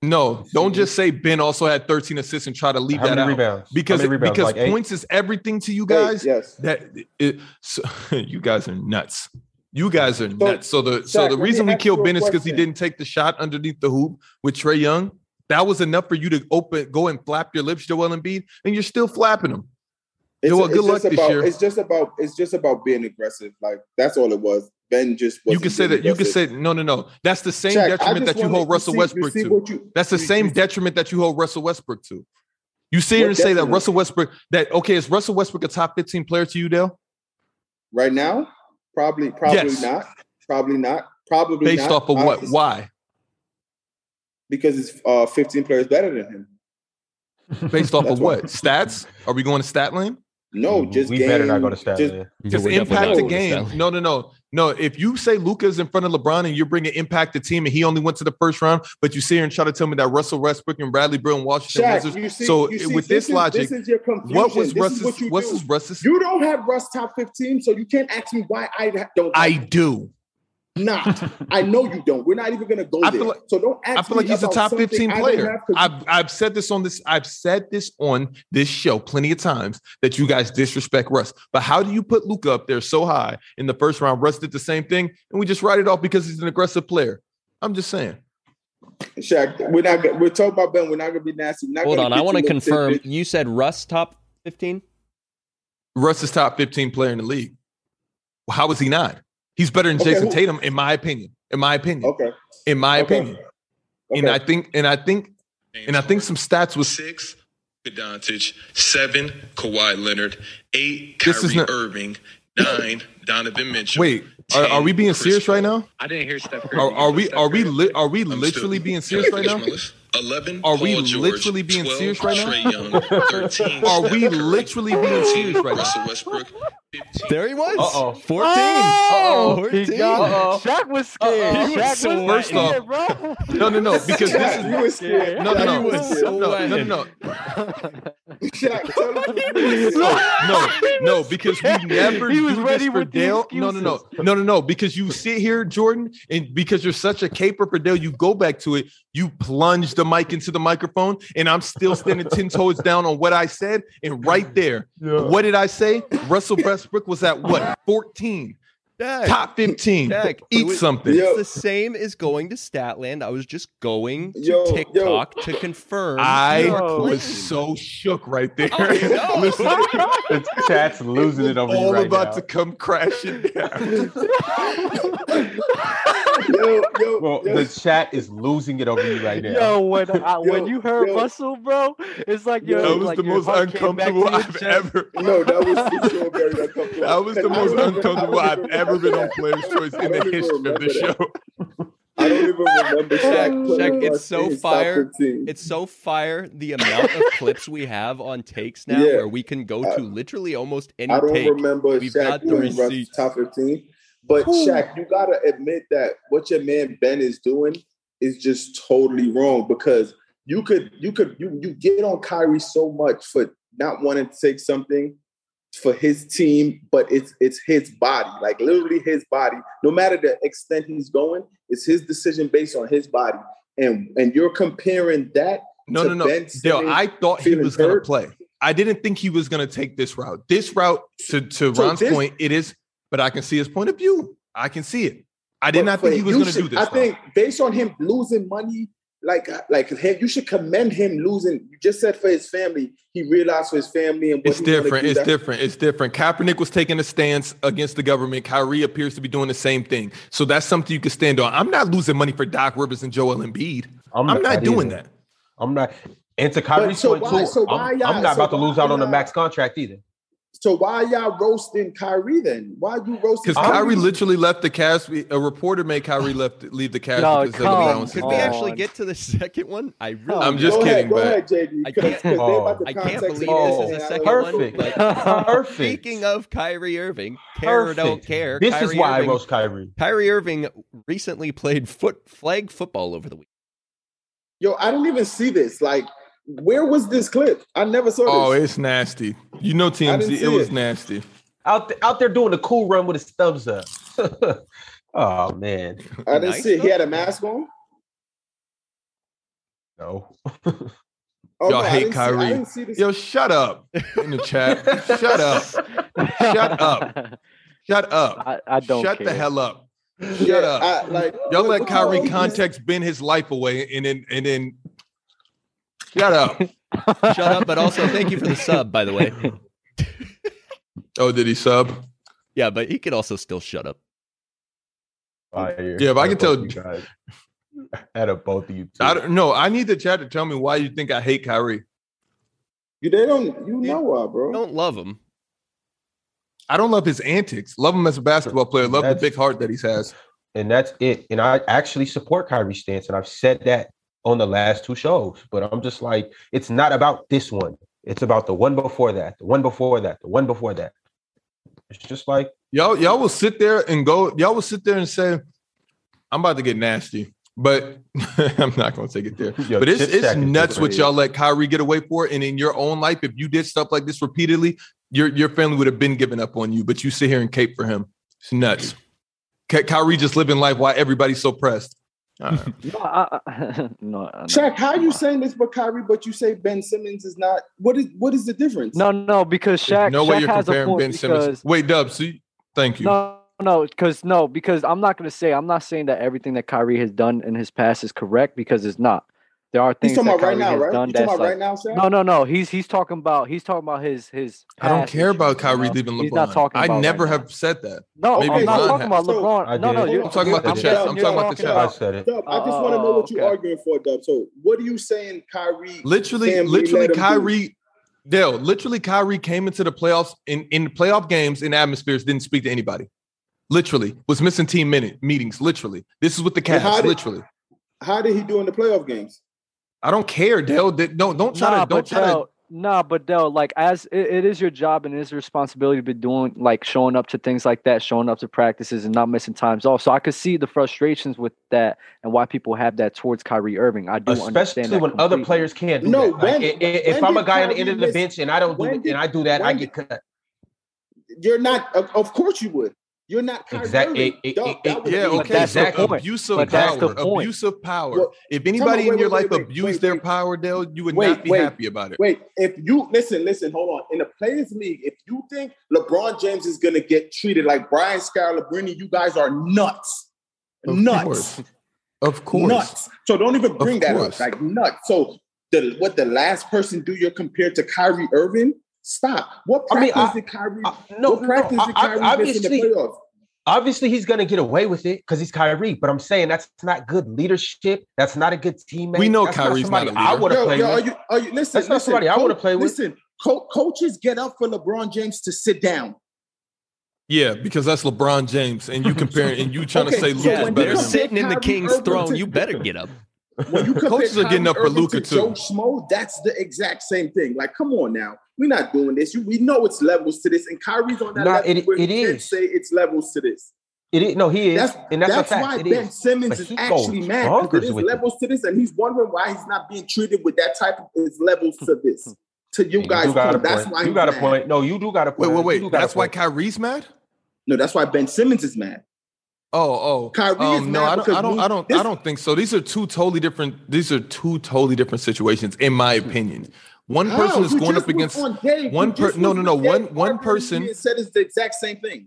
Speaker 1: No, don't just say Ben also had 13 assists and try to leave
Speaker 7: How
Speaker 1: that
Speaker 7: many
Speaker 1: out
Speaker 7: rebounds? How
Speaker 1: because
Speaker 7: many rebounds?
Speaker 1: because
Speaker 7: Like eight?
Speaker 1: points is everything to you
Speaker 4: Hey,
Speaker 1: guys.
Speaker 4: yes.
Speaker 1: that it, so, you guys are nuts. You guys are nuts. So the so
Speaker 4: Shaq,
Speaker 1: the
Speaker 4: let me
Speaker 1: reason we
Speaker 4: ask you
Speaker 1: killed
Speaker 4: a
Speaker 1: Ben is because he
Speaker 4: question.
Speaker 1: didn't take the shot underneath the hoop with Trey Young. That was enough for you to open, go and flap your lips, Joel Embiid, and you're still flapping them.
Speaker 4: It's,
Speaker 1: Joel,
Speaker 4: it's
Speaker 1: good luck
Speaker 4: just
Speaker 1: this
Speaker 4: about,
Speaker 1: year.
Speaker 4: It's just about it's just about being aggressive. Like that's all it was. Ben just
Speaker 1: You
Speaker 4: wasn't
Speaker 1: can say
Speaker 4: being
Speaker 1: that. You can
Speaker 4: aggressive.
Speaker 1: say no, no, no. That's the same
Speaker 4: Shaq, I
Speaker 1: detriment that
Speaker 4: just
Speaker 1: you
Speaker 4: wanna-
Speaker 1: hold Russell
Speaker 4: see-
Speaker 1: Westbrook
Speaker 4: see
Speaker 1: to.
Speaker 4: what you-
Speaker 1: That's the
Speaker 4: you-
Speaker 1: same
Speaker 4: you-
Speaker 1: detriment that you hold Russell Westbrook to. You sit here
Speaker 4: What
Speaker 1: and say that
Speaker 4: detriment?
Speaker 1: Russell Westbrook. That okay? Is Russell Westbrook a top fifteen player to you, Dale?
Speaker 4: Right now, probably probably
Speaker 1: Yes.
Speaker 4: not. Probably not. Probably
Speaker 1: Based
Speaker 4: not,
Speaker 1: off of what?
Speaker 4: obviously,
Speaker 1: Why?
Speaker 4: Because it's uh, 15 players better than him.
Speaker 1: Based off of
Speaker 4: That's why.
Speaker 1: what? Stats? Are we going to stat lane?
Speaker 4: No,
Speaker 7: Mm,
Speaker 4: just
Speaker 7: we better not
Speaker 4: game-
Speaker 7: go to stat.
Speaker 4: just-
Speaker 7: man.
Speaker 1: Because
Speaker 5: We're definitely
Speaker 1: impact
Speaker 5: not
Speaker 1: the
Speaker 5: going to
Speaker 1: game.
Speaker 5: Stanley.
Speaker 1: No, no, no, no. If you say Luca's in front of LeBron and you're bringing impact the team, and he only went to the first round, but you sit here and try to tell me that Russell Westbrook and Bradley Bill and Washington
Speaker 4: Shaq,
Speaker 1: Wizards.
Speaker 4: you see,
Speaker 1: so
Speaker 4: you
Speaker 1: it-
Speaker 4: see,
Speaker 1: with this
Speaker 4: is-
Speaker 1: logic,
Speaker 4: this is your confusion.
Speaker 1: what was
Speaker 4: this is
Speaker 1: Russ's?
Speaker 4: what you
Speaker 1: what's
Speaker 4: do.
Speaker 1: his Russ's?
Speaker 4: you don't have Russ top 15, so you can't ask me why I ha- don't.
Speaker 1: I do.
Speaker 4: not. I know you don't. We're not even gonna go
Speaker 1: I
Speaker 4: there.
Speaker 1: feel like-
Speaker 4: so don't ask
Speaker 1: I feel like
Speaker 4: me
Speaker 1: he's a
Speaker 4: about
Speaker 1: top
Speaker 4: something
Speaker 1: 15
Speaker 4: I don't
Speaker 1: player.
Speaker 4: have 'cause
Speaker 1: I've I've said this on this I've said this on this show plenty of times that you guys disrespect Russ. But how do you put Luca up there so high in the first round? Russ did the same thing, and we just write it off because he's an aggressive player. I'm just saying.
Speaker 4: Shaq, we're not. gonna- We're talking about Ben. We're not gonna be nasty. We're not
Speaker 5: Hold
Speaker 4: gonna
Speaker 5: on.
Speaker 4: get
Speaker 5: I want to
Speaker 4: little
Speaker 5: confirm.
Speaker 4: tidbits.
Speaker 5: You said Russ top 15?
Speaker 1: Russ is top 15 player in the league. How is he not? He's better than
Speaker 4: Okay,
Speaker 1: Jason
Speaker 4: who-
Speaker 1: Tatum, in my opinion. In my opinion.
Speaker 4: Okay.
Speaker 1: In my
Speaker 4: Okay.
Speaker 1: opinion. And I think and I think and I think some stats was
Speaker 8: six, Doncic, seven, Kawhi Leonard, eight,
Speaker 1: This is
Speaker 8: Kyrie
Speaker 1: not-
Speaker 8: Irving, nine, Donovan Mitchell.
Speaker 1: wait, are, are we being serious right now?
Speaker 9: I didn't hear Steph Curry.
Speaker 1: Are, are we
Speaker 9: Steph
Speaker 1: are we
Speaker 9: Curry.
Speaker 1: li- are we
Speaker 8: I'm
Speaker 1: literally
Speaker 8: still-
Speaker 1: being serious right now?
Speaker 8: Finish my list. Eleven.
Speaker 1: Are we
Speaker 8: Paul George,
Speaker 1: literally being
Speaker 8: 12,
Speaker 1: serious right now?
Speaker 8: Trae Young, thirteen.
Speaker 1: Are
Speaker 8: Steph
Speaker 1: we
Speaker 8: Curry,
Speaker 1: literally being
Speaker 8: 14,
Speaker 1: serious right now?
Speaker 8: Russell Westbrook. 15,
Speaker 5: There he was. Oh!
Speaker 7: Uh-oh.
Speaker 5: 14.
Speaker 7: Uh-oh.
Speaker 1: Oh,
Speaker 4: Oh,
Speaker 5: 14.
Speaker 2: He got
Speaker 7: Uh-oh.
Speaker 2: it. Shaq was scared.
Speaker 5: Uh-oh. He was
Speaker 2: Shaq
Speaker 5: so
Speaker 2: was scared,
Speaker 1: wet.
Speaker 2: bro.
Speaker 1: No, no, no, because this is
Speaker 4: Shaq, you were scared.
Speaker 1: no, no,
Speaker 5: He
Speaker 1: no,
Speaker 5: was so
Speaker 1: no, no, no,
Speaker 5: wet.
Speaker 1: no,
Speaker 4: Shaq, tell them you were scared.
Speaker 1: no, no, because we never
Speaker 2: He was
Speaker 1: do
Speaker 2: ready
Speaker 1: this for
Speaker 2: with the
Speaker 1: Dale. No, no, no, no, no, no, because you sit here, Jordan, and because you're such a caper for Dale, you go back to it. You plunge the mic into the microphone, and I'm still standing ten toes down on what I said. And right there, what did I say? Russell Westbrook was at what 14,
Speaker 5: Dak,
Speaker 1: top 15.
Speaker 5: Dak, it
Speaker 1: Eat
Speaker 5: was-
Speaker 1: something.
Speaker 4: Yo.
Speaker 5: It's the same as going to Statland. I was just going to
Speaker 4: Yo, yo.
Speaker 5: TikTok to confirm.
Speaker 1: I
Speaker 5: your claim.
Speaker 1: was so shook right
Speaker 2: Oh,
Speaker 1: there.
Speaker 5: I know.
Speaker 1: Listen,
Speaker 7: The chat's losing it over
Speaker 1: all
Speaker 7: you right
Speaker 1: about
Speaker 7: now.
Speaker 1: to come crashing down.
Speaker 4: Yo, yo,
Speaker 7: Well,
Speaker 4: yo.
Speaker 7: the chat is losing it over you right now.
Speaker 2: Yo, when I, when
Speaker 4: Yo,
Speaker 2: you heard
Speaker 4: yo.
Speaker 2: Russell, bro, it's like yo,
Speaker 1: That was
Speaker 2: like
Speaker 1: the
Speaker 2: your
Speaker 1: most
Speaker 2: heart came back to
Speaker 1: uncomfortable
Speaker 2: your
Speaker 1: I've
Speaker 2: chest.
Speaker 1: ever.
Speaker 4: No, that was for sure very uncomfortable.
Speaker 1: That was the
Speaker 4: And I
Speaker 1: most
Speaker 4: don't even-
Speaker 1: uncomfortable
Speaker 4: I
Speaker 1: I've
Speaker 4: don't even
Speaker 1: ever been on
Speaker 4: remember
Speaker 1: Player's Choice in the
Speaker 4: I don't even
Speaker 1: history of the
Speaker 4: remember that.
Speaker 1: show.
Speaker 4: that. I don't even remember Shaq.
Speaker 5: Shaq,
Speaker 4: playing
Speaker 5: it's
Speaker 4: Los
Speaker 5: so
Speaker 4: Angeles top
Speaker 5: fire.
Speaker 4: 15.
Speaker 5: It's so fire the amount of clips we have on takes now
Speaker 4: Yeah.
Speaker 5: where we can go to literally almost any
Speaker 4: I don't
Speaker 5: take.
Speaker 4: remember
Speaker 5: We've
Speaker 4: Shaq
Speaker 5: got the
Speaker 4: doing Russ
Speaker 5: receipts.
Speaker 4: top 15. But Shaq, you gotta admit that what your man Ben is doing is just totally wrong because you could you could you you get on Kyrie so much for not wanting to take something for his team, but it's it's his body, like literally his body. No matter the extent he's going, it's his decision based on his body. And and you're comparing that
Speaker 1: No,
Speaker 4: to
Speaker 1: no, no.
Speaker 4: Ben
Speaker 1: Dale,
Speaker 4: Simmons
Speaker 1: I thought he
Speaker 4: feeling
Speaker 1: was going to
Speaker 4: hurt.
Speaker 1: play. I didn't think he was going to take this route. This route, to, to
Speaker 4: So
Speaker 1: Ron's
Speaker 4: this-
Speaker 1: point, it is, but I can see his point of view. I can see it. I did
Speaker 4: But
Speaker 1: not
Speaker 4: for
Speaker 1: think he was going to
Speaker 4: Houston,
Speaker 1: do this.
Speaker 4: I
Speaker 1: though.
Speaker 4: think based on him losing money, like uh, like him, you should commend him losing. You just said for his family, he realized for his family and what
Speaker 1: It's
Speaker 4: he wanna
Speaker 1: different.
Speaker 4: do,
Speaker 1: It's
Speaker 4: that's-
Speaker 1: different. It's different. Kaepernick was taking a stance against the government. Kyrie appears to be doing the same thing. So that's something you can stand on. I'm not losing money for Doc Rivers and Joel Embiid. I'm not doing
Speaker 7: either.
Speaker 1: that.
Speaker 7: I'm not. And to Kyrie's
Speaker 4: so
Speaker 7: point
Speaker 4: why-
Speaker 7: too,
Speaker 4: so why
Speaker 7: I'm,
Speaker 4: y'all-
Speaker 7: I'm not
Speaker 4: so
Speaker 7: about to lose out
Speaker 4: why
Speaker 7: on the
Speaker 4: y'all-
Speaker 7: max contract either.
Speaker 4: So why y'all roasting Kyrie then? Why you roasting?
Speaker 1: Because Kyrie literally left the Cavs. A reporter made Kyrie left leave the Cavs
Speaker 2: No,
Speaker 1: because of the
Speaker 2: come
Speaker 1: Browns.
Speaker 5: Could
Speaker 1: situation.
Speaker 5: we actually
Speaker 2: on.
Speaker 5: get to the second one? I really
Speaker 1: I'm
Speaker 4: Go
Speaker 1: just
Speaker 4: ahead,
Speaker 1: kidding,
Speaker 4: Go
Speaker 1: but
Speaker 4: ahead, JD.
Speaker 5: I
Speaker 4: Because
Speaker 5: can't-
Speaker 4: they about to
Speaker 5: I can't
Speaker 4: context
Speaker 5: believe
Speaker 4: me
Speaker 5: this
Speaker 4: and
Speaker 5: is
Speaker 4: say,
Speaker 5: the
Speaker 4: "I don't
Speaker 5: second one.
Speaker 7: Oh, Perfect.
Speaker 5: Like,
Speaker 7: Perfect.
Speaker 5: Speaking of Kyrie Irving, care or don't
Speaker 7: Perfect.
Speaker 5: care,
Speaker 7: This
Speaker 5: Kyrie
Speaker 7: is why
Speaker 5: Irving,
Speaker 7: I roast Kyrie.
Speaker 5: Kyrie Irving recently played foot flag football over the week.
Speaker 4: Yo, I didn't even see this. Like, where was this clip? I never saw
Speaker 1: Oh,
Speaker 4: this.
Speaker 1: it's nasty. You know TMZ.
Speaker 4: see
Speaker 1: It was
Speaker 4: it.
Speaker 1: nasty.
Speaker 7: Out th- out there doing the cool run with his thumbs up. oh man,
Speaker 4: I didn't
Speaker 5: nice
Speaker 4: see it. He
Speaker 5: though.
Speaker 4: had a mask on.
Speaker 7: no.
Speaker 4: Oh,
Speaker 1: Y'all
Speaker 4: no, I
Speaker 1: hate
Speaker 4: didn't see-
Speaker 1: Kyrie.
Speaker 4: I didn't see this.
Speaker 1: Yo, shut up in the chat. shut up. Shut up. Shut up.
Speaker 2: I, I don't
Speaker 1: shut
Speaker 2: care.
Speaker 1: the hell up. Shut
Speaker 4: Yeah,
Speaker 1: up.
Speaker 4: I- like,
Speaker 1: Y'all let
Speaker 4: what-
Speaker 1: Kyrie
Speaker 4: what-
Speaker 1: context bend his life away and then and then shut up.
Speaker 5: Shut up, but also thank you for the sub, by the way.
Speaker 1: Oh, did he sub?
Speaker 5: Yeah, but he could also still shut up.
Speaker 7: Fire.
Speaker 1: Yeah, but I
Speaker 7: Out
Speaker 1: can
Speaker 7: of
Speaker 1: tell-
Speaker 7: both you guys. out of both of you. Two.
Speaker 1: I don't know. I need the chat to tell me why you think I hate Kyrie.
Speaker 4: You they don't. You know why, bro?
Speaker 5: Don't love him.
Speaker 1: I don't love his antics. Love him as a basketball player. Love
Speaker 7: That's-
Speaker 1: the big heart that he has.
Speaker 7: and that's it. And I actually support Kyrie's stance, and I've said that on the last two shows. But I'm just like, it's not about this one. It's about the one before that, the one before that, the one before that. It's just like,
Speaker 1: Y'all, y'all will sit there and go. Y'all will sit there and say, "I'm about to get nasty," but I'm not going to take it there.
Speaker 7: yo,
Speaker 1: but it's
Speaker 7: Chip
Speaker 1: it's
Speaker 7: Stack is
Speaker 1: nuts what
Speaker 7: crazy.
Speaker 1: y'all let Kyrie get away for. And in your own life, if you did stuff like this repeatedly, your your family would have been giving up on you. But you sit here and cape for him. It's nuts. Ky- Kyrie just living life while everybody's so pressed. All right.
Speaker 2: No, I, I, no, I- no.
Speaker 4: Shaq, how you saying this but Kyrie, but you say Ben Simmons is not what is what is the difference?
Speaker 2: No, no, because
Speaker 1: There's
Speaker 2: Shaq.
Speaker 1: no way
Speaker 2: Shaq
Speaker 1: you're
Speaker 2: has a
Speaker 1: comparing
Speaker 2: point
Speaker 1: Ben Simmons.
Speaker 2: because-
Speaker 1: Wait, Dub. See, thank you.
Speaker 2: No, no, because no, because I'm not gonna say I'm not saying that everything that Kyrie has done in his past is correct because it's not. There are things
Speaker 4: He's talking
Speaker 2: that
Speaker 4: about
Speaker 2: Kyrie
Speaker 4: right now,
Speaker 2: has
Speaker 4: right?
Speaker 2: done
Speaker 4: He's talking
Speaker 2: that's
Speaker 4: about
Speaker 2: like,
Speaker 4: right now, Sam?
Speaker 2: no, no, no. He's he's talking about he's talking about his his.
Speaker 1: I don't
Speaker 2: past
Speaker 1: care about
Speaker 2: issues, you
Speaker 1: Kyrie
Speaker 2: know?
Speaker 1: leaving LeBron.
Speaker 2: He's not talking.
Speaker 1: I
Speaker 2: about right
Speaker 1: never
Speaker 2: now.
Speaker 1: have said that.
Speaker 2: No,
Speaker 1: Maybe
Speaker 2: I'm not
Speaker 1: LeBron
Speaker 2: talking about
Speaker 4: has.
Speaker 2: LeBron.
Speaker 7: I
Speaker 2: no, no,
Speaker 7: did.
Speaker 2: you're
Speaker 1: I'm talking about the
Speaker 7: Yeah.
Speaker 1: chest. I'm
Speaker 4: Yeah.
Speaker 1: talking about the
Speaker 2: Yeah.
Speaker 7: I
Speaker 1: chest.
Speaker 7: said it.
Speaker 4: Dub, I just
Speaker 2: Oh,
Speaker 4: want to know
Speaker 2: oh,
Speaker 4: what you're
Speaker 2: okay.
Speaker 4: arguing for, Dub. So, what are you saying, Kyrie?
Speaker 1: Literally,
Speaker 4: Sam, we
Speaker 1: literally,
Speaker 4: let him do.
Speaker 1: Kyrie, Dale, literally, Kyrie came into the playoffs in, in playoff games in atmospheres, didn't speak to anybody. Literally, was missing team minute meetings. Literally, this is with the
Speaker 4: And how
Speaker 1: Cavs.
Speaker 4: did-
Speaker 1: Literally,
Speaker 4: How did he do in the playoff games?
Speaker 1: I don't care, Dale. That- No, don't try
Speaker 2: nah,
Speaker 1: to. Don't
Speaker 2: but
Speaker 1: try to.
Speaker 2: Dell, nah, but Dell, like as it, it is your job and it is your responsibility to be doing like showing up to things like that, showing up to practices and not missing times off. So I could see the frustrations with that and why people have that towards Kyrie Irving. I do
Speaker 7: Especially
Speaker 2: understand
Speaker 7: when
Speaker 2: that
Speaker 7: other
Speaker 2: completely.
Speaker 7: players can't do
Speaker 4: No,
Speaker 7: that. Like,
Speaker 4: when-
Speaker 7: i- i- if
Speaker 4: when
Speaker 7: I'm a
Speaker 4: did
Speaker 7: guy on the
Speaker 4: Kyrie
Speaker 7: end of the
Speaker 4: miss-
Speaker 7: bench and I don't do
Speaker 4: when
Speaker 7: it,
Speaker 4: did-
Speaker 7: and I do that, I
Speaker 4: when
Speaker 7: get cut.
Speaker 4: You're not. Of, of course, you would. You're not Kyrie.
Speaker 7: Exact-
Speaker 4: Irving.
Speaker 7: it- it-
Speaker 4: Dub,
Speaker 7: it-
Speaker 4: that would
Speaker 1: Yeah,
Speaker 4: be-
Speaker 2: But
Speaker 1: okay.
Speaker 2: that's
Speaker 1: So
Speaker 2: the point.
Speaker 1: abuse of
Speaker 2: But that's the
Speaker 1: power.
Speaker 2: point.
Speaker 1: Abuse of power.
Speaker 4: Well,
Speaker 1: if anybody
Speaker 4: on, wait,
Speaker 1: in your
Speaker 4: wait,
Speaker 1: life
Speaker 4: wait, wait,
Speaker 1: abused
Speaker 4: wait,
Speaker 1: their
Speaker 4: wait.
Speaker 1: power, Dale, you would
Speaker 4: Wait,
Speaker 1: not be
Speaker 4: wait.
Speaker 1: happy about it.
Speaker 4: Wait, if you listen, listen, hold on. In the players' league, if you think LeBron James is gonna get treated like Brian Skyler, Brittany, you guys are nuts,
Speaker 1: Of
Speaker 4: nuts,
Speaker 1: course. Of course.
Speaker 4: nuts. So don't even bring that
Speaker 1: course.
Speaker 4: up, like nuts. So the what the last person do you're compared to Kyrie Irving? Stop. What
Speaker 7: I mean,
Speaker 4: practice
Speaker 7: I-
Speaker 4: did Kyrie?
Speaker 7: I- Uh, no,
Speaker 4: what
Speaker 7: no,
Speaker 4: practice
Speaker 7: I-
Speaker 4: did
Speaker 7: I-
Speaker 4: Kyrie miss in the
Speaker 7: obviously-
Speaker 4: playoffs?
Speaker 7: Obviously, he's going to get away with it because he's Kyrie. But I'm saying that's not good leadership. That's not a good teammate.
Speaker 1: We know
Speaker 7: that's not
Speaker 1: Kyrie's
Speaker 7: somebody
Speaker 1: not a leader.
Speaker 7: I would have
Speaker 4: Yo,
Speaker 7: played
Speaker 4: yo, are
Speaker 7: with.
Speaker 4: you? Are you? Listen,
Speaker 7: That's not
Speaker 4: listen,
Speaker 7: somebody I
Speaker 4: coach-
Speaker 7: wanna play with.
Speaker 4: Listen, co- coaches get up for LeBron James to sit down.
Speaker 1: Yeah, because that's LeBron James, and you comparing and you trying to
Speaker 4: Okay,
Speaker 1: say
Speaker 4: so
Speaker 1: Luke
Speaker 5: Yeah,
Speaker 1: is
Speaker 4: when
Speaker 1: better
Speaker 4: you
Speaker 5: they're
Speaker 1: than him.
Speaker 5: sitting in the
Speaker 4: Kyrie
Speaker 5: king's
Speaker 4: Irving
Speaker 5: throne.
Speaker 4: to-
Speaker 5: You better get up.
Speaker 4: When you compare
Speaker 1: Coaches are getting
Speaker 4: Kyrie
Speaker 1: up for
Speaker 4: Irving
Speaker 1: Luka,
Speaker 4: to
Speaker 1: too.
Speaker 4: Joe Schmo, that's the exact same thing. Like, come on now, we're not doing this. You, we know it's levels to this, and Kyrie's on that
Speaker 7: Nah,
Speaker 4: level
Speaker 7: it-
Speaker 4: where
Speaker 7: it
Speaker 4: he can
Speaker 7: is.
Speaker 4: say it's levels to this.
Speaker 7: It is, no, he is,
Speaker 4: That's
Speaker 7: and that's,
Speaker 4: that's
Speaker 7: a fact.
Speaker 4: why
Speaker 7: It
Speaker 4: Ben
Speaker 7: is.
Speaker 4: Simmons
Speaker 7: But
Speaker 4: is
Speaker 7: he
Speaker 4: actually
Speaker 7: goes
Speaker 4: mad because
Speaker 7: bonkers
Speaker 4: it is
Speaker 7: with it.
Speaker 4: levels to this, and he's wondering why he's not being treated with that type of it's levels to this. To you
Speaker 7: You
Speaker 4: guys,
Speaker 7: do got a
Speaker 4: too. that's
Speaker 7: point.
Speaker 4: why
Speaker 7: you
Speaker 4: he's
Speaker 7: got a
Speaker 4: mad.
Speaker 7: point. No, you do got a
Speaker 1: Wait,
Speaker 7: point.
Speaker 1: wait,
Speaker 7: You do
Speaker 1: wait.
Speaker 7: got a
Speaker 1: That's why
Speaker 7: point.
Speaker 1: Kyrie's mad.
Speaker 4: No, that's why Ben Simmons is mad.
Speaker 1: Oh, oh.
Speaker 4: Kyrie is
Speaker 1: Um, no,
Speaker 4: mad
Speaker 1: I don't,
Speaker 4: because
Speaker 1: I don't,
Speaker 4: Luke-
Speaker 1: I don't, I
Speaker 4: this-
Speaker 1: don't think so. These are two totally different. These are two totally different situations, in my opinion. One
Speaker 4: How?
Speaker 1: person is
Speaker 4: You
Speaker 1: going
Speaker 4: just
Speaker 1: up
Speaker 4: was
Speaker 1: against
Speaker 4: on Dave.
Speaker 1: one
Speaker 4: You just
Speaker 1: per- no,
Speaker 4: was
Speaker 1: no, no,
Speaker 4: with Dave
Speaker 1: one- one
Speaker 4: arguing
Speaker 1: person-
Speaker 4: and said it's the exact same thing.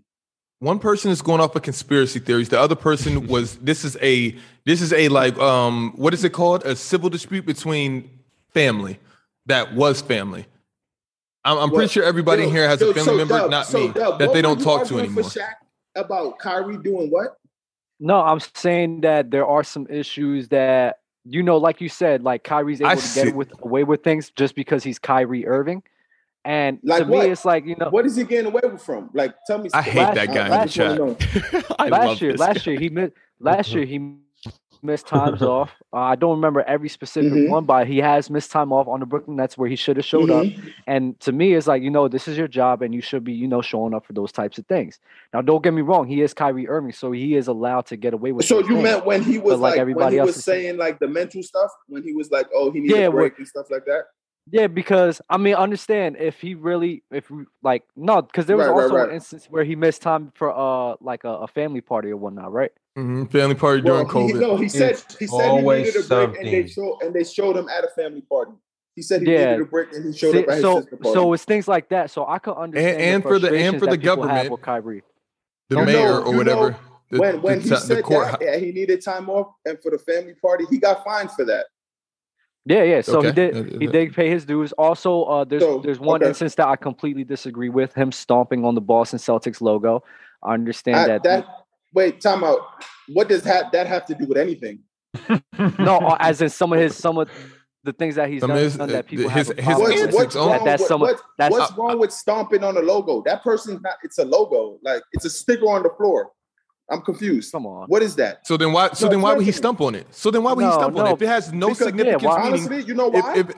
Speaker 1: one person is going off of conspiracy theories. The other person was this is a this is a like um what is it called? A civil dispute between family that was family. I'm, I'm
Speaker 4: Well,
Speaker 1: pretty sure everybody
Speaker 4: Yo,
Speaker 1: in here has
Speaker 4: yo,
Speaker 1: a family
Speaker 4: so
Speaker 1: member,
Speaker 4: Dub,
Speaker 1: not
Speaker 4: so
Speaker 1: me,
Speaker 4: Dub,
Speaker 1: that
Speaker 4: what
Speaker 1: they
Speaker 4: were
Speaker 1: don't
Speaker 4: you
Speaker 1: talk to
Speaker 4: arguing for
Speaker 1: anymore.
Speaker 4: Shaq about Kyrie doing what?
Speaker 2: No, I'm saying that there are some issues that you know, like you said, like Kyrie's
Speaker 1: I
Speaker 2: able to
Speaker 1: see-
Speaker 2: get with away with things just because he's Kyrie Irving. And
Speaker 4: Like
Speaker 2: to
Speaker 4: what?
Speaker 2: me, it's like you know,
Speaker 4: What is he getting away with from? Like, tell me.
Speaker 1: I hate
Speaker 4: something.
Speaker 1: that guy in
Speaker 4: I
Speaker 1: the
Speaker 4: just wanna
Speaker 1: chat.
Speaker 4: know.
Speaker 5: I love
Speaker 2: last year,
Speaker 5: this
Speaker 2: last
Speaker 5: guy.
Speaker 2: year he missed. Last year he missed times off. Uh, I don't remember every specific
Speaker 4: Mhm.
Speaker 2: one, but he has missed time off on the Brooklyn Nets where he should have showed up.
Speaker 4: Mhm.
Speaker 2: And to me, it's like you know this is your job, and you should be you know showing up for those types of things. Now, don't get me wrong, he is Kyrie Irving, so he is allowed to get away with.
Speaker 4: So
Speaker 2: those
Speaker 4: you
Speaker 2: things.
Speaker 4: meant when he was
Speaker 2: But like
Speaker 4: like, when
Speaker 2: everybody
Speaker 4: he
Speaker 2: else
Speaker 4: was
Speaker 2: is-
Speaker 4: saying like the mental stuff when he was like, oh, he needs
Speaker 2: Yeah,
Speaker 4: a
Speaker 2: what-
Speaker 4: break and stuff like that.
Speaker 2: Yeah, because I mean, understand if he really, if we- like, no, because there was
Speaker 4: Right, right,
Speaker 2: also
Speaker 4: right.
Speaker 2: an instance where he missed time for uh like a, a family party or whatnot, right?
Speaker 1: Mhm, Family party during
Speaker 4: Well, he-
Speaker 1: COVID.
Speaker 4: no, he said he said he
Speaker 7: always
Speaker 4: needed a break, and they
Speaker 7: something.
Speaker 4: showed and they showed him at a family party. He said he
Speaker 2: Yeah.
Speaker 4: needed a break, and he showed up
Speaker 2: See,
Speaker 4: at his
Speaker 2: so,
Speaker 4: sister party.
Speaker 2: so it's things like that. So I could understand
Speaker 1: and
Speaker 2: the
Speaker 1: for the- and
Speaker 2: frustrations
Speaker 1: for the
Speaker 2: that people have
Speaker 1: government.
Speaker 2: with Kyrie.
Speaker 1: the
Speaker 4: You
Speaker 1: mayor
Speaker 4: know-
Speaker 1: or
Speaker 4: you
Speaker 1: whatever.
Speaker 4: know,
Speaker 1: the,
Speaker 4: when when
Speaker 1: the,
Speaker 4: he
Speaker 1: ti- the
Speaker 4: said
Speaker 1: court.
Speaker 4: that, yeah, he needed time off, and for the family party, he got fined for that.
Speaker 2: Yeah, yeah. So he
Speaker 1: Okay.
Speaker 2: did,
Speaker 1: Uh,
Speaker 2: he
Speaker 1: uh,
Speaker 2: did pay his dues. Also, uh, there's
Speaker 4: So,
Speaker 2: there's one
Speaker 4: okay.
Speaker 2: instance that I completely disagree with him stomping on the Boston Celtics logo. I understand
Speaker 4: I-
Speaker 2: that.
Speaker 4: that wait, time out. What does that that have to do with anything?
Speaker 2: no, uh, as in some of his some of the things that he's
Speaker 1: Some
Speaker 2: done
Speaker 1: of his- uh,
Speaker 2: that people
Speaker 1: his-
Speaker 2: have a
Speaker 1: his
Speaker 2: problem
Speaker 4: What's,
Speaker 2: with.
Speaker 1: antics
Speaker 4: what's
Speaker 1: on-
Speaker 4: wrong?
Speaker 2: That that's
Speaker 4: with,
Speaker 2: some of-
Speaker 4: what's,
Speaker 2: that's-
Speaker 4: what's wrong with stomping on a logo? That person's not. It's a logo. Like it's a sticker on the floor. I'm confused.
Speaker 2: Come on.
Speaker 4: What is that?
Speaker 1: So then why? So
Speaker 4: No,
Speaker 1: then why would he
Speaker 4: listen.
Speaker 1: stump on it? So then why would he
Speaker 2: No,
Speaker 1: stump on it
Speaker 2: no,
Speaker 1: if it has no
Speaker 4: because- yeah,
Speaker 1: significance?
Speaker 2: why-
Speaker 1: meaning-
Speaker 4: Honestly, you know why?
Speaker 1: if, if,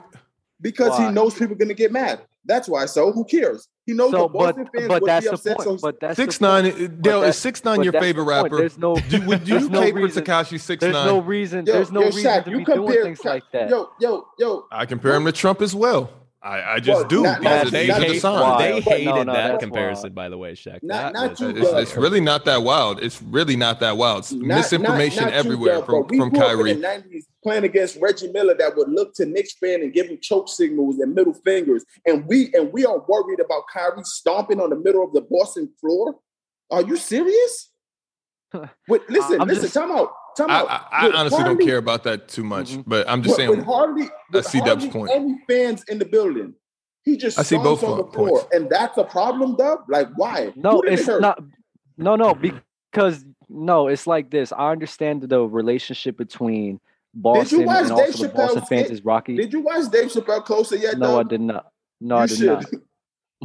Speaker 4: because
Speaker 2: Why?
Speaker 4: he knows people are gonna get mad. That's why. So who cares? He knows
Speaker 2: So,
Speaker 4: the
Speaker 2: but
Speaker 4: Boston fans
Speaker 2: but
Speaker 4: would
Speaker 2: that's
Speaker 4: be
Speaker 2: the
Speaker 4: upset.
Speaker 2: point.
Speaker 4: So
Speaker 2: But that's the
Speaker 1: Six
Speaker 2: point.
Speaker 1: nine, uh, Dale
Speaker 2: that-
Speaker 1: is six nine
Speaker 2: but
Speaker 1: your
Speaker 2: that's the
Speaker 1: favorite
Speaker 2: point.
Speaker 1: rapper.
Speaker 2: There's no.
Speaker 1: do, would you
Speaker 2: there's no
Speaker 1: cape for
Speaker 2: reason-
Speaker 1: Takashi six
Speaker 2: There's
Speaker 1: nine?
Speaker 2: no reason.
Speaker 4: yo,
Speaker 2: there's no
Speaker 4: yo,
Speaker 2: reason
Speaker 4: Shaq,
Speaker 2: to
Speaker 4: you
Speaker 2: be doing
Speaker 4: compare
Speaker 2: things like that.
Speaker 4: Yo, yo, yo.
Speaker 1: I compare him to Trump as well. I, I just
Speaker 4: Well,
Speaker 1: do
Speaker 4: not-
Speaker 1: because
Speaker 4: not-
Speaker 1: it-
Speaker 5: they
Speaker 1: these
Speaker 4: not-
Speaker 1: are the
Speaker 5: hate-
Speaker 1: signs.
Speaker 5: They
Speaker 4: Wild. But-
Speaker 5: hated
Speaker 2: No, no,
Speaker 5: that
Speaker 2: that's
Speaker 5: comparison,
Speaker 2: wild.
Speaker 5: by the way, Shaq.
Speaker 4: Not-
Speaker 5: that
Speaker 4: not
Speaker 5: was
Speaker 4: you,
Speaker 1: It's,
Speaker 4: bro.
Speaker 1: it's really not that wild. It's really not that wild. It's
Speaker 4: Not-
Speaker 1: misinformation
Speaker 4: not- not you,
Speaker 1: everywhere
Speaker 4: Dub,
Speaker 1: from,
Speaker 4: but we
Speaker 1: from
Speaker 4: grew up
Speaker 1: Kyrie.
Speaker 4: in the 90s playing against Reggie Miller that would look to Nick's fan and give him choke signals and middle fingers. And we and we are worried about Kyrie stomping on the middle of the Boston floor. Are you serious? Wait, listen,
Speaker 2: I'm
Speaker 4: listen,
Speaker 2: just-
Speaker 4: time out. Time
Speaker 1: I,
Speaker 4: out.
Speaker 1: I, I
Speaker 4: With
Speaker 1: honestly don't
Speaker 4: Harley-
Speaker 1: care about that too much,
Speaker 2: Mhm.
Speaker 1: but I'm just
Speaker 4: with-
Speaker 1: saying. uh,
Speaker 4: With Harley, with
Speaker 1: see Dub's
Speaker 4: hardly
Speaker 1: point.
Speaker 4: Any fans in the building? He just
Speaker 1: I see
Speaker 4: stomps
Speaker 1: both
Speaker 4: on the
Speaker 1: po-
Speaker 4: floor,
Speaker 1: points.
Speaker 4: and that's a problem, Dub. Like, why?
Speaker 2: No,
Speaker 4: Who did it
Speaker 2: it's
Speaker 4: hurt?
Speaker 2: not. No, no, because no, it's like this. I understand the relationship between Boston
Speaker 4: watch
Speaker 2: and also
Speaker 4: Dave
Speaker 2: the Boston
Speaker 4: Chappelle's
Speaker 2: fans
Speaker 4: skit?
Speaker 2: is rocky.
Speaker 4: Did you watch Dave Chappelle closer yet?
Speaker 2: no, I
Speaker 4: Dub?
Speaker 2: did not. No, I
Speaker 4: You
Speaker 2: did
Speaker 4: should.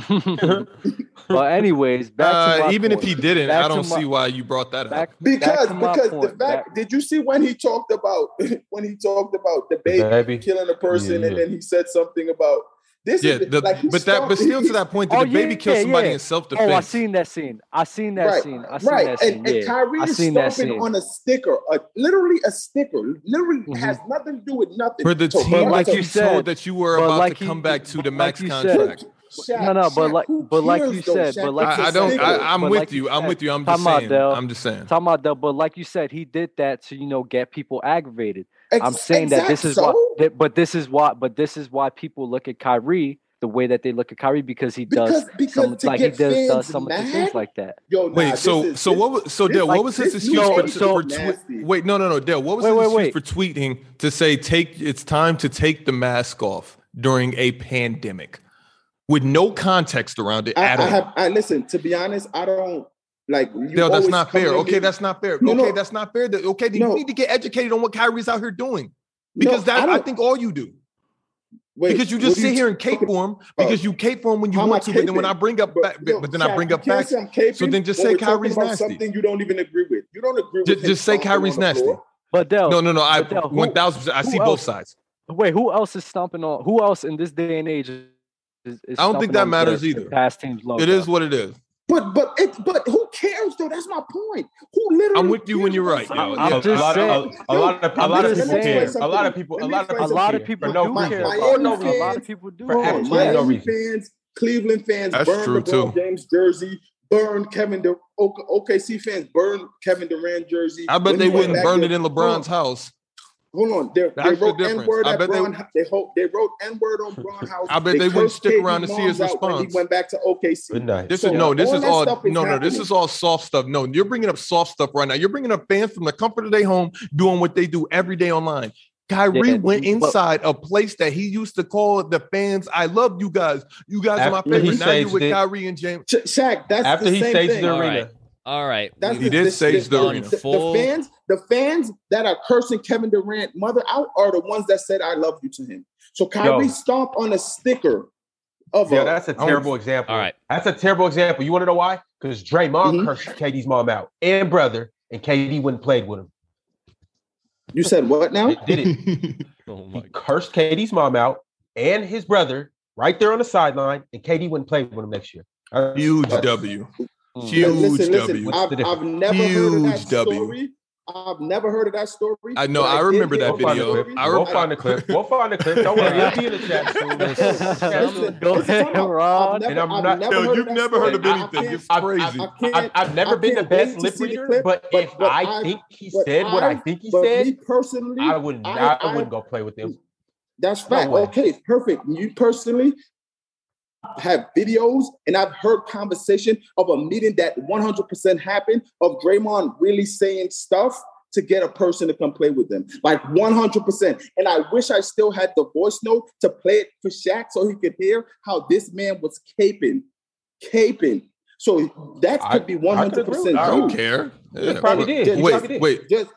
Speaker 2: not. but anyways, back to
Speaker 1: Uh,
Speaker 2: my
Speaker 1: even if
Speaker 2: point.
Speaker 1: he didn't,
Speaker 2: Back
Speaker 1: I
Speaker 2: to
Speaker 1: don't
Speaker 2: my-
Speaker 1: see why you brought that up.
Speaker 2: back, back
Speaker 4: Because
Speaker 2: to my
Speaker 4: because the
Speaker 2: point,
Speaker 4: fact
Speaker 2: back-
Speaker 4: did you see when he talked about when he talked about the baby
Speaker 7: Baby.
Speaker 4: killing a person
Speaker 7: Yeah,
Speaker 4: and
Speaker 7: yeah.
Speaker 4: then he said something about this
Speaker 1: yeah,
Speaker 4: is
Speaker 1: the,
Speaker 4: like he
Speaker 1: but that, but
Speaker 4: stopped-
Speaker 1: still to that point, did
Speaker 2: Oh,
Speaker 1: the baby
Speaker 2: yeah,
Speaker 1: kill somebody
Speaker 2: yeah.
Speaker 1: in self defense?
Speaker 2: oh, I seen that scene. I seen that
Speaker 4: Right,
Speaker 2: scene. I seen
Speaker 4: right,
Speaker 2: that scene.
Speaker 4: and,
Speaker 2: yeah.
Speaker 4: and Kyrie
Speaker 2: I
Speaker 4: is
Speaker 2: seen that
Speaker 4: stomping
Speaker 2: scene.
Speaker 4: on a sticker, a literally a sticker, literally
Speaker 2: Mhm.
Speaker 4: has nothing to do with nothing.
Speaker 1: For the
Speaker 4: So
Speaker 1: team
Speaker 2: Oh, like
Speaker 1: that
Speaker 2: you
Speaker 1: you
Speaker 2: said-
Speaker 1: told that you were
Speaker 2: but
Speaker 1: about
Speaker 2: like
Speaker 1: to
Speaker 2: you-
Speaker 1: come back to the
Speaker 2: but
Speaker 1: max
Speaker 2: like you said-
Speaker 1: contract.
Speaker 4: Shaq,
Speaker 2: No, no, but
Speaker 4: Shaq,
Speaker 2: like-
Speaker 4: who
Speaker 2: but like you
Speaker 4: cares, though,
Speaker 2: said,
Speaker 4: Shaq?
Speaker 2: but like
Speaker 4: It's
Speaker 1: I,
Speaker 4: a
Speaker 1: I don't.
Speaker 4: sticker.
Speaker 1: I, I'm
Speaker 2: But
Speaker 1: with
Speaker 2: like you
Speaker 1: you. I'm
Speaker 2: said,
Speaker 1: with you. I'm
Speaker 2: come
Speaker 1: just
Speaker 2: on,
Speaker 1: saying.
Speaker 2: Dell.
Speaker 1: I'm just saying.
Speaker 2: Talking about that, but like you said, he did that to you know get people aggravated.
Speaker 4: Ex-
Speaker 2: I'm saying that this
Speaker 4: exact-
Speaker 2: is
Speaker 4: so?
Speaker 2: why, that- but this is why, but this is why people look at Kyrie the way that they look at Kyrie because he
Speaker 4: because
Speaker 2: does
Speaker 4: because
Speaker 2: some
Speaker 4: to
Speaker 2: like he
Speaker 4: get
Speaker 2: does, does
Speaker 4: fans
Speaker 2: some of the
Speaker 4: mad,
Speaker 2: things like that.
Speaker 4: yo, nah,
Speaker 1: Wait.
Speaker 4: this
Speaker 1: So
Speaker 4: is-
Speaker 1: so
Speaker 4: this-
Speaker 1: what was so
Speaker 4: this-
Speaker 1: Dale?
Speaker 4: like,
Speaker 1: What was his
Speaker 4: this
Speaker 1: excuse
Speaker 4: new
Speaker 1: for,
Speaker 4: age is
Speaker 2: so-
Speaker 1: for tweet?
Speaker 4: nasty.
Speaker 1: Wait, no, no, no, Dale. What was
Speaker 2: Wait,
Speaker 1: his
Speaker 2: wait,
Speaker 1: excuse for tweeting to say take it's time to take the mask off during a pandemic with no context around it
Speaker 4: I,
Speaker 1: at
Speaker 4: I
Speaker 1: all?
Speaker 4: have. I listen. To be honest, I don't like. You
Speaker 1: Dale, that's
Speaker 4: always
Speaker 1: not
Speaker 4: come
Speaker 1: fair.
Speaker 4: at
Speaker 1: Okay,
Speaker 4: me-
Speaker 1: that's not fair.
Speaker 4: No,
Speaker 1: okay,
Speaker 4: no.
Speaker 1: that's not fair. That- Okay, then
Speaker 4: No.
Speaker 1: you need to get educated on what Kyrie's out here doing
Speaker 4: No,
Speaker 1: because that I,
Speaker 4: don't-
Speaker 1: think all you do
Speaker 4: wait,
Speaker 1: because you
Speaker 4: what
Speaker 1: just
Speaker 4: are
Speaker 1: sit here and
Speaker 4: talking
Speaker 1: cape for him
Speaker 4: about?
Speaker 1: because you cape for him when you
Speaker 4: uh, How am
Speaker 1: want to,
Speaker 4: I
Speaker 1: but then when
Speaker 4: caping?
Speaker 1: I bring up back, but,
Speaker 4: yo,
Speaker 1: then
Speaker 4: Shaq,
Speaker 1: I bring
Speaker 4: you
Speaker 1: up
Speaker 4: can't
Speaker 1: facts.
Speaker 4: say I'm caping
Speaker 1: So then just
Speaker 4: when
Speaker 1: say
Speaker 4: we're talking
Speaker 1: Kyrie's
Speaker 4: about
Speaker 1: nasty.
Speaker 4: Something you don't even agree with. You don't agree
Speaker 1: Ju-
Speaker 4: with. him
Speaker 1: just say
Speaker 4: stomping on
Speaker 1: Kyrie's
Speaker 4: the
Speaker 1: nasty.
Speaker 4: floor.
Speaker 2: But Dell,
Speaker 1: No, no, no. I
Speaker 2: Dale, who-
Speaker 1: one thousand percent. I
Speaker 2: who
Speaker 1: see both
Speaker 2: else?
Speaker 1: sides.
Speaker 2: Wait, who else is stomping on? Who else in this day and age is? is
Speaker 1: I don't think
Speaker 2: stomping
Speaker 1: that
Speaker 2: on the-
Speaker 1: matters
Speaker 2: the
Speaker 1: either.
Speaker 2: Past teams logo.
Speaker 1: It is what it is.
Speaker 4: But but it but who cares though? That's my point. Who literally?
Speaker 1: I'm with you when
Speaker 4: cares
Speaker 1: you're
Speaker 4: about
Speaker 1: right, yo.
Speaker 4: someone
Speaker 2: I'm
Speaker 1: Yeah,
Speaker 7: a
Speaker 2: just
Speaker 7: lot
Speaker 2: saying-
Speaker 7: of a, a lot of a
Speaker 2: I'm
Speaker 7: lot of
Speaker 2: just
Speaker 7: people
Speaker 2: saying-
Speaker 7: care. A lot of people. A
Speaker 4: Let me
Speaker 7: lot of
Speaker 4: explain
Speaker 2: a
Speaker 7: people.
Speaker 2: lot of
Speaker 7: care
Speaker 2: people
Speaker 7: for no
Speaker 2: do
Speaker 4: My-
Speaker 7: reason.
Speaker 2: care
Speaker 4: Miami
Speaker 2: about
Speaker 7: For no
Speaker 2: it. A
Speaker 7: reason.
Speaker 2: lot of
Speaker 4: fans-
Speaker 2: people do
Speaker 7: For
Speaker 2: care
Speaker 4: Bro,
Speaker 2: about
Speaker 7: absolutely
Speaker 2: it.
Speaker 7: no
Speaker 4: Miami
Speaker 7: reason.
Speaker 4: fans, Cleveland fans,
Speaker 1: That's
Speaker 4: burn
Speaker 1: true,
Speaker 4: LeBron
Speaker 1: too.
Speaker 4: James jersey, burn Kevin Durant. OKC fans burn Kevin Durant jersey.
Speaker 1: I bet
Speaker 4: When
Speaker 1: they
Speaker 4: he went
Speaker 1: wouldn't
Speaker 4: back
Speaker 1: burn
Speaker 4: to-
Speaker 1: it in LeBron's house.
Speaker 4: Hold on, they, they
Speaker 1: That's the
Speaker 4: wrote
Speaker 1: difference.
Speaker 4: N word
Speaker 1: I
Speaker 4: at
Speaker 1: bet they-
Speaker 4: Braun. They hope they wrote N word on Braun House.
Speaker 1: I bet they wouldn't
Speaker 4: cursed
Speaker 1: stick
Speaker 4: KD
Speaker 1: around to see
Speaker 4: moms
Speaker 1: his
Speaker 4: out when
Speaker 1: response.
Speaker 4: he went back to OKC.
Speaker 7: Good night.
Speaker 1: This is
Speaker 4: So,
Speaker 1: no. This
Speaker 4: all
Speaker 1: is
Speaker 4: that
Speaker 1: all
Speaker 4: stuff is
Speaker 1: no, no. This
Speaker 4: happening.
Speaker 1: is all soft stuff. No, you're bringing up soft stuff right now. You're bringing up fans from the comfort of their home doing what they do every day online. Kyrie
Speaker 2: Yeah,
Speaker 1: went
Speaker 2: but-
Speaker 1: inside a place that he used to call the fans. I love you guys. You guys are my
Speaker 7: After he
Speaker 1: favorite. Now you're
Speaker 7: staged
Speaker 1: with
Speaker 7: it.
Speaker 1: Kyrie and James.
Speaker 4: Sha- Shaq, that's
Speaker 7: After
Speaker 4: the
Speaker 7: he
Speaker 4: same
Speaker 7: staged
Speaker 4: thing.
Speaker 7: the
Speaker 5: All
Speaker 7: arena.
Speaker 5: right. All right.
Speaker 4: That's
Speaker 1: He
Speaker 5: We've
Speaker 4: the,
Speaker 1: did
Speaker 4: this,
Speaker 1: sage
Speaker 4: this,
Speaker 1: the
Speaker 4: the,
Speaker 1: arena.
Speaker 4: the- the fans, the fans that are cursing Kevin Durant mother out are the ones that said "I love you" to him. So Kyrie
Speaker 7: Yo.
Speaker 4: stomped on a sticker of
Speaker 7: Yeah,
Speaker 4: a.
Speaker 7: that's a
Speaker 1: don't-
Speaker 7: terrible example.
Speaker 5: All right.
Speaker 7: That's a terrible example. You want to know why? Because Draymond
Speaker 4: Mhm.
Speaker 7: cursed KD's mom out and brother, and KD wouldn't played with him.
Speaker 4: you said what now?
Speaker 7: They did it.
Speaker 5: Oh my
Speaker 7: He
Speaker 5: God.
Speaker 7: cursed KD's mom out and his brother right there on the sideline, and KD wouldn't play with him next year. That's-
Speaker 1: Huge
Speaker 7: that's-
Speaker 1: W.
Speaker 2: Mm.
Speaker 1: Huge
Speaker 4: listen,
Speaker 1: W.
Speaker 4: listen.
Speaker 7: What's
Speaker 4: I've,
Speaker 7: the difference?
Speaker 4: I've never heard of that
Speaker 1: Huge W.
Speaker 4: story. I've never heard of that story.
Speaker 1: I know,
Speaker 4: but
Speaker 1: I
Speaker 4: did
Speaker 1: remember
Speaker 4: hear
Speaker 1: that
Speaker 7: We'll
Speaker 4: the
Speaker 7: find the
Speaker 1: video.
Speaker 7: clip.
Speaker 4: story.
Speaker 1: I re-
Speaker 7: We'll find the clip. We'll find the clip. Don't worry, it'll be in the chat soon.
Speaker 4: Listen,
Speaker 2: Go ahead,
Speaker 4: time out. I've
Speaker 2: Ron.
Speaker 4: never,
Speaker 7: And I'm
Speaker 4: I've
Speaker 7: not-
Speaker 4: never
Speaker 1: Yo,
Speaker 4: heard
Speaker 1: you've
Speaker 4: of that
Speaker 1: never heard
Speaker 4: story.
Speaker 1: of
Speaker 4: I- I
Speaker 1: anything.
Speaker 4: can't-
Speaker 1: It's
Speaker 7: I've,
Speaker 1: crazy.
Speaker 4: I, I can't.
Speaker 7: I've, I've never
Speaker 4: I
Speaker 7: been the
Speaker 4: can't wait
Speaker 7: best
Speaker 4: to
Speaker 7: lip
Speaker 4: see the
Speaker 7: reader,
Speaker 4: clip,
Speaker 7: but,
Speaker 4: but-
Speaker 7: if
Speaker 4: but
Speaker 7: I
Speaker 4: I-
Speaker 7: think he
Speaker 4: but
Speaker 7: said what I
Speaker 4: I-
Speaker 7: think he
Speaker 4: But me
Speaker 7: said,
Speaker 4: personally,
Speaker 7: I would
Speaker 4: I,
Speaker 7: not. I,
Speaker 4: I
Speaker 7: wouldn't go play with him.
Speaker 4: That's
Speaker 7: No
Speaker 4: fact.
Speaker 7: way.
Speaker 4: okay, perfect. You personally have videos, and I've heard conversation of a meeting that 100% happened of Draymond really saying stuff to get a person to come play with them, like 100%. And I wish I still had the voice note to play it for Shaq so he could hear how this man was caping, caping. So that
Speaker 7: I-
Speaker 4: could be
Speaker 7: I could
Speaker 4: 100%
Speaker 7: agree with that.
Speaker 1: I
Speaker 4: true.
Speaker 1: don't care. Yeah,
Speaker 7: probably
Speaker 1: wait,
Speaker 7: did.
Speaker 4: He
Speaker 1: Wait,
Speaker 7: probably did.
Speaker 1: wait.
Speaker 4: Just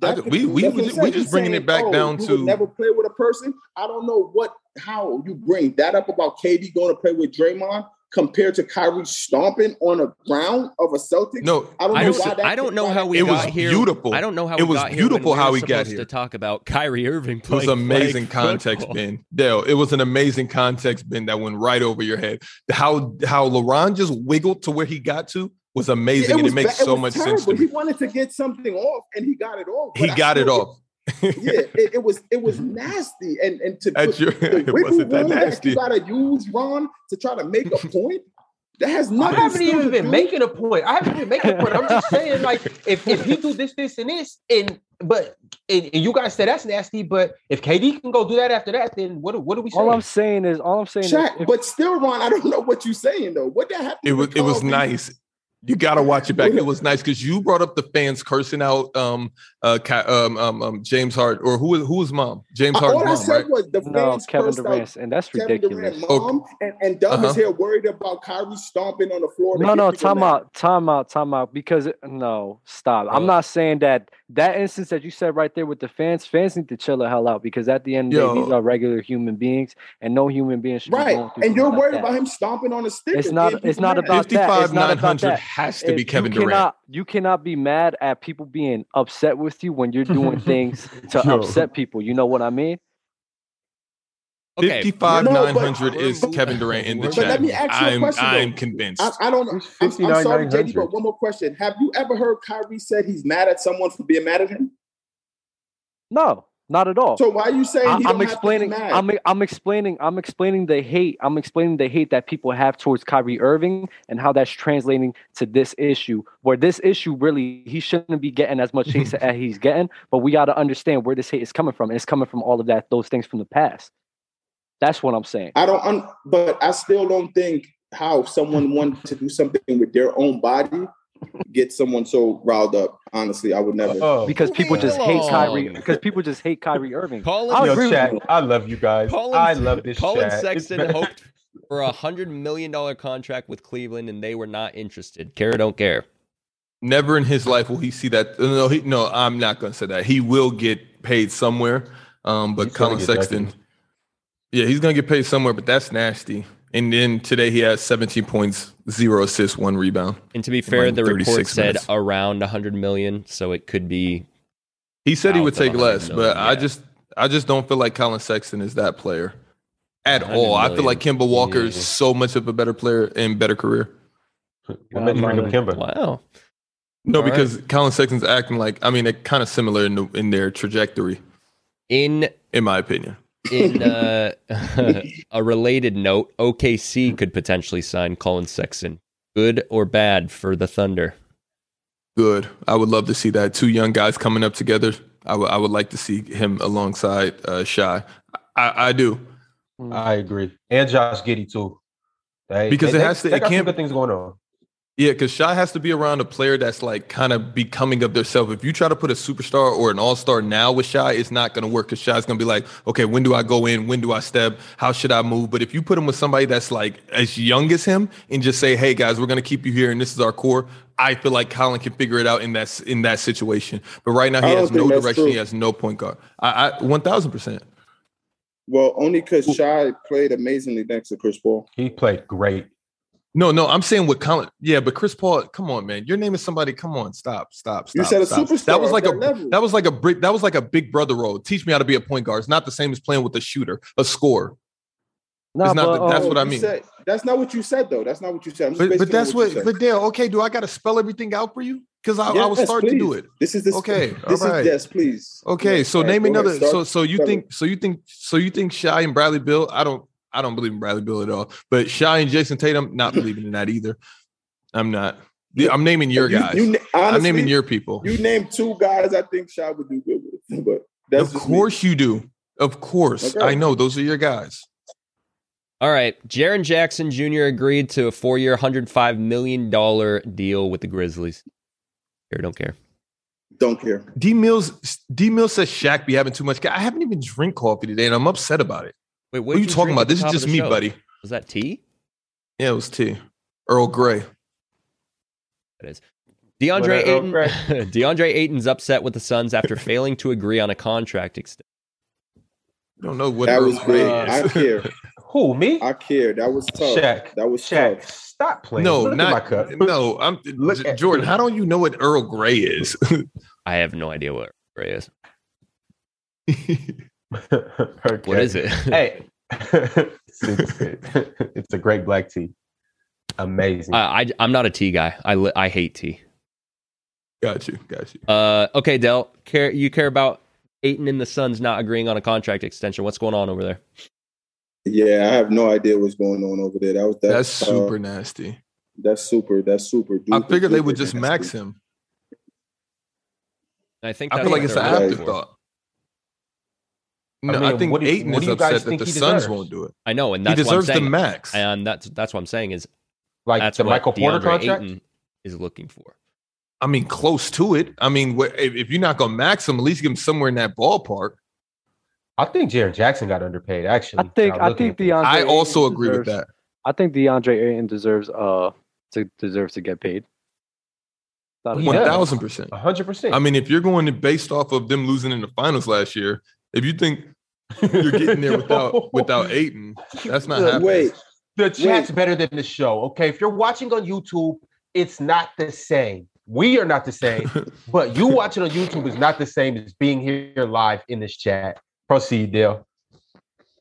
Speaker 1: I
Speaker 4: that
Speaker 1: ju-
Speaker 4: could-
Speaker 1: we we
Speaker 4: that's
Speaker 1: we
Speaker 4: what I'm
Speaker 1: just, we
Speaker 4: saying.
Speaker 1: just
Speaker 4: You
Speaker 1: bringing
Speaker 4: saying,
Speaker 1: it back
Speaker 4: oh,
Speaker 1: down
Speaker 4: you would
Speaker 1: to
Speaker 4: never play with a person. I don't know what how you bring that up about KD going to play with Draymond compared to Kyrie stomping on a ground of a Celtic.
Speaker 1: no.
Speaker 4: I don't
Speaker 5: I
Speaker 4: know
Speaker 5: don't,
Speaker 1: you
Speaker 4: why that
Speaker 5: I don't know
Speaker 4: why
Speaker 5: how
Speaker 4: that
Speaker 5: we
Speaker 1: It
Speaker 5: got
Speaker 1: was
Speaker 5: here.
Speaker 1: beautiful.
Speaker 5: I don't know how
Speaker 1: It
Speaker 5: we
Speaker 1: was
Speaker 5: got here
Speaker 1: beautiful
Speaker 5: when
Speaker 1: how
Speaker 5: we
Speaker 1: we
Speaker 5: were
Speaker 1: got
Speaker 5: supposed
Speaker 1: here.
Speaker 5: to talk about Kyrie Irving
Speaker 1: It was
Speaker 5: playing
Speaker 1: amazing
Speaker 5: flag
Speaker 1: context,
Speaker 5: football.
Speaker 1: Ben. Dale, it was an amazing context, Ben, that went right over your head. How how LaRon just wiggled to where he got to was amazing, and
Speaker 4: was
Speaker 1: it makes
Speaker 4: ba-
Speaker 1: so
Speaker 4: was
Speaker 1: much sense to
Speaker 4: terrible. He
Speaker 1: me.
Speaker 4: wanted to get something off, and he got it off.
Speaker 1: He
Speaker 4: but I
Speaker 1: got it
Speaker 4: still-
Speaker 1: off.
Speaker 4: Yeah, it, it was it was nasty, and and to
Speaker 1: At your,
Speaker 4: the
Speaker 1: it
Speaker 4: wiggle
Speaker 1: wasn't that
Speaker 4: room that
Speaker 1: nasty.
Speaker 4: you gotta use, Ron, to try to make a point. That has
Speaker 7: I
Speaker 4: nothing.
Speaker 7: haven't
Speaker 4: still
Speaker 7: even
Speaker 4: to
Speaker 7: been
Speaker 4: do-
Speaker 7: making a point. I haven't been making a point. I'm just saying, like, if, if he do this, this, and this, and but and, and you guys say that's nasty, but if KD can go do that after that, then what, are- what are we saying?
Speaker 2: All I'm saying is, all I'm saying is,
Speaker 4: Shaq, but still, Ron, I don't know what you're saying though. What that happened?
Speaker 1: It was it was nice. You gotta watch it back. It was nice because you brought up the fans cursing out um uh Ka- um, um um James Hart or who was who was mom James Hart's
Speaker 4: All I
Speaker 1: mom
Speaker 4: said
Speaker 1: right?
Speaker 4: was the
Speaker 2: No,
Speaker 4: fans
Speaker 2: Kevin
Speaker 4: cursed out
Speaker 2: Durant, and that's
Speaker 4: Kevin
Speaker 2: ridiculous.
Speaker 4: Durant, mom, and, and Dom
Speaker 1: Uh-huh.
Speaker 4: is here worried about Kyrie stomping on the floor. to
Speaker 2: No,
Speaker 4: get
Speaker 2: no,
Speaker 4: people
Speaker 2: time
Speaker 4: mad.
Speaker 2: out, time out, time out. Because it- no, stop.
Speaker 4: Oh.
Speaker 2: I'm not saying that that instance that you said right there with the fans, fans need to chill the hell out because at the end of the day, these
Speaker 1: Yo.
Speaker 2: are regular human beings, and no human being should be going
Speaker 4: Right,
Speaker 2: through
Speaker 4: and
Speaker 2: something
Speaker 4: you're
Speaker 2: like
Speaker 4: worried
Speaker 2: that.
Speaker 4: about him stomping on a stick.
Speaker 2: It's not- it's not about that. It's not
Speaker 1: Fifty-five
Speaker 2: about
Speaker 1: nine hundred
Speaker 2: that.
Speaker 1: has to
Speaker 2: If
Speaker 1: be
Speaker 2: you
Speaker 1: Kevin Durant.
Speaker 2: cannot- You cannot be mad at people being upset with you when you're doing things to
Speaker 7: Yo.
Speaker 2: upset people. You know what I mean?
Speaker 1: Fifty-five
Speaker 4: No,
Speaker 1: nine
Speaker 4: but-
Speaker 1: hundred is Kevin Durant in the
Speaker 5: But
Speaker 1: chat.
Speaker 4: let me ask you a
Speaker 1: I'm,
Speaker 4: question, though.
Speaker 1: I'm convinced.
Speaker 4: I, I don't know.
Speaker 7: Who's
Speaker 4: I'm, I'm sorry, JD,
Speaker 7: 59,900?
Speaker 4: but one more question. Have you ever heard Kyrie said he's mad at someone for being mad at him?
Speaker 2: No, not at all.
Speaker 4: So why are you saying
Speaker 2: I,
Speaker 4: he don't
Speaker 2: am explaining.
Speaker 4: have to be mad?
Speaker 2: I'm I'm explaining. I'm explaining the hate. I'm explaining the hate that people have towards Kyrie Irving and how that's translating to this issue. Where this issue really, he shouldn't be getting as much hate as he's getting. But we got to understand where this hate is coming from. And it's coming from all of that, those things from the past. That's what I'm saying.
Speaker 4: I don't, un- but I still don't think how someone wanted to do something with their own body gets someone so riled up. Honestly, I would never.
Speaker 7: Oh,
Speaker 2: Because people
Speaker 5: Moving
Speaker 2: just hate Kyrie.
Speaker 5: along.
Speaker 2: Because people just hate Kyrie Irving.
Speaker 5: Colin,
Speaker 2: I
Speaker 7: yo,
Speaker 2: agree with
Speaker 7: chat,
Speaker 2: you.
Speaker 7: I love you guys.
Speaker 5: Colin,
Speaker 7: I love this
Speaker 5: Colin
Speaker 7: chat. It's
Speaker 5: Sexton
Speaker 7: been-
Speaker 5: hoped for a hundred million dollar contract with Cleveland, and they were not interested. Care or don't care.
Speaker 1: Never in his life will he see that. No, he, no, I'm not going to say that. He will get paid somewhere. Um, but
Speaker 7: He's gonna
Speaker 1: Colin
Speaker 7: get
Speaker 1: Sexton,
Speaker 7: ducked.
Speaker 1: yeah, he's going to get paid somewhere, but that's nasty. And then today he has 17 points, zero assists, one rebound.
Speaker 5: And to be fair,
Speaker 1: like
Speaker 5: the report
Speaker 1: 36
Speaker 5: said
Speaker 1: minutes.
Speaker 5: around a hundred million, so it could be.
Speaker 1: He said he
Speaker 5: Out
Speaker 1: would
Speaker 5: of a
Speaker 1: take
Speaker 5: hundred
Speaker 1: less,
Speaker 5: million,
Speaker 1: but I
Speaker 5: yeah.
Speaker 1: just, I just don't feel like Colin Sexton is that player at
Speaker 5: A hundred
Speaker 1: all. I feel
Speaker 5: million.
Speaker 1: like Kimba Walker is
Speaker 5: Yeah.
Speaker 1: so much of a better player and better career.
Speaker 7: Well, let's bring up Kimba.
Speaker 5: Mm, Wow.
Speaker 1: No,
Speaker 5: All right.
Speaker 1: because Colin Sexton's acting like, I mean, they're kind of similar in the, in their trajectory,
Speaker 5: In
Speaker 1: in my opinion.
Speaker 5: in uh, a related note, OKC could potentially sign Colin Sexton. Good or bad for the Thunder?
Speaker 1: Good. I would love to see that. Two young guys coming up together. I would I would like to see him alongside uh, Shy. I, I do
Speaker 2: Mm.
Speaker 1: uh,
Speaker 7: I agree, and Josh Giddy too. They-
Speaker 1: Because
Speaker 7: they-
Speaker 1: it has to-
Speaker 7: They, they
Speaker 1: it
Speaker 7: got some
Speaker 1: can't-
Speaker 7: good things going on.
Speaker 1: yeah, because Shy has to be around a player that's like kind of becoming of themselves. If you try to put a superstar or an all star now with Shy, it's not going to work. Because Shy's going to be like, okay, when do I go in? When do I step? How should I move? But if you put him with somebody that's like as young as him and just say, hey guys, we're going to keep you here and this is our core. I feel like Colin can figure it out in that s- in that situation. But right now he
Speaker 4: I don't
Speaker 1: has
Speaker 4: think
Speaker 1: no
Speaker 4: that's
Speaker 1: direction. He
Speaker 4: true.
Speaker 1: has no point guard. I, I one thousand percent.
Speaker 4: Well, only because Shy played amazingly next to Chris Paul.
Speaker 7: He played great.
Speaker 1: No, no, I'm saying with Colin. Yeah, but Chris Paul, come on, man. Your name is somebody. Come on, stop, stop, stop.
Speaker 4: You said a
Speaker 1: stop.
Speaker 4: superstar
Speaker 1: That was
Speaker 4: of
Speaker 1: like
Speaker 4: that
Speaker 1: a
Speaker 4: level.
Speaker 1: that was like a brick. That was like a big brother role. Teach me how to be a point guard. It's not the same as playing with a shooter, a scorer.
Speaker 2: No,
Speaker 1: It's not
Speaker 2: but,
Speaker 1: that- that's
Speaker 2: uh,
Speaker 1: what I
Speaker 4: you
Speaker 1: mean.
Speaker 4: said- that's not what you said, though. That's not what you said. I'm just
Speaker 1: But,
Speaker 4: basing
Speaker 1: but
Speaker 4: on
Speaker 1: that's
Speaker 4: what.
Speaker 1: what.
Speaker 4: you said.
Speaker 1: But Dale, okay, do I got to spell everything out for you? Because I, I was
Speaker 4: Yes,
Speaker 1: starting to do
Speaker 4: please.
Speaker 1: it.
Speaker 4: This is this.
Speaker 1: Okay,
Speaker 4: This
Speaker 1: alright.
Speaker 4: is yes, please.
Speaker 1: Okay,
Speaker 4: Yes,
Speaker 1: so
Speaker 4: alright,
Speaker 1: name
Speaker 4: go ahead.
Speaker 1: another.
Speaker 4: Start-
Speaker 1: So so you
Speaker 4: start
Speaker 1: think so you think so you think Shy and Bradley Bill? I don't I don't believe in Bradley Bill at all. But Shy and Jason Tatum, not believing in that either. I'm not. Yeah, I'm naming your
Speaker 4: You-
Speaker 1: guys.
Speaker 4: you na- honestly,
Speaker 1: I'm naming your people.
Speaker 4: You named two guys I think Shy would do good with, but that's
Speaker 1: of
Speaker 4: just me.
Speaker 1: course you do. Of course,
Speaker 4: Okay.
Speaker 1: I know those are your guys.
Speaker 5: All right. Jaron Jackson Jr. agreed to a four year, $105 million deal with the Grizzlies. Care or don't care.
Speaker 4: Don't care.
Speaker 1: D Mills. D Mills says Shaq be having too much. ca- I haven't even drink coffee today, and I'm upset about it.
Speaker 5: Wait,
Speaker 1: What, are you talking about? This is just me, buddy.
Speaker 5: Was that tea?
Speaker 1: Yeah, it was tea. Earl Grey.
Speaker 5: That is. DeAndre
Speaker 7: What a-
Speaker 5: Ayton. DeAndre Ayton's upset with the Suns after failing to agree on a contract extension.
Speaker 1: I don't know what
Speaker 4: That
Speaker 1: Earl
Speaker 4: was
Speaker 1: Grey is.
Speaker 4: big. I care.
Speaker 7: Who me?
Speaker 4: I care. That was tough.
Speaker 7: Shaq.
Speaker 4: That was
Speaker 7: Shaq.
Speaker 4: tough.
Speaker 7: Stop playing.
Speaker 1: No,
Speaker 7: Look at my
Speaker 1: not
Speaker 7: cup.
Speaker 1: no. I'm
Speaker 7: Look at-
Speaker 1: Jordan. How don't you know what Earl Grey is?
Speaker 5: I have no idea what Ray is.
Speaker 7: okay.
Speaker 5: What is it?
Speaker 7: Hey, it's, good. It's a great black tea. Amazing.
Speaker 5: I, I, I'm not a tea guy. I, li- I hate tea.
Speaker 1: got you, got you.
Speaker 5: Uh, okay, Dell. Care you care about Ayton and the Suns not agreeing on a contract extension? What's going on over there?
Speaker 4: Yeah, I have no idea what's going on over there. That was that,
Speaker 1: That's
Speaker 4: uh,
Speaker 1: super nasty.
Speaker 4: that's super. That's super.
Speaker 1: I
Speaker 4: duper,
Speaker 1: figured they would
Speaker 4: duper
Speaker 1: just
Speaker 4: nasty.
Speaker 1: max him.
Speaker 5: I think
Speaker 1: I
Speaker 5: that's
Speaker 1: feel like
Speaker 5: what
Speaker 1: it's an
Speaker 5: they're
Speaker 4: right.
Speaker 5: looking for.
Speaker 1: afterthought. No, I,
Speaker 7: mean,
Speaker 1: think
Speaker 7: what do you-
Speaker 1: Aiton
Speaker 7: what
Speaker 1: is
Speaker 7: do you guys
Speaker 1: upset that
Speaker 7: think
Speaker 1: the
Speaker 7: he
Speaker 1: Suns
Speaker 7: deserves?
Speaker 1: won't do it.
Speaker 5: I know, and
Speaker 1: He
Speaker 5: that's what I'm
Speaker 1: deserves the
Speaker 5: saying. uh,
Speaker 1: max.
Speaker 5: And that's that's what I'm saying is
Speaker 7: like
Speaker 5: that's
Speaker 7: the
Speaker 5: what
Speaker 7: Michael Porter
Speaker 5: DeAndre
Speaker 7: contract.
Speaker 5: Ayton is looking for.
Speaker 1: I mean, close to it. I mean, wh- if, if you're not going to max him, at least give him somewhere in that ballpark.
Speaker 7: I think Jaron Jackson got underpaid. Actually,
Speaker 2: I think
Speaker 7: now
Speaker 2: I
Speaker 7: looking
Speaker 2: think
Speaker 7: at
Speaker 2: DeAndre.
Speaker 7: this.
Speaker 1: I also
Speaker 2: Ayton
Speaker 1: agree with
Speaker 2: deserves-
Speaker 1: that.
Speaker 2: I think DeAndre Ayton deserves uh to deserves to get paid. Not a
Speaker 7: He
Speaker 1: One
Speaker 7: does.
Speaker 2: doubt.
Speaker 1: thousand percent.
Speaker 7: A hundred percent.
Speaker 1: I mean, if you're going to based off of them losing in the finals last year, if you think you're getting there without without Aiton, that's not happening.
Speaker 4: Wait,
Speaker 7: the chat's better than the show. Okay, if you're watching on YouTube, it's not the same. We are not the same, but you watching on YouTube is not the same as being here live in this chat. Proceed, Dale.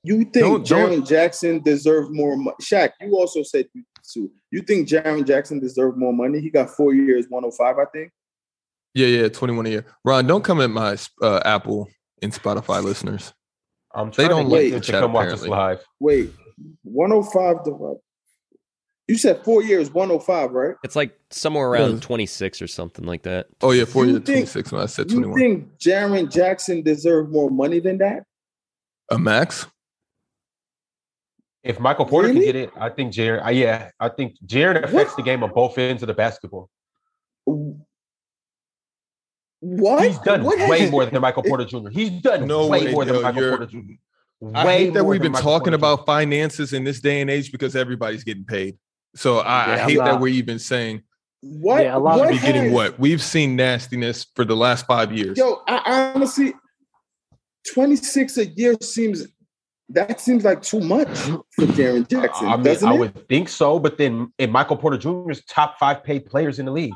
Speaker 4: you think
Speaker 1: Don't- don't-
Speaker 4: Jaron Jackson deserved more money? Shaq, you also said you too. You think Jaron Jackson deserved more money? He got four years, 105, I think.
Speaker 1: Yeah, yeah, 21 a year. Ron, don't come at my uh, Apple and Spotify listeners.
Speaker 7: I'm
Speaker 1: They
Speaker 7: trying
Speaker 1: don't
Speaker 7: to
Speaker 1: like
Speaker 7: get
Speaker 1: the
Speaker 7: them to
Speaker 1: chat,
Speaker 7: come watch us
Speaker 1: apparently.
Speaker 7: live.
Speaker 4: Wait, 105 divided. You said four years, 105, right?
Speaker 5: It's like somewhere around
Speaker 1: Yeah.
Speaker 5: 26 or something like that.
Speaker 1: Oh, yeah, four
Speaker 4: You
Speaker 1: years,
Speaker 4: think-
Speaker 1: 26 when I said
Speaker 4: You
Speaker 1: 21.
Speaker 4: think Jaron Jackson deserved more money than that?
Speaker 1: a max?
Speaker 7: If Michael Porter
Speaker 4: Really?
Speaker 7: can get it, I think Jaron. Uh, yeah, I think Jaron affects the game on both ends of the basketball.
Speaker 4: What?
Speaker 7: He's done
Speaker 4: What has-
Speaker 7: way more than Michael Porter Jr. He's done
Speaker 1: No
Speaker 7: way
Speaker 1: way,
Speaker 7: more than
Speaker 1: Dale,
Speaker 7: Michael
Speaker 1: you're-
Speaker 7: Porter Jr. Way
Speaker 1: I hate that
Speaker 7: more
Speaker 1: we've been
Speaker 7: than Michael
Speaker 1: talking
Speaker 7: Porter Jr.
Speaker 1: about finances in this day and age because everybody's getting paid. So I,
Speaker 2: Yeah,
Speaker 1: I
Speaker 2: I'm
Speaker 1: hate that
Speaker 2: not-
Speaker 1: we're even saying
Speaker 4: What?
Speaker 2: Yeah, a lot of
Speaker 1: should
Speaker 4: what
Speaker 1: be getting
Speaker 4: has-
Speaker 1: what we've seen nastiness for the last five years.
Speaker 4: Yo, I honestly, 26 a year seems that seems like too much for Jaron Jackson,
Speaker 7: I mean,
Speaker 4: doesn't
Speaker 7: I
Speaker 4: it?
Speaker 7: would think so, but then and Michael Porter Jr. is top five paid players in the league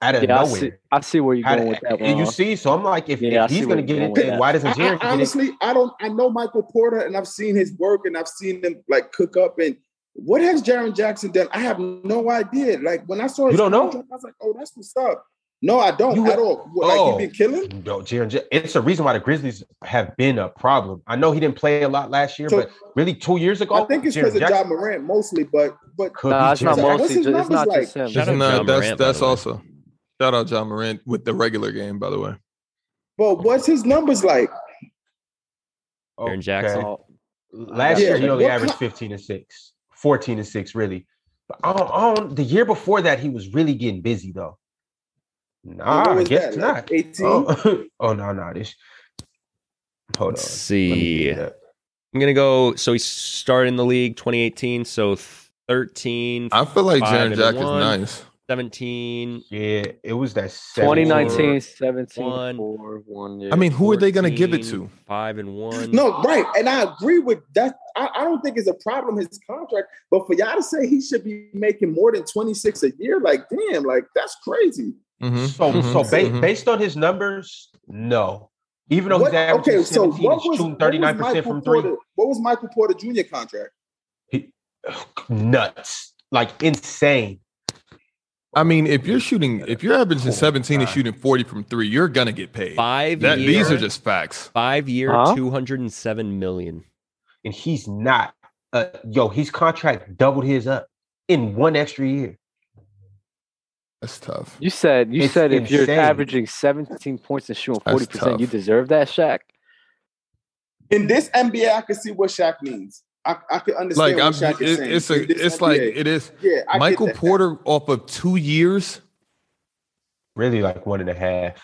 Speaker 7: out of
Speaker 2: Yeah, I
Speaker 7: nowhere.
Speaker 2: see. I see where you're
Speaker 7: How
Speaker 2: going
Speaker 7: did-
Speaker 2: with that.
Speaker 7: and you
Speaker 2: Ron.
Speaker 7: see, so I'm like, if,
Speaker 2: Yeah, I
Speaker 7: if
Speaker 2: see
Speaker 7: he's
Speaker 2: where
Speaker 7: going to
Speaker 2: you're
Speaker 7: get
Speaker 2: going
Speaker 7: it,
Speaker 2: with
Speaker 7: then
Speaker 2: that.
Speaker 7: why doesn't
Speaker 4: I,
Speaker 7: Jaron
Speaker 4: I
Speaker 7: get it?
Speaker 4: honestly, I don't. I know Michael Porter, and I've seen his work, and I've seen him like cook up. And what has Jaron Jackson done? I have no idea. Like when I saw his
Speaker 7: You don't know?
Speaker 4: contract, I was like, oh, that's what's up. No, I don't
Speaker 7: You-
Speaker 4: at all. What, like
Speaker 7: Oh.
Speaker 4: he been killing.
Speaker 7: No, Jaron. Ja- It's a reason why the Grizzlies have been a problem. I know he didn't play a lot last year,
Speaker 4: So-
Speaker 7: but really two years ago,
Speaker 4: I think it's
Speaker 7: Oh, Jaren
Speaker 4: because of
Speaker 7: Jackson
Speaker 4: John Morant mostly, but but
Speaker 7: could
Speaker 2: Nah,
Speaker 7: be
Speaker 2: it's not
Speaker 7: Jaren
Speaker 4: Jackson.
Speaker 2: mostly.
Speaker 4: What's his
Speaker 2: ju- it's
Speaker 4: numbers
Speaker 2: not
Speaker 4: like?
Speaker 2: just him.
Speaker 5: Shout out
Speaker 1: Nah,
Speaker 5: John
Speaker 1: that's
Speaker 5: Morant, by
Speaker 1: that's
Speaker 5: the way.
Speaker 1: also shout out John Morant with the regular game, by the way.
Speaker 4: but what's his numbers like?
Speaker 7: Jackson.
Speaker 5: Jaron Jackson.
Speaker 2: Oh,
Speaker 7: Last
Speaker 2: Yeah,
Speaker 7: year, he
Speaker 4: but
Speaker 7: only
Speaker 4: what-
Speaker 7: averaged 15 and 6, 14 and 6, really. But I don't, I don't- the year before that, he was really getting busy, though. Nah,
Speaker 4: What
Speaker 7: I
Speaker 4: was
Speaker 7: guess
Speaker 4: that,
Speaker 7: not.
Speaker 4: like 18?
Speaker 7: Oh, oh, no, no. This.
Speaker 5: Let's
Speaker 7: Hold on. Let me
Speaker 5: see.
Speaker 7: get it up.
Speaker 5: I'm going to go. So he started in the league 2018. So 13,
Speaker 1: I feel like
Speaker 5: Five
Speaker 1: Jaron
Speaker 5: and
Speaker 1: Jackson's
Speaker 5: one.
Speaker 1: nice.
Speaker 5: 17.
Speaker 7: Yeah, it was that
Speaker 2: 2019, 17,
Speaker 5: One.
Speaker 2: four, one year.
Speaker 1: I mean, who are they going to give it
Speaker 5: 14,
Speaker 1: to?
Speaker 5: Five and one.
Speaker 4: No, right. And I agree with that. I, I don't think it's a problem his contract, but for y'all to say he should be making more than 26 a year, like damn, like that's crazy.
Speaker 1: Mhm,
Speaker 7: So,
Speaker 1: mhm,
Speaker 7: so ba-
Speaker 1: mhm.
Speaker 7: based on his numbers, no. Even though
Speaker 4: What-
Speaker 7: he's averaging 17, he's shooting
Speaker 4: what was
Speaker 7: 39 percent
Speaker 4: Michael
Speaker 7: from three.
Speaker 4: Porter- What was Michael Porter Jr. contract?
Speaker 7: Nuts, like insane.
Speaker 1: I mean, if you're shooting, if you're averaging
Speaker 7: Oh,
Speaker 1: 17 and
Speaker 7: God.
Speaker 1: shooting 40 from three, you're going to get paid.
Speaker 5: Five
Speaker 1: That,
Speaker 5: year,
Speaker 1: these are just facts.
Speaker 5: five year,
Speaker 2: Huh?
Speaker 5: 207 million.
Speaker 7: and he's not. Uh, yo, his contract doubled his up in one extra year.
Speaker 1: That's tough.
Speaker 2: You said you
Speaker 7: It's
Speaker 2: said if you're
Speaker 7: insane.
Speaker 2: averaging 17 points and shooting
Speaker 1: That's
Speaker 2: 40, percent you
Speaker 1: tough.
Speaker 2: deserve that, Shaq.
Speaker 4: In this NBA, I can see what Shaq means. I, I can understand
Speaker 1: Like I'm,
Speaker 4: what Shaq is
Speaker 1: it-
Speaker 4: saying.
Speaker 1: it's
Speaker 4: In this
Speaker 1: a, it's like
Speaker 4: NBA.
Speaker 1: it is.
Speaker 4: yeah, I get
Speaker 1: Michael
Speaker 4: that.
Speaker 1: Porter off of two years.
Speaker 7: Really, like one and a half.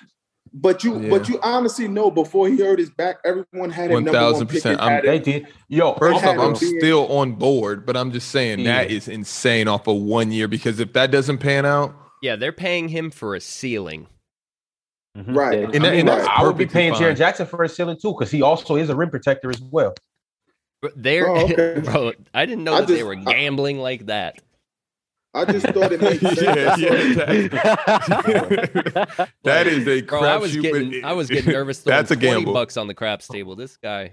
Speaker 4: But you,
Speaker 1: Yeah.
Speaker 4: but you honestly know before he hurt his back, everyone had him number one pick.
Speaker 1: 1000%.
Speaker 4: and
Speaker 1: I'm-
Speaker 4: had
Speaker 7: They
Speaker 4: him-
Speaker 7: did. Yo,
Speaker 1: First
Speaker 4: Okay,
Speaker 1: off, I'm
Speaker 4: bro.
Speaker 1: still on board, but I'm just saying that
Speaker 7: Yeah.
Speaker 1: is insane off of one year because if that doesn't pan out,
Speaker 5: Yeah, they're paying him for a ceiling.
Speaker 7: Mhm.
Speaker 4: Right.
Speaker 2: Yeah.
Speaker 1: and, that-
Speaker 4: I mean,
Speaker 1: and
Speaker 4: like,
Speaker 1: that's
Speaker 7: I would be
Speaker 1: perfectly
Speaker 7: paying
Speaker 1: fine.
Speaker 7: Jaron Jackson for a ceiling too, because he also is a rim protector as well.
Speaker 5: But They're,
Speaker 4: Oh, okay.
Speaker 5: bro, I didn't know
Speaker 4: I
Speaker 5: that they
Speaker 4: just-
Speaker 5: were
Speaker 4: I-
Speaker 5: gambling like that.
Speaker 4: I just thought it made sense.
Speaker 1: Yeah,
Speaker 4: That's all.
Speaker 1: yeah, exactly. That is a crap
Speaker 5: Bro, I was getting, I was getting nervous. throwing
Speaker 1: That's a
Speaker 5: 20
Speaker 1: gamble.
Speaker 5: bucks on the craps table. This guy,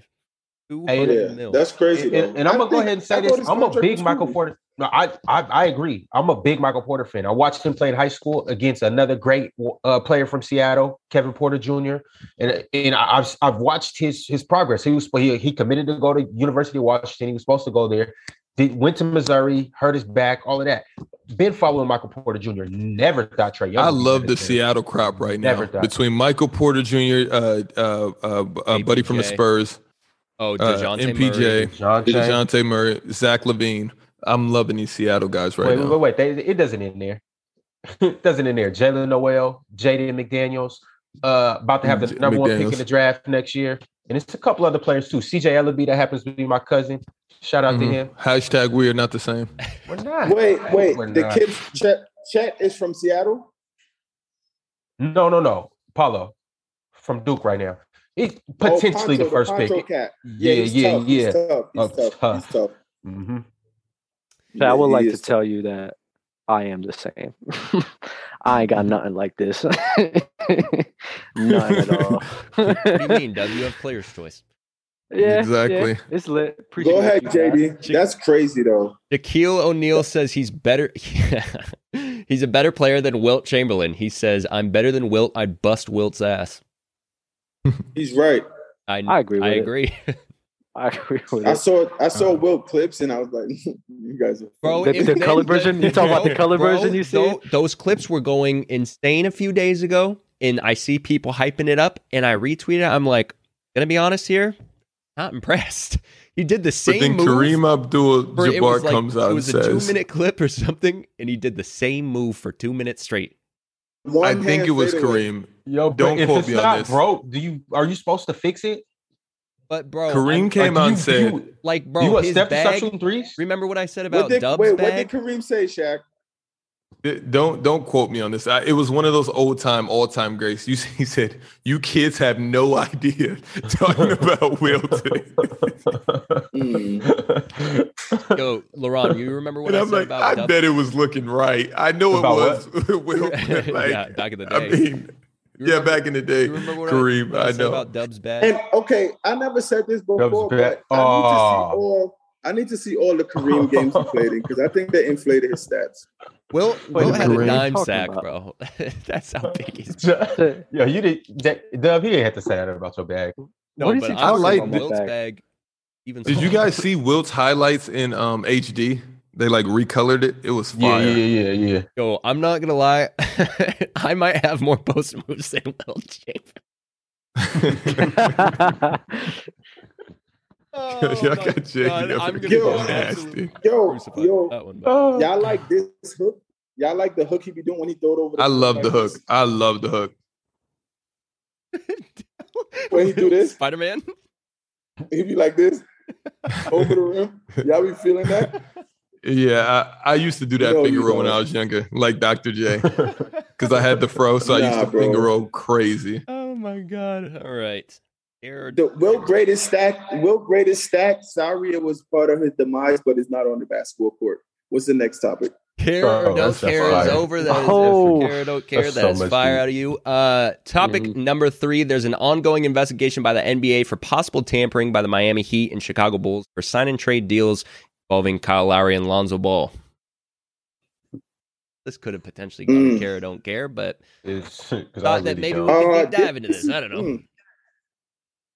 Speaker 5: two
Speaker 7: Hey,
Speaker 5: hundred
Speaker 4: Yeah,
Speaker 5: mil.
Speaker 4: that's crazy.
Speaker 7: And,
Speaker 4: though.
Speaker 7: and- and I'm
Speaker 4: I
Speaker 7: gonna go
Speaker 4: think-
Speaker 7: ahead and
Speaker 4: I
Speaker 7: say
Speaker 4: thought
Speaker 7: this.
Speaker 4: his
Speaker 7: I'm a
Speaker 4: contract
Speaker 7: big
Speaker 4: was
Speaker 7: Michael
Speaker 4: two.
Speaker 7: Porter. No, I, I I agree. I'm a big Michael Porter fan. I watched him play in high school against another great uh, player from Seattle, Kevin Porter Jr. And and I- I've I've watched his his progress. He was he, he committed to go to University of Washington. He was supposed to go there. Did, went to Missouri, hurt his back, all of that. Been following Michael Porter Jr. Never thought Trey Young.
Speaker 1: I
Speaker 7: would be
Speaker 1: love
Speaker 7: good
Speaker 1: the
Speaker 7: at this.
Speaker 1: Seattle crop right now
Speaker 7: Never thought.
Speaker 1: between Michael Porter Jr., uh, uh, uh, uh, buddy from the
Speaker 5: APJ.
Speaker 1: Spurs,
Speaker 5: oh,
Speaker 1: uh,
Speaker 5: DeJounte Murray.
Speaker 1: MPJ,
Speaker 7: John Jay.
Speaker 1: DeJounte Murray, Zach Levine. I'm loving these Seattle guys right
Speaker 7: wait,
Speaker 1: now.
Speaker 7: wait, wait, They- It doesn't end there. doesn't in there. Jalen Noel, Jaden McDaniels, uh, about to have the
Speaker 1: J-
Speaker 7: number one pick
Speaker 1: McDaniels.
Speaker 7: in the draft next year, and it's a couple other players too. CJ Ellaby, that happens to be my cousin. Shout out
Speaker 1: Mhm.
Speaker 7: to him.
Speaker 1: Hashtag we are not the same.
Speaker 7: We're not.
Speaker 4: Wait, wait.
Speaker 7: We're
Speaker 4: The
Speaker 7: not.
Speaker 4: kid's Chet, Chet is from Seattle. Oh,
Speaker 7: No, no, no. Paulo from Duke right now. He's
Speaker 4: Oh,
Speaker 7: potentially
Speaker 4: Ponto,
Speaker 7: the first
Speaker 4: Ponto
Speaker 7: pick.
Speaker 4: Cat.
Speaker 7: Yeah,
Speaker 4: he's
Speaker 7: yeah,
Speaker 4: tough.
Speaker 7: yeah.
Speaker 4: He's tough. He's
Speaker 7: Oh,
Speaker 4: tough.
Speaker 7: tough.
Speaker 4: He's tough.
Speaker 1: Mm-hmm.
Speaker 7: hmm
Speaker 2: But I would
Speaker 4: Yeah,
Speaker 2: like
Speaker 4: he
Speaker 2: to
Speaker 4: is.
Speaker 2: tell you that I am the same. I ain't got nothing like this. None at all.
Speaker 5: What do you mean, Doug? You have player's choice.
Speaker 2: yeah,
Speaker 1: Exactly.
Speaker 2: Yeah, it's lit. Appreciate
Speaker 4: Go ahead,
Speaker 2: you, guys.
Speaker 4: JD. That's crazy though.
Speaker 5: Shaquille O'Neal says he's better. he's a better player than Wilt Chamberlain. He says, I'm better than Wilt. I'd bust Wilt's ass.
Speaker 4: He's right.
Speaker 5: I,
Speaker 2: I agree with
Speaker 5: I
Speaker 2: it.
Speaker 5: agree.
Speaker 2: I agree with
Speaker 4: I
Speaker 2: it.
Speaker 4: saw I saw
Speaker 7: Uh-huh.
Speaker 4: Will clips and I was like, you guys are
Speaker 5: Bro,
Speaker 2: The-
Speaker 5: if
Speaker 2: the
Speaker 5: they-
Speaker 2: color version? You talking about the color version you see?
Speaker 5: tho- Those clips were going insane a few days ago, and I see people hyping it up, and I retweet it. I'm like, gonna be honest here, not impressed. He did the
Speaker 1: But
Speaker 5: same
Speaker 1: then
Speaker 5: move.
Speaker 1: Kareem Abdul
Speaker 5: for- it
Speaker 1: Jabbar
Speaker 5: was like-
Speaker 1: comes out
Speaker 5: It
Speaker 1: and
Speaker 5: was a two
Speaker 1: says,
Speaker 5: minute clip or something, and he did the same move for two minutes straight.
Speaker 4: one
Speaker 1: I think
Speaker 4: hand
Speaker 1: it was
Speaker 4: fadeaway.
Speaker 1: Kareem.
Speaker 7: Yo, but
Speaker 1: Don't
Speaker 7: if
Speaker 1: quote
Speaker 7: it's
Speaker 1: me on
Speaker 7: not
Speaker 1: this.
Speaker 7: broke, do you are you supposed to fix it?
Speaker 5: But bro,
Speaker 1: Kareem
Speaker 5: I'm-
Speaker 1: came
Speaker 7: Like,
Speaker 1: out
Speaker 7: do
Speaker 1: and
Speaker 7: you- do
Speaker 1: said,
Speaker 7: you,
Speaker 5: like
Speaker 7: you
Speaker 5: bro,
Speaker 7: want
Speaker 5: his
Speaker 7: Steph to start
Speaker 5: bag.
Speaker 7: shooting threes?
Speaker 5: Remember what I said
Speaker 4: What
Speaker 5: about
Speaker 4: did,
Speaker 5: Dub's
Speaker 4: wait, what
Speaker 5: bag?
Speaker 4: did Kareem say, Shaq?
Speaker 1: "Don't don't quote me on this." I, it was one of those old time, all time greats. You, he said, "You kids have no idea talking about Wilton."
Speaker 4: Mm.
Speaker 5: Yo, Laron, you remember what
Speaker 1: and
Speaker 5: I
Speaker 1: I'm
Speaker 5: said
Speaker 1: like,
Speaker 5: about
Speaker 1: I
Speaker 5: Dub?
Speaker 1: bet it was looking right. I know
Speaker 7: About
Speaker 1: it was Wilton. Like,
Speaker 5: yeah, back in the day.
Speaker 1: I mean,
Speaker 5: You
Speaker 1: yeah,
Speaker 5: remember-
Speaker 1: back in the day,
Speaker 5: you remember what I-
Speaker 1: Kareem.
Speaker 5: what I,
Speaker 1: I
Speaker 5: said
Speaker 1: know.
Speaker 5: about Dub's bag?
Speaker 4: And okay, I never said this before,
Speaker 7: bad.
Speaker 4: but I need to
Speaker 7: Oh.
Speaker 4: see all I need to see all the Kareem games he played in because I think they inflated his stats.
Speaker 5: Will
Speaker 2: Wait
Speaker 5: Will
Speaker 1: a
Speaker 5: had
Speaker 1: minute,
Speaker 5: a
Speaker 1: what are you
Speaker 5: dime
Speaker 2: talking
Speaker 5: sack,
Speaker 2: about?
Speaker 5: bro. That's how big he's.
Speaker 2: The-
Speaker 7: Yo, you did that, Dub. He didn't have to say that about your bag.
Speaker 5: No,
Speaker 2: What is
Speaker 5: but
Speaker 2: he
Speaker 5: I'm
Speaker 2: talking
Speaker 5: saying
Speaker 1: about
Speaker 5: Wilt's
Speaker 2: that?
Speaker 5: bag. Even
Speaker 1: Did you
Speaker 5: smaller.
Speaker 1: guys see Wilt's highlights in um HD? They like recolored it. It was
Speaker 7: Yeah,
Speaker 1: fire.
Speaker 7: yeah, yeah, yeah.
Speaker 5: Yo, I'm not gonna lie. I might have more post moves than Will Chamberlain.
Speaker 1: Y'all got JD up
Speaker 5: Oh, I'm
Speaker 1: here
Speaker 5: gonna
Speaker 4: go
Speaker 5: go
Speaker 1: nasty.
Speaker 5: nasty.
Speaker 4: Yo, yo,
Speaker 5: that one. but-
Speaker 7: Oh.
Speaker 4: y'all like this hook? Y'all like the hook he be doing when he throw it over?
Speaker 1: I love
Speaker 4: like
Speaker 1: the hook.
Speaker 4: this?
Speaker 1: I love the hook.
Speaker 4: When he do this?
Speaker 5: Spider-Man.
Speaker 4: He be like this over the rim. Y'all be feeling that?
Speaker 1: Yeah, I, I used to do that
Speaker 4: No,
Speaker 1: finger
Speaker 4: you
Speaker 1: roll when
Speaker 4: don't.
Speaker 1: I was younger, like Dr. J, because I had the fro, so I used
Speaker 4: Nah,
Speaker 1: to finger
Speaker 4: bro.
Speaker 1: roll crazy.
Speaker 5: Oh my god. All right. Air-
Speaker 4: The Will greatest stack. Will greatest stack. Sorry, it was part of his demise, but it's not on the basketball court. What's the next topic?
Speaker 5: Care
Speaker 7: Oh,
Speaker 5: or don't
Speaker 7: that's a
Speaker 5: care is
Speaker 7: fire.
Speaker 5: over. That is
Speaker 2: Oh.
Speaker 5: it for care or don't care.
Speaker 7: That's
Speaker 5: That's
Speaker 7: so much
Speaker 5: fire
Speaker 7: heat.
Speaker 5: out of you. Uh, topic
Speaker 4: Mm.
Speaker 5: number three. There's an ongoing investigation by the NBA for possible tampering by the Miami Heat and Chicago Bulls for sign and trade deals involving Kyle Lowry and Lonzo Ball. This could have potentially gone to
Speaker 4: Mm.
Speaker 5: care or don't care, but
Speaker 7: It's, 'cause I
Speaker 5: thought that
Speaker 7: really
Speaker 5: maybe we
Speaker 7: don't.
Speaker 5: could deep
Speaker 4: Uh,
Speaker 5: dive into this. I don't know.
Speaker 4: Mm.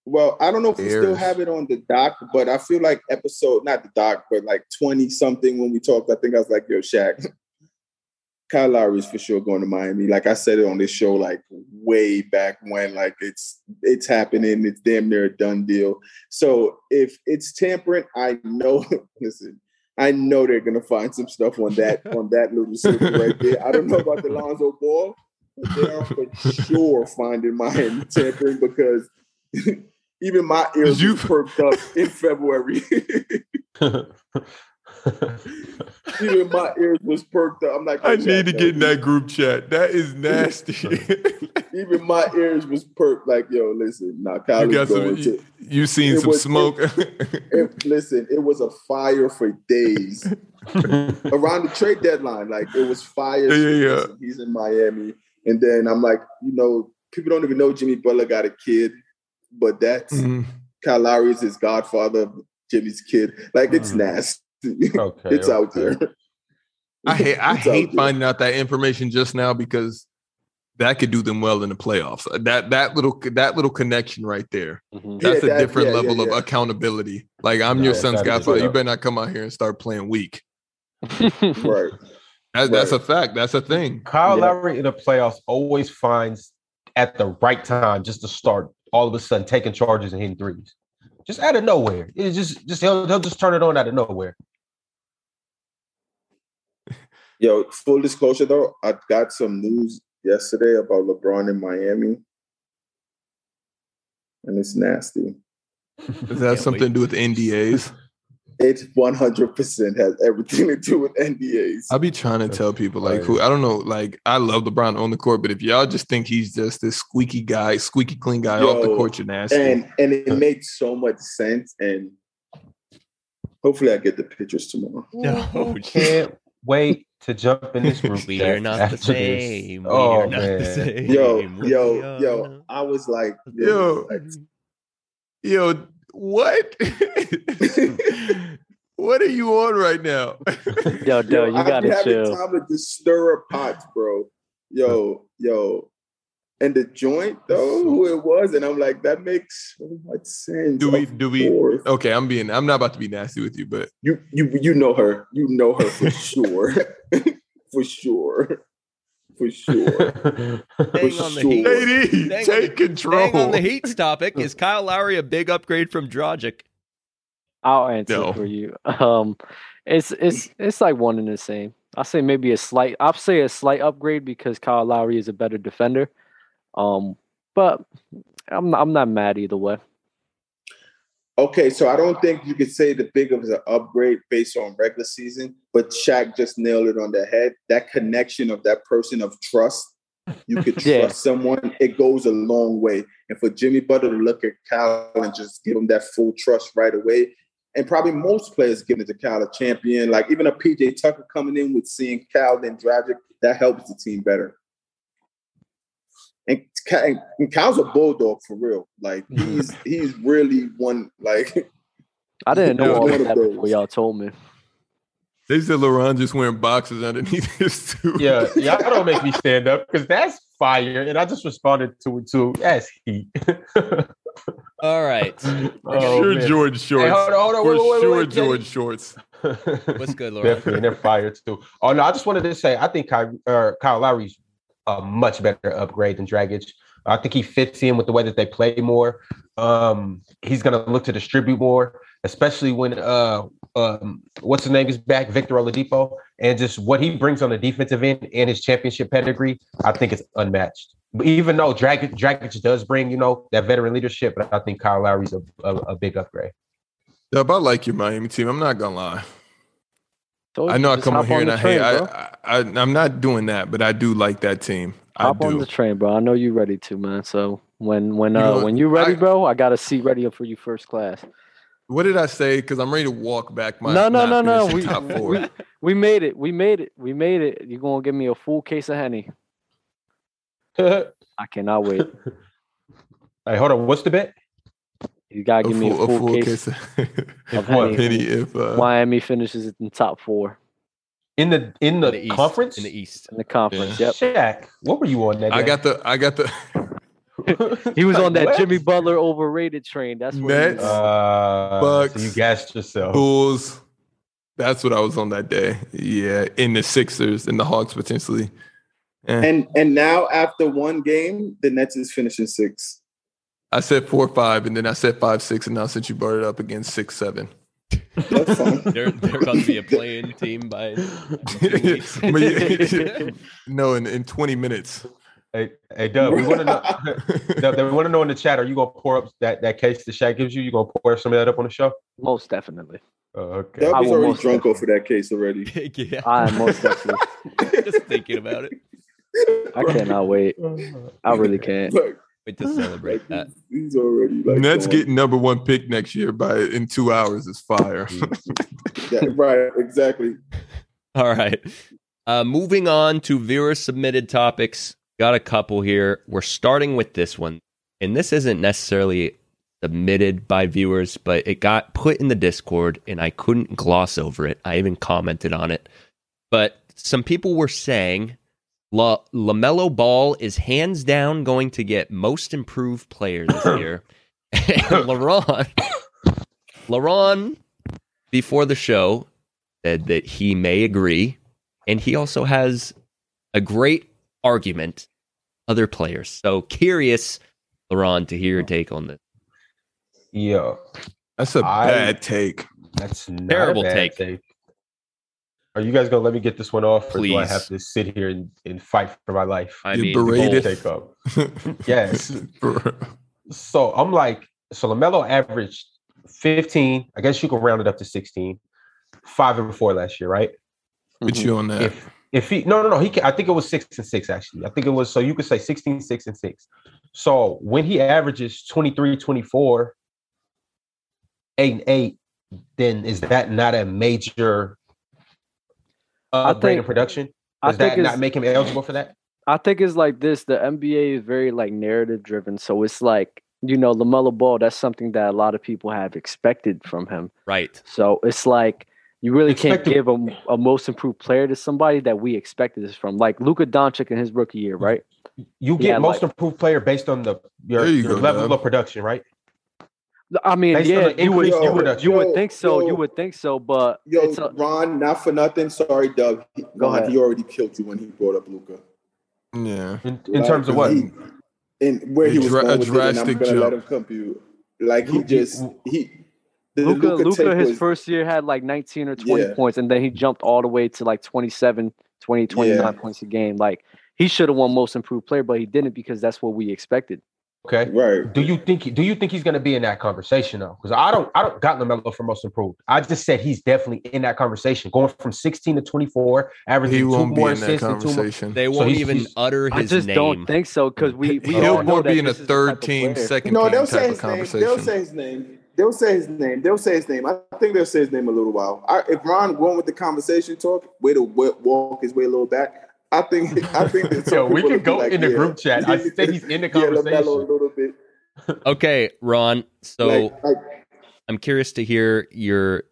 Speaker 4: Well, I don't know if we still
Speaker 1: Bears.
Speaker 4: have it on the doc, but I feel like episode not the doc, but like twenty something when we talked. I think I was like, "Yo, Shaq, Kyle Lowry is for sure going to Miami." Like I said it on this show, like way back when. Like it's it's happening. It's damn near a done deal. So if it's tampering, I know. listen. I know they're gonna find some stuff on that on that little sliver right there. I don't know about the Lonzo ball, but they are for sure finding Miami tampering because even my ears
Speaker 1: Did you-
Speaker 4: was perked up in February. even my ears was perked up. I'm like,
Speaker 1: I
Speaker 4: "Oh, Jack,
Speaker 1: need to
Speaker 4: yo,
Speaker 1: get in that group chat. That is nasty. you
Speaker 4: Even my ears was perked. Like, yo, listen, nah, Kyle is
Speaker 1: got some. e-
Speaker 4: going to.
Speaker 1: You, you seen
Speaker 4: It
Speaker 1: some
Speaker 4: was-
Speaker 1: smoke?
Speaker 4: It, listen, it was a fire for days around the trade deadline. Like, it was fire.
Speaker 1: Yeah, yeah, yeah.
Speaker 4: He's in Miami, and then I'm like, you know, people don't even know Jimmy Butler got a kid, but that's
Speaker 1: Mhm.
Speaker 4: Kyle Lowry is his godfather of Jimmy's kid. Like, it's
Speaker 7: Mm.
Speaker 4: nasty.
Speaker 7: okay,
Speaker 4: it's out
Speaker 7: okay.
Speaker 4: there.
Speaker 1: I hate I
Speaker 4: It's out
Speaker 1: hate
Speaker 4: there.
Speaker 1: finding out that information just now because that could do them well in the playoffs. That that little that little connection right there.
Speaker 2: Mhm.
Speaker 1: That's
Speaker 4: Yeah,
Speaker 1: a
Speaker 4: that-
Speaker 1: different
Speaker 4: yeah, yeah,
Speaker 1: level of
Speaker 4: yeah.
Speaker 1: accountability. Like I'm
Speaker 7: No,
Speaker 1: your
Speaker 7: yeah,
Speaker 1: son's
Speaker 7: that is
Speaker 1: godfather. You
Speaker 7: true.
Speaker 1: better not come out here and start playing weak.
Speaker 4: Right.
Speaker 1: That, That's a
Speaker 4: Right.
Speaker 1: fact. That's a thing.
Speaker 7: Kyle
Speaker 2: Yeah.
Speaker 7: Lowry in the playoffs always finds at the right time just to start all of a sudden taking charges and hitting threes. Just out of nowhere. It's just just he'll, he'll just turn it on out of nowhere.
Speaker 4: Yo, full disclosure though, I got some news yesterday about LeBron in Miami, and it's nasty.
Speaker 1: Does that have something to do with NDAs?
Speaker 4: It 100% has everything to do with NDAs.
Speaker 1: I'll be trying to tell people like who I don't know. Like I love LeBron on the court, but if y'all just think he's just this squeaky guy, squeaky clean guy off the
Speaker 4: Yo,
Speaker 1: court, you're nasty.
Speaker 4: and and
Speaker 1: Uh.
Speaker 4: it made so much sense. And hopefully, I get the pictures tomorrow.
Speaker 5: No,
Speaker 7: Can't wait to jump in this room.
Speaker 5: we are not the
Speaker 7: after this.
Speaker 5: same. We
Speaker 7: Oh,
Speaker 5: are not the
Speaker 7: man.
Speaker 5: same.
Speaker 4: Yo,
Speaker 5: We
Speaker 4: yo,
Speaker 5: are
Speaker 4: yo! I was like,
Speaker 1: Yo.
Speaker 4: like,
Speaker 1: Yo, what? what are you on right now?
Speaker 2: Yo, dude, you
Speaker 4: I've been
Speaker 2: gotta
Speaker 4: having
Speaker 2: chill.
Speaker 4: Time to just stir up pots, bro. Yo, yo, and the joint though, who it was, and I'm like, that makes so much sense.
Speaker 1: Do we-
Speaker 4: Of
Speaker 1: do we- oh.
Speaker 4: course.
Speaker 1: okay, I'm being I'm not about to be nasty with you, but
Speaker 4: You you you know her. You know her for sure. for sure. For sure.
Speaker 5: Staying
Speaker 4: For
Speaker 5: on the
Speaker 4: sure.
Speaker 5: heat.
Speaker 1: JD,
Speaker 5: Dang on the-
Speaker 1: take control.
Speaker 5: Staying on the Heat's topic, is Kyle Lowry a big upgrade from Drogic?
Speaker 2: I'll answer
Speaker 1: No.
Speaker 2: for you. Um, it's it's it's like one and the same. I say maybe a slight. I'll say a slight upgrade because Kyle Lowry is a better defender. Um, but I'm I'm not mad either way.
Speaker 4: Okay, so I don't think you could say the big of an upgrade based on regular season, but Shaq just nailed it on the head. That connection of that person of trust, you could trust
Speaker 2: Yeah.
Speaker 4: someone, it goes a long way. And for Jimmy Butler to look at Kyle and just give him that full trust right away, and probably most players giving it to Kyle a champion, like even a PJ Tucker coming in with seeing Kyle and Dragic, that helps the team better. And, Ky- and, and Kyle's a bulldog for real. Like he's he's really one like
Speaker 2: I didn't know
Speaker 1: Yeah.
Speaker 2: all
Speaker 4: One
Speaker 2: of
Speaker 4: of
Speaker 2: that
Speaker 4: those.
Speaker 2: before y'all told me.
Speaker 1: They said LeBron just wearing boxes underneath his too.
Speaker 7: Yeah, y'all don't make me stand up because that's fire, and I just responded to it too. That's heat.
Speaker 5: All right.
Speaker 1: For sure,
Speaker 7: Oh, man.
Speaker 1: George shorts.
Speaker 7: Hey, hold on, hold on,
Speaker 1: For
Speaker 7: wait, wait, wait,
Speaker 1: sure,
Speaker 7: wait,
Speaker 1: George shorts.
Speaker 5: What's good, Laura?
Speaker 7: Definitely, and they're fired too. Oh no, I just wanted to say I think Kyrie, or Kyle Lowry's a much better upgrade than Dragic. I think he fits in with the way that they play more. Um, he's gonna look to distribute more, especially when uh, um, what's his name is back, Victor Oladipo, and just what he brings on the defensive end and his championship pedigree. I think it's unmatched. But even though Dragic, Dragic does bring you know that veteran leadership, but I think Kyle Lowry's a, a, a big upgrade.
Speaker 1: Dub, I like your Miami team. I'm not gonna lie.
Speaker 2: Told
Speaker 1: I
Speaker 2: you,
Speaker 1: know I
Speaker 2: just
Speaker 1: come on
Speaker 2: hop
Speaker 1: here and
Speaker 2: the
Speaker 1: I hate.
Speaker 2: train,
Speaker 1: I,
Speaker 2: bro.
Speaker 1: I, I I'm not doing that, but I do like that team. I
Speaker 2: hop on
Speaker 1: do.
Speaker 2: the train, bro. I know you're ready to, man. So when when
Speaker 1: You
Speaker 2: uh
Speaker 1: know,
Speaker 2: when you're ready,
Speaker 1: I-
Speaker 2: bro, I got a seat ready up for you first class.
Speaker 1: What did I say? Because I'm ready to walk back my.
Speaker 2: no, no, no,
Speaker 1: not
Speaker 2: no.
Speaker 1: finishing
Speaker 2: We,
Speaker 1: top four.
Speaker 2: we we made it. We made it. We made it. You're gonna give me a full case of honey.
Speaker 7: hey,
Speaker 2: I cannot wait.
Speaker 7: hold on, what's the bet?
Speaker 2: You gotta
Speaker 1: a
Speaker 2: give me
Speaker 1: full, a full
Speaker 2: case,
Speaker 1: case of
Speaker 7: If
Speaker 2: of
Speaker 7: what?
Speaker 2: honey.
Speaker 1: penny if uh,
Speaker 2: Miami finishes in the top four
Speaker 7: In the in the,
Speaker 5: In East.
Speaker 7: conference
Speaker 5: In the East.
Speaker 2: in the conference. Yep.
Speaker 7: Shaq, what were you on that?
Speaker 1: I
Speaker 7: day?
Speaker 1: got the I got the
Speaker 2: He was on that
Speaker 7: What?
Speaker 2: Jimmy Butler overrated train. That's what he was
Speaker 1: Nets.
Speaker 2: on.
Speaker 7: Uh,
Speaker 1: Bucks.
Speaker 7: So you gassed
Speaker 2: Oh.
Speaker 7: yourself.
Speaker 1: Bulls. That's what I was on that day. Yeah, in the Sixers and the Hawks potentially. Eh,
Speaker 4: and and now after one game, the Nets is finishing sixth.
Speaker 1: I said four five, and then I said five six, and now since you brought it up again, six seven.
Speaker 4: That's fine.
Speaker 5: They're, they're about to be a playing team by two weeks.
Speaker 1: But you- no, in, in twenty minutes.
Speaker 7: Hey, hey, Dub, we want to know. Dub, they want to know in the chat. Are you gonna pour up that, that case that Shaq gives you? You gonna pour some of that up on the show?
Speaker 2: Most definitely.
Speaker 7: Oh, okay.
Speaker 4: That
Speaker 2: I
Speaker 4: was
Speaker 2: will
Speaker 4: already
Speaker 2: most
Speaker 4: drunk off of that case already.
Speaker 5: yeah.
Speaker 2: I am most definitely.
Speaker 5: Just thinking about it.
Speaker 2: I cannot wait. I really can't.
Speaker 4: Look,
Speaker 5: Wait to celebrate that.
Speaker 4: he's already like
Speaker 1: Nets
Speaker 4: going-
Speaker 1: getting number one pick next year by in two hours is fire.
Speaker 4: Yeah, right, exactly.
Speaker 5: All right. Uh, moving on to viewer submitted topics. Got a couple here. We're starting with this one. And this isn't necessarily submitted by viewers, but it got put in the Discord and I couldn't gloss over it. I even commented on it. But some people were saying La- LaMelo Ball is hands down going to get most improved player this year. and LaRon, LaRon, before the show, said that he may agree, and he also has a great argument. Other players, so curious, Laron, to hear your take on this.
Speaker 7: Yo,
Speaker 1: That's a
Speaker 7: I-
Speaker 1: bad take.
Speaker 7: that's not a
Speaker 5: Terrible
Speaker 7: bad
Speaker 5: take.
Speaker 7: Are you guys gonna let me get this one off, or do I
Speaker 5: Please.
Speaker 7: have to sit here and, and fight for my life?
Speaker 5: I
Speaker 1: You're
Speaker 5: mean,
Speaker 1: berated.
Speaker 5: bold.
Speaker 7: Take up. Yes.
Speaker 1: For-
Speaker 7: So I'm like, so Lamelo averaged 15. I guess you can round it up to 16. Five and four last year, right?
Speaker 1: with you on that.
Speaker 7: If if he no no no he can, I think it was six and six actually. I think it was so you could say 16, 6 and six. So when he averages 23, 24, eight and eight, then is that not a major upgrade in
Speaker 2: think-
Speaker 7: production?
Speaker 2: I
Speaker 7: Does that
Speaker 2: think it's,
Speaker 7: not make him eligible for that?
Speaker 2: I think it's like this. The NBA is very like narrative driven, so it's like you know Lamelo Ball. That's something that a lot of people have expected from him.
Speaker 5: right.
Speaker 2: So it's like you really can't
Speaker 7: Expected-
Speaker 2: give a, a most improved player to somebody that we expected this from, like Luka Doncic in his rookie year, right?
Speaker 7: You get
Speaker 2: Yeah,
Speaker 7: most
Speaker 2: like-
Speaker 7: improved player based on the your,
Speaker 1: There you
Speaker 7: your
Speaker 1: go,
Speaker 7: level
Speaker 1: Dub.
Speaker 7: of production, right?
Speaker 2: I mean,
Speaker 7: Based on
Speaker 2: yeah,
Speaker 7: the
Speaker 2: you would,
Speaker 7: increase
Speaker 2: you would,
Speaker 7: in
Speaker 2: you
Speaker 7: production.
Speaker 2: would
Speaker 4: Yo,
Speaker 2: think so.
Speaker 4: yo.
Speaker 2: You would think so, but
Speaker 4: Yo,
Speaker 2: it's a,
Speaker 4: Ron, not for nothing. Sorry, Doug. Ron,
Speaker 2: ahead.
Speaker 4: he already killed you when he brought up Luca.
Speaker 1: yeah.
Speaker 7: In, in terms of what?
Speaker 4: He, and where he
Speaker 1: A
Speaker 4: was
Speaker 1: dra-
Speaker 4: going
Speaker 1: a
Speaker 4: with it, and I'm
Speaker 1: drastic
Speaker 4: gonna let
Speaker 1: jump.
Speaker 4: him come to you. Like he
Speaker 7: Luka-
Speaker 4: just he. The
Speaker 2: Luca,
Speaker 4: Luka
Speaker 2: Luca,
Speaker 4: take
Speaker 2: his
Speaker 4: was-
Speaker 2: first year had like 19 or 20
Speaker 4: Yeah.
Speaker 2: points, and then he jumped all the way to like 27, 20, 29
Speaker 4: Yeah.
Speaker 2: points a game. Like he should have won Most Improved Player, but he didn't because that's what we expected.
Speaker 7: Okay.
Speaker 4: right.
Speaker 7: Do you think do you think he's going to be in that conversation though? Because I don't I don't got Lamelo for most improved. I just said he's definitely in that conversation, going from 16 to 24, averaging
Speaker 1: He
Speaker 7: two
Speaker 1: won't be
Speaker 7: more
Speaker 1: in that
Speaker 7: assists and two more.
Speaker 1: conversation.
Speaker 5: They
Speaker 7: So
Speaker 5: won't
Speaker 7: he's-
Speaker 5: even
Speaker 7: he's-
Speaker 5: utter
Speaker 2: I
Speaker 5: his
Speaker 2: just
Speaker 5: name.
Speaker 2: don't think so because we, we
Speaker 1: He'll
Speaker 2: all know
Speaker 1: more
Speaker 2: that
Speaker 1: be in a
Speaker 2: this is the type of
Speaker 1: third team,
Speaker 2: player-
Speaker 1: second
Speaker 4: No,
Speaker 1: team
Speaker 4: they'll say
Speaker 1: type of
Speaker 4: his name. They'll
Speaker 1: conversation.
Speaker 4: say his name. They'll say his name. They'll say his name. I think they'll say his name a little while. I, if Ron going with the conversation talk, way to wa- walk his way a little back. I think. I think. that some
Speaker 7: Yo,
Speaker 4: people
Speaker 7: we can
Speaker 4: will be
Speaker 7: go
Speaker 4: like,
Speaker 7: in the
Speaker 4: yeah.
Speaker 7: group chat. I said he's in the
Speaker 4: Yeah, LaMelo
Speaker 7: conversation.
Speaker 4: a little bit.
Speaker 5: Okay, Ron. So
Speaker 4: like, like,
Speaker 5: I'm curious to hear your.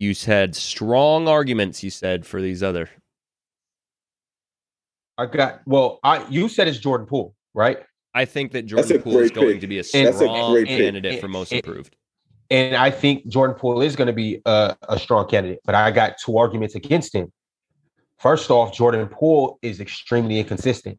Speaker 5: You said strong arguments. You said for these other.
Speaker 7: I got well, I you said it's Jordan Poole, right?
Speaker 5: I think that
Speaker 4: That's
Speaker 5: Jordan
Speaker 4: a
Speaker 5: Poole is
Speaker 4: great
Speaker 5: going
Speaker 4: pick.
Speaker 5: to be a
Speaker 7: That's
Speaker 5: strong
Speaker 7: a great pick.
Speaker 5: candidate for most
Speaker 7: It- it-
Speaker 5: improved.
Speaker 7: And I think Jordan Poole is going to be a, a strong candidate, but I got two arguments against him. First off, Jordan Poole is extremely inconsistent.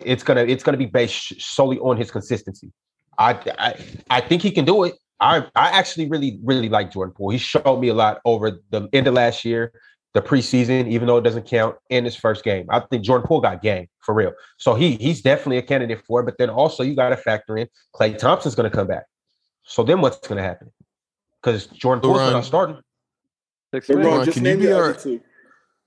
Speaker 7: It's gonna it's gonna be based solely on his consistency. I I, I think he can do it. I I actually really really like Jordan Poole. He showed me a lot over the end of last year, the preseason, even though it doesn't count in his first game. I think Jordan Poole got game for real. So he he's definitely a candidate for it. But then also you got to factor in Clay Thompson's going to come back. So then what's going to happen? Because Jordan Poole's
Speaker 1: Laurent-
Speaker 7: not starting.
Speaker 2: Six
Speaker 4: but
Speaker 2: man.
Speaker 1: Ron,
Speaker 4: Ron, just
Speaker 1: can you
Speaker 4: name
Speaker 1: be
Speaker 4: the
Speaker 1: our-
Speaker 4: other two.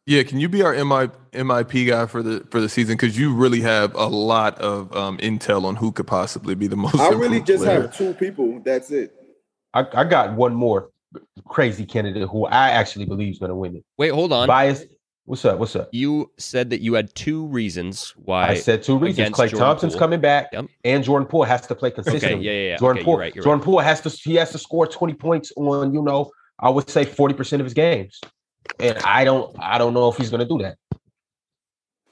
Speaker 1: Yeah, can you be our MI, MIP guy for the for the season? Because you really have a lot of um, intel on who could possibly be the most.
Speaker 4: I really
Speaker 1: improved
Speaker 4: just
Speaker 1: player.
Speaker 4: have two people. That's it.
Speaker 7: I, I got one more crazy candidate who I actually believe is going to win it.
Speaker 5: Wait, hold on.
Speaker 7: Bias. What's up? What's up?
Speaker 5: You said that you had two reasons
Speaker 7: I,
Speaker 5: why.
Speaker 7: said two reasons.
Speaker 5: against
Speaker 7: Clay
Speaker 5: Jordan
Speaker 7: Thompson's
Speaker 5: Poole.
Speaker 7: coming back,
Speaker 5: Yep.
Speaker 7: and Jordan Poole has to play consistently.
Speaker 5: okay, yeah, yeah, yeah.
Speaker 7: Jordan
Speaker 5: okay,
Speaker 7: Poole.
Speaker 5: you're right. You're
Speaker 7: Jordan
Speaker 5: right.
Speaker 7: Poole has to he has to score 20 points on, you know, I would say 40% of his games. And I don't I don't know if he's gonna do that.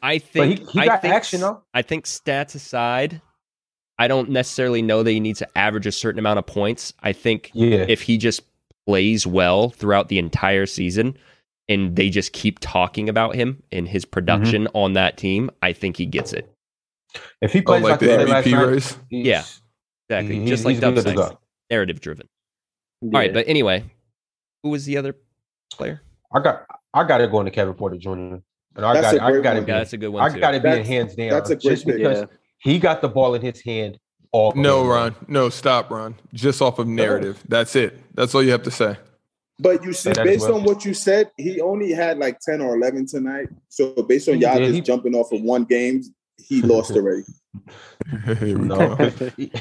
Speaker 5: I think
Speaker 7: But he- he
Speaker 5: I
Speaker 7: got
Speaker 5: think,
Speaker 7: action, though.
Speaker 5: I think stats aside, I don't necessarily know that he needs to average a certain amount of points. I think
Speaker 7: Yeah.
Speaker 5: if he just plays well throughout the entire season and they just keep talking about him and
Speaker 7: Mm-hmm.
Speaker 5: his production on that team, I think he gets it.
Speaker 7: If he
Speaker 1: Oh,
Speaker 7: plays
Speaker 1: like
Speaker 7: like,
Speaker 1: the
Speaker 7: that last
Speaker 1: MVP
Speaker 7: night,
Speaker 1: race.
Speaker 7: he's-
Speaker 5: Yeah, Exactly.
Speaker 7: he's-
Speaker 5: just like
Speaker 7: Mm-hmm. he's
Speaker 5: Dub
Speaker 7: good to
Speaker 5: says,
Speaker 7: go.
Speaker 5: narrative driven.
Speaker 2: Yeah.
Speaker 5: All right, but anyway, who was the other player?
Speaker 7: I got I got it going to Kevin Porter Jr. And I
Speaker 4: That's
Speaker 7: got
Speaker 4: a
Speaker 7: it, I
Speaker 4: great
Speaker 7: got it.
Speaker 4: one.
Speaker 5: Yeah,
Speaker 7: being-
Speaker 5: that's a good one.
Speaker 7: I
Speaker 5: too.
Speaker 7: got it being
Speaker 4: That's-
Speaker 7: hands down.
Speaker 4: that's a great
Speaker 7: just
Speaker 4: pick.
Speaker 7: because
Speaker 2: Yeah.
Speaker 7: he got the ball in his hand all
Speaker 1: No,
Speaker 7: game.
Speaker 1: Ron. No, stop, Ron. Just off of narrative. That's it. That's all you have to say.
Speaker 4: But you see,
Speaker 7: that as
Speaker 4: based
Speaker 7: well.
Speaker 4: on what you said, he only had like ten or eleven tonight. So based on
Speaker 7: He
Speaker 4: y'all
Speaker 7: did.
Speaker 4: just
Speaker 7: He-
Speaker 4: jumping off of one game, he lost already.
Speaker 1: Here we go.
Speaker 7: No, 'cause he,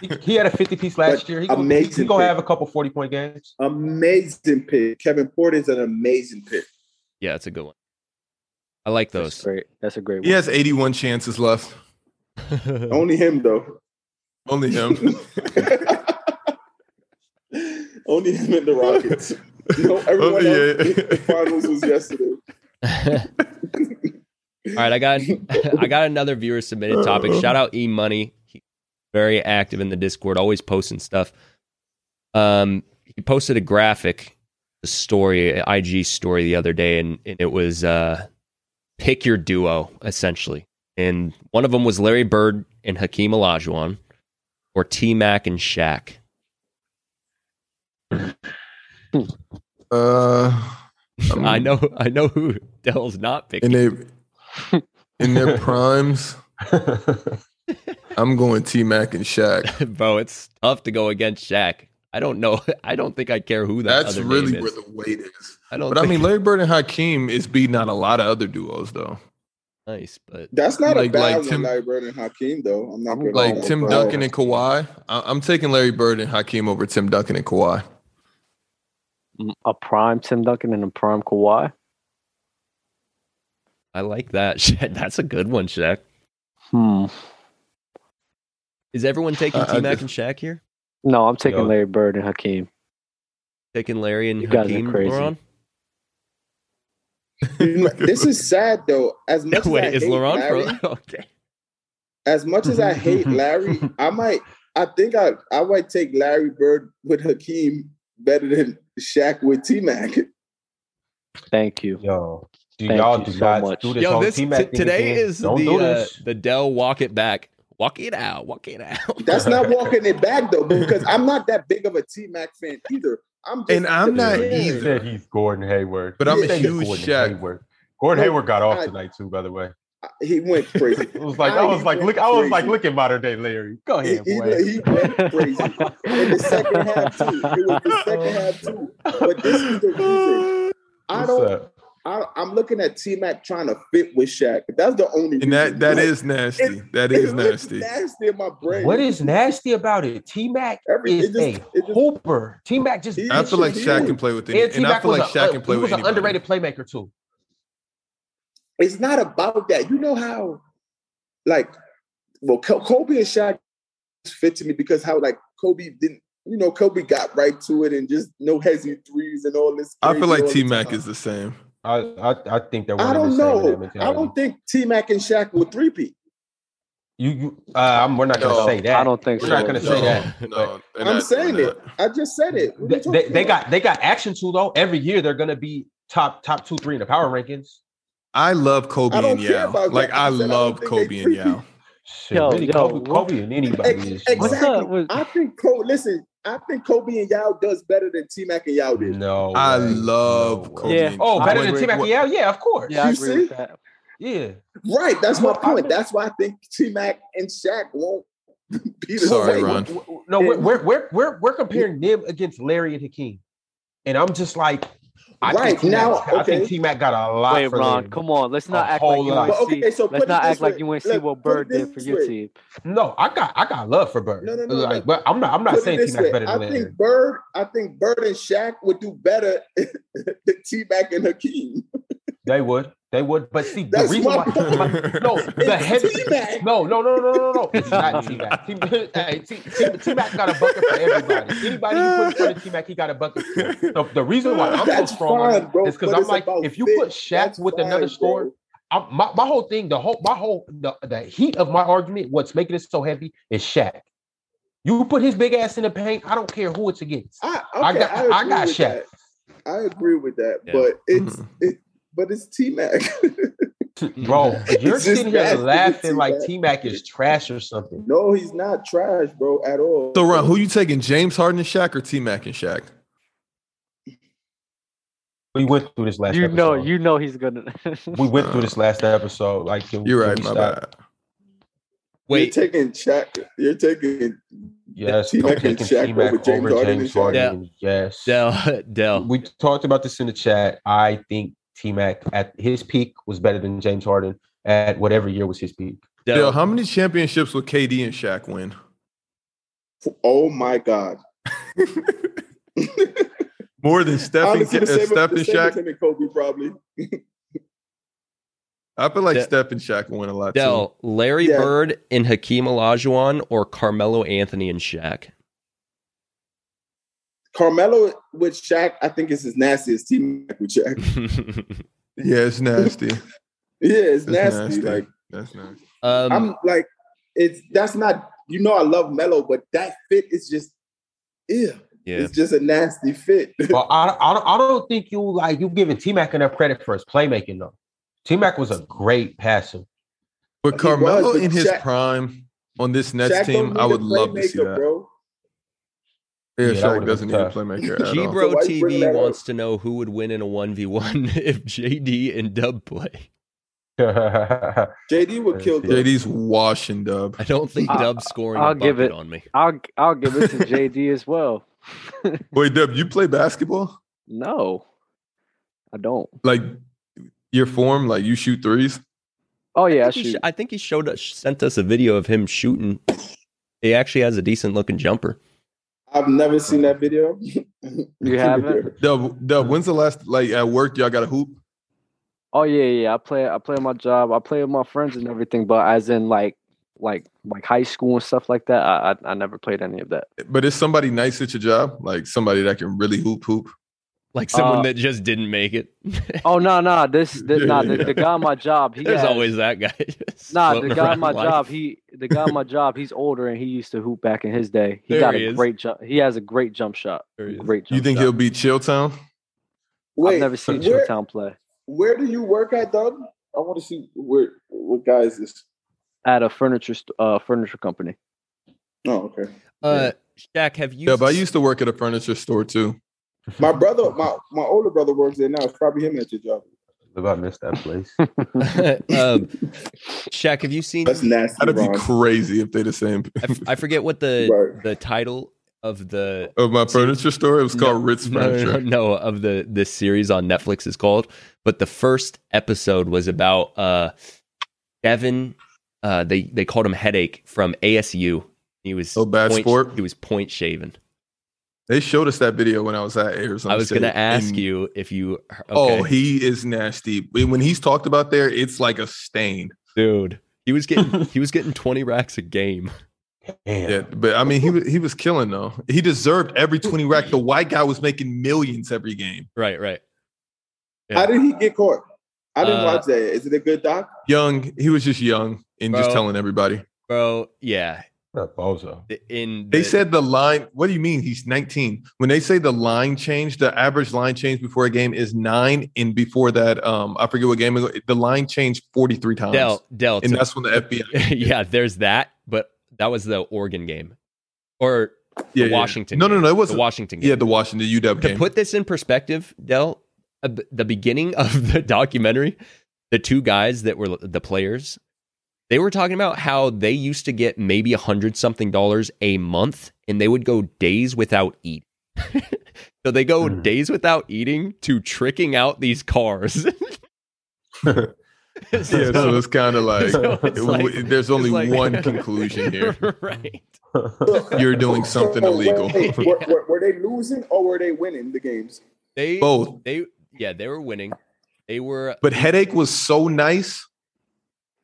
Speaker 7: he- he had a 50 piece last
Speaker 4: But
Speaker 7: year. He gonna- he-
Speaker 4: amazing
Speaker 7: he gonna
Speaker 4: pick.
Speaker 7: have a couple 40 point games.
Speaker 4: Amazing pick. Kevin Porter is an amazing pick.
Speaker 5: Yeah, that's a good one. I like
Speaker 2: that's
Speaker 5: those.
Speaker 2: great. That's a great
Speaker 1: He
Speaker 2: one.
Speaker 1: has 81 chances left.
Speaker 4: Only him though.
Speaker 1: Only him.
Speaker 4: Only him and the Rockets. No, everyone
Speaker 1: Oh,
Speaker 4: else.
Speaker 1: yeah.
Speaker 4: The finals was yesterday.
Speaker 5: All right, I got I got another viewer submitted topic. Shout out E Money. He's very active in the Discord, always posting stuff. Um, he posted a graphic, a story, a IG story the other day, and, and it was uh, pick your duo essentially. And one of them was Larry Bird and Hakeem Olajuwon, or T Mac and Shaq.
Speaker 1: Uh, I'm
Speaker 5: I know I know who Dell's not
Speaker 1: in
Speaker 5: picking.
Speaker 1: their in their primes. I'm going T Mac and Shaq.
Speaker 5: Bro, it's tough to go against Shaq. I don't know. I don't think I care who that
Speaker 1: That's
Speaker 5: other
Speaker 1: really
Speaker 5: name
Speaker 1: where
Speaker 5: is.
Speaker 1: the weight is.
Speaker 5: I don't
Speaker 1: But I
Speaker 5: think
Speaker 1: mean, Larry Bird and Hakeem is beating out a lot of other duos though.
Speaker 5: nice, but
Speaker 4: That's not
Speaker 1: Like-
Speaker 4: a bad
Speaker 1: like
Speaker 4: one,
Speaker 1: Tim-
Speaker 4: like Vernon Hakeem, though. I'm not gonna
Speaker 1: Like
Speaker 4: lie.
Speaker 1: Tim
Speaker 4: Bro,
Speaker 1: Duncan and Kawhi. I- I'm taking Larry Bird and Hakeem over Tim Duncan and Kawhi.
Speaker 2: A prime Tim Duncan and a prime Kawhi.
Speaker 5: I like that. Shit, That's a good one, Shaq.
Speaker 2: Hmm.
Speaker 5: Is everyone taking
Speaker 1: Uh, I
Speaker 5: T Mac
Speaker 1: just-
Speaker 5: and Shaq here?
Speaker 2: No, I'm taking
Speaker 5: Yo.
Speaker 2: Larry Bird and Hakeem.
Speaker 5: Taking Larry and
Speaker 2: You guys are
Speaker 5: Hakeem
Speaker 2: crazy.
Speaker 5: Laron?
Speaker 4: This is sad though. As much as I
Speaker 5: Wait, is
Speaker 4: hate
Speaker 5: Laron
Speaker 4: Larry,
Speaker 5: for okay.
Speaker 4: as much as I hate Larry, I might I think I I might take Larry Bird with Hakeem better than Shaq with T Mac.
Speaker 2: Thank you.
Speaker 7: Yo, do
Speaker 2: Thank
Speaker 7: y'all
Speaker 2: you
Speaker 7: do
Speaker 2: so
Speaker 7: not
Speaker 2: much.
Speaker 7: do this
Speaker 5: Yo,
Speaker 7: whole
Speaker 5: this t-
Speaker 7: T-Mac thing
Speaker 5: today
Speaker 7: again.
Speaker 5: is
Speaker 7: Don't
Speaker 5: the
Speaker 7: do
Speaker 5: uh,
Speaker 7: this.
Speaker 5: the Dell walk it back. Walk it out. Walk it out.
Speaker 4: That's not walking it back though, because I'm not that big of a T Mac fan either. I'm just
Speaker 1: And I'm not
Speaker 4: Yeah.
Speaker 7: He
Speaker 1: either.
Speaker 7: said he's Gordon Hayward.
Speaker 1: But I'm
Speaker 7: He
Speaker 4: a
Speaker 7: said he's
Speaker 1: huge
Speaker 7: Gordon
Speaker 1: Shaq.
Speaker 7: Hayward. Gordon
Speaker 4: No,
Speaker 7: Hayward got off
Speaker 4: I-
Speaker 7: tonight too, by the way.
Speaker 4: He went crazy.
Speaker 7: It was like
Speaker 4: I
Speaker 7: I was like,
Speaker 4: went
Speaker 7: look, I was like,
Speaker 4: crazy.
Speaker 7: look at modern day Larry. Go
Speaker 4: He,
Speaker 7: ahead,
Speaker 4: he,
Speaker 7: boy.
Speaker 4: he went crazy in the second half too. It was the second
Speaker 1: Oh.
Speaker 4: half too. But this is the reason I
Speaker 7: What's
Speaker 4: don't.
Speaker 7: up?
Speaker 4: I, I'm looking at T Mac trying to fit with Shaq. That's the only.
Speaker 1: And that that is nasty.
Speaker 4: It-
Speaker 1: That is nasty.
Speaker 4: nasty in my brain.
Speaker 6: What is nasty about it? T Mac
Speaker 4: Every-
Speaker 6: is
Speaker 4: it just-
Speaker 6: a
Speaker 4: it just-
Speaker 6: hooper. T Mac just
Speaker 4: He-
Speaker 1: I feel like
Speaker 4: It's
Speaker 1: Shaq
Speaker 4: huge.
Speaker 1: can play with any,
Speaker 6: and T
Speaker 1: and I
Speaker 6: Mac
Speaker 1: feel
Speaker 6: was,
Speaker 1: like
Speaker 6: a- uh,
Speaker 7: uh,
Speaker 1: Shaq can play
Speaker 6: he
Speaker 1: with
Speaker 6: was an
Speaker 1: anybody.
Speaker 6: underrated playmaker too.
Speaker 4: It's not about that. You know how, like, well, Ko- Kobe and Shaq fit to me because how like Kobe didn't. You know, Kobe got right to it and just no hesi threes and all this.
Speaker 1: I feel
Speaker 4: crazy
Speaker 1: like
Speaker 4: all the
Speaker 1: T Mac
Speaker 4: time.
Speaker 1: is the same.
Speaker 7: I, I I think that
Speaker 4: I
Speaker 7: we're in
Speaker 4: don't
Speaker 7: the same
Speaker 4: know.
Speaker 7: mentality.
Speaker 4: I don't think T Mac and Shaq will three P.
Speaker 7: you you uh, I'm, we're not gonna
Speaker 1: No,
Speaker 7: say that.
Speaker 2: I don't think
Speaker 7: We're
Speaker 2: so.
Speaker 7: not gonna say
Speaker 1: No,
Speaker 7: that.
Speaker 1: no, they're
Speaker 4: I'm
Speaker 1: not
Speaker 4: saying
Speaker 1: doing
Speaker 4: it. I just said it. What are
Speaker 7: They,
Speaker 4: you
Speaker 7: they,
Speaker 4: talking
Speaker 7: they
Speaker 4: about?
Speaker 7: got they got action too though. Every year they're gonna be top top two three in the power rankings.
Speaker 1: I love Kobe
Speaker 4: I don't
Speaker 1: and
Speaker 4: care
Speaker 1: Yao.
Speaker 4: about
Speaker 1: Like
Speaker 4: that.
Speaker 1: I
Speaker 4: I said I don't
Speaker 1: love
Speaker 4: think
Speaker 1: Kobe
Speaker 4: they
Speaker 1: and
Speaker 4: treat
Speaker 1: Yao.
Speaker 7: Shit,
Speaker 2: Yo,
Speaker 7: really,
Speaker 2: yo,
Speaker 7: Kobe,
Speaker 2: what-
Speaker 7: Kobe and anybody
Speaker 4: Ex-
Speaker 7: is
Speaker 2: What's
Speaker 4: exactly.
Speaker 2: up with-
Speaker 4: I think Kobe. Listen, I think Kobe and Yao does better than T Mac and Yao did.
Speaker 7: No,
Speaker 1: I
Speaker 7: way.
Speaker 1: love
Speaker 7: No way.
Speaker 1: Kobe.
Speaker 2: Yeah.
Speaker 1: and-
Speaker 7: Oh, better
Speaker 1: Wait,
Speaker 7: than
Speaker 1: wait,
Speaker 7: Tim
Speaker 1: what-
Speaker 7: Yeah, yeah, of course.
Speaker 2: Yeah, I
Speaker 4: You
Speaker 2: agree
Speaker 4: see?
Speaker 2: with that.
Speaker 7: Yeah.
Speaker 4: Right. That's my
Speaker 7: Well, I
Speaker 4: point.
Speaker 7: mean-
Speaker 4: that's why I think T Mac and Shaq won't be the
Speaker 1: Sorry,
Speaker 4: same.
Speaker 1: Ron.
Speaker 7: W- w- No, we're we're we're we're, we're comparing Nib against Larry and Hakeem, and I'm just like, I
Speaker 4: Right,
Speaker 7: think T-Mac,
Speaker 4: now,
Speaker 7: I think
Speaker 4: okay.
Speaker 7: T Mac got a lot
Speaker 2: Wait,
Speaker 7: for
Speaker 2: Ron,
Speaker 7: Larry.
Speaker 2: come on. Let's not
Speaker 7: A
Speaker 2: act like
Speaker 7: whole
Speaker 2: you
Speaker 7: lot.
Speaker 2: ain't
Speaker 4: But
Speaker 2: see.
Speaker 4: okay, so put
Speaker 2: let's
Speaker 4: it
Speaker 2: not
Speaker 4: this
Speaker 2: act like
Speaker 4: way.
Speaker 2: you ain't see
Speaker 4: Look,
Speaker 2: what
Speaker 4: put it
Speaker 2: Bird did for
Speaker 4: this
Speaker 2: your
Speaker 4: way.
Speaker 2: team.
Speaker 7: No, I got I got love for Bird.
Speaker 4: No, no, no,
Speaker 7: Like, but I'm not I'm not
Speaker 4: Put it
Speaker 7: saying T
Speaker 4: this way.
Speaker 7: Mac better
Speaker 4: I
Speaker 7: than Larry.
Speaker 4: think Bird. I think Bird and Shaq would do better than T Mac and Hakeem.
Speaker 7: They would, they would. But see, the
Speaker 4: That's
Speaker 7: reason
Speaker 4: my
Speaker 7: why
Speaker 4: point.
Speaker 7: no the heavy
Speaker 4: It's T-Mac.
Speaker 7: no no no no no no no. It's not T Mac. T Mac got a bucket for everybody. Anybody you put in front of T Mac, he got a bucket. For. The, the reason why I'm
Speaker 4: That's
Speaker 7: so strong on
Speaker 4: fine,
Speaker 7: it
Speaker 4: bro,
Speaker 7: is because
Speaker 4: but
Speaker 7: I'm
Speaker 4: it's
Speaker 7: like,
Speaker 4: about
Speaker 7: if you
Speaker 4: fit.
Speaker 7: put Shaq
Speaker 4: That's
Speaker 7: with
Speaker 4: fine,
Speaker 7: another
Speaker 4: bro.
Speaker 7: scorer, I'm, my, my whole thing, the whole my whole the, the heat of my argument, what's making it so heavy is Shaq. You put his big ass in the paint. I don't care who it's against.
Speaker 4: I,
Speaker 7: I
Speaker 4: okay,
Speaker 7: got-
Speaker 4: I, agree
Speaker 7: I got
Speaker 4: with
Speaker 7: Shaq.
Speaker 4: that. I agree with that,
Speaker 5: Yeah.
Speaker 4: but it's
Speaker 1: Mhm.
Speaker 4: it, but it's T Mac.
Speaker 7: Bro, you're
Speaker 4: It's just
Speaker 7: sitting here
Speaker 4: nasty to
Speaker 7: laughing like
Speaker 4: T-Mac.
Speaker 7: T Mac is trash or something.
Speaker 4: no, he's not trash, bro, at all.
Speaker 1: So Ron, who you taking? James Harden and Shaq or T Mac and Shaq?
Speaker 7: We went through this last
Speaker 2: You
Speaker 7: episode.
Speaker 2: know, you know he's gonna.
Speaker 7: we went through this last episode. Like can-
Speaker 1: You're
Speaker 7: can
Speaker 1: right.
Speaker 7: we
Speaker 1: My
Speaker 7: stop?
Speaker 1: bad.
Speaker 4: you're
Speaker 5: Wait,
Speaker 4: taking Shaq. You're taking
Speaker 7: Yes,
Speaker 4: T-Mac
Speaker 7: I'm
Speaker 4: and
Speaker 7: taking
Speaker 4: Shaq
Speaker 7: T Mac
Speaker 4: over
Speaker 7: over
Speaker 4: James
Speaker 7: James
Speaker 4: Harden and Shaq.
Speaker 7: Harden. Yes.
Speaker 5: Dell, Dell.
Speaker 7: We talked about this in the chat. I think T Mac at his peak was better than James Harden at whatever year was his peak.
Speaker 1: Dale,
Speaker 5: Dell.
Speaker 1: how many championships would KD and Shaq win?
Speaker 4: Oh my God!
Speaker 1: More than Steph and,
Speaker 4: Honestly,
Speaker 1: Ke- uh,
Speaker 4: the same,
Speaker 1: Steph
Speaker 4: the
Speaker 1: and
Speaker 4: same as
Speaker 1: Shaq?
Speaker 4: him and Kobe probably.
Speaker 1: I feel like
Speaker 5: Yeah.
Speaker 1: Steph and Shaq will win a lot too.
Speaker 5: Dell, Larry
Speaker 4: Yeah.
Speaker 5: Bird and Hakeem Olajuwon or Carmelo Anthony and Shaq?
Speaker 4: Carmelo with Shaq, I think is as nasty as T-Mac with Shaq.
Speaker 1: Yeah, it's nasty.
Speaker 4: Yeah, it's
Speaker 1: That's
Speaker 4: nasty.
Speaker 1: nasty.
Speaker 4: Like
Speaker 1: That's nasty.
Speaker 5: um,
Speaker 4: I'm like, it's that's not. You know, I love Melo, but that fit is just, yeah,
Speaker 5: yeah.
Speaker 4: it's just a nasty fit.
Speaker 7: Well, I, I, don't- I don't think you like you giving T Mac enough credit for his playmaking though. T Mac was a great passer.
Speaker 1: But
Speaker 4: He was,
Speaker 1: Carmelo
Speaker 4: but
Speaker 1: in his
Speaker 4: Shaq-
Speaker 1: prime on this Nets
Speaker 4: Shaq don't
Speaker 1: team,
Speaker 4: need
Speaker 1: I
Speaker 4: a
Speaker 1: would love to see
Speaker 4: playmaker,
Speaker 1: that.
Speaker 4: bro.
Speaker 1: Yeah,
Speaker 7: that
Speaker 1: Shaq
Speaker 7: would've
Speaker 1: doesn't
Speaker 7: been
Speaker 1: need a
Speaker 7: tough.
Speaker 1: playmaker at
Speaker 5: G
Speaker 1: all.
Speaker 5: Bro
Speaker 4: So why you bringing
Speaker 5: TV
Speaker 4: that up?
Speaker 5: wants to know who would win in a 1v1 if JD and Dub play.
Speaker 4: JD would kill them.
Speaker 1: JD's washing dub.
Speaker 5: I don't think
Speaker 2: I-
Speaker 5: Dub's scoring a
Speaker 2: I'll
Speaker 5: bucket
Speaker 2: give it-
Speaker 5: on me.
Speaker 2: I'll I'll give it to JD as well.
Speaker 1: Wait, Dub, you play basketball?
Speaker 2: No, I don't.
Speaker 1: Like your form, like you shoot threes?
Speaker 2: Oh yeah, I
Speaker 5: think he,
Speaker 2: shoot.
Speaker 5: sh- I think he showed us, sent us a video of him shooting. He actually has a decent looking jumper.
Speaker 4: I've never seen that video.
Speaker 2: You haven't?
Speaker 1: Dub, Dub,
Speaker 5: Mm-hmm.
Speaker 1: when's the last like at work y'all got a hoop?
Speaker 2: Oh yeah, yeah. I play. I play my job. I play with my friends and everything. But as in like, like, like high school and stuff like that. I I, I never played any of that.
Speaker 1: But is somebody nice at your job? Like somebody that can really hoop hoop?
Speaker 5: Like someone
Speaker 2: Uh,
Speaker 5: that just didn't make it.
Speaker 2: Oh no, no. This, this
Speaker 1: Yeah,
Speaker 2: nah,
Speaker 1: yeah,
Speaker 2: the,
Speaker 1: yeah.
Speaker 2: the guy on my job. He
Speaker 5: There's
Speaker 2: has-
Speaker 5: always that guy. just
Speaker 2: Nah, the
Speaker 5: floating
Speaker 2: guy
Speaker 5: around
Speaker 2: on my
Speaker 5: life.
Speaker 2: job, he the guy on my job, he's older and he used to hoop back in his day. He
Speaker 5: There
Speaker 2: got
Speaker 5: he
Speaker 2: a
Speaker 5: is.
Speaker 2: great jump. He has a great jump shot.
Speaker 5: There he is.
Speaker 2: Great. Jump
Speaker 1: You think
Speaker 2: shot.
Speaker 1: he'll beat Chilltown?
Speaker 4: Wait,
Speaker 2: I've never seen
Speaker 4: where,
Speaker 2: Chilltown play
Speaker 4: where do you work at, Doug? I want to see where what guy is this.
Speaker 2: at a furniture st- uh furniture company.
Speaker 4: Oh, okay.
Speaker 5: Uh, Shaq, have you?
Speaker 1: Dub, I used to work at a furniture store too.
Speaker 4: My brother, my, my older brother works there now. It's probably him at your job.
Speaker 7: If I missed that place.
Speaker 5: um, Shaq, have you seen?
Speaker 4: That's nasty.
Speaker 1: That'd be
Speaker 4: Ron.
Speaker 1: crazy if they the same.
Speaker 5: I, f- I forget what the
Speaker 4: Right.
Speaker 5: the title of the
Speaker 1: of my furniture store, it was called Ritz
Speaker 5: no, no,
Speaker 1: Furniture.
Speaker 5: no, no, of the this series on Netflix is called. But the first episode was about uh Devin. Uh, they they called him headache from ASU. He was
Speaker 1: Oh, bad
Speaker 5: point,
Speaker 1: sport?
Speaker 5: He was point shaven.
Speaker 1: They showed us that video when I was at Arizona.
Speaker 5: I was
Speaker 1: State,
Speaker 5: gonna ask
Speaker 1: and-
Speaker 5: you if you. Okay.
Speaker 1: Oh, he is nasty. When he's talked about there, it's like a stain.
Speaker 5: dude, he was getting he was getting twenty racks a game.
Speaker 7: Damn.
Speaker 1: Yeah, but I mean, he was- he was killing though. He deserved every twenty rack. The white guy was making millions every game.
Speaker 5: Right, right.
Speaker 4: How did he get caught? I didn't
Speaker 5: Uh,
Speaker 4: watch that. Is it a good doc?
Speaker 1: Young, he was just young and just
Speaker 5: Bro.
Speaker 1: telling everybody.
Speaker 5: bro. Yeah,
Speaker 7: What a bozo.
Speaker 5: the- in
Speaker 1: They
Speaker 5: the-
Speaker 1: said the line. What do you mean? He's nineteen. When they say the line change, the average line change before a game is nine, and before that, um, I forget what game. it was- The line changed forty three times,
Speaker 5: Del Del.
Speaker 1: and
Speaker 5: to-
Speaker 1: that's when the FBI.
Speaker 5: yeah, there's that, but that was the Oregon game, or the
Speaker 1: Yeah, yeah.
Speaker 5: Washington.
Speaker 1: No, no,
Speaker 5: game.
Speaker 1: no, it
Speaker 5: the
Speaker 1: wasn't.
Speaker 5: Washington game.
Speaker 1: Yeah, the Washington UW
Speaker 5: to
Speaker 1: game.
Speaker 5: put this in perspective, Dell, uh, b- the beginning of the documentary, the two guys that were l- the players, they were talking about how they used to get maybe a hundred something dollars a month, and they would go days without eating. so they go
Speaker 7: Mm.
Speaker 5: days without eating to tricking out these cars. yeah,
Speaker 1: yeah, so it's kind of like,
Speaker 5: So it's
Speaker 1: w-
Speaker 5: like-
Speaker 1: w- there's only
Speaker 5: it's like-
Speaker 1: one conclusion here.
Speaker 5: right.
Speaker 1: You're doing something
Speaker 4: So, wait,
Speaker 1: illegal.
Speaker 4: wait, were, were- were they losing or were they winning the games?
Speaker 5: They
Speaker 1: Both.
Speaker 5: They yeah, they were winning. They were
Speaker 1: But headache was so nice.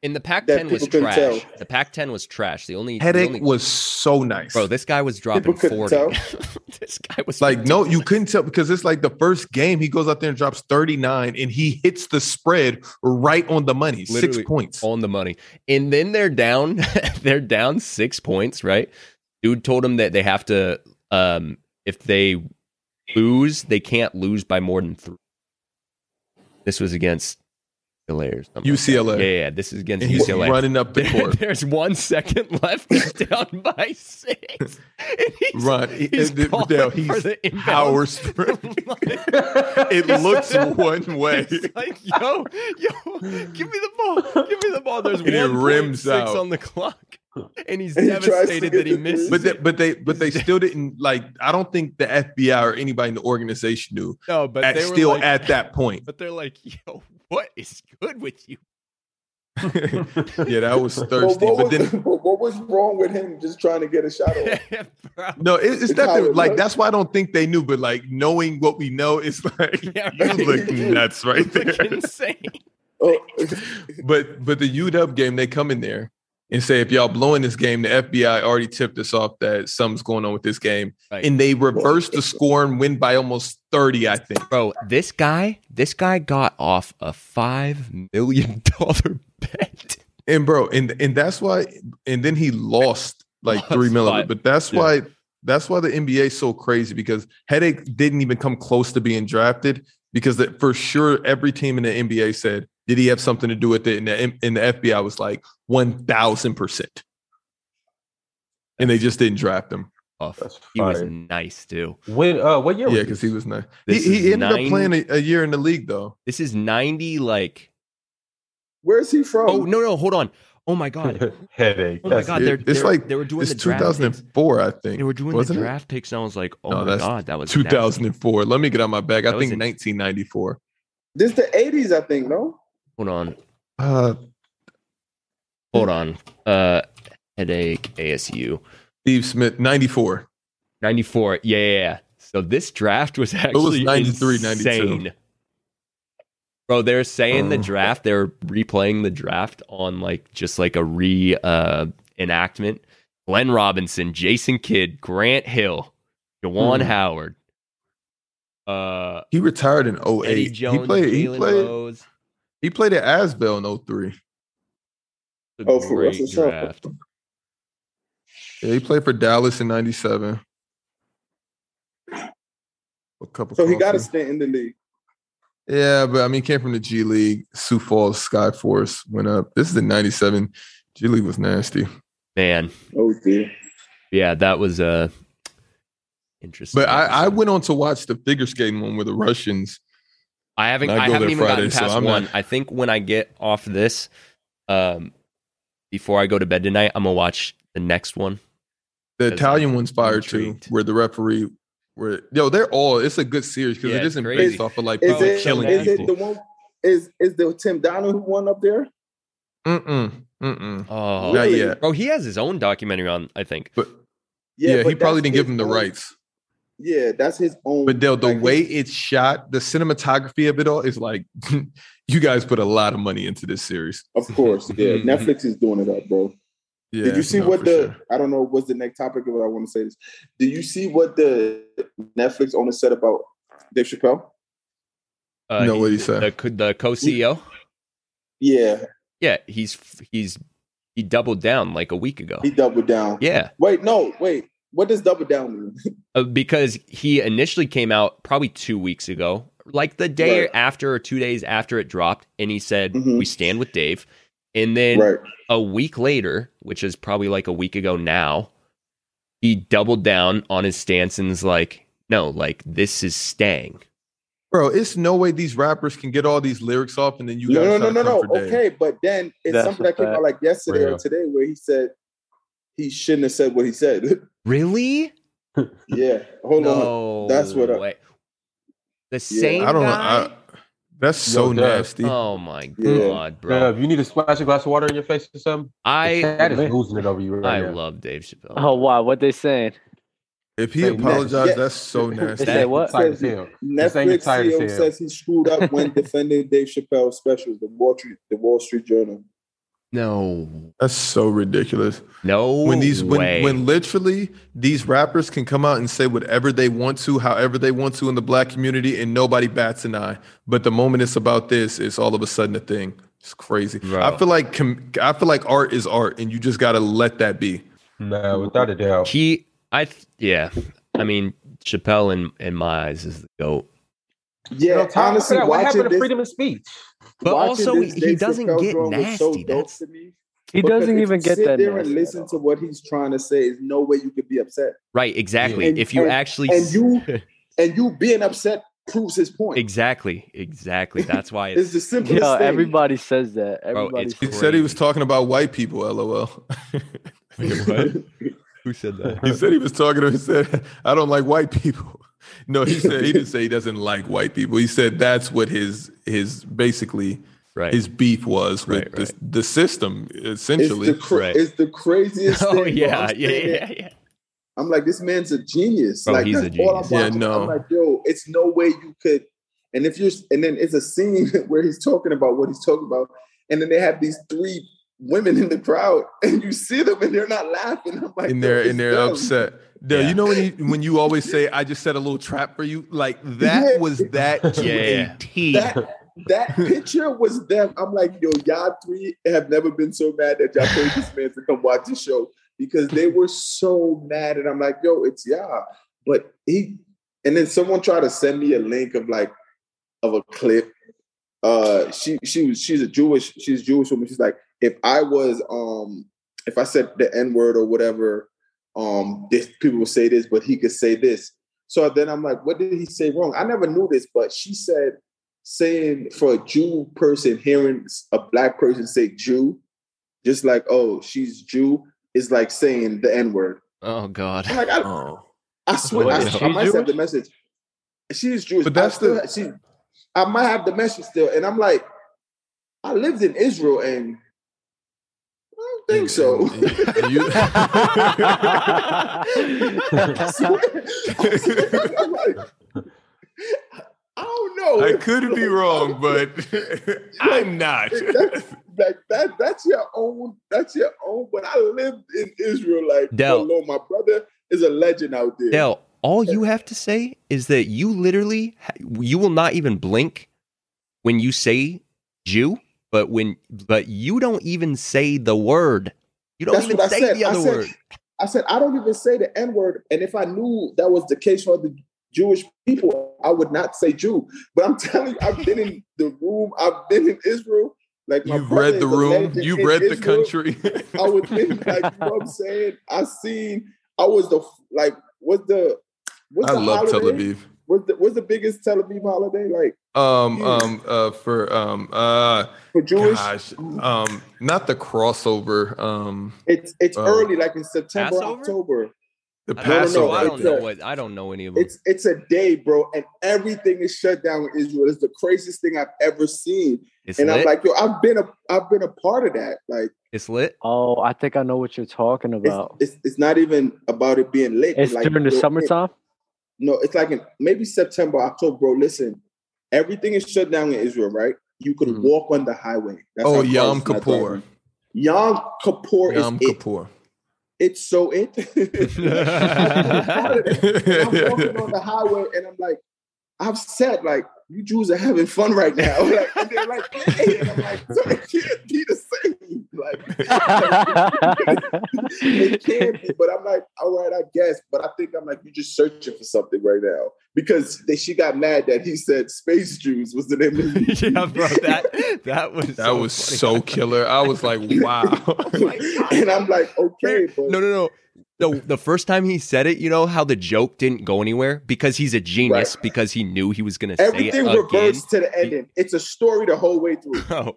Speaker 5: in the
Speaker 4: That
Speaker 5: Pac-10
Speaker 4: people
Speaker 5: was
Speaker 4: couldn't
Speaker 5: trash.
Speaker 4: tell.
Speaker 5: The Pac-10 was trash. The only the only-
Speaker 1: Headache was so nice.
Speaker 5: bro. This guy was dropping
Speaker 4: People couldn't
Speaker 5: forty. this guy was
Speaker 1: like no, you
Speaker 5: ridiculous.
Speaker 1: couldn't tell because it's like the first game he goes out there and drops 39 and he hits the spread right on the money,
Speaker 5: Literally
Speaker 1: six points.
Speaker 5: on the money. And then they're down. they're down six points. Right. Dude told him that they have to. Um, if they lose, they can't lose by more than three. This was against UCLA or something. like that.
Speaker 1: UCLA.
Speaker 5: Yeah, yeah, this is
Speaker 1: And
Speaker 5: against
Speaker 1: he's
Speaker 5: UCLA.
Speaker 1: running up the
Speaker 5: There-
Speaker 1: court.
Speaker 5: There's one second left. They're down by six. And he's,
Speaker 1: Run.
Speaker 5: He's
Speaker 1: And the-
Speaker 5: calling
Speaker 1: Dale,
Speaker 5: for
Speaker 1: he's
Speaker 5: the inbounds.
Speaker 1: power sprint.
Speaker 5: Like,
Speaker 1: It looks one way.
Speaker 5: it's like, yo, yo, give me the ball. Give me the ball. There's
Speaker 1: And it
Speaker 5: one
Speaker 1: rims out.
Speaker 5: on the clock. And he's
Speaker 4: And he tries to
Speaker 5: devastated
Speaker 4: get
Speaker 5: that he
Speaker 4: the
Speaker 5: missed.
Speaker 1: But they,
Speaker 5: it.
Speaker 1: but they but they still didn't like I don't think the FBI or anybody in the organization knew
Speaker 5: no, but
Speaker 1: at,
Speaker 5: they were
Speaker 1: still
Speaker 5: like,
Speaker 1: at that point.
Speaker 5: But they're like, yo, what is good with you?
Speaker 1: Yeah, that was
Speaker 4: But
Speaker 1: thirsty.
Speaker 4: what,
Speaker 1: But
Speaker 4: was,
Speaker 1: then
Speaker 4: but what was wrong with him just trying to get a shot off?
Speaker 5: Bro.
Speaker 1: no, it, it's
Speaker 4: It's how
Speaker 1: not that,
Speaker 4: it
Speaker 1: like
Speaker 4: looks.
Speaker 1: that's why I don't think they knew. But like knowing what we know, it's like
Speaker 5: Yeah,
Speaker 1: you
Speaker 5: right.
Speaker 1: look nuts right
Speaker 5: Look
Speaker 1: there.
Speaker 5: insane.
Speaker 4: Oh,
Speaker 1: But but the UW game, they come in there and say if y'all blowing this game, the FBI already tipped us off that something's going on with this game,
Speaker 5: Right.
Speaker 1: and they reverse the score and win by almost thirty. I think.
Speaker 5: Bro, this guy, this guy got off a five million dollar bet.
Speaker 1: And bro, and and that's why, and then he lost like
Speaker 5: Lost
Speaker 1: three million.
Speaker 5: five.
Speaker 1: But that's
Speaker 5: Yeah.
Speaker 1: why that's why the NBA is so crazy because headache didn't even come close to being drafted because that for sure every team in the NBA said, did he have something to do with it? And the M- and the FBI was like one thousand percent, and they just didn't draft him.
Speaker 5: off.
Speaker 7: That's
Speaker 5: Oh, He was
Speaker 7: fire.
Speaker 5: nice too.
Speaker 7: When uh, what year?
Speaker 1: Yeah,
Speaker 7: was
Speaker 1: because
Speaker 7: this?
Speaker 1: he was nice. He,
Speaker 5: This is
Speaker 1: he ended
Speaker 5: nine-
Speaker 1: up playing a, a year in the league though.
Speaker 5: This is ninety. Like,
Speaker 4: Where's he from?
Speaker 5: oh no, no, hold on. Oh my god.
Speaker 7: headache.
Speaker 5: Oh my
Speaker 7: That's
Speaker 5: god.
Speaker 1: it.
Speaker 5: They're,
Speaker 1: It's
Speaker 5: they're-
Speaker 1: like-
Speaker 5: they were doing
Speaker 1: It's
Speaker 5: the draft. picks.
Speaker 1: 2004, I think.
Speaker 5: They were doing the
Speaker 1: wasn't it?
Speaker 5: draft picks, and I was like, oh
Speaker 1: No,
Speaker 5: my
Speaker 1: that's
Speaker 5: god, that was nasty.
Speaker 1: 2004. Let me get out my bag. I
Speaker 5: That was
Speaker 1: think
Speaker 5: in-
Speaker 1: 1994.
Speaker 4: This the '80s, I think. No,
Speaker 5: Hold on.
Speaker 1: Uh,
Speaker 5: Hold on. Uh, headache ASU
Speaker 1: Steve Smith, 94.
Speaker 5: 94. Yeah, yeah, yeah. So this draft was actually
Speaker 1: 93, 92.
Speaker 5: insane. Bro, they're saying the
Speaker 1: Oh.
Speaker 5: draft, they're replaying the draft on like just like a re uh enactment. Glenn Robinson, Jason Kidd, Grant Hill, Jawan
Speaker 1: Hmm.
Speaker 5: Howard, uh
Speaker 1: He retired in 08.
Speaker 5: Eddie Jones,
Speaker 1: he played. He
Speaker 5: Jalen
Speaker 1: played.
Speaker 5: Rose.
Speaker 1: He played at Asbel in 03.
Speaker 5: It's a
Speaker 4: oh for
Speaker 5: great
Speaker 4: Russell
Speaker 5: draft.
Speaker 4: Shaw.
Speaker 1: Yeah, he played for Dallas in 97. A couple
Speaker 4: So he got a
Speaker 1: crosses.
Speaker 4: stint in the league.
Speaker 1: Yeah, but I mean, he came from the G League. Sioux Falls Skyforce went up. This is in 97. G League was nasty.
Speaker 5: Man,
Speaker 4: Oh dear.
Speaker 5: yeah, that was uh interesting.
Speaker 1: But I, I
Speaker 5: episode.
Speaker 1: went on to watch the figure skating one with the Russians.
Speaker 5: I haven't.
Speaker 1: And I
Speaker 5: I
Speaker 1: go
Speaker 5: haven't
Speaker 1: there
Speaker 5: even
Speaker 1: Friday,
Speaker 5: gotten
Speaker 1: so
Speaker 5: past
Speaker 1: I'm not-
Speaker 5: one. I think when I get off this, um, before I go to bed tonight, I'm gonna watch the next one.
Speaker 1: The
Speaker 5: As
Speaker 1: Italian
Speaker 5: I'm
Speaker 1: one's fire too,
Speaker 5: intrigued.
Speaker 1: where the referee, where yo, they're all. It's a good series because
Speaker 5: Yeah,
Speaker 1: it
Speaker 5: it's
Speaker 1: isn't
Speaker 5: crazy.
Speaker 1: based off of like
Speaker 4: Is
Speaker 1: people
Speaker 4: it?
Speaker 1: killing
Speaker 4: Is it
Speaker 1: people.
Speaker 4: the one? Is is the Tim Donahue one up there?
Speaker 1: Mm-mm, mm-mm.
Speaker 5: Oh,
Speaker 1: Uh, Not
Speaker 4: Really?
Speaker 1: yet.
Speaker 5: bro, he has his own documentary on. I think.
Speaker 1: But yeah,
Speaker 4: but
Speaker 1: he probably
Speaker 4: that's
Speaker 1: didn't give
Speaker 4: his
Speaker 1: him the
Speaker 4: own-
Speaker 1: rights.
Speaker 4: Yeah, that's his own.
Speaker 1: But Dale, the
Speaker 4: like,
Speaker 1: way it's shot, the cinematography of it all is like, you guys put a lot of money into this series.
Speaker 4: Of course, yeah.
Speaker 5: Mhm.
Speaker 4: Netflix is doing it up, bro.
Speaker 1: Yeah,
Speaker 4: Did you see
Speaker 1: no,
Speaker 4: what
Speaker 1: for
Speaker 4: the?
Speaker 1: sure.
Speaker 4: I don't know. What's the next topic? But I want to say this. Did you see what the Netflix owner said about Dave Chappelle?
Speaker 5: Uh,
Speaker 1: no,
Speaker 5: he-
Speaker 1: what he said.
Speaker 5: the co- the co CEO.
Speaker 4: Yeah,
Speaker 5: Yeah, he's he's he doubled down like a week ago.
Speaker 4: he doubled down.
Speaker 5: Yeah,
Speaker 4: Wait, no, wait. What does double down mean?
Speaker 5: uh, because he initially came out probably two weeks ago, like the day
Speaker 4: Right.
Speaker 5: after or two days after it dropped, and he said,
Speaker 4: Mhm.
Speaker 1: Mm-hmm.
Speaker 5: "We stand with Dave." And then
Speaker 4: right.
Speaker 5: a week later, which is probably like a week ago now, he doubled down on his stance and is like, no, like this is staying.
Speaker 1: Bro, it's no way these rappers can get all these lyrics off and then you guys
Speaker 4: No, no,
Speaker 1: try
Speaker 4: no, no,
Speaker 1: to come
Speaker 4: no.
Speaker 1: for Dave.
Speaker 4: Okay, but then it's
Speaker 2: That's
Speaker 4: something
Speaker 2: a
Speaker 4: that came
Speaker 2: fact.
Speaker 4: out like yesterday
Speaker 7: Real.
Speaker 4: or today where he said he shouldn't have said what he said.
Speaker 5: Really?
Speaker 4: yeah. Hold on.
Speaker 5: no.
Speaker 4: That's what I-
Speaker 5: way. the same.
Speaker 1: I don't know.
Speaker 5: guy?
Speaker 1: I, that's so
Speaker 7: Yo, Dave.
Speaker 1: nasty.
Speaker 5: oh my
Speaker 4: Yeah.
Speaker 5: god, bro.
Speaker 7: Bro, if you need to splash a glass of water in your face or something, the
Speaker 5: I
Speaker 7: cat is losing it over you
Speaker 5: I
Speaker 7: right now.
Speaker 5: love Dave Chappelle.
Speaker 2: Oh wow, what they saying?
Speaker 1: if he
Speaker 7: Say next.
Speaker 1: apologized,
Speaker 4: Yeah.
Speaker 1: that's so
Speaker 2: They
Speaker 1: nasty.
Speaker 2: said what?
Speaker 7: Tight as hell. This thing
Speaker 4: Netflix
Speaker 7: is tired as
Speaker 4: CEO
Speaker 7: hell.
Speaker 4: says he screwed up when defending Dave Chappelle's specials, the Wall Street, the Wall Street Journal.
Speaker 5: No,
Speaker 1: That's so ridiculous.
Speaker 5: no.
Speaker 1: when these
Speaker 5: way.
Speaker 1: when when literally these rappers can come out and say whatever they want to, however they want to in the black community, and nobody bats an eye. But the moment it's about this, it's all of a sudden a thing. It's crazy.
Speaker 5: Bro.
Speaker 1: I feel like com- I feel like art is art, and you just gotta let that be.
Speaker 7: No, without a doubt.
Speaker 5: he, I th- yeah. I mean, Chappelle in in my eyes is the goat.
Speaker 7: You know,
Speaker 4: Yeah,
Speaker 7: Tom,
Speaker 4: honestly,
Speaker 7: I forgot,
Speaker 4: watching
Speaker 7: what happened to
Speaker 4: this,
Speaker 7: freedom of speech?
Speaker 5: But
Speaker 4: watching
Speaker 5: also,
Speaker 4: this
Speaker 5: he
Speaker 4: Dave
Speaker 5: doesn't
Speaker 4: Chappelle
Speaker 5: get
Speaker 4: drum was
Speaker 5: nasty.
Speaker 4: dope
Speaker 5: That's-
Speaker 4: to me.
Speaker 2: He
Speaker 4: Because
Speaker 2: doesn't
Speaker 4: if
Speaker 2: even
Speaker 4: you
Speaker 2: get
Speaker 4: sit
Speaker 2: that.
Speaker 4: there and
Speaker 2: nasty at
Speaker 4: listen
Speaker 2: all.
Speaker 4: to what he's trying to say. Is no way you could be upset.
Speaker 5: Right, exactly.
Speaker 4: And-
Speaker 5: if you
Speaker 4: and-
Speaker 5: actually
Speaker 4: and
Speaker 5: s-
Speaker 4: you- And you being upset proves his point.
Speaker 5: exactly, exactly. That's why
Speaker 4: It's
Speaker 5: it's
Speaker 4: the simplest
Speaker 2: Yeah,
Speaker 4: thing.
Speaker 2: everybody says that.
Speaker 5: Bro,
Speaker 2: Everybody
Speaker 5: it's
Speaker 1: He
Speaker 2: says
Speaker 1: said he was talking about white people. LOL.
Speaker 5: who said
Speaker 1: he said he was talking to. He said, "I don't like white people." No, he said he didn't say he doesn't like white people. He said that's what his his basically
Speaker 5: Right.
Speaker 1: his beef was with
Speaker 5: Right,
Speaker 1: the-
Speaker 5: right.
Speaker 1: The, system
Speaker 4: It's
Speaker 1: essentially.
Speaker 4: the, cra-
Speaker 5: Right.
Speaker 4: it's the craziest thing.
Speaker 5: oh
Speaker 4: bro.
Speaker 5: yeah,
Speaker 4: I'm
Speaker 5: yeah,
Speaker 4: saying,
Speaker 5: yeah, yeah.
Speaker 4: I'm like, this man's a genius.
Speaker 5: Bro,
Speaker 4: like
Speaker 5: he's
Speaker 4: that's
Speaker 5: a
Speaker 4: all I'm
Speaker 5: genius.
Speaker 1: Yeah,
Speaker 4: watching.
Speaker 1: no.
Speaker 4: I'm like, yo, it's no way you could. And if you're, and then it's a scene where he's talking about what he's talking about, and then they have these three women in the crowd, and you see them, and they're not laughing. I'm like,
Speaker 1: and
Speaker 4: yo,
Speaker 1: they're
Speaker 4: it's
Speaker 1: and they're
Speaker 4: them.
Speaker 1: upset. Dale,
Speaker 5: Yeah.
Speaker 1: you know when you, when you always say, "I just set a little trap for you," like that
Speaker 4: Yeah.
Speaker 1: was that to
Speaker 5: Yeah.
Speaker 1: a T.
Speaker 4: That that picture was them. I'm like, yo, y'all three have never been so mad that y'all paid this man to come watch the show because they were so mad, and I'm like, yo, it's y'all. But he, and then someone tried to send me a link of like of a clip. Uh, she she was she's a Jewish she's a Jewish woman. She's like, if I was um if I said the N word or whatever, um, this people will say this, but he could say this. So then I'm like, what did he say wrong? I never knew this, but she said saying for a Jew person hearing a black person say Jew, just like oh she's Jew, is like saying the N word.
Speaker 5: Oh God.
Speaker 4: I'm like I,
Speaker 1: Oh,
Speaker 4: I swear, I,
Speaker 5: Wait,
Speaker 4: I
Speaker 2: she
Speaker 4: might have
Speaker 2: Jewish?
Speaker 4: the message. She's Jewish,
Speaker 1: But that's
Speaker 4: I still,
Speaker 1: the-
Speaker 4: she. I might have the message still, and I'm like, I lived in Israel, and I don't think so.
Speaker 2: Mm,
Speaker 1: You-
Speaker 2: mm,
Speaker 4: I swear, I swear, I'm like, I don't know.
Speaker 1: I could be wrong, but I'm not.
Speaker 4: That's- like that. That's your own. That's your own. But I lived in Israel. Like,
Speaker 5: Del.
Speaker 4: hello, my brother is a legend out there.
Speaker 5: Dell, all you have to say is that you literally ha- you will not even blink when you say Jew, but when but you don't even say the word. You don't
Speaker 4: That's
Speaker 5: even
Speaker 4: what I
Speaker 5: say
Speaker 4: said.
Speaker 5: the
Speaker 4: I
Speaker 5: other
Speaker 4: said-
Speaker 5: word.
Speaker 4: I said, I don't even say the N word. And if I knew that was the case for the Jewish people, I would not say Jew. But I'm telling you, I've been in the room, I've been in Israel. Like my
Speaker 1: You've
Speaker 4: brother
Speaker 1: read the
Speaker 4: is a
Speaker 1: room.
Speaker 4: legend
Speaker 1: You've
Speaker 4: in
Speaker 1: read the
Speaker 4: Israel.
Speaker 1: country.
Speaker 4: I was in, like, you know what I'm saying? I seen, I was the, like, what's the, what's
Speaker 1: I
Speaker 4: the
Speaker 1: love Tel
Speaker 4: holiday?
Speaker 1: Aviv.
Speaker 4: What's the, what's the biggest Tel Aviv holiday? Like,
Speaker 1: Um,
Speaker 4: Yeah.
Speaker 1: um, uh, for um, uh,
Speaker 4: for Jewish,
Speaker 1: gosh, um, not the crossover. Um,
Speaker 4: it's it's
Speaker 1: Oh.
Speaker 4: early, like in September,
Speaker 5: Passover?
Speaker 4: October.
Speaker 1: the
Speaker 5: I don't know.
Speaker 1: Passover.
Speaker 5: I
Speaker 1: I
Speaker 5: don't
Speaker 1: think.
Speaker 5: know what I don't know
Speaker 1: Hmm.
Speaker 5: any of them.
Speaker 4: It's it's a day, bro, and everything is shut down in Israel. It's the craziest thing I've ever seen.
Speaker 5: It's
Speaker 4: and
Speaker 5: lit.
Speaker 4: I'm like, yo, I've been a I've been a part of that. Like
Speaker 5: it's lit.
Speaker 2: Oh, I think I know what you're talking about.
Speaker 4: it's, it's it's not even about it being lit.
Speaker 2: It's
Speaker 4: like,
Speaker 2: during the
Speaker 4: yo, it-
Speaker 2: summertime.
Speaker 4: no, it's like in maybe September, October, bro. Listen, everything is shut down in Israel, right? You could
Speaker 1: Mhm.
Speaker 4: walk on the highway. That's
Speaker 1: Oh,
Speaker 4: how
Speaker 1: Yom
Speaker 4: close it's not
Speaker 1: Kippur.
Speaker 4: driving. Yom Kippur
Speaker 1: Yom
Speaker 4: is it.
Speaker 1: Kippur.
Speaker 4: It's so it. And I'm walking on the highway and I'm like, I've said like you Jews are having fun right now. Like, and they're like, hey, and I'm like, so it can't be the same. Like it can't be, but I'm like, all right, I guess. But I think I'm like, you're just searching for something right now. Because they, she got mad that he said Space Jews was the name of the
Speaker 5: yeah, bro. That that was
Speaker 1: That was so killer. I was like, wow.
Speaker 4: And I'm like, okay, but
Speaker 5: No, no, no. The, the first time he said it, you know how the joke didn't go anywhere because he's a genius because he knew he was gonna say it
Speaker 4: everything
Speaker 5: again.
Speaker 4: reverts to the ending. It's a story the whole way through.
Speaker 5: Bro,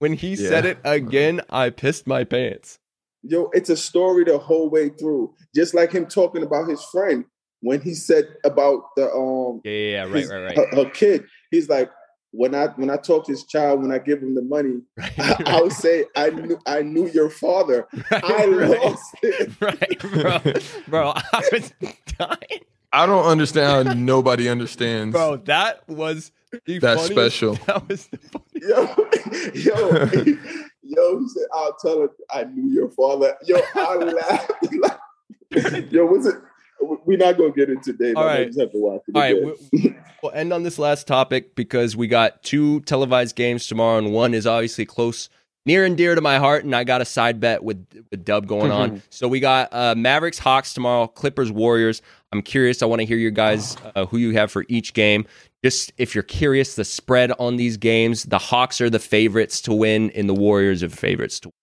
Speaker 5: when he
Speaker 1: Yeah.
Speaker 5: said it again, I pissed my pants.
Speaker 4: Yo, it's a story the whole way through. Just like him talking about his friend when he said about the um
Speaker 5: Yeah, yeah, yeah
Speaker 4: his- her, her kid. He's like, when I when I talk to his child, when I give him the money, I, I would say I knew I knew your father. I lost it.
Speaker 5: right, bro. Bro, I was dying.
Speaker 1: I don't understand how nobody understands
Speaker 5: Bro, that was the
Speaker 1: that
Speaker 5: funniest-
Speaker 1: special.
Speaker 5: That was the funniest.
Speaker 4: Yo, yo, yo, he said, I'll tell her I knew your father. Yo, I laughed. like- yo, was it? We're not gonna get it today.
Speaker 5: All
Speaker 4: but I
Speaker 5: right.
Speaker 4: just have to watch it
Speaker 5: All right,
Speaker 4: again.
Speaker 5: we- we'll end on this last topic because we got two televised games tomorrow, and one is obviously close, near and dear to my heart, and I got a side bet with with Dub going on. So we got uh, Mavericks Hawks tomorrow, Clippers Warriors. I'm curious. I want to hear your guys uh, who you have for each game. Just if you're curious, the spread on these games. The Hawks are the favorites to win, and the Warriors are favorites to win.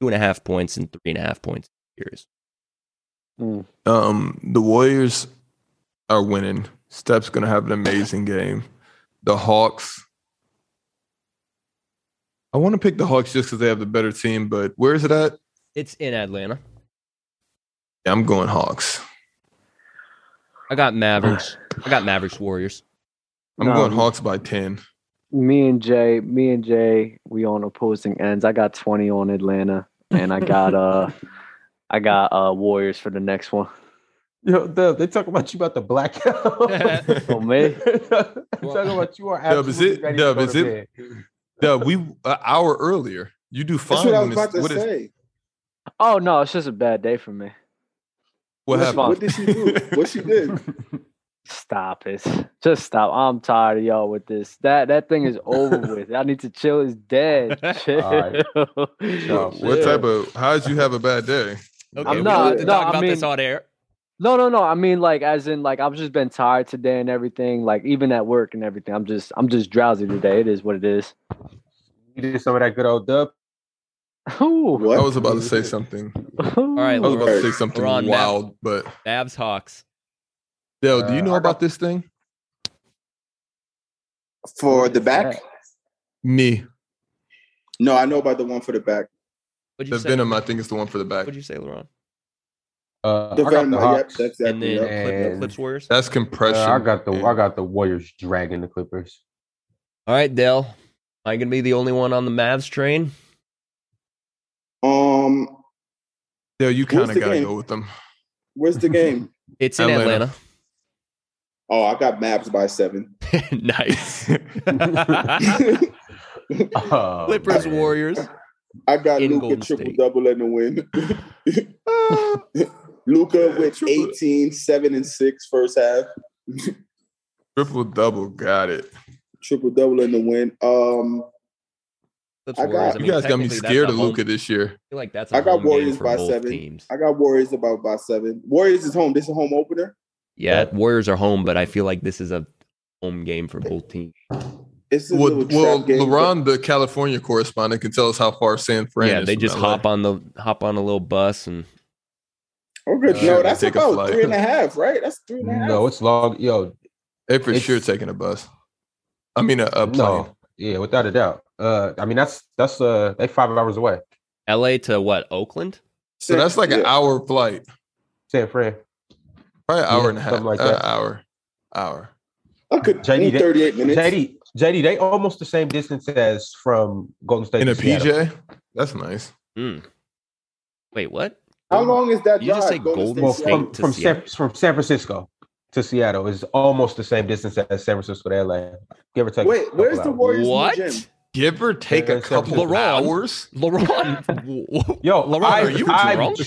Speaker 5: two and a half points and three and a half points. Curious.
Speaker 1: Um, the Warriors are winning. Steph's gonna have an amazing game. The Hawks. I want to pick the Hawks just because they have the better team, but where is it at?
Speaker 5: It's in Atlanta.
Speaker 1: Yeah, I'm going Hawks.
Speaker 5: I got Mavericks. I got Mavericks Warriors.
Speaker 1: I'm
Speaker 2: No.
Speaker 1: going Hawks by ten.
Speaker 2: Me and Jay, me and Jay, we on opposing ends. I got 20 on Atlanta, and I got uh, I got uh Warriors for the next one.
Speaker 7: Yo, Dub, they talking about you about the blackout.
Speaker 2: For me,
Speaker 7: They're talking about you are
Speaker 1: Dub, is
Speaker 7: absolutely
Speaker 1: it-
Speaker 7: ready
Speaker 1: Dub,
Speaker 7: to go
Speaker 1: is
Speaker 7: to
Speaker 1: it- Duh, we an hour earlier. You do fine.
Speaker 4: That's what I was
Speaker 1: when it's-
Speaker 4: about to
Speaker 1: what is-
Speaker 4: say.
Speaker 2: oh no, it's just a bad day for me.
Speaker 1: what
Speaker 4: What,
Speaker 1: happened?
Speaker 4: what did she do? What she did?
Speaker 2: Stop it. Just stop. I'm tired of y'all with this. That that thing is over with. I need to chill. It's dead. Chill.
Speaker 7: Alright.
Speaker 2: No,
Speaker 7: bed?
Speaker 1: What
Speaker 7: Yeah.
Speaker 1: type of? How did you have a bad day?
Speaker 5: Okay,
Speaker 2: I'm
Speaker 5: we
Speaker 2: not-
Speaker 5: don't have to
Speaker 2: no,
Speaker 5: talk
Speaker 2: I
Speaker 5: about this
Speaker 2: mean-
Speaker 5: on air.
Speaker 2: no, no. I mean, like, as in, like, I've just been tired today and everything. Like, even at work and everything. I'm just, I'm just drowsy today. It is what it is.
Speaker 7: You did some of that good old Dub
Speaker 2: Ooh.
Speaker 1: I
Speaker 4: What?
Speaker 1: was about to say something.
Speaker 2: All
Speaker 5: right,
Speaker 1: I was about to say
Speaker 5: We're on
Speaker 1: something
Speaker 5: now.
Speaker 1: wild, but
Speaker 5: Babs Hawks.
Speaker 1: Dale, do you
Speaker 7: Uh,
Speaker 1: know
Speaker 7: I
Speaker 1: about this thing?
Speaker 4: for the back?
Speaker 1: Knee.
Speaker 4: No, I know about the one for the back.
Speaker 5: What'd you
Speaker 1: The
Speaker 5: say?
Speaker 1: venom, I think, is the one for the back.
Speaker 5: What'd you say, LeBron?
Speaker 7: Uh,
Speaker 4: The
Speaker 7: I got
Speaker 4: Venom,
Speaker 7: the
Speaker 4: yep,
Speaker 7: Hawks.
Speaker 4: that's exactly.
Speaker 5: and then
Speaker 4: yep.
Speaker 5: Clip-
Speaker 7: And-
Speaker 5: Clips Warriors.
Speaker 1: That's
Speaker 7: Uh,
Speaker 1: compression.
Speaker 7: I got the I got the Warriors dragging the Clippers.
Speaker 5: All right, Dale. Am I gonna be the only one on the Mavs train?
Speaker 4: Um,
Speaker 1: Dale, you kind of
Speaker 4: Who's the
Speaker 1: gotta
Speaker 4: game?
Speaker 1: go with them.
Speaker 4: where's the game?
Speaker 5: It's in Atlanta.
Speaker 1: Atlanta.
Speaker 4: oh, I got Mavs by seven.
Speaker 5: nice.
Speaker 7: Oh,
Speaker 5: Clippers
Speaker 7: man.
Speaker 5: Warriors.
Speaker 4: I got
Speaker 5: In
Speaker 4: Luca
Speaker 5: Golden
Speaker 4: triple
Speaker 5: State.
Speaker 4: double and a win. Luca with 18, 7 and 6 first half.
Speaker 1: Triple double, got it.
Speaker 4: Triple double and the win. Um,
Speaker 5: Clips
Speaker 4: I got-
Speaker 5: Warriors.
Speaker 1: You
Speaker 4: You
Speaker 5: I mean,
Speaker 1: guys got me
Speaker 5: technically, that's
Speaker 1: scared
Speaker 5: a
Speaker 1: of
Speaker 5: home-
Speaker 1: Luca this year.
Speaker 5: I feel like that's a
Speaker 4: I got
Speaker 5: home game
Speaker 4: Warriors
Speaker 5: for
Speaker 4: by
Speaker 5: both
Speaker 4: seven.
Speaker 5: teams.
Speaker 4: I got Warriors about by seven. Warriors is home. This is a home opener.
Speaker 5: Yeah, Warriors are home, but I feel like this is a home game for both teams.
Speaker 4: It's a
Speaker 1: Well,
Speaker 4: little trap
Speaker 1: well
Speaker 4: game.
Speaker 1: LaRon, the California correspondent, can tell us how far San Fran
Speaker 5: yeah,
Speaker 1: is.
Speaker 5: they
Speaker 1: from
Speaker 5: just
Speaker 1: LA.
Speaker 5: hop on the hop on a little bus and
Speaker 4: Oh, good.
Speaker 7: Uh,
Speaker 4: no,
Speaker 7: they
Speaker 4: that's
Speaker 1: take a
Speaker 4: about
Speaker 1: flight.
Speaker 4: three and a half, right? That's three and a half.
Speaker 7: No, it's long. Yo,
Speaker 1: They for
Speaker 7: It's-
Speaker 1: sure taking a bus. I mean, a, a plane.
Speaker 7: no, yeah, without a doubt. Uh, I mean that's that's uh they five hours away.
Speaker 5: L.A. to what? Oakland.
Speaker 1: So that's like an
Speaker 4: Yeah.
Speaker 1: hour flight,
Speaker 7: San Fran.
Speaker 1: probably an hour
Speaker 7: Yeah,
Speaker 1: and a half.
Speaker 7: something like
Speaker 1: uh,
Speaker 7: that.
Speaker 1: hour, hour.
Speaker 4: I could
Speaker 7: JD,
Speaker 4: do 38 minutes.
Speaker 7: JD, JD, they almost the same distance as from Golden State.
Speaker 1: In
Speaker 7: to
Speaker 1: a
Speaker 7: Seattle.
Speaker 1: PJ, that's nice.
Speaker 5: Mm. Wait, what?
Speaker 4: How long is that
Speaker 5: You just
Speaker 4: drive?
Speaker 5: say Golden
Speaker 7: Well,
Speaker 5: State
Speaker 7: from
Speaker 5: to
Speaker 7: from San,
Speaker 5: Seattle.
Speaker 7: from San Francisco to Seattle is almost the same distance as San Francisco to LA. Give or take. a
Speaker 4: Wait,
Speaker 7: couple
Speaker 4: where's the
Speaker 7: hours.
Speaker 4: Warriors
Speaker 5: what?
Speaker 4: new gym?
Speaker 1: Give or take
Speaker 7: Yeah,
Speaker 1: a
Speaker 7: it's
Speaker 1: couple
Speaker 5: definitely-
Speaker 1: hours.
Speaker 5: LeBron.
Speaker 7: Yo,
Speaker 5: LeBron,
Speaker 7: I,
Speaker 5: are you
Speaker 7: I,
Speaker 5: drunk?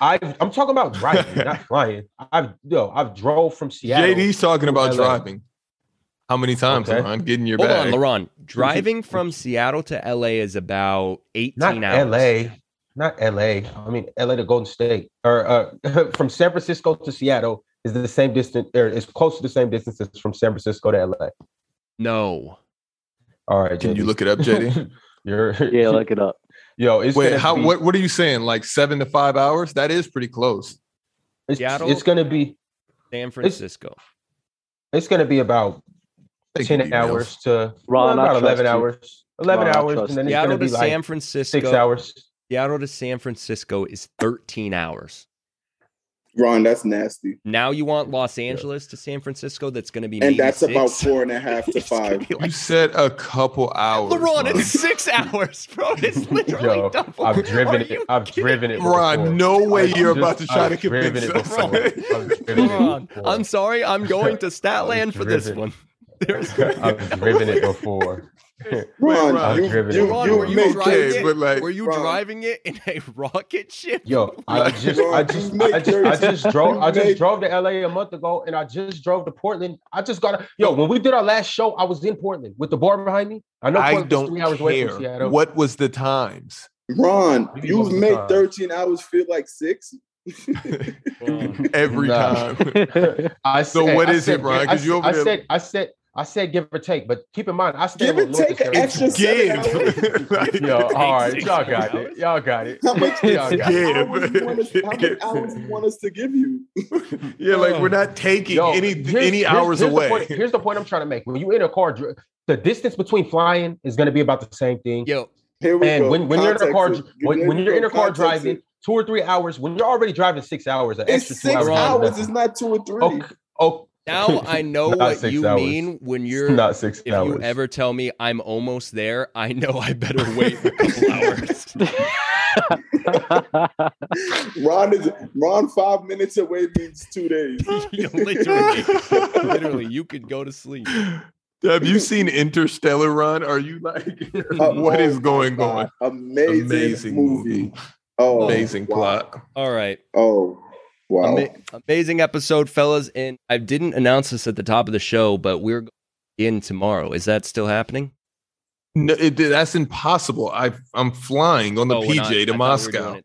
Speaker 7: I, am talking about driving, not flying. I've yo, I've drove from Seattle.
Speaker 1: JD's talking about
Speaker 7: LA.
Speaker 1: driving. How many times,
Speaker 7: Okay.
Speaker 1: LeBron? Get in your
Speaker 5: Hold on,
Speaker 1: bag.
Speaker 5: LaRon. Driving from Seattle to LA is about 18
Speaker 7: not
Speaker 5: hours.
Speaker 7: LA, not LA. I mean LA to Golden State, or uh, from San Francisco to Seattle is the same distance, or is close to the same distance as from San Francisco to LA.
Speaker 5: No.
Speaker 7: All right,
Speaker 1: Can
Speaker 7: JD.
Speaker 1: you look it up, JD?
Speaker 7: You're
Speaker 2: Yeah, look it up.
Speaker 7: yo. It's
Speaker 1: Wait,
Speaker 7: gonna
Speaker 1: how?
Speaker 7: be-
Speaker 1: What? What are you saying? Like seven to five hours? That is pretty close.
Speaker 7: It's,
Speaker 5: Seattle?
Speaker 7: it's gonna be
Speaker 5: San Francisco.
Speaker 7: it's gonna be about
Speaker 1: Thank you,
Speaker 7: ten
Speaker 1: emails.
Speaker 7: hours to well,
Speaker 2: Ron, I
Speaker 7: about
Speaker 2: trust
Speaker 7: eleven
Speaker 2: you.
Speaker 7: hours. Eleven
Speaker 2: Ron, I
Speaker 7: hours,
Speaker 2: trust
Speaker 7: and then it's
Speaker 5: Seattle
Speaker 7: gonna
Speaker 5: to
Speaker 7: be like
Speaker 5: San Francisco.
Speaker 7: six hours.
Speaker 5: Seattle to San Francisco is 13 hours.
Speaker 4: Ron, that's nasty.
Speaker 5: Now you want Los Angeles to San Francisco? That's going to be
Speaker 4: And
Speaker 5: maybe
Speaker 4: that's
Speaker 5: six.
Speaker 4: about four and a half to
Speaker 5: It's gonna
Speaker 4: five.
Speaker 5: be
Speaker 1: You
Speaker 5: like-
Speaker 1: said a couple hours.
Speaker 5: LaRon,
Speaker 1: Ron.
Speaker 5: it's six hours, bro. It's literally
Speaker 7: Yo,
Speaker 5: double.
Speaker 7: I've
Speaker 5: Are
Speaker 7: driven it.
Speaker 5: you
Speaker 7: I've
Speaker 5: kidding?
Speaker 7: driven it. before.
Speaker 1: Ron, no way
Speaker 7: I've
Speaker 1: you're about to
Speaker 7: just-
Speaker 1: try
Speaker 7: I've
Speaker 1: to
Speaker 7: driven
Speaker 1: convince
Speaker 7: it
Speaker 1: us.
Speaker 7: before. I've driven it
Speaker 5: LaRon,
Speaker 7: before.
Speaker 5: I'm sorry. I'm going to Statland for this
Speaker 7: driven.
Speaker 5: one. There's
Speaker 7: I've driven it before.
Speaker 4: Ron,
Speaker 1: Ron,
Speaker 4: you,
Speaker 7: I've driven it
Speaker 4: you,
Speaker 5: before.
Speaker 4: you
Speaker 5: Ron,
Speaker 4: make
Speaker 5: Ron,
Speaker 4: your,
Speaker 1: Okay,
Speaker 5: it.
Speaker 1: but like,
Speaker 5: Were you
Speaker 4: Ron.
Speaker 5: driving it in a rocket ship?
Speaker 7: Yo, I
Speaker 1: Like-
Speaker 7: just, I just, I just, I just drove, I just drove to LA a month ago, and I just drove to Portland. I just got, a, yo, when we did our last show, I was in Portland with the bar behind me. I know
Speaker 1: I
Speaker 7: Portland's
Speaker 1: don't
Speaker 7: three hours away from
Speaker 1: care.
Speaker 7: Seattle.
Speaker 1: What was the times?
Speaker 4: Ron,
Speaker 7: Maybe
Speaker 4: you
Speaker 7: most of the
Speaker 4: make
Speaker 7: time.
Speaker 4: 13 hours feel like six.
Speaker 1: Every
Speaker 7: Nah.
Speaker 1: time.
Speaker 7: I said,
Speaker 1: So what
Speaker 7: I
Speaker 1: is it,
Speaker 7: said,
Speaker 1: Brian?
Speaker 7: I
Speaker 1: 'Cause you
Speaker 7: said-
Speaker 1: over
Speaker 7: I
Speaker 1: there-
Speaker 7: said, I said, I said, give or take, but keep in mind, I stay
Speaker 4: Give
Speaker 7: with
Speaker 4: or
Speaker 7: Lucas
Speaker 4: take an
Speaker 7: every-
Speaker 4: extra seven hours.
Speaker 1: Give. Like,
Speaker 7: Yo, all right,
Speaker 5: Six
Speaker 7: y'all got
Speaker 5: hours.
Speaker 7: it, y'all got it.
Speaker 4: How much,
Speaker 7: Y'all got it.
Speaker 1: Yeah,
Speaker 4: hours you want us, how many
Speaker 1: but-
Speaker 4: hours you want us to give you?
Speaker 1: yeah, like we're not taking
Speaker 7: Oh. Yo,
Speaker 1: any
Speaker 7: here's-
Speaker 1: any
Speaker 7: here's-
Speaker 1: hours
Speaker 7: here's The
Speaker 1: away.
Speaker 7: point, here's the point I'm trying to make. When you in a car, dri- the distance between flying is going to be about the same thing.
Speaker 5: Yo,
Speaker 4: Here we
Speaker 7: and
Speaker 4: go.
Speaker 7: when, when you're in a
Speaker 4: Context
Speaker 7: car,
Speaker 4: it.
Speaker 7: dri- when,
Speaker 4: Here
Speaker 7: when
Speaker 4: we
Speaker 7: you're
Speaker 4: go.
Speaker 7: in a car
Speaker 4: Context it.
Speaker 7: driving two or three hours, when you're already driving six hours, an
Speaker 4: It's
Speaker 7: extra
Speaker 4: six
Speaker 7: two hours.
Speaker 5: hours.
Speaker 4: hours. It's not two or three.
Speaker 7: Okay, oh,
Speaker 5: now I know
Speaker 7: Not
Speaker 5: what
Speaker 7: six
Speaker 5: you
Speaker 7: hours.
Speaker 5: mean when
Speaker 7: it's
Speaker 5: you're.
Speaker 7: not six
Speaker 5: if
Speaker 7: hours.
Speaker 5: you ever tell me I'm almost there, I know I better wait a couple hours.
Speaker 4: Ron is Ron. Five minutes away means two days.
Speaker 5: literally, literally, you could go to sleep.
Speaker 1: Have you seen Interstellar Run? Are you like,
Speaker 4: Oh,
Speaker 1: what is going on?
Speaker 4: Uh, Amazing,
Speaker 1: Amazing
Speaker 4: movie.
Speaker 1: movie,
Speaker 4: Oh,
Speaker 1: amazing
Speaker 4: wow.
Speaker 1: plot.
Speaker 5: All right.
Speaker 4: Oh, wow.
Speaker 5: Ama- amazing episode, fellas. And I didn't announce this at the top of the show, but we're going in tomorrow. Is that still happening?
Speaker 1: No, it, that's impossible. I I'm flying on the
Speaker 5: Oh, we're
Speaker 1: PJ to
Speaker 5: not- I thought we were doing
Speaker 1: Moscow.
Speaker 5: it.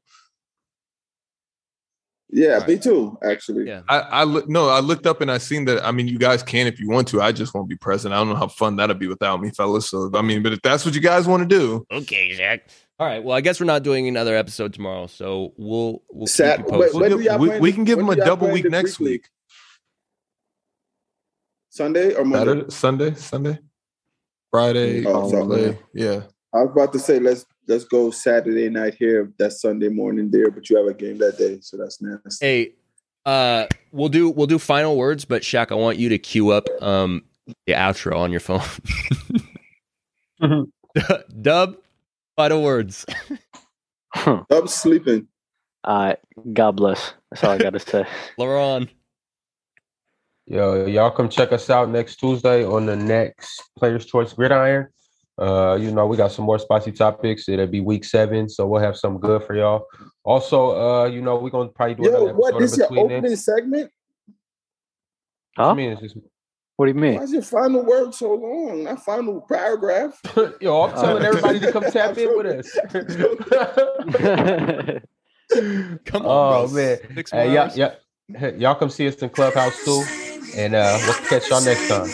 Speaker 4: Yeah, me too. Actually,
Speaker 5: Yeah.
Speaker 1: I, I look no, I looked up and I seen that. I mean, you guys can if you want to. I just won't be present. I don't know how fun that'll be without me, fellas. So I mean, but if that's what you guys want to do,
Speaker 5: Okay, Zach. All right. Well, I guess we're not doing another episode tomorrow, so we'll we'll
Speaker 4: Sat-
Speaker 5: keep you
Speaker 4: wait,
Speaker 5: posted.
Speaker 4: When wait. do y'all
Speaker 1: we,
Speaker 4: plan
Speaker 1: we
Speaker 4: to-
Speaker 1: can give
Speaker 4: when
Speaker 1: them a
Speaker 4: do y'all
Speaker 1: double
Speaker 4: plan
Speaker 1: week
Speaker 4: to
Speaker 1: next
Speaker 4: weekly?
Speaker 1: week.
Speaker 4: Sunday or Monday.
Speaker 1: Saturday, Sunday, Sunday, Friday.
Speaker 4: Oh,
Speaker 1: um,
Speaker 4: so-
Speaker 1: play. Yeah.
Speaker 4: I was about to say let's let's go Saturday night here. That's Sunday morning there, but you have a game that day, so that's nasty.
Speaker 5: Hey, uh, we'll do we'll do final words, but Shaq, I want you to queue up um the outro on your phone. Dub, final words.
Speaker 4: I'm sleeping.
Speaker 2: All right. God bless. That's all I gotta say.
Speaker 5: Laron.
Speaker 7: Yo, y'all come check us out next Tuesday on the next Players Choice Gridiron. Uh, you know, we got some more spicy topics. It'll be week seven, so we'll have some good for y'all. Also, uh, you know, we're gonna probably do
Speaker 4: Yo,
Speaker 7: another
Speaker 4: what?
Speaker 7: episode
Speaker 4: This
Speaker 7: in
Speaker 4: your
Speaker 7: between
Speaker 4: opening
Speaker 7: then.
Speaker 4: segment?
Speaker 7: I
Speaker 2: Huh?
Speaker 7: mean, it's just,
Speaker 2: What do you mean?
Speaker 4: Why's your final word so long? Not final paragraph.
Speaker 7: yo, I'm telling everybody to come tap in with us.
Speaker 5: Come
Speaker 7: oh
Speaker 5: on, bro.
Speaker 7: man,
Speaker 5: Six more
Speaker 7: hey, y'all,
Speaker 5: hours?
Speaker 7: y'all, y'all come see us in Clubhouse too, and uh, we'll catch y'all next time.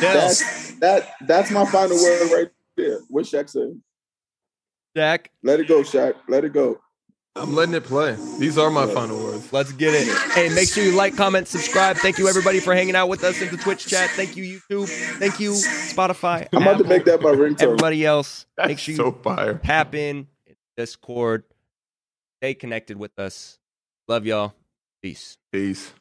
Speaker 4: That's that. That's my final word right there. What Shaq said.
Speaker 5: Shaq,
Speaker 4: Let it go, Shaq. Let it go.
Speaker 1: I'm letting it play. These are my final words.
Speaker 5: Let's get it. Hey, make sure you like, comment, subscribe. Thank you everybody for hanging out with us in the Twitch chat. Thank you YouTube. Thank you Spotify.
Speaker 4: I'm about to
Speaker 5: Apple,
Speaker 4: make that my ringtone.
Speaker 5: everybody else. Make
Speaker 1: That's
Speaker 5: sure you
Speaker 1: so fire.
Speaker 5: tap in Discord. Stay connected with us. Love y'all. Peace.
Speaker 1: Peace.